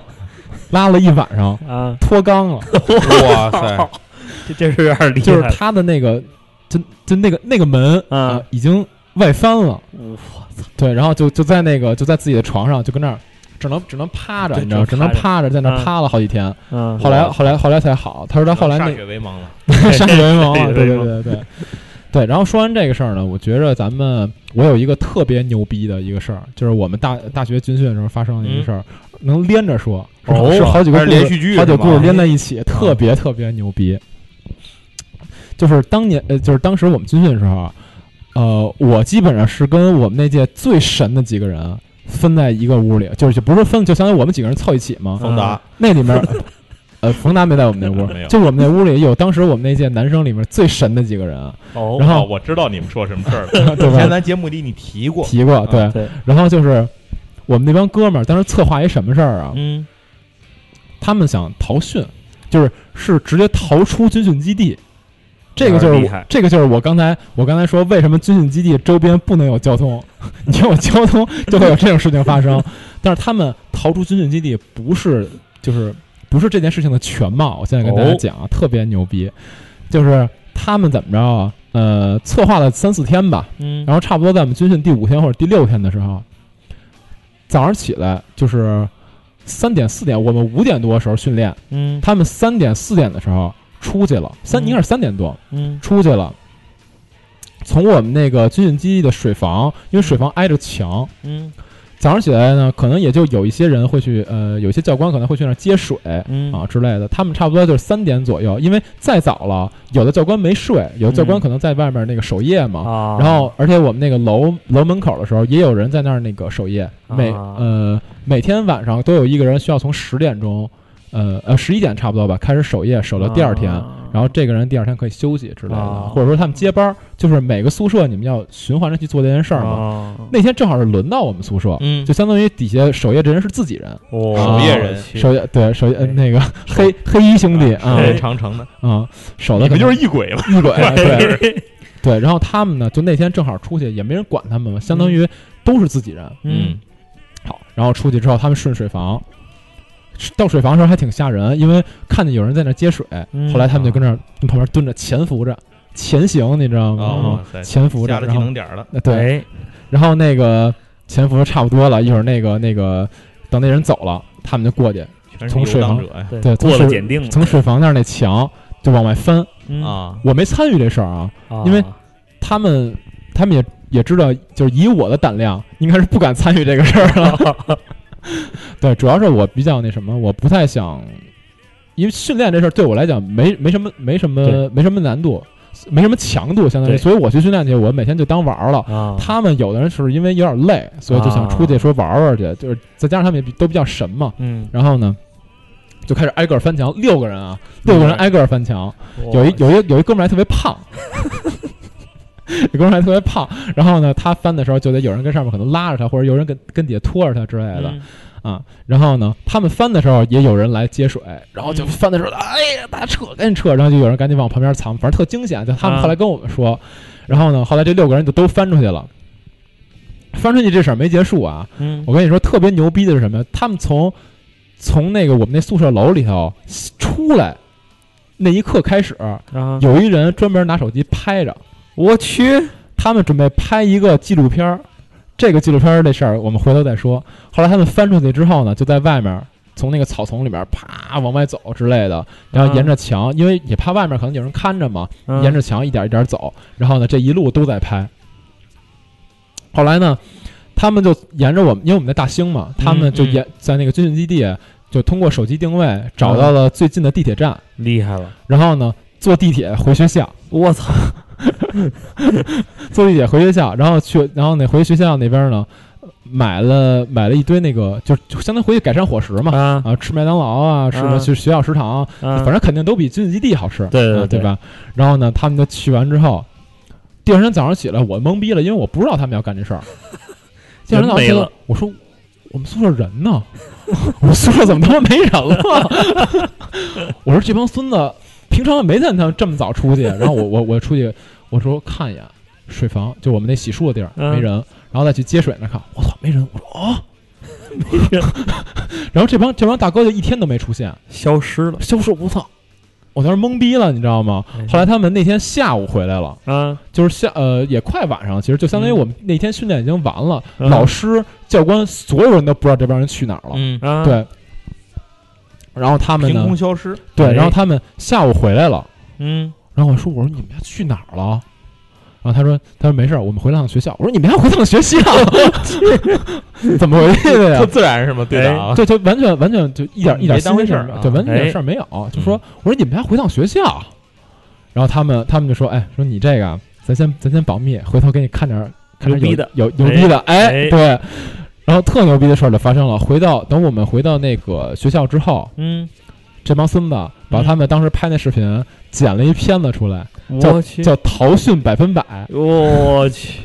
[SPEAKER 1] 拉了一晚 上，
[SPEAKER 2] 啊，
[SPEAKER 1] 脱肛了，
[SPEAKER 3] 哇塞，
[SPEAKER 2] 这这是有点厉害，
[SPEAKER 1] 就是他的那个，就就那个那个门
[SPEAKER 2] 啊
[SPEAKER 1] 呃已经外翻了，
[SPEAKER 2] 我
[SPEAKER 1] 对，然后就就在那个就在自己的床上就跟那儿。只能只能趴着，
[SPEAKER 2] 对
[SPEAKER 1] 你知道，只
[SPEAKER 2] 只
[SPEAKER 1] 能
[SPEAKER 2] 能
[SPEAKER 1] 趴着，在那儿
[SPEAKER 2] 嗯
[SPEAKER 1] 趴了好几天。
[SPEAKER 2] 嗯
[SPEAKER 1] 后来，后来，后来才好。他说他后 来那
[SPEAKER 3] 歃血为啊盟了，
[SPEAKER 1] 上学为盟
[SPEAKER 2] 上
[SPEAKER 1] 啊，
[SPEAKER 2] 学
[SPEAKER 1] 对
[SPEAKER 2] 为
[SPEAKER 1] 对
[SPEAKER 2] 盟
[SPEAKER 1] 对对对。对，然后说完这个事儿呢，我觉着咱们我有一个特别牛逼的一个事儿，就是我们大大学军训的时候发生的一个事儿，能连着说，是
[SPEAKER 3] 嗯哦
[SPEAKER 1] 是好几个
[SPEAKER 3] 还
[SPEAKER 1] 故
[SPEAKER 3] 是
[SPEAKER 1] 事
[SPEAKER 3] 连续剧
[SPEAKER 1] 好几个
[SPEAKER 3] 是吗嗯
[SPEAKER 1] 故事连在一起，特别特别牛逼。就是当年呃，就是当时我们军训的时候，啊呃，我基本上是跟我们那届最神的几个人分在一个屋里，就是就不是分，就相当于我们几个人凑一起嘛。
[SPEAKER 3] 冯达
[SPEAKER 1] 那里面， 呃，冯达没在我们那屋
[SPEAKER 3] 没有，
[SPEAKER 1] 就我们那屋里有当时我们那届男生里面最神的几个人，啊
[SPEAKER 2] 哦
[SPEAKER 1] 然
[SPEAKER 3] 哦，
[SPEAKER 1] 后
[SPEAKER 3] 我知道你们说什么事儿 了。
[SPEAKER 1] 对
[SPEAKER 3] 以前
[SPEAKER 1] 吧？
[SPEAKER 3] 咱节目里你提过，
[SPEAKER 1] 提过对，
[SPEAKER 2] 对，
[SPEAKER 1] 然后就是我们那帮哥们儿当时策划一什么事儿啊？
[SPEAKER 2] 嗯
[SPEAKER 1] 他们想逃训，就是是直接逃出军训基地。这个就
[SPEAKER 2] 有点
[SPEAKER 1] 是
[SPEAKER 2] 厉
[SPEAKER 1] 我
[SPEAKER 2] 害
[SPEAKER 1] 这个就是我刚才我刚才说为什么军训基地周边不能有交通， 你有交通就会有这种事情发生。但是他们逃出军训基地不是就是不是这件事情的全貌，我现在跟大家啊
[SPEAKER 2] 哦
[SPEAKER 1] 讲，特别牛逼，就是他们怎么着啊？呃，策划了三四天吧，
[SPEAKER 3] 嗯
[SPEAKER 1] 然后差不多在我们军训第五天或者第六天的时候，早上起来就是三点四点，我们五点多的时候训练，
[SPEAKER 3] 嗯
[SPEAKER 1] 他们三点四点的时候出去了，三
[SPEAKER 3] 嗯
[SPEAKER 1] 应该是三点多
[SPEAKER 3] 嗯
[SPEAKER 1] 出去了。从我们那个军训基地的水房，因为水房挨着墙，
[SPEAKER 3] 嗯
[SPEAKER 1] 早上起来呢，可能也就有一些人会去，呃，有一些教官可能会去那儿接水，
[SPEAKER 3] 嗯
[SPEAKER 1] 啊之类的，他们差不多就是三点左右，因为再早了，有的教官没睡，有的教官
[SPEAKER 3] 嗯
[SPEAKER 1] 可能在外面那个守夜嘛。
[SPEAKER 2] 啊，
[SPEAKER 1] 然后，而且我们那个楼楼门口的时候，也有人在那儿那个守夜。每、
[SPEAKER 2] 啊
[SPEAKER 1] 呃每天晚上都有一个人需要从十点钟，呃呃十一点差不多吧开始守夜，守到第二天。
[SPEAKER 2] 啊
[SPEAKER 1] 然后这个人第二天可以休息之类的，
[SPEAKER 2] 啊
[SPEAKER 1] 或者说他们接班儿，就是每个宿舍你们要循环着去做这件事儿嘛。
[SPEAKER 2] 啊
[SPEAKER 1] 那天正好是轮到我们宿舍，
[SPEAKER 3] 嗯
[SPEAKER 1] 就相当于底下守夜这人是自己人，
[SPEAKER 2] 哦
[SPEAKER 1] 守夜
[SPEAKER 3] 人
[SPEAKER 2] 我去
[SPEAKER 1] 首先对首先呃
[SPEAKER 2] 对
[SPEAKER 1] 那个黑黑衣兄弟啊
[SPEAKER 2] 哎
[SPEAKER 3] 哎长城的，
[SPEAKER 1] 啊，手
[SPEAKER 3] 你
[SPEAKER 1] 的
[SPEAKER 3] 不就是异鬼吗？
[SPEAKER 1] 一鬼对对，然后他们呢，就那天正好出去，也没人管他们嘛，相当于都是自己人。
[SPEAKER 3] 嗯
[SPEAKER 1] 好，然后出去之后，他们顺水房，到水房的时候还挺吓人，因为看见有人在那接水，
[SPEAKER 3] 嗯
[SPEAKER 1] 后来他们就跟那儿跟旁边蹲着潜伏着前行，你知道
[SPEAKER 3] 哦
[SPEAKER 1] 吗？
[SPEAKER 3] 哇塞
[SPEAKER 1] 潜伏着，
[SPEAKER 3] 加了技
[SPEAKER 1] 然后
[SPEAKER 3] 能点儿了，
[SPEAKER 1] 呃对，
[SPEAKER 2] 哎
[SPEAKER 1] 然后那个潜伏差不多了，一会儿那个那个等那人走了，他们就过去，
[SPEAKER 3] 全是
[SPEAKER 1] 从
[SPEAKER 3] 游
[SPEAKER 1] 水
[SPEAKER 3] 荡
[SPEAKER 1] 房
[SPEAKER 3] 者呀
[SPEAKER 2] 对
[SPEAKER 1] 对从
[SPEAKER 2] 过了
[SPEAKER 1] 水
[SPEAKER 2] 检定了，嗯
[SPEAKER 1] 从水房那儿那墙就往外翻。
[SPEAKER 3] 啊，
[SPEAKER 1] 我没参与这事儿啊，
[SPEAKER 2] 啊
[SPEAKER 1] 因为他们他们也也知道，就是以我的胆量，应该是不敢参与这个事儿了。对，主要是我比较那什么，我不太想，因为训练这事儿对我来讲没没什么没什么
[SPEAKER 2] 对
[SPEAKER 1] 没什么难度，没什么强度，相当于，
[SPEAKER 2] 对
[SPEAKER 1] 所以我去训练去，我每天就当玩儿了。
[SPEAKER 2] 啊
[SPEAKER 1] 他们有的人是因为有点累，所以就想出去
[SPEAKER 2] 啊
[SPEAKER 1] 说玩玩去，就是再加上他们也比都比较神嘛，
[SPEAKER 2] 嗯
[SPEAKER 1] 然后呢，就开始挨个儿翻墙，六个人啊，六
[SPEAKER 2] 嗯
[SPEAKER 1] 个人挨个儿翻墙， 有一有一有一哥们儿还特别胖， 有哥们儿还特别胖，然后呢，他翻的时候就得有人跟上面可能拉着他，或者有人跟跟底下拖着他之类的、
[SPEAKER 3] 嗯
[SPEAKER 1] 啊。然后呢，他们翻的时候也有人来接水，然后就翻的时候，哎呀，大家撤，赶紧撤，然后就有人赶紧往旁边藏，反正特惊险。就他们
[SPEAKER 2] 啊
[SPEAKER 1] 后来跟我们说，然后呢，后来这六个人就都翻出去了。翻出去这事儿没结束啊！
[SPEAKER 3] 嗯
[SPEAKER 1] 我跟你说，特别牛逼的是什么？他们从从那个我们那宿舍楼里头出来那一刻开始，
[SPEAKER 2] 啊
[SPEAKER 1] 有一人专门拿手机拍着，
[SPEAKER 2] 我去
[SPEAKER 1] 他们准备拍一个纪录片儿。这个纪录片儿这事儿我们回头再说。后来他们翻出去之后呢，就在外面儿从那个草丛里边儿啪往外走之类的，然后沿着墙，因为也怕外面可能有人看着嘛，
[SPEAKER 2] 啊嗯
[SPEAKER 1] 沿着墙一点一点走。然后呢，这一路都在拍。后来呢，他们就沿着我们，因为我们在大兴嘛，他们就
[SPEAKER 3] 嗯
[SPEAKER 1] 沿、在那个军训基地，就通过手机定位找到了最近的地铁站，
[SPEAKER 2] 厉害了，
[SPEAKER 1] 然后呢坐地铁回学校。
[SPEAKER 2] 我操
[SPEAKER 1] 坐地铁回学校，然后去，然后那回学校那边呢，呃买了买了一堆那个，就是就相当于回去改善伙食嘛，
[SPEAKER 2] 啊
[SPEAKER 1] 啊，吃麦当劳啊，什么
[SPEAKER 2] 啊
[SPEAKER 1] 去学校食堂啊，
[SPEAKER 2] 啊
[SPEAKER 1] 反正肯定都比军训基地好吃，
[SPEAKER 2] 对对
[SPEAKER 1] 啊
[SPEAKER 2] 对
[SPEAKER 1] 对吧？然后呢，他们就去完之后，第二天早上起来我懵逼了，因为我不知道他们要干这事儿。第二天早上起
[SPEAKER 2] 人
[SPEAKER 1] 来
[SPEAKER 2] 没了，
[SPEAKER 1] 我说我们宿舍人呢？ 我们宿舍怎么他妈没人了？ 我说这帮孙子平常也没见他们这么早出去。然后我我我出去，我说看一眼水房，就我们那洗漱的地儿
[SPEAKER 2] 嗯
[SPEAKER 1] 没人，然后再去接水那看，我操没人，我说啊。没人，然后这帮这帮大哥就一天都没出现，
[SPEAKER 2] 消失了
[SPEAKER 1] 消失我操！我当时懵逼了，你知道吗
[SPEAKER 2] 哎？
[SPEAKER 1] 后来他们那天下午回来了，
[SPEAKER 2] 啊
[SPEAKER 1] 就是下呃也快晚上了，其实就相当于
[SPEAKER 3] 嗯
[SPEAKER 1] 我们那天训练已经完了，
[SPEAKER 2] 嗯
[SPEAKER 1] 老师、教官所有人都不知道这帮人去哪儿了。
[SPEAKER 3] 嗯，
[SPEAKER 2] 啊
[SPEAKER 1] 对，然后他们
[SPEAKER 3] 凭
[SPEAKER 1] 呢
[SPEAKER 3] 空？消失，
[SPEAKER 1] 对，
[SPEAKER 2] 哎
[SPEAKER 1] 然后他们下午回来了，
[SPEAKER 3] 嗯，
[SPEAKER 1] 然后我说我说你们家去哪儿了？然后他说他说没事儿，我们回趟学校。我说你们还回趟学 校？ 怎么回去的呀
[SPEAKER 3] 特？自然是吗？对的啊，
[SPEAKER 1] 对，就完全完全就一点
[SPEAKER 3] 你
[SPEAKER 1] 一点
[SPEAKER 3] 没当回
[SPEAKER 1] 新鲜没有
[SPEAKER 3] 事儿啊嗯
[SPEAKER 1] 对，完全一点
[SPEAKER 2] 哎
[SPEAKER 1] 事儿没有。就说我说你们还回趟学校，然后他们他们就说，哎，说你这个咱先咱先保密，回头给你看点儿看点儿
[SPEAKER 2] 牛逼的
[SPEAKER 1] 有有牛逼的，哎，
[SPEAKER 2] 哎
[SPEAKER 1] 对。然后特牛逼的事儿就发生了，回到等我们回到那个学校之后，
[SPEAKER 3] 嗯，
[SPEAKER 1] 这帮孙子把他们当时拍那视频剪了一片子出来，
[SPEAKER 2] 我去
[SPEAKER 1] 叫《逃训百分百》。
[SPEAKER 2] 我去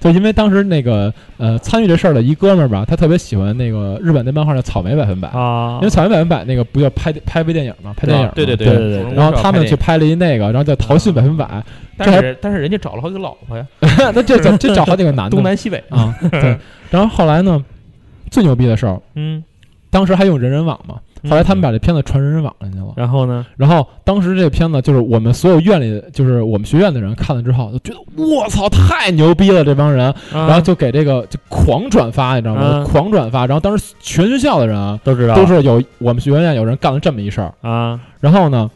[SPEAKER 1] 就因为当时那个呃参与这事儿的一哥们儿吧，他特别喜欢那个日本那漫画叫《草莓百分百》
[SPEAKER 2] 啊
[SPEAKER 1] 因为草原百分百那个不叫拍拍微电影嘛，拍电影嘛
[SPEAKER 3] 啊对对
[SPEAKER 1] 对
[SPEAKER 2] 对
[SPEAKER 3] 对
[SPEAKER 2] 对
[SPEAKER 1] 然后他们去，拍了一那个，然后叫《逃训百分 百
[SPEAKER 3] 但是但是人家找了好几个老婆呀，》，
[SPEAKER 1] 那这这这找好几个男的
[SPEAKER 3] 东南西北，
[SPEAKER 1] 啊啊，对。然后后来呢，最牛逼的事儿，
[SPEAKER 3] 嗯
[SPEAKER 1] 当时还用人人网嘛，后来他们把这片子传人人网上去了。
[SPEAKER 2] 然后呢？
[SPEAKER 1] 然后当时这片子就是我们所有院里，就是我们学院的人看了之后，就觉得我操太牛逼了这帮人，
[SPEAKER 3] 啊
[SPEAKER 1] 然
[SPEAKER 2] 然
[SPEAKER 1] 后就给这个就狂转发，你知道吗？
[SPEAKER 2] 嗯
[SPEAKER 1] 狂转发。然后当时全学校的人啊
[SPEAKER 2] 都知道
[SPEAKER 1] 都是有我们学院有人干了这么一事儿。
[SPEAKER 2] 啊，
[SPEAKER 1] 然后呢，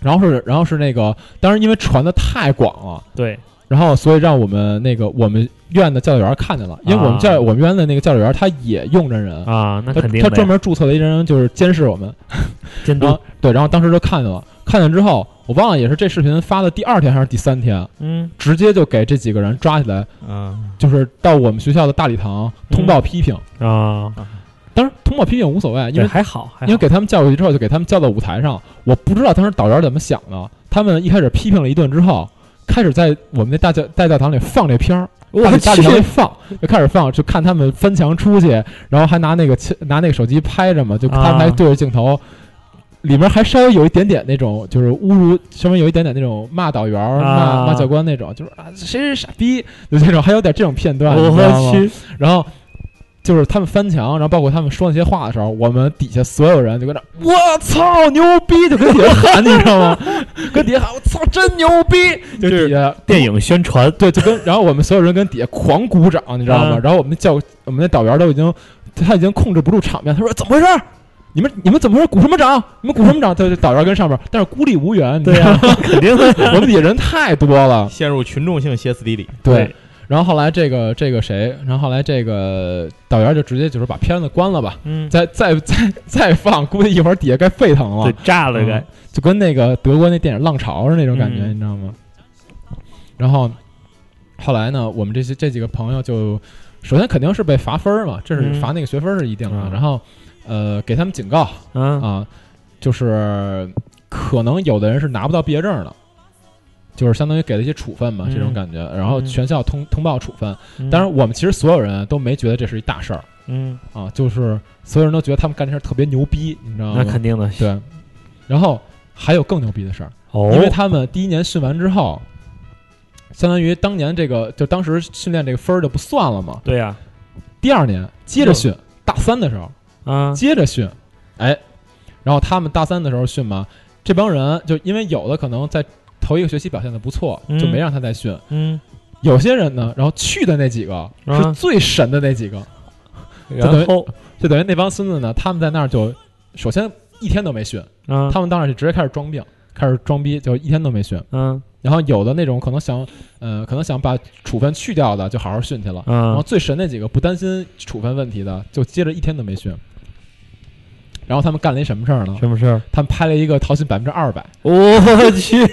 [SPEAKER 1] 然后是然后是那个，当时因为传的太广了，
[SPEAKER 2] 对，
[SPEAKER 1] 然后所以让我们那个我们院的教导员看见了，因为我们教、
[SPEAKER 2] 啊
[SPEAKER 1] 我们院的那个教导员他也用真人。
[SPEAKER 2] 啊，那
[SPEAKER 1] 他
[SPEAKER 2] 肯定
[SPEAKER 1] 他
[SPEAKER 2] 的呀
[SPEAKER 1] 专门注册了一人，就是监视我们。
[SPEAKER 2] 监
[SPEAKER 1] 然
[SPEAKER 2] 督
[SPEAKER 1] 后，对，然后当时就看见了，看见之后，我忘了也是这视频发的第二天还是第三天，
[SPEAKER 2] 嗯，
[SPEAKER 1] 直接就给这几个人抓起来，
[SPEAKER 3] 嗯，
[SPEAKER 1] 就是到我们学校的大礼堂通
[SPEAKER 2] 嗯
[SPEAKER 1] 报批评。
[SPEAKER 2] 啊，
[SPEAKER 1] 当然，通报批评无所谓，因
[SPEAKER 2] 对，
[SPEAKER 1] 为
[SPEAKER 2] 还好，还
[SPEAKER 1] 因为
[SPEAKER 2] 好，
[SPEAKER 1] 给他们叫过去之后，就给他们叫到舞台上。我不知道当时导员怎么想的，他们一开始批评了一顿之后，开始在我们那大教大教堂里放这片儿。大礼大礼堂里放，就开始放，就看他们翻墙出去，然后还拿那个切拿那个手机拍着嘛，就他们还
[SPEAKER 2] 啊
[SPEAKER 1] 对着镜头，里面还稍微有一点点那种就是侮辱，稍微有一点点那种骂导员儿、
[SPEAKER 2] 啊
[SPEAKER 1] 骂骂教官那种，就是啊谁是傻逼，就这种，还有点这种片段，你知道吗
[SPEAKER 2] 我？去，
[SPEAKER 1] 然后就是他们翻墙，然后包括他们说那些话的时候，我们底下所有人就跟着“我操牛逼”，就跟底下喊，你知道吗？跟底下喊“我操真牛逼”，就
[SPEAKER 2] 就是
[SPEAKER 1] 底下
[SPEAKER 2] 电影宣传，
[SPEAKER 1] 对，就跟然后我们所有人跟底下狂鼓掌，你知道吗？
[SPEAKER 2] 嗯
[SPEAKER 1] 然后我们的教我们的导员都已经他已经控制不住场面，他说怎么回事儿？你们你们怎么回事？鼓什么掌？你们鼓什么掌？对对，导员跟上面，但是孤立无援，你知
[SPEAKER 2] 对
[SPEAKER 1] 道
[SPEAKER 2] 呀
[SPEAKER 1] 吗，
[SPEAKER 2] 肯定的，
[SPEAKER 1] 我们底下人太多了。
[SPEAKER 3] 陷入群众性歇斯底里，
[SPEAKER 1] 对，，然后后来这个这个谁，然后后来这个导员就直接就是把片子关了吧，
[SPEAKER 2] 嗯，
[SPEAKER 1] 再再再再放，估计一会儿底下该沸腾了。
[SPEAKER 2] 对，炸了
[SPEAKER 1] 嗯
[SPEAKER 2] 该，
[SPEAKER 1] 就跟那个德国那电影《浪潮》是那种感觉，
[SPEAKER 2] 嗯
[SPEAKER 1] 你知道吗？然后后来呢，我们这些这几个朋友就首先肯定是被罚分儿嘛，这是
[SPEAKER 2] 嗯
[SPEAKER 1] 罚那个学分儿是一定的，
[SPEAKER 2] 嗯
[SPEAKER 1] 然后呃给他们警告
[SPEAKER 2] 嗯
[SPEAKER 1] 啊，就是可能有的人是拿不到毕业证的。就是相当于给了一些处分嘛，
[SPEAKER 2] 嗯
[SPEAKER 1] 这种感觉，然后
[SPEAKER 2] 嗯
[SPEAKER 1] 全校通通报处分。
[SPEAKER 2] 嗯
[SPEAKER 1] 当然，，我们其实所有人都没觉得这是一大事儿
[SPEAKER 2] 嗯，
[SPEAKER 1] 啊，就是所有人都觉得他们干这事儿特别牛逼，你知道吗
[SPEAKER 2] 嗯那？肯定的，
[SPEAKER 1] 对，然后还有更牛逼的事儿，
[SPEAKER 2] 哦，
[SPEAKER 1] 因为他们第一年训完之后，相当于当年这个就当时训练这个分儿就不算了嘛。
[SPEAKER 2] 对呀，
[SPEAKER 1] 第二年接着训，大三的时候
[SPEAKER 2] 啊，
[SPEAKER 1] 接着训，哎，然后他们大三的时候训嘛，这帮人就因为有的可能在头一个学期表现的不错，就没
[SPEAKER 2] 嗯
[SPEAKER 1] 让他再训。
[SPEAKER 2] 嗯，
[SPEAKER 1] 有些人呢，然后去的那几个是
[SPEAKER 2] 啊
[SPEAKER 1] 最神的那几个，
[SPEAKER 2] 然
[SPEAKER 1] 等于
[SPEAKER 2] 后
[SPEAKER 1] 就等于那帮孙子呢，他们在那儿就首先一天都没训，
[SPEAKER 2] 啊，
[SPEAKER 1] 他们当时就直接开始装病，开始装逼，就一天都没训。
[SPEAKER 2] 嗯
[SPEAKER 1] 然后有的那种可能想，呃，可能想把处分去掉的，就好好训去了。然后
[SPEAKER 2] 嗯，
[SPEAKER 1] 最神那几个不担心处分问题的，就接着一天都没训。然后他们干了一什么事儿呢？
[SPEAKER 2] 什么事儿？
[SPEAKER 1] 他们拍了一个淘金百分之二百，
[SPEAKER 2] 我去，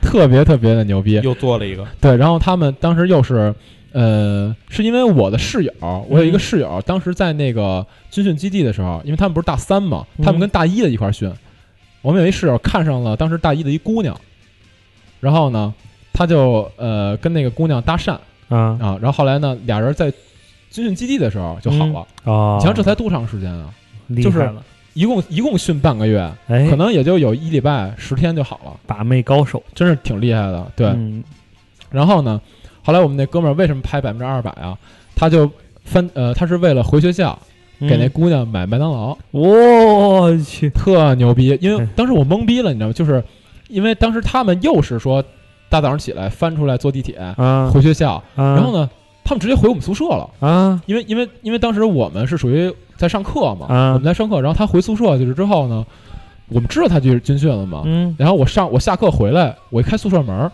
[SPEAKER 1] 特别特别的牛逼。
[SPEAKER 3] 又做了一个，
[SPEAKER 1] 对，然后他们当时又是，呃，是因为我的室友，
[SPEAKER 2] 嗯
[SPEAKER 1] 我有一个室友，当时在那个军训基地的时候，因为他们不是大三嘛，他们
[SPEAKER 2] 嗯
[SPEAKER 1] 跟大一的一块儿训，我们有一室友看上了当时大一的一姑娘，然后呢，他就呃跟那个姑娘搭讪
[SPEAKER 2] 啊
[SPEAKER 1] 啊，然后后来呢，俩人在军训基地的时候就好了，
[SPEAKER 2] 啊，
[SPEAKER 1] 你想这才多长时间啊？
[SPEAKER 2] 厉
[SPEAKER 1] 就是
[SPEAKER 2] 害了
[SPEAKER 1] 一共一共训半个月，
[SPEAKER 2] 哎
[SPEAKER 1] 可，能也就有一礼拜十天就好了，
[SPEAKER 2] 把妹高手，
[SPEAKER 1] 真是挺厉害的。对，
[SPEAKER 2] 嗯
[SPEAKER 1] 然后呢，后来我们那哥们儿为什么拍百分之二百啊？他就翻呃，他是为了回学校给那
[SPEAKER 2] 嗯
[SPEAKER 1] 姑娘买麦当劳，
[SPEAKER 2] 我去，
[SPEAKER 1] 特牛逼。因为
[SPEAKER 2] 嗯
[SPEAKER 1] 当时我懵逼了，你知道吗？就是因为当时他们又是说大早上起来翻出来坐地铁
[SPEAKER 2] 啊，
[SPEAKER 1] 回学校，
[SPEAKER 2] 啊
[SPEAKER 1] 然后呢，他们直接回我们宿舍了。
[SPEAKER 2] 啊
[SPEAKER 1] 因为因为因为当时我们是属于在上课嘛，
[SPEAKER 2] 啊
[SPEAKER 1] 我们在上课，然后他回宿舍去了之后呢，我们知道他去军训了嘛，
[SPEAKER 2] 嗯
[SPEAKER 1] 然后我上我下课回来，我一开宿舍门儿，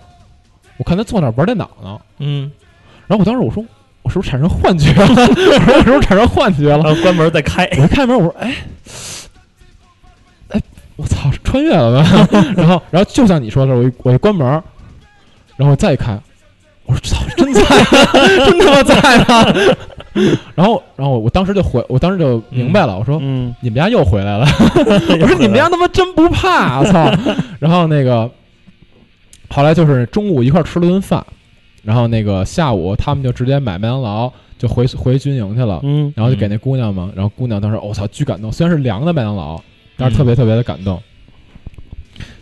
[SPEAKER 1] 我看他坐那儿玩电脑呢，
[SPEAKER 3] 嗯，
[SPEAKER 1] 然后我当时我说，我是不是产生幻觉了？ 我说我是不是产生幻觉
[SPEAKER 2] 然
[SPEAKER 1] 了？
[SPEAKER 2] 后呃关门再开，
[SPEAKER 1] 我一开门，我说，哎，哎，我操，穿越了吧？ 然后，然后就像你说的，我一我一关门，然后我再一开，我说，操，真在啊， 真他妈在啊！ 然后，然后我当时就回，我当时就明白了，我说。
[SPEAKER 2] 嗯，
[SPEAKER 1] 你们家又回来了，
[SPEAKER 2] 我
[SPEAKER 1] 我说你们家他妈真不怕、啊操！然后那个，后来就是中午一块儿吃了顿饭，然后那个下午他们就直接买麦当劳就回回军营去了，
[SPEAKER 2] 嗯
[SPEAKER 1] 然后就给那姑娘哦嘛，然后
[SPEAKER 2] 嗯
[SPEAKER 1] 姑娘当时我操、巨感动，虽然是凉的麦当劳，但是特别特别的感动。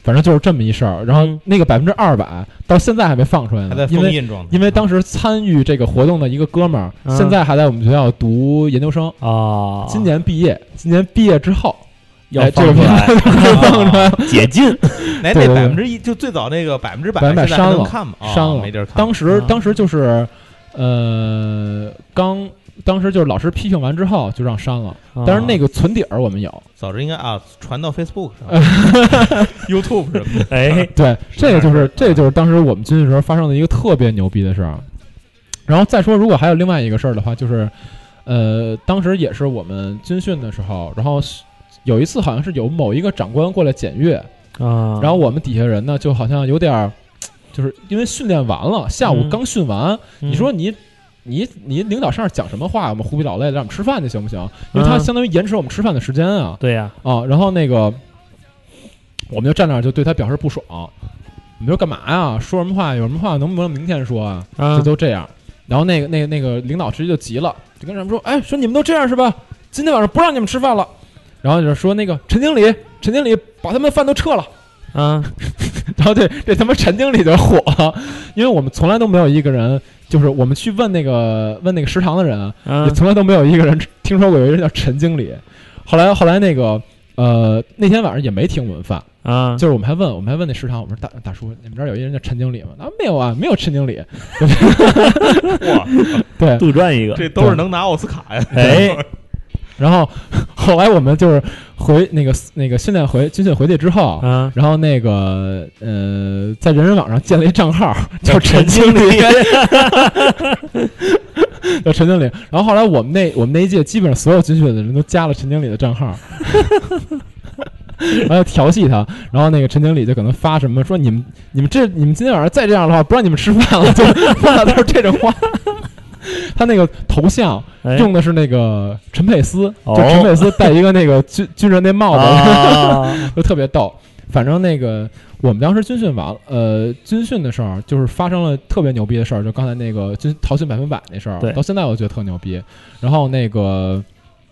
[SPEAKER 1] 反正就是这么一事儿。然后
[SPEAKER 2] 嗯
[SPEAKER 1] 那个百分之二百到现在还没放出来
[SPEAKER 3] 还
[SPEAKER 1] 呢
[SPEAKER 3] 在，
[SPEAKER 1] 因
[SPEAKER 3] 封
[SPEAKER 1] 为
[SPEAKER 3] 印状态，
[SPEAKER 1] 嗯因为当时参与这个活动的一个哥们儿，
[SPEAKER 2] 嗯
[SPEAKER 1] 现在还在我们学校读研究生，
[SPEAKER 2] 啊，
[SPEAKER 1] 今年毕业，今年毕业之后
[SPEAKER 2] 要
[SPEAKER 1] 哎这个
[SPEAKER 2] 放出
[SPEAKER 1] 片
[SPEAKER 2] 来
[SPEAKER 1] 子放出来了。
[SPEAKER 2] 解禁，
[SPEAKER 1] 对
[SPEAKER 3] 哎啊 那
[SPEAKER 1] 对对
[SPEAKER 3] 百分之一就最早那个百分之百
[SPEAKER 1] 百分之百
[SPEAKER 3] 现在还
[SPEAKER 1] 删
[SPEAKER 3] 能
[SPEAKER 1] 了
[SPEAKER 3] 看吗？啊
[SPEAKER 1] 删了
[SPEAKER 3] 没地儿看。
[SPEAKER 1] 当时
[SPEAKER 2] 啊
[SPEAKER 1] 当时就是，呃，刚当时就是老师批评完之后就让删了，
[SPEAKER 2] 啊
[SPEAKER 1] 但是那个存底儿我们有。
[SPEAKER 3] 早知应该啊，传到 Facebook 上
[SPEAKER 1] 呃
[SPEAKER 3] YouTube 什么的。
[SPEAKER 2] 哎，
[SPEAKER 1] 对，
[SPEAKER 3] 是
[SPEAKER 1] 这个就
[SPEAKER 3] 这
[SPEAKER 1] 是
[SPEAKER 3] 样
[SPEAKER 1] 这个就是当时我们军训时候发生的一个特别牛逼的事儿。然后再说，如果还有另外一个事儿的话，就是，呃，当时也是我们军训的时候，然后是有一次好像是有某一个长官过来检阅，
[SPEAKER 2] 啊，
[SPEAKER 1] 然后我们底下人呢就好像有点儿，就是因为训练完了，下午
[SPEAKER 2] 嗯
[SPEAKER 1] 刚训完，
[SPEAKER 2] 嗯
[SPEAKER 1] 你说你。你你领导上来讲什么话？我们胡逼老累，让我们吃饭去行不行？因为他
[SPEAKER 2] 嗯
[SPEAKER 1] 相当于延迟我们吃饭的时间啊。
[SPEAKER 2] 对呀，
[SPEAKER 1] 啊，然后那个我们就站那儿就对他表示不爽，我们说干嘛呀？说什么话？有什么话能不能明天说啊？
[SPEAKER 2] 啊
[SPEAKER 1] 这都这样。然后那个那个那个领导直接就急了，就跟他们说：“哎，说你们都这样是吧？今天晚上不让你们吃饭了。”然后就说那个陈经理，陈经理把他们饭都撤了。
[SPEAKER 2] 啊，
[SPEAKER 1] 然后这这他妈陈经理就火了，因为我们从来都没有一个人，就是我们去问那个问那个食堂的人啊，
[SPEAKER 2] 啊
[SPEAKER 1] 也从来都没有一个人听说过有一个人叫陈经理。后来后来那个呃那天晚上也没请我们饭，
[SPEAKER 2] 啊，
[SPEAKER 1] 就是我们还问我们还问那食堂，我们说大大叔，你们这儿有一人叫陈经理吗？啊没有啊，没有陈经理。
[SPEAKER 3] 哇，
[SPEAKER 1] 对，
[SPEAKER 2] 杜撰一个，
[SPEAKER 3] 这都是能拿奥斯卡呀！
[SPEAKER 2] 哎，
[SPEAKER 1] 然后后来我们就是回那个那个训练回军训回去之后。
[SPEAKER 2] 啊，
[SPEAKER 1] 然后那个呃，在人人网上建了一账号， 叫陈经理， 叫陈经理。然后后来我们那我们那一届基本上所有军训的人都加了陈经理的账号， 然后调戏他。然后那个陈经理就可能发什么说你们你们这你们今天晚上再这样的话，不让你们吃饭了，就 发的都是这种话。 他那个头像
[SPEAKER 2] 哎
[SPEAKER 1] 用的是那个陈佩斯，
[SPEAKER 2] 哦
[SPEAKER 1] 就陈佩斯戴一个那个军军人那帽子，
[SPEAKER 2] 啊，
[SPEAKER 1] 就特别逗。反正那个我们当时军训完了，呃，军训的事儿就是发生了特别牛逼的事儿，就刚才那个军逃训百分百那事儿
[SPEAKER 2] 对，
[SPEAKER 1] 到现在我觉得特牛逼。然后那个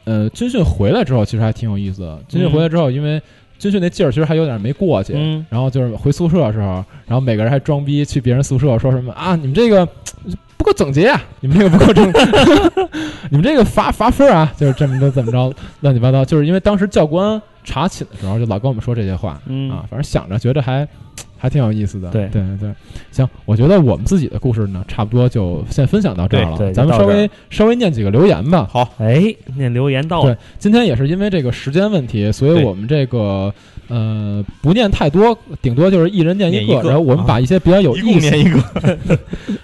[SPEAKER 1] 呃，军训回来之后，其实还挺有意思的。军训回来之后，因为军训那劲儿其实还有点没过去，
[SPEAKER 2] 嗯
[SPEAKER 1] 然后就是回宿舍的时候，然后每个人还装逼去别人宿舍说什么啊，你们这个不够整洁啊，你们这个不够整， 你们这个罚罚分啊，就是这么着怎么着乱七八糟，就是因为当时教官查寝的时候就老跟我们说这些话、
[SPEAKER 2] 嗯
[SPEAKER 1] 啊，反正想着觉得还还挺有意思的。
[SPEAKER 2] 对
[SPEAKER 1] 对对对，行，我觉得我们自己的故事呢，差不多就先分享到这儿了，
[SPEAKER 2] 对对
[SPEAKER 1] 咱们
[SPEAKER 2] 就
[SPEAKER 1] 稍
[SPEAKER 2] 到这儿
[SPEAKER 1] 微稍微念几个留言吧。
[SPEAKER 3] 好，
[SPEAKER 2] 哎，那留言到了
[SPEAKER 1] 对，今天也是因为这个时间问题，所以
[SPEAKER 3] 对
[SPEAKER 1] 我们这个呃不念太多，顶多就是一人念一
[SPEAKER 3] 念一个
[SPEAKER 1] 然后我们
[SPEAKER 3] 啊
[SPEAKER 1] 把一些比较有
[SPEAKER 3] 一共
[SPEAKER 1] 意思，
[SPEAKER 3] 念一个，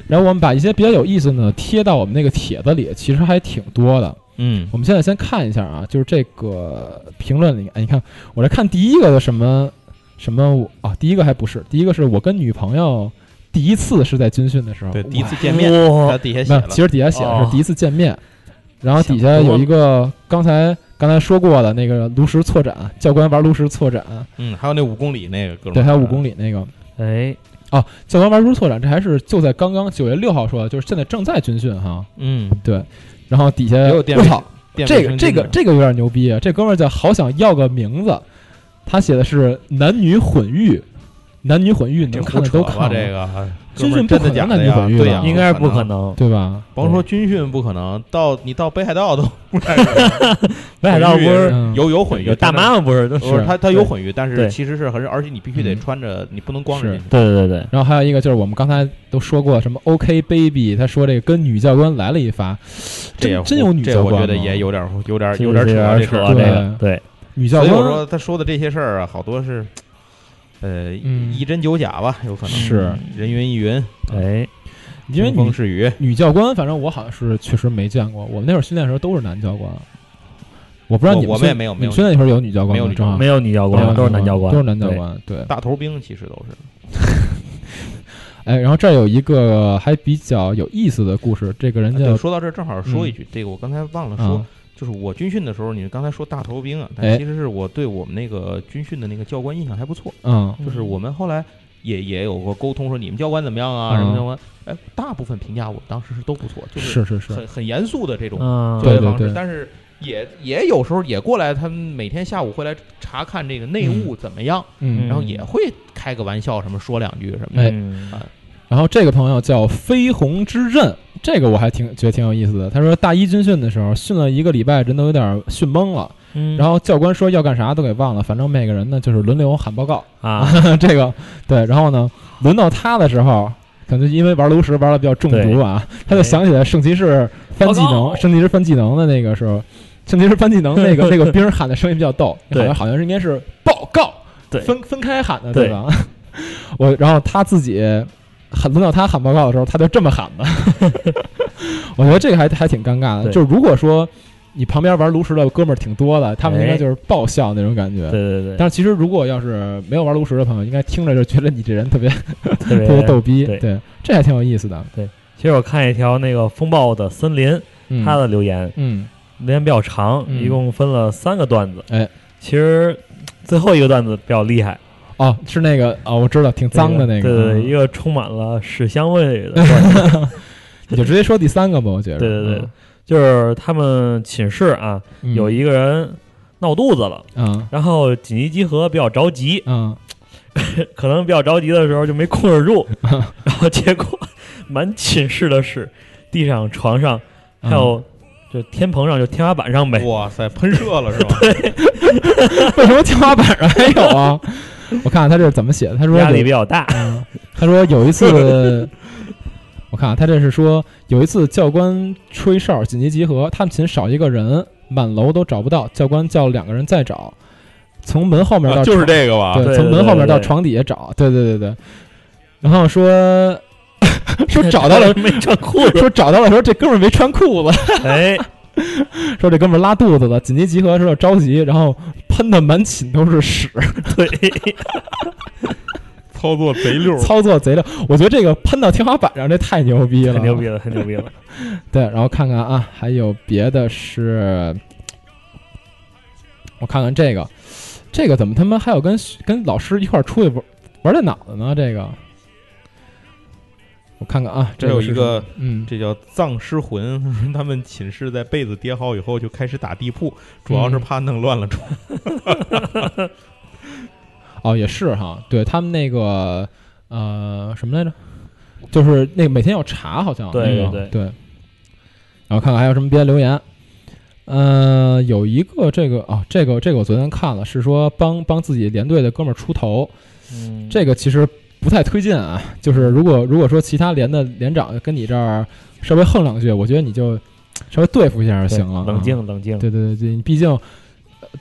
[SPEAKER 1] 然后我们把一些比较有意思呢贴到我们那个帖子里，其实还挺多的。
[SPEAKER 3] 嗯，
[SPEAKER 1] 我们现在先看一下啊，就是这个评论里，哎，你看我来看第一个的什么什么我啊，第一个还不是，第一个是我跟女朋友第一次是在军训的时候，
[SPEAKER 3] 嗯对，第一次
[SPEAKER 1] 哇
[SPEAKER 3] 见面，
[SPEAKER 2] 哇
[SPEAKER 3] 他底下写
[SPEAKER 1] 没有，
[SPEAKER 3] 了
[SPEAKER 1] 其，实底下写的
[SPEAKER 2] 哦
[SPEAKER 1] 是第一次见面，然后底下
[SPEAKER 2] 想多
[SPEAKER 1] 有一个刚才刚才说过的那个炉石错斩，教官玩炉石错斩，
[SPEAKER 3] 嗯，还有那五公里那个各种，
[SPEAKER 1] 对，还有五公
[SPEAKER 3] 里，
[SPEAKER 1] 里那个
[SPEAKER 2] 哎，
[SPEAKER 1] 哦，教官玩炉石错斩，这还是就在刚刚九月六号说的，就是现在正在军训哈，
[SPEAKER 3] 嗯，
[SPEAKER 1] 对，然后底下
[SPEAKER 3] 也有电
[SPEAKER 1] 哎我
[SPEAKER 3] 视
[SPEAKER 1] 操，
[SPEAKER 3] 电
[SPEAKER 1] 这个
[SPEAKER 3] 卫生
[SPEAKER 1] 这个
[SPEAKER 3] 巾
[SPEAKER 1] 这个有点牛逼，啊这哥们儿叫好想要个名字，他写的是男女混浴，男女混浴能
[SPEAKER 3] 这
[SPEAKER 1] 看
[SPEAKER 3] 不
[SPEAKER 1] 的
[SPEAKER 3] 扯
[SPEAKER 1] 都
[SPEAKER 3] 吧？
[SPEAKER 1] 看了
[SPEAKER 3] 这个哎
[SPEAKER 1] 军
[SPEAKER 3] 哥们儿
[SPEAKER 1] 训不可
[SPEAKER 3] 真的
[SPEAKER 1] 能
[SPEAKER 3] 假
[SPEAKER 1] 男
[SPEAKER 3] 的
[SPEAKER 1] 女
[SPEAKER 3] 呀？
[SPEAKER 1] 混浴
[SPEAKER 3] 对
[SPEAKER 1] 的
[SPEAKER 3] 呀，
[SPEAKER 2] 应该是不可
[SPEAKER 3] 能。
[SPEAKER 2] 能，
[SPEAKER 1] 对吧？
[SPEAKER 3] 甭说军训不可能，到你到北海道都
[SPEAKER 2] 北海道不是
[SPEAKER 1] 嗯
[SPEAKER 3] 有有混浴，
[SPEAKER 2] 有大妈妈不是都
[SPEAKER 3] 真的，不是
[SPEAKER 1] 是
[SPEAKER 3] 它它有混浴，但是
[SPEAKER 2] 对
[SPEAKER 3] 其实是很，而且你必须得
[SPEAKER 1] 嗯
[SPEAKER 3] 穿着，你不能光着
[SPEAKER 1] 是
[SPEAKER 3] 进去。
[SPEAKER 2] 对对对对，
[SPEAKER 1] 然后还有一个就是我们刚才都说过什么 OK baby，他说这个跟女教官来了一发，
[SPEAKER 3] 这也
[SPEAKER 1] 真真有女
[SPEAKER 3] 这
[SPEAKER 1] 教
[SPEAKER 3] 我
[SPEAKER 1] 官吗
[SPEAKER 3] 觉得也有点有点
[SPEAKER 2] 这
[SPEAKER 3] 有点
[SPEAKER 2] 这
[SPEAKER 3] 扯啊
[SPEAKER 2] 有
[SPEAKER 3] 这事
[SPEAKER 2] 点扯
[SPEAKER 3] 儿
[SPEAKER 2] 啊，这
[SPEAKER 1] 对
[SPEAKER 2] 个对，
[SPEAKER 1] 女教
[SPEAKER 3] 所以我
[SPEAKER 1] 官
[SPEAKER 3] 说他说的这些事儿啊，好多是，呃，
[SPEAKER 1] 嗯
[SPEAKER 3] 一真九假吧，有可能
[SPEAKER 1] 是
[SPEAKER 3] 人云亦云，
[SPEAKER 2] 哎，
[SPEAKER 1] 因为
[SPEAKER 3] 听风
[SPEAKER 1] 女
[SPEAKER 3] 是雨，
[SPEAKER 1] 女教官，反正我好像是确实没见过，我们那会儿训练的时候都是男教官，我不知道
[SPEAKER 3] 我
[SPEAKER 1] 你们
[SPEAKER 3] 我们
[SPEAKER 1] 训
[SPEAKER 3] 也没有没
[SPEAKER 1] 你
[SPEAKER 3] 有
[SPEAKER 1] 们训练那会儿有女教官吗？
[SPEAKER 3] 没有女
[SPEAKER 1] 正好
[SPEAKER 2] 没有女教
[SPEAKER 1] 没有
[SPEAKER 2] 官，都是男教官，
[SPEAKER 1] 啊都是男教
[SPEAKER 2] 对，
[SPEAKER 1] 官，对。
[SPEAKER 3] 大头兵其实都是
[SPEAKER 1] 哎，然后这儿有一个还比较有意思的故事，这个人
[SPEAKER 3] 啊。
[SPEAKER 1] 叫嗯
[SPEAKER 3] 对，说到这儿正好说一句，这个我刚才忘了说
[SPEAKER 1] 啊，，
[SPEAKER 3] 就是我军训的时候，你刚才说大头兵啊，
[SPEAKER 1] 哎
[SPEAKER 3] 但其实是我对我们那个军训的那个教官印象还不错，
[SPEAKER 1] 嗯
[SPEAKER 3] 就是我们后来。也也有过沟通，说你们教官怎么样啊？
[SPEAKER 1] 嗯
[SPEAKER 3] 什么教官？哎，大部分评价我当时是都不错，就是
[SPEAKER 1] 是是是，
[SPEAKER 3] 很很严肃的这种
[SPEAKER 2] 嗯，
[SPEAKER 3] 教
[SPEAKER 1] 对
[SPEAKER 3] 学方
[SPEAKER 1] 对
[SPEAKER 3] 式，
[SPEAKER 1] 对
[SPEAKER 3] 但是也也有时候也过来，他们每天下午会来查看这个内务怎么样，
[SPEAKER 1] 嗯
[SPEAKER 3] 然后也会开个玩笑，什么说两句什么的。
[SPEAKER 1] 哎
[SPEAKER 2] 嗯
[SPEAKER 1] 然后这个朋友叫绯红之刃，这个我还挺觉得挺有意思的。他说大一军训的时候训了一个礼拜，人都有点训懵了。
[SPEAKER 3] 嗯
[SPEAKER 1] 然后教官说要干啥都给忘了，反正每个人呢就是轮流喊报告。
[SPEAKER 2] 啊，
[SPEAKER 1] 这个对，然后呢，轮到他的时候，可能因为玩炉石玩的比较中毒啊，他就想起来圣骑士翻技
[SPEAKER 2] 报告
[SPEAKER 1] 能，圣骑士翻技能的那个时候，圣骑士翻技能那 个那个兵喊的声音比较逗，好
[SPEAKER 2] 对
[SPEAKER 1] 像好像是应该是报告，
[SPEAKER 2] 对
[SPEAKER 1] 分分开喊的
[SPEAKER 2] 对
[SPEAKER 1] 吧？ 我然后他自己喊轮到他喊报告的时候，他就这么喊的， 我觉得这个还还挺尴尬的，
[SPEAKER 2] 对
[SPEAKER 1] 就是如果说。你旁边玩炉石的哥们儿挺多的，他们应该
[SPEAKER 2] 哎
[SPEAKER 1] 就是爆笑那种感觉。
[SPEAKER 2] 对对对，
[SPEAKER 1] 但是其实如果要是没有玩炉石的朋友，应该听着就觉得你这人特别特
[SPEAKER 2] 特别
[SPEAKER 1] 别逗逼，
[SPEAKER 2] 对
[SPEAKER 1] 这还挺有意思的。
[SPEAKER 2] 其实我看一条那个风暴的森林，
[SPEAKER 1] 嗯，
[SPEAKER 2] 他的留言
[SPEAKER 1] 嗯
[SPEAKER 2] 留言比较长，
[SPEAKER 1] 嗯
[SPEAKER 2] 一共分了三个段子。
[SPEAKER 1] 哎，
[SPEAKER 2] 其实最后一个段子比较厉害，
[SPEAKER 1] 哦，是那个哦，我知道，挺脏的那个，
[SPEAKER 2] 对对对，一
[SPEAKER 1] 嗯
[SPEAKER 2] 个充满了屎香味 的段子，
[SPEAKER 1] 你就直接说第三个吧，我觉得。
[SPEAKER 2] 对对对，就是他们寝室啊，
[SPEAKER 1] 嗯，
[SPEAKER 2] 有一个人闹肚子了，
[SPEAKER 1] 嗯
[SPEAKER 2] 然后紧急集合比较着急，
[SPEAKER 1] 嗯
[SPEAKER 2] 可能比较着急的时候就没控 制住，然后结果满寝室的屎，地上、床上，
[SPEAKER 1] 嗯
[SPEAKER 2] 还有就天棚上，就天花板上呗。
[SPEAKER 3] 哇塞，喷射了是吧？
[SPEAKER 1] 为什么天花板上还有啊？ 我看看他这是怎么写的，他说
[SPEAKER 2] 压力
[SPEAKER 1] 有
[SPEAKER 2] 比较大，
[SPEAKER 1] 他说有一 次，我看啊，他这是说有一次教官吹哨紧急集合，他们寝少一个人，满楼都找不到，教官叫两个人再找，从门后面到、
[SPEAKER 3] 啊就是，这个吧？
[SPEAKER 1] 对，
[SPEAKER 2] 对
[SPEAKER 1] 从
[SPEAKER 2] 对
[SPEAKER 1] 门
[SPEAKER 2] 对
[SPEAKER 1] 后面
[SPEAKER 2] 对
[SPEAKER 1] 到
[SPEAKER 2] 对
[SPEAKER 1] 床底下找，对对对对，然后说 说 找
[SPEAKER 2] 。
[SPEAKER 1] 到了
[SPEAKER 2] 没穿裤 子，
[SPEAKER 1] 说找到的时候，这哥们儿没穿裤子。
[SPEAKER 2] 哎，
[SPEAKER 1] 说这哥们儿拉肚子了，紧急集合的时候着急，然后喷的满寝都是屎，
[SPEAKER 2] 对，
[SPEAKER 3] 操作贼溜儿，
[SPEAKER 1] 操作贼溜。我觉得这个喷到天花板上，这太牛逼了，
[SPEAKER 2] 太牛逼了，太牛逼了，
[SPEAKER 1] 对，然后看看啊，还有别的是，我看看这个，这个怎么他妈还有跟跟老师一块儿出去玩玩电脑的呢？这个，我看看啊，
[SPEAKER 3] 这
[SPEAKER 1] 个
[SPEAKER 3] 有
[SPEAKER 1] 是
[SPEAKER 3] 一个
[SPEAKER 1] 什么，嗯，
[SPEAKER 3] 这叫葬尸魂。 他们寝室在被子叠好以后就开始打地铺，主要是
[SPEAKER 1] 嗯
[SPEAKER 3] 怕弄乱了床。
[SPEAKER 1] 哦，也是哈，对他们那个呃什么来着，就是那个每天要查，好像
[SPEAKER 2] 对
[SPEAKER 1] 那个
[SPEAKER 2] 对
[SPEAKER 1] 对然后看看还有什么别的留言。呃，有一个这个哦，这个这个我昨天看了，是说帮帮自己连队的哥们儿出头，
[SPEAKER 2] 嗯，
[SPEAKER 1] 这个其实不太推荐啊。就是如果如果说其他连的连长跟你这儿稍微横两句，我觉得你就稍微对付一下就
[SPEAKER 2] 对
[SPEAKER 1] 行了啊。
[SPEAKER 2] 冷静冷静，
[SPEAKER 1] 对对对对，你毕竟，呃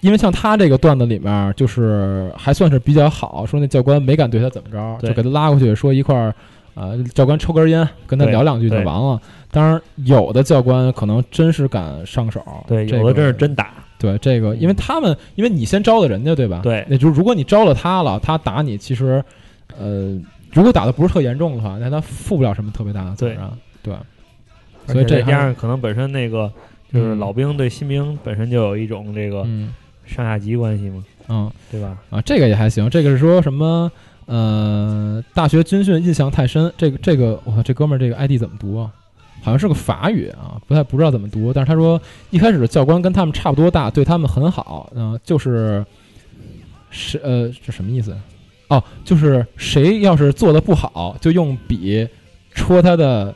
[SPEAKER 1] 因为像他这个段子里面儿，就是还算是比较好，说那教官没敢对他怎么着，
[SPEAKER 2] 对
[SPEAKER 1] 就给他拉过去说一块儿，呃，教官抽根烟，跟他
[SPEAKER 2] 对
[SPEAKER 1] 聊两句就
[SPEAKER 2] 对
[SPEAKER 1] 完了。当然，有的教官可能真是敢上手，
[SPEAKER 2] 对，
[SPEAKER 1] 这
[SPEAKER 2] 有的
[SPEAKER 1] 个
[SPEAKER 2] 真是真打，
[SPEAKER 1] 对这个，因为他们，因为你先招了人嗯家，对吧？
[SPEAKER 2] 对
[SPEAKER 1] 那就是如果你招了他了，他打你，其实，呃，如果打的不是特严重的话，那他负不了什么特别大的责任。啊对，所以这
[SPEAKER 2] 再
[SPEAKER 1] 还
[SPEAKER 2] 加
[SPEAKER 1] 是
[SPEAKER 2] 上可能本身那个就是老兵对新兵本身就有一种这个
[SPEAKER 1] 嗯
[SPEAKER 2] 上下级关系嘛，
[SPEAKER 1] 嗯
[SPEAKER 2] 对吧？
[SPEAKER 1] 啊，这个也还行。这个是说什么？呃，大学军训印象太深。这个这个，我操，这哥们儿这个 ID 怎么读啊？好像是个法语啊，不太不知道怎么读。但是他说一开始教官跟他们差不多大，对他们很好。嗯、就是是呃，这什么意思？哦，就是谁要是做的不好，就用笔戳他的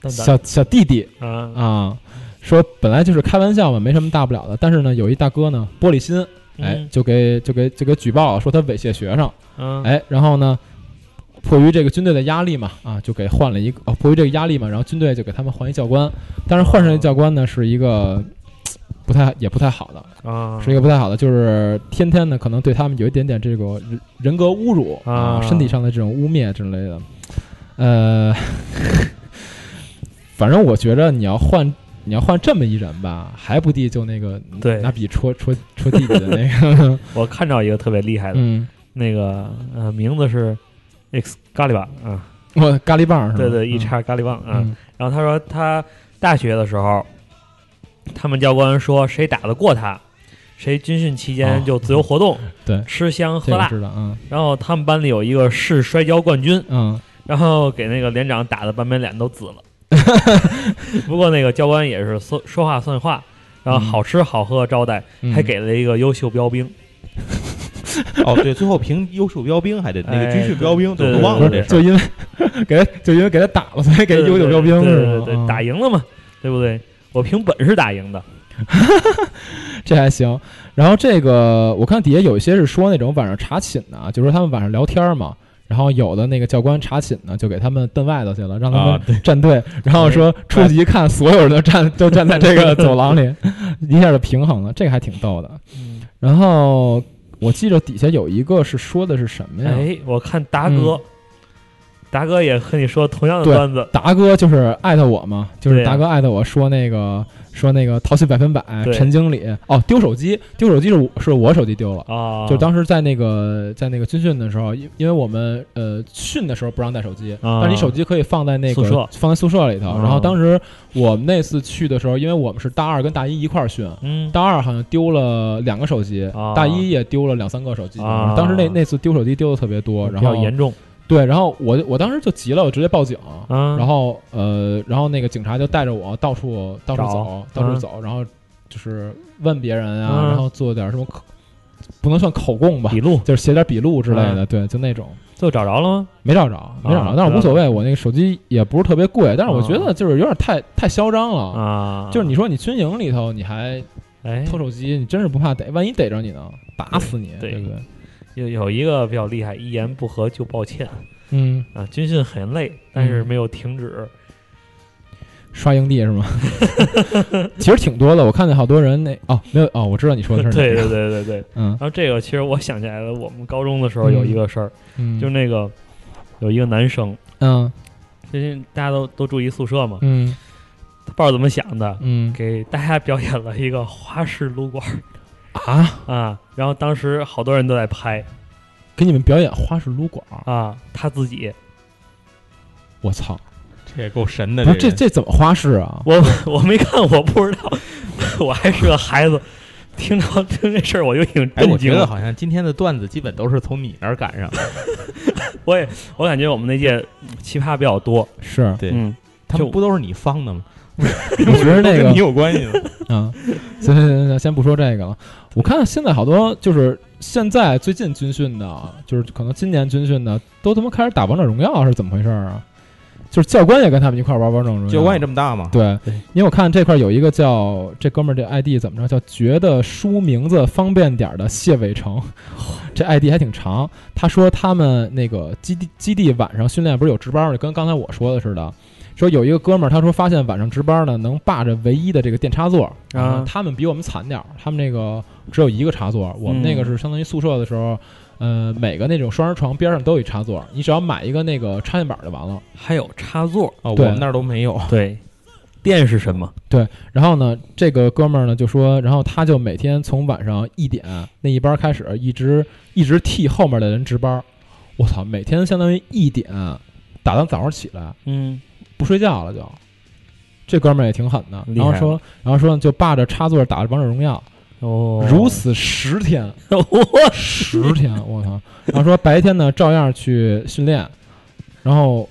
[SPEAKER 2] 但打
[SPEAKER 1] 小小弟弟
[SPEAKER 2] 啊，
[SPEAKER 1] 啊。说本来就是开玩笑嘛，没什么大不了的。但是呢，有一大哥呢，玻璃心，哎
[SPEAKER 2] 嗯，，
[SPEAKER 1] 就给就给就给举报了，说他猥亵学生，
[SPEAKER 2] 嗯，
[SPEAKER 1] 哎，然后呢，迫于这个军队的压力嘛，啊，就给换了一个，哦，迫于这个压力嘛，然后军队就给他们换一教官，但是换上一教官呢，是一个嘖不太也不太好的，
[SPEAKER 2] 啊，
[SPEAKER 1] 是一个不太好的，就是天天呢可能对他们有一点点这个人人格侮辱啊，
[SPEAKER 2] 啊
[SPEAKER 1] 身体上的这种污蔑之类的，呃， 反正我觉着你要换。你要换这么一人吧，还不地就那个
[SPEAKER 2] 对
[SPEAKER 1] 拿笔戳戳戳弟弟的那 个，
[SPEAKER 2] 我看到一个特别厉害的，
[SPEAKER 1] 嗯，
[SPEAKER 2] 那个呃名字是 X 咖喱吧啊，
[SPEAKER 1] 我咖喱棒是吧？
[SPEAKER 2] 对对，一
[SPEAKER 1] 嗯
[SPEAKER 2] 叉咖喱棒啊。
[SPEAKER 1] 嗯
[SPEAKER 2] 然后他说他大学的时候，他们教官说谁打得过他，谁军训期间
[SPEAKER 1] 哦
[SPEAKER 2] 就自由活动，
[SPEAKER 1] 对
[SPEAKER 2] 吃香
[SPEAKER 1] 这
[SPEAKER 2] 喝
[SPEAKER 1] 个
[SPEAKER 2] 辣。
[SPEAKER 1] 知道，嗯
[SPEAKER 2] 然后他们班里有一个市摔跤冠军，
[SPEAKER 1] 嗯，
[SPEAKER 2] 然后给那个连长 打的半边脸都紫了。不过那个教官也是说说话算话，然后好吃好喝招待，
[SPEAKER 1] 嗯
[SPEAKER 2] 还给了一个优秀标兵。
[SPEAKER 3] 哦，对，最后评优秀标兵还得那个
[SPEAKER 2] 哎
[SPEAKER 3] 军训标兵，
[SPEAKER 2] 对
[SPEAKER 3] 我
[SPEAKER 2] 对
[SPEAKER 3] 都忘
[SPEAKER 1] 不
[SPEAKER 3] 了
[SPEAKER 1] 是
[SPEAKER 3] 这事
[SPEAKER 1] 就
[SPEAKER 3] 儿。
[SPEAKER 1] 因为 给他就因为给他打了， 所以给
[SPEAKER 2] 对
[SPEAKER 1] 优秀标兵
[SPEAKER 2] 对
[SPEAKER 1] 是
[SPEAKER 2] 对
[SPEAKER 1] 吗
[SPEAKER 2] 对对，
[SPEAKER 1] 啊
[SPEAKER 2] 打赢了嘛，对不对？我凭本事打赢的，
[SPEAKER 1] 这还行。然后这个我看底下有一些是说那种晚上查寝的啊，就说他们晚上聊天儿嘛。然后有的那个教官查寝呢，就给他们蹬外头去了，让他
[SPEAKER 3] 啊
[SPEAKER 1] 们站队。然后说出去一看，所有人都站都站在这个走廊 里，一下就平衡了，这个还挺逗的。然后我记着底下有一个是说的是什么呀？
[SPEAKER 2] 哎，我看达哥，达哥也和你说同样
[SPEAKER 1] 嗯
[SPEAKER 2] 的
[SPEAKER 1] 对
[SPEAKER 2] 段子，
[SPEAKER 1] 达哥就是艾特我嘛，就是
[SPEAKER 2] 对呀
[SPEAKER 1] 达哥艾特我说那个说那个淘气百分百
[SPEAKER 2] 对
[SPEAKER 1] 陈经理哦丢手机丢手机是我是我手机丢了。
[SPEAKER 2] 啊，
[SPEAKER 1] 就当时在那个在那个军训的时候，因因为我们呃训的时候不让带手机，
[SPEAKER 2] 啊
[SPEAKER 1] 但是你手机可以放在那个
[SPEAKER 2] 宿舍
[SPEAKER 1] 放在宿舍里头。
[SPEAKER 2] 啊
[SPEAKER 1] 然后当时我们那次去的时候，因为我们是大二跟大一一块儿训，
[SPEAKER 2] 嗯，
[SPEAKER 1] 大二好像丢了两个手机，
[SPEAKER 2] 啊
[SPEAKER 1] 大一也丢了两三个手机。
[SPEAKER 2] 啊
[SPEAKER 1] 当时那那次丢手机丢的特别多，然
[SPEAKER 2] 比较
[SPEAKER 1] 后
[SPEAKER 2] 严重
[SPEAKER 1] 对，然后我我当时就急了，我直接报警。
[SPEAKER 2] 啊，
[SPEAKER 1] 然后呃，然后那个警察就带着我到处到处
[SPEAKER 2] 找
[SPEAKER 1] 走，到处
[SPEAKER 2] 嗯
[SPEAKER 1] 走，然后就是问别人啊，
[SPEAKER 2] 嗯
[SPEAKER 1] 然后做点什么口，不能算口供吧，
[SPEAKER 2] 笔录
[SPEAKER 1] 就是写点笔录之类的，对，就那种
[SPEAKER 2] 最后找着了吗？
[SPEAKER 1] 没找着，没找着，
[SPEAKER 2] 啊
[SPEAKER 1] 但是
[SPEAKER 2] 对
[SPEAKER 1] 无所谓，我那个手机也不是特别贵，但是我觉得就是有点太太嚣张了。
[SPEAKER 2] 啊，
[SPEAKER 1] 就是你说你军营里头你还
[SPEAKER 2] 哎，
[SPEAKER 1] 偷手机，你真是不怕逮？万一逮着你呢，打死你，
[SPEAKER 2] 对
[SPEAKER 1] 对不对？
[SPEAKER 2] 有有一个比较厉害，一言不合就抱歉
[SPEAKER 1] 嗯，
[SPEAKER 2] 啊，军训很累，但是
[SPEAKER 1] 嗯
[SPEAKER 2] 没有停止，
[SPEAKER 1] 刷营地是 吗？其实挺多的，我看见好多人那哦没有哦，我知道你说的是 哪
[SPEAKER 2] 对
[SPEAKER 1] 个
[SPEAKER 2] 对对对对。
[SPEAKER 1] 嗯
[SPEAKER 2] 然后这个其实我想起来了，我们高中的时候有一个事儿，
[SPEAKER 1] 嗯，
[SPEAKER 2] 就是那个有一个男生，
[SPEAKER 1] 嗯
[SPEAKER 2] 最近大家都都住一宿舍嘛，
[SPEAKER 1] 嗯
[SPEAKER 2] 他不知道怎么想的，
[SPEAKER 1] 嗯
[SPEAKER 2] 给大家表演了一个花式撸管儿
[SPEAKER 1] 啊，
[SPEAKER 2] 啊，然后当时好多人都在拍
[SPEAKER 1] 给你们表演花式撸管儿，
[SPEAKER 2] 啊，他自己，
[SPEAKER 1] 我操！
[SPEAKER 3] 这也够神的
[SPEAKER 1] 不是，这
[SPEAKER 3] 人
[SPEAKER 1] 这怎么花式啊？
[SPEAKER 2] 我 我没看，我不知道， 我还是个孩子，听到听这事儿我就挺
[SPEAKER 3] 哎，我
[SPEAKER 2] 震
[SPEAKER 3] 觉
[SPEAKER 2] 惊
[SPEAKER 3] 得
[SPEAKER 2] 了，
[SPEAKER 3] 好像今天的段子基本都是从你那儿赶上的。
[SPEAKER 2] 我也我感觉我们那届奇葩比较多，
[SPEAKER 1] 是，
[SPEAKER 3] 对，
[SPEAKER 2] 嗯，
[SPEAKER 3] 他
[SPEAKER 2] 就
[SPEAKER 3] 们不都是你方的吗？
[SPEAKER 1] 我觉得
[SPEAKER 3] 都
[SPEAKER 1] 那
[SPEAKER 3] 跟
[SPEAKER 1] 个
[SPEAKER 3] 你有关 系吗？
[SPEAKER 1] 啊，行行行行，先不说这个了。我看现在好多就是现在最近军训的啊，就是可能今年军训的，都他妈开始打王者荣耀是怎么回事儿啊？就是教官也跟他们一块儿玩王者荣耀，
[SPEAKER 3] 教官也这么大吗？
[SPEAKER 1] 对
[SPEAKER 2] 对，
[SPEAKER 1] 因为我看这块儿有一个叫这哥们儿这 ID 怎么着，叫觉得书名字方便点儿的谢伟成，
[SPEAKER 2] 哦
[SPEAKER 1] 这 ID 还挺长。他说他们那个基地基地晚上训练不是有值班吗？就跟刚才我说的似的，说有一个哥们儿，他说发现晚上值班呢能霸着唯一的这个电插座
[SPEAKER 2] 啊
[SPEAKER 1] 他们比我们惨点儿，他们那个只有一个插座，我们那
[SPEAKER 2] 嗯
[SPEAKER 1] 个是相当于宿舍的时候。呃，每个那种双人床边上都有一插座，你只要买一个那个插线板就完了。
[SPEAKER 2] 还有插座，
[SPEAKER 3] 啊，我
[SPEAKER 1] 对
[SPEAKER 3] 们那儿都没 有。
[SPEAKER 2] 对，电是什么？
[SPEAKER 1] 然后呢，这个哥们儿呢就说，然后他就每天从晚上一点那一班开始，一直一直替后面的人值班儿。我操，每天相当于一点打到早上起来
[SPEAKER 2] 嗯，
[SPEAKER 1] 不睡觉了就。这哥们儿也挺狠的，
[SPEAKER 2] 厉
[SPEAKER 1] 然
[SPEAKER 2] 害
[SPEAKER 1] 后说，然后说就霸着插座打着王者荣耀，
[SPEAKER 2] 哦
[SPEAKER 1] 如此十天，
[SPEAKER 2] 我
[SPEAKER 1] 十天，我操！然后说白天呢照样去训练，然后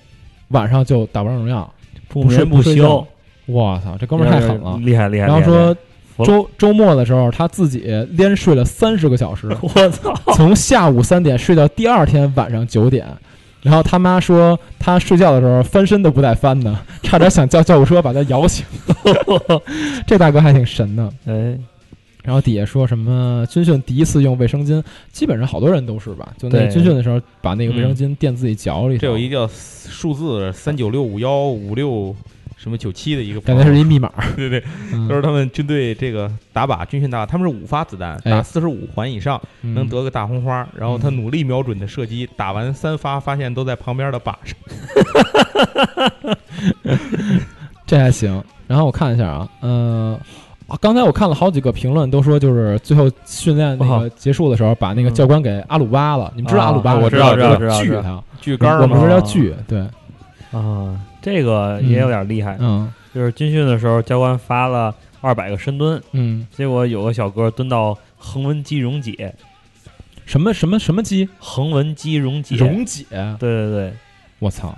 [SPEAKER 1] 晚上就打王者荣耀，
[SPEAKER 2] 不
[SPEAKER 1] 不睡
[SPEAKER 2] 眠不
[SPEAKER 1] 睡
[SPEAKER 2] 休
[SPEAKER 1] 觉，我操，这哥们儿太狠了，
[SPEAKER 2] 厉害厉害。
[SPEAKER 1] 然后
[SPEAKER 2] 厉害
[SPEAKER 1] 说，
[SPEAKER 2] 服了，
[SPEAKER 1] 周周末的时候，他自己连睡了三十个小 时
[SPEAKER 2] 我操，
[SPEAKER 1] 从下午三点睡到第二天晚上九点。然后他妈说，他睡觉的时候翻身都不带翻的， 差点想叫救护车把他摇醒。 这大哥还挺神的。
[SPEAKER 2] 哎，
[SPEAKER 1] 然后底下说什么军训第一次用卫生巾，基本上好多人都是吧？就那
[SPEAKER 2] 对
[SPEAKER 1] 军训的时候把那个卫生巾垫自己脚里头，
[SPEAKER 3] 这有一叫数字三九六五幺五六什么九七的一个朋
[SPEAKER 1] 感
[SPEAKER 3] 友，
[SPEAKER 1] 觉是一密码。
[SPEAKER 3] 对对，
[SPEAKER 1] 嗯
[SPEAKER 3] 都是他们军队这个打靶军训打靶，他们是五发子弹，
[SPEAKER 1] 哎
[SPEAKER 3] 打四十五环以上能得个大红花，然后他
[SPEAKER 1] 嗯
[SPEAKER 3] 努力瞄准的射击，打完三发发现都在旁边的靶上。
[SPEAKER 1] 这还行。然后我看一下啊，嗯、啊刚才我看了好几个评论，都说就是最后训练那个结束的时候，把那个教官给阿鲁巴了。你们知道阿鲁巴
[SPEAKER 2] 哦嗯啊
[SPEAKER 1] 吗？
[SPEAKER 2] 我知道知道知道
[SPEAKER 1] 锯
[SPEAKER 2] 知道
[SPEAKER 1] 他，
[SPEAKER 3] 锯杆
[SPEAKER 1] 我
[SPEAKER 3] 儿
[SPEAKER 1] 们说
[SPEAKER 3] 嘛，
[SPEAKER 1] 要锯，对，
[SPEAKER 2] 哎啊，这个也有点厉害。
[SPEAKER 1] 嗯
[SPEAKER 2] 就是军训的时候，教官发了二百个深蹲，
[SPEAKER 1] 嗯，
[SPEAKER 2] 结果有个小哥蹲到横纹肌溶解，
[SPEAKER 1] 什么什么什么鸡
[SPEAKER 2] 横纹肌溶解，
[SPEAKER 1] 溶解，
[SPEAKER 2] 对对
[SPEAKER 1] 我操，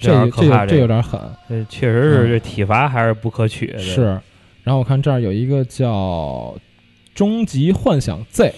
[SPEAKER 2] 对，
[SPEAKER 1] 这
[SPEAKER 2] 有
[SPEAKER 1] 这
[SPEAKER 2] 点可怕。
[SPEAKER 1] 这
[SPEAKER 2] 这
[SPEAKER 1] 有
[SPEAKER 2] 个
[SPEAKER 1] 点狠，
[SPEAKER 2] 这确实
[SPEAKER 1] 嗯
[SPEAKER 2] 是这体罚还是不可取。对
[SPEAKER 1] 是。然后我看这儿有一个叫“终极幻想 Z”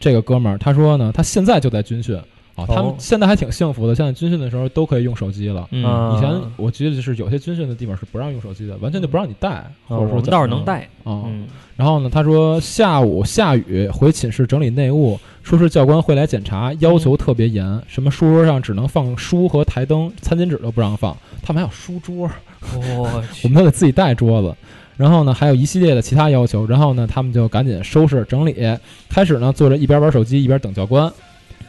[SPEAKER 1] 这个哥们儿，他说呢，他现在就在军训啊，他们
[SPEAKER 2] 哦
[SPEAKER 1] 现在还挺幸福的，现在军训的时候都可以用手机了。
[SPEAKER 3] 嗯，
[SPEAKER 2] 啊
[SPEAKER 1] 以前我记得是有些军训的地方是不让用手机的，完全就不让你带，或者
[SPEAKER 2] 嗯我
[SPEAKER 1] 说
[SPEAKER 2] 们倒是能
[SPEAKER 1] 带
[SPEAKER 2] 带，
[SPEAKER 1] 啊。
[SPEAKER 2] 嗯，
[SPEAKER 1] 然后呢，他说下午下雨回寝室整理内务，说是教官会来检查，要
[SPEAKER 2] 嗯
[SPEAKER 1] 求特别严，什么书桌上只能放书和台灯，餐巾纸都不让放，他们还有书桌，
[SPEAKER 2] 嗯我
[SPEAKER 1] 我
[SPEAKER 2] 去，
[SPEAKER 1] 们都得自己带桌子。然后呢，还有一系列的其他要求。然后呢，他们就赶紧收拾整理，开始呢坐着一边玩手机一边等教官，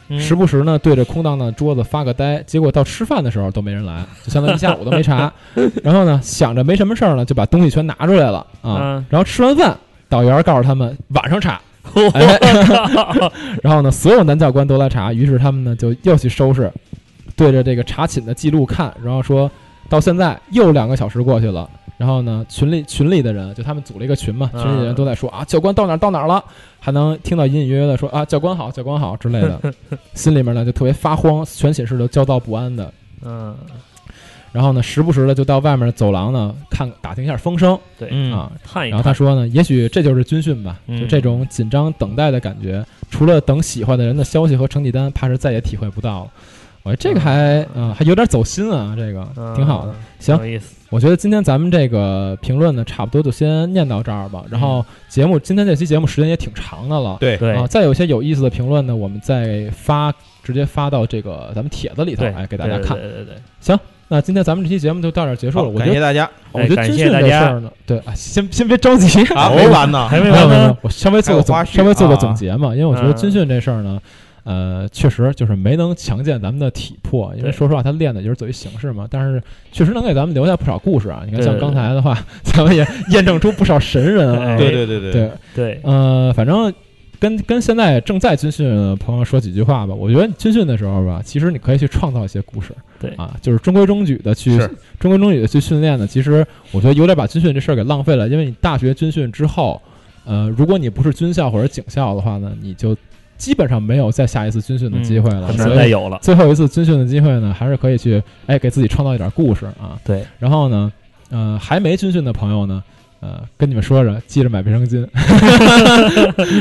[SPEAKER 2] 嗯
[SPEAKER 1] 时不时呢对着空荡荡的桌子发个呆。结果到吃饭的时候都没人来，就相当于一下午都没查。然后呢，想着没什么事儿呢，就把东西全拿出来了啊。
[SPEAKER 2] 啊，
[SPEAKER 1] 然后吃完饭，导员告诉他们晚上查。
[SPEAKER 2] 我
[SPEAKER 1] 哎
[SPEAKER 2] 靠，
[SPEAKER 1] 然后呢，所有男教官都来查，于是他们呢就又去收拾，对着这个查寝的记录看，然后说到现在又两个小时过去了。然后呢，群里群里的人就他们组了一个群嘛，群
[SPEAKER 2] 嗯
[SPEAKER 1] 里的人都在说啊，教官到哪儿到哪儿了，还能听到隐隐约约的说啊，教官好，教官好之类的，心里面呢就特别发慌，全寝室都焦躁不安的。
[SPEAKER 2] 嗯，
[SPEAKER 1] 然后呢，时不时的就到外面走廊呢看打听一下风声
[SPEAKER 2] 对，
[SPEAKER 3] 嗯
[SPEAKER 1] 啊，
[SPEAKER 2] 探一
[SPEAKER 1] 然后他
[SPEAKER 2] 探，
[SPEAKER 1] 说呢，也许这就是军训吧，
[SPEAKER 2] 嗯
[SPEAKER 1] 就这种紧张等待的感觉，除了等喜欢的人的消息和成绩单，怕是再也体会不到了。我觉得这个还啊、还有点走心啊，这个
[SPEAKER 2] 嗯
[SPEAKER 1] 挺好的。，行
[SPEAKER 2] 有意思，
[SPEAKER 1] 我觉得今天咱们这个评论呢，差不多就先念到这儿吧。然后节目今天这期节目时间也挺长的了，
[SPEAKER 3] 对，
[SPEAKER 2] 嗯对
[SPEAKER 1] 啊，再有一些有意思的评论呢，我们再发直接发到这个咱们帖子里头，
[SPEAKER 2] 对，
[SPEAKER 1] 哎，给大家
[SPEAKER 2] 对
[SPEAKER 1] 看。
[SPEAKER 2] 对对对对，
[SPEAKER 1] 那今天咱们这期节目就到这儿结束了。
[SPEAKER 3] 好
[SPEAKER 1] 我
[SPEAKER 3] 感
[SPEAKER 1] 觉
[SPEAKER 3] 谢
[SPEAKER 1] 得
[SPEAKER 3] 大家，
[SPEAKER 1] 我觉得军
[SPEAKER 2] 哎感
[SPEAKER 1] 训
[SPEAKER 2] 谢大
[SPEAKER 1] 这事
[SPEAKER 2] 家
[SPEAKER 1] 儿呢，对啊，先先别着急
[SPEAKER 3] 啊，没完呢，
[SPEAKER 2] 还没
[SPEAKER 1] 没有
[SPEAKER 2] 完
[SPEAKER 1] 没有，没有，
[SPEAKER 2] 呢
[SPEAKER 1] 我稍微做个
[SPEAKER 3] 还
[SPEAKER 1] 总
[SPEAKER 3] 有花絮
[SPEAKER 1] 稍微做个
[SPEAKER 3] 啊
[SPEAKER 1] 总结嘛，因为我觉得
[SPEAKER 2] 嗯
[SPEAKER 1] 军训这事儿呢，呃，确实就是没能强健咱们的体魄，因为
[SPEAKER 2] 对
[SPEAKER 1] 说实话，他练的也是走于形式嘛，但是确实能给咱们留下不少故事啊。你看，
[SPEAKER 2] 对
[SPEAKER 1] 像
[SPEAKER 2] 对
[SPEAKER 1] 刚才的话， 咱们也验证出不少神人啊。
[SPEAKER 2] 哎
[SPEAKER 3] 对对对对
[SPEAKER 1] 对，
[SPEAKER 2] 对，
[SPEAKER 1] 呃，反正。跟跟现在正在军训的朋友说几句话吧。我觉得军训的时候吧，其实你可以去创造一些故事，
[SPEAKER 2] 对
[SPEAKER 1] 啊，就是中规中矩的去
[SPEAKER 3] 是
[SPEAKER 1] 中规中矩的去训练呢，其实我觉得有点把军训这事儿给浪费了，因为你大学军训之后，呃，如果你不是军校或者警校的话呢，你就基本上没有再下一次军训的机会了，
[SPEAKER 2] 嗯很
[SPEAKER 1] 所
[SPEAKER 2] 难
[SPEAKER 1] 以
[SPEAKER 2] 再有了，
[SPEAKER 1] 最后一次军训的机会呢，还是可以去哎给自己创造一点故事啊。
[SPEAKER 2] 对，
[SPEAKER 1] 然后呢，呃，还没军训的朋友呢，呃，跟你们说着，记着买卫生 巾。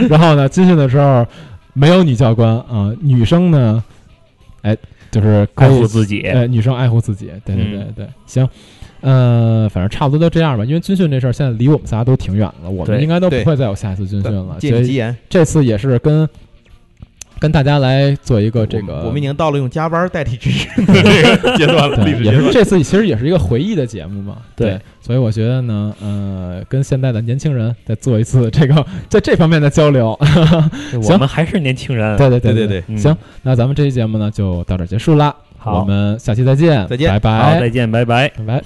[SPEAKER 1] 然后呢，军训的时候没有女教官啊、女生呢，哎，就是可
[SPEAKER 2] 爱
[SPEAKER 1] 以
[SPEAKER 2] 护自己，
[SPEAKER 1] 呃，女生爱护自己，对对对
[SPEAKER 2] 嗯
[SPEAKER 1] 对，行，呃，反正差不多就这样吧，因为军训这事儿现在离我们仨都挺远了，我们
[SPEAKER 2] 对
[SPEAKER 1] 应该都不
[SPEAKER 3] 对
[SPEAKER 1] 会再有下一次军训哎了，
[SPEAKER 3] 借啊
[SPEAKER 1] 所
[SPEAKER 3] 你吉
[SPEAKER 1] 以
[SPEAKER 3] 言，
[SPEAKER 1] 这次也是跟跟大家来做一个这
[SPEAKER 3] 我
[SPEAKER 1] 个，
[SPEAKER 3] 们我们已经到了用加班代替军 训的这个阶段了， 历
[SPEAKER 1] 对，
[SPEAKER 3] 史阶
[SPEAKER 1] 也是
[SPEAKER 3] 段。
[SPEAKER 1] 这次其实也是一个回忆的节目嘛，
[SPEAKER 2] 对
[SPEAKER 1] 所以我觉得呢，呃，跟现在的年轻人再做一次这个在这方面的交流，
[SPEAKER 2] 对
[SPEAKER 1] 行
[SPEAKER 2] 我们还是年轻人，
[SPEAKER 1] 对对对
[SPEAKER 3] 对
[SPEAKER 1] 对
[SPEAKER 3] 对
[SPEAKER 2] 嗯
[SPEAKER 1] 行，那咱们这期节目呢就到这儿结束啦，
[SPEAKER 2] 好
[SPEAKER 1] 我们下期再见，
[SPEAKER 3] 再见
[SPEAKER 1] 拜
[SPEAKER 2] 好，
[SPEAKER 1] 拜，
[SPEAKER 2] 再见，拜拜。
[SPEAKER 1] 拜拜。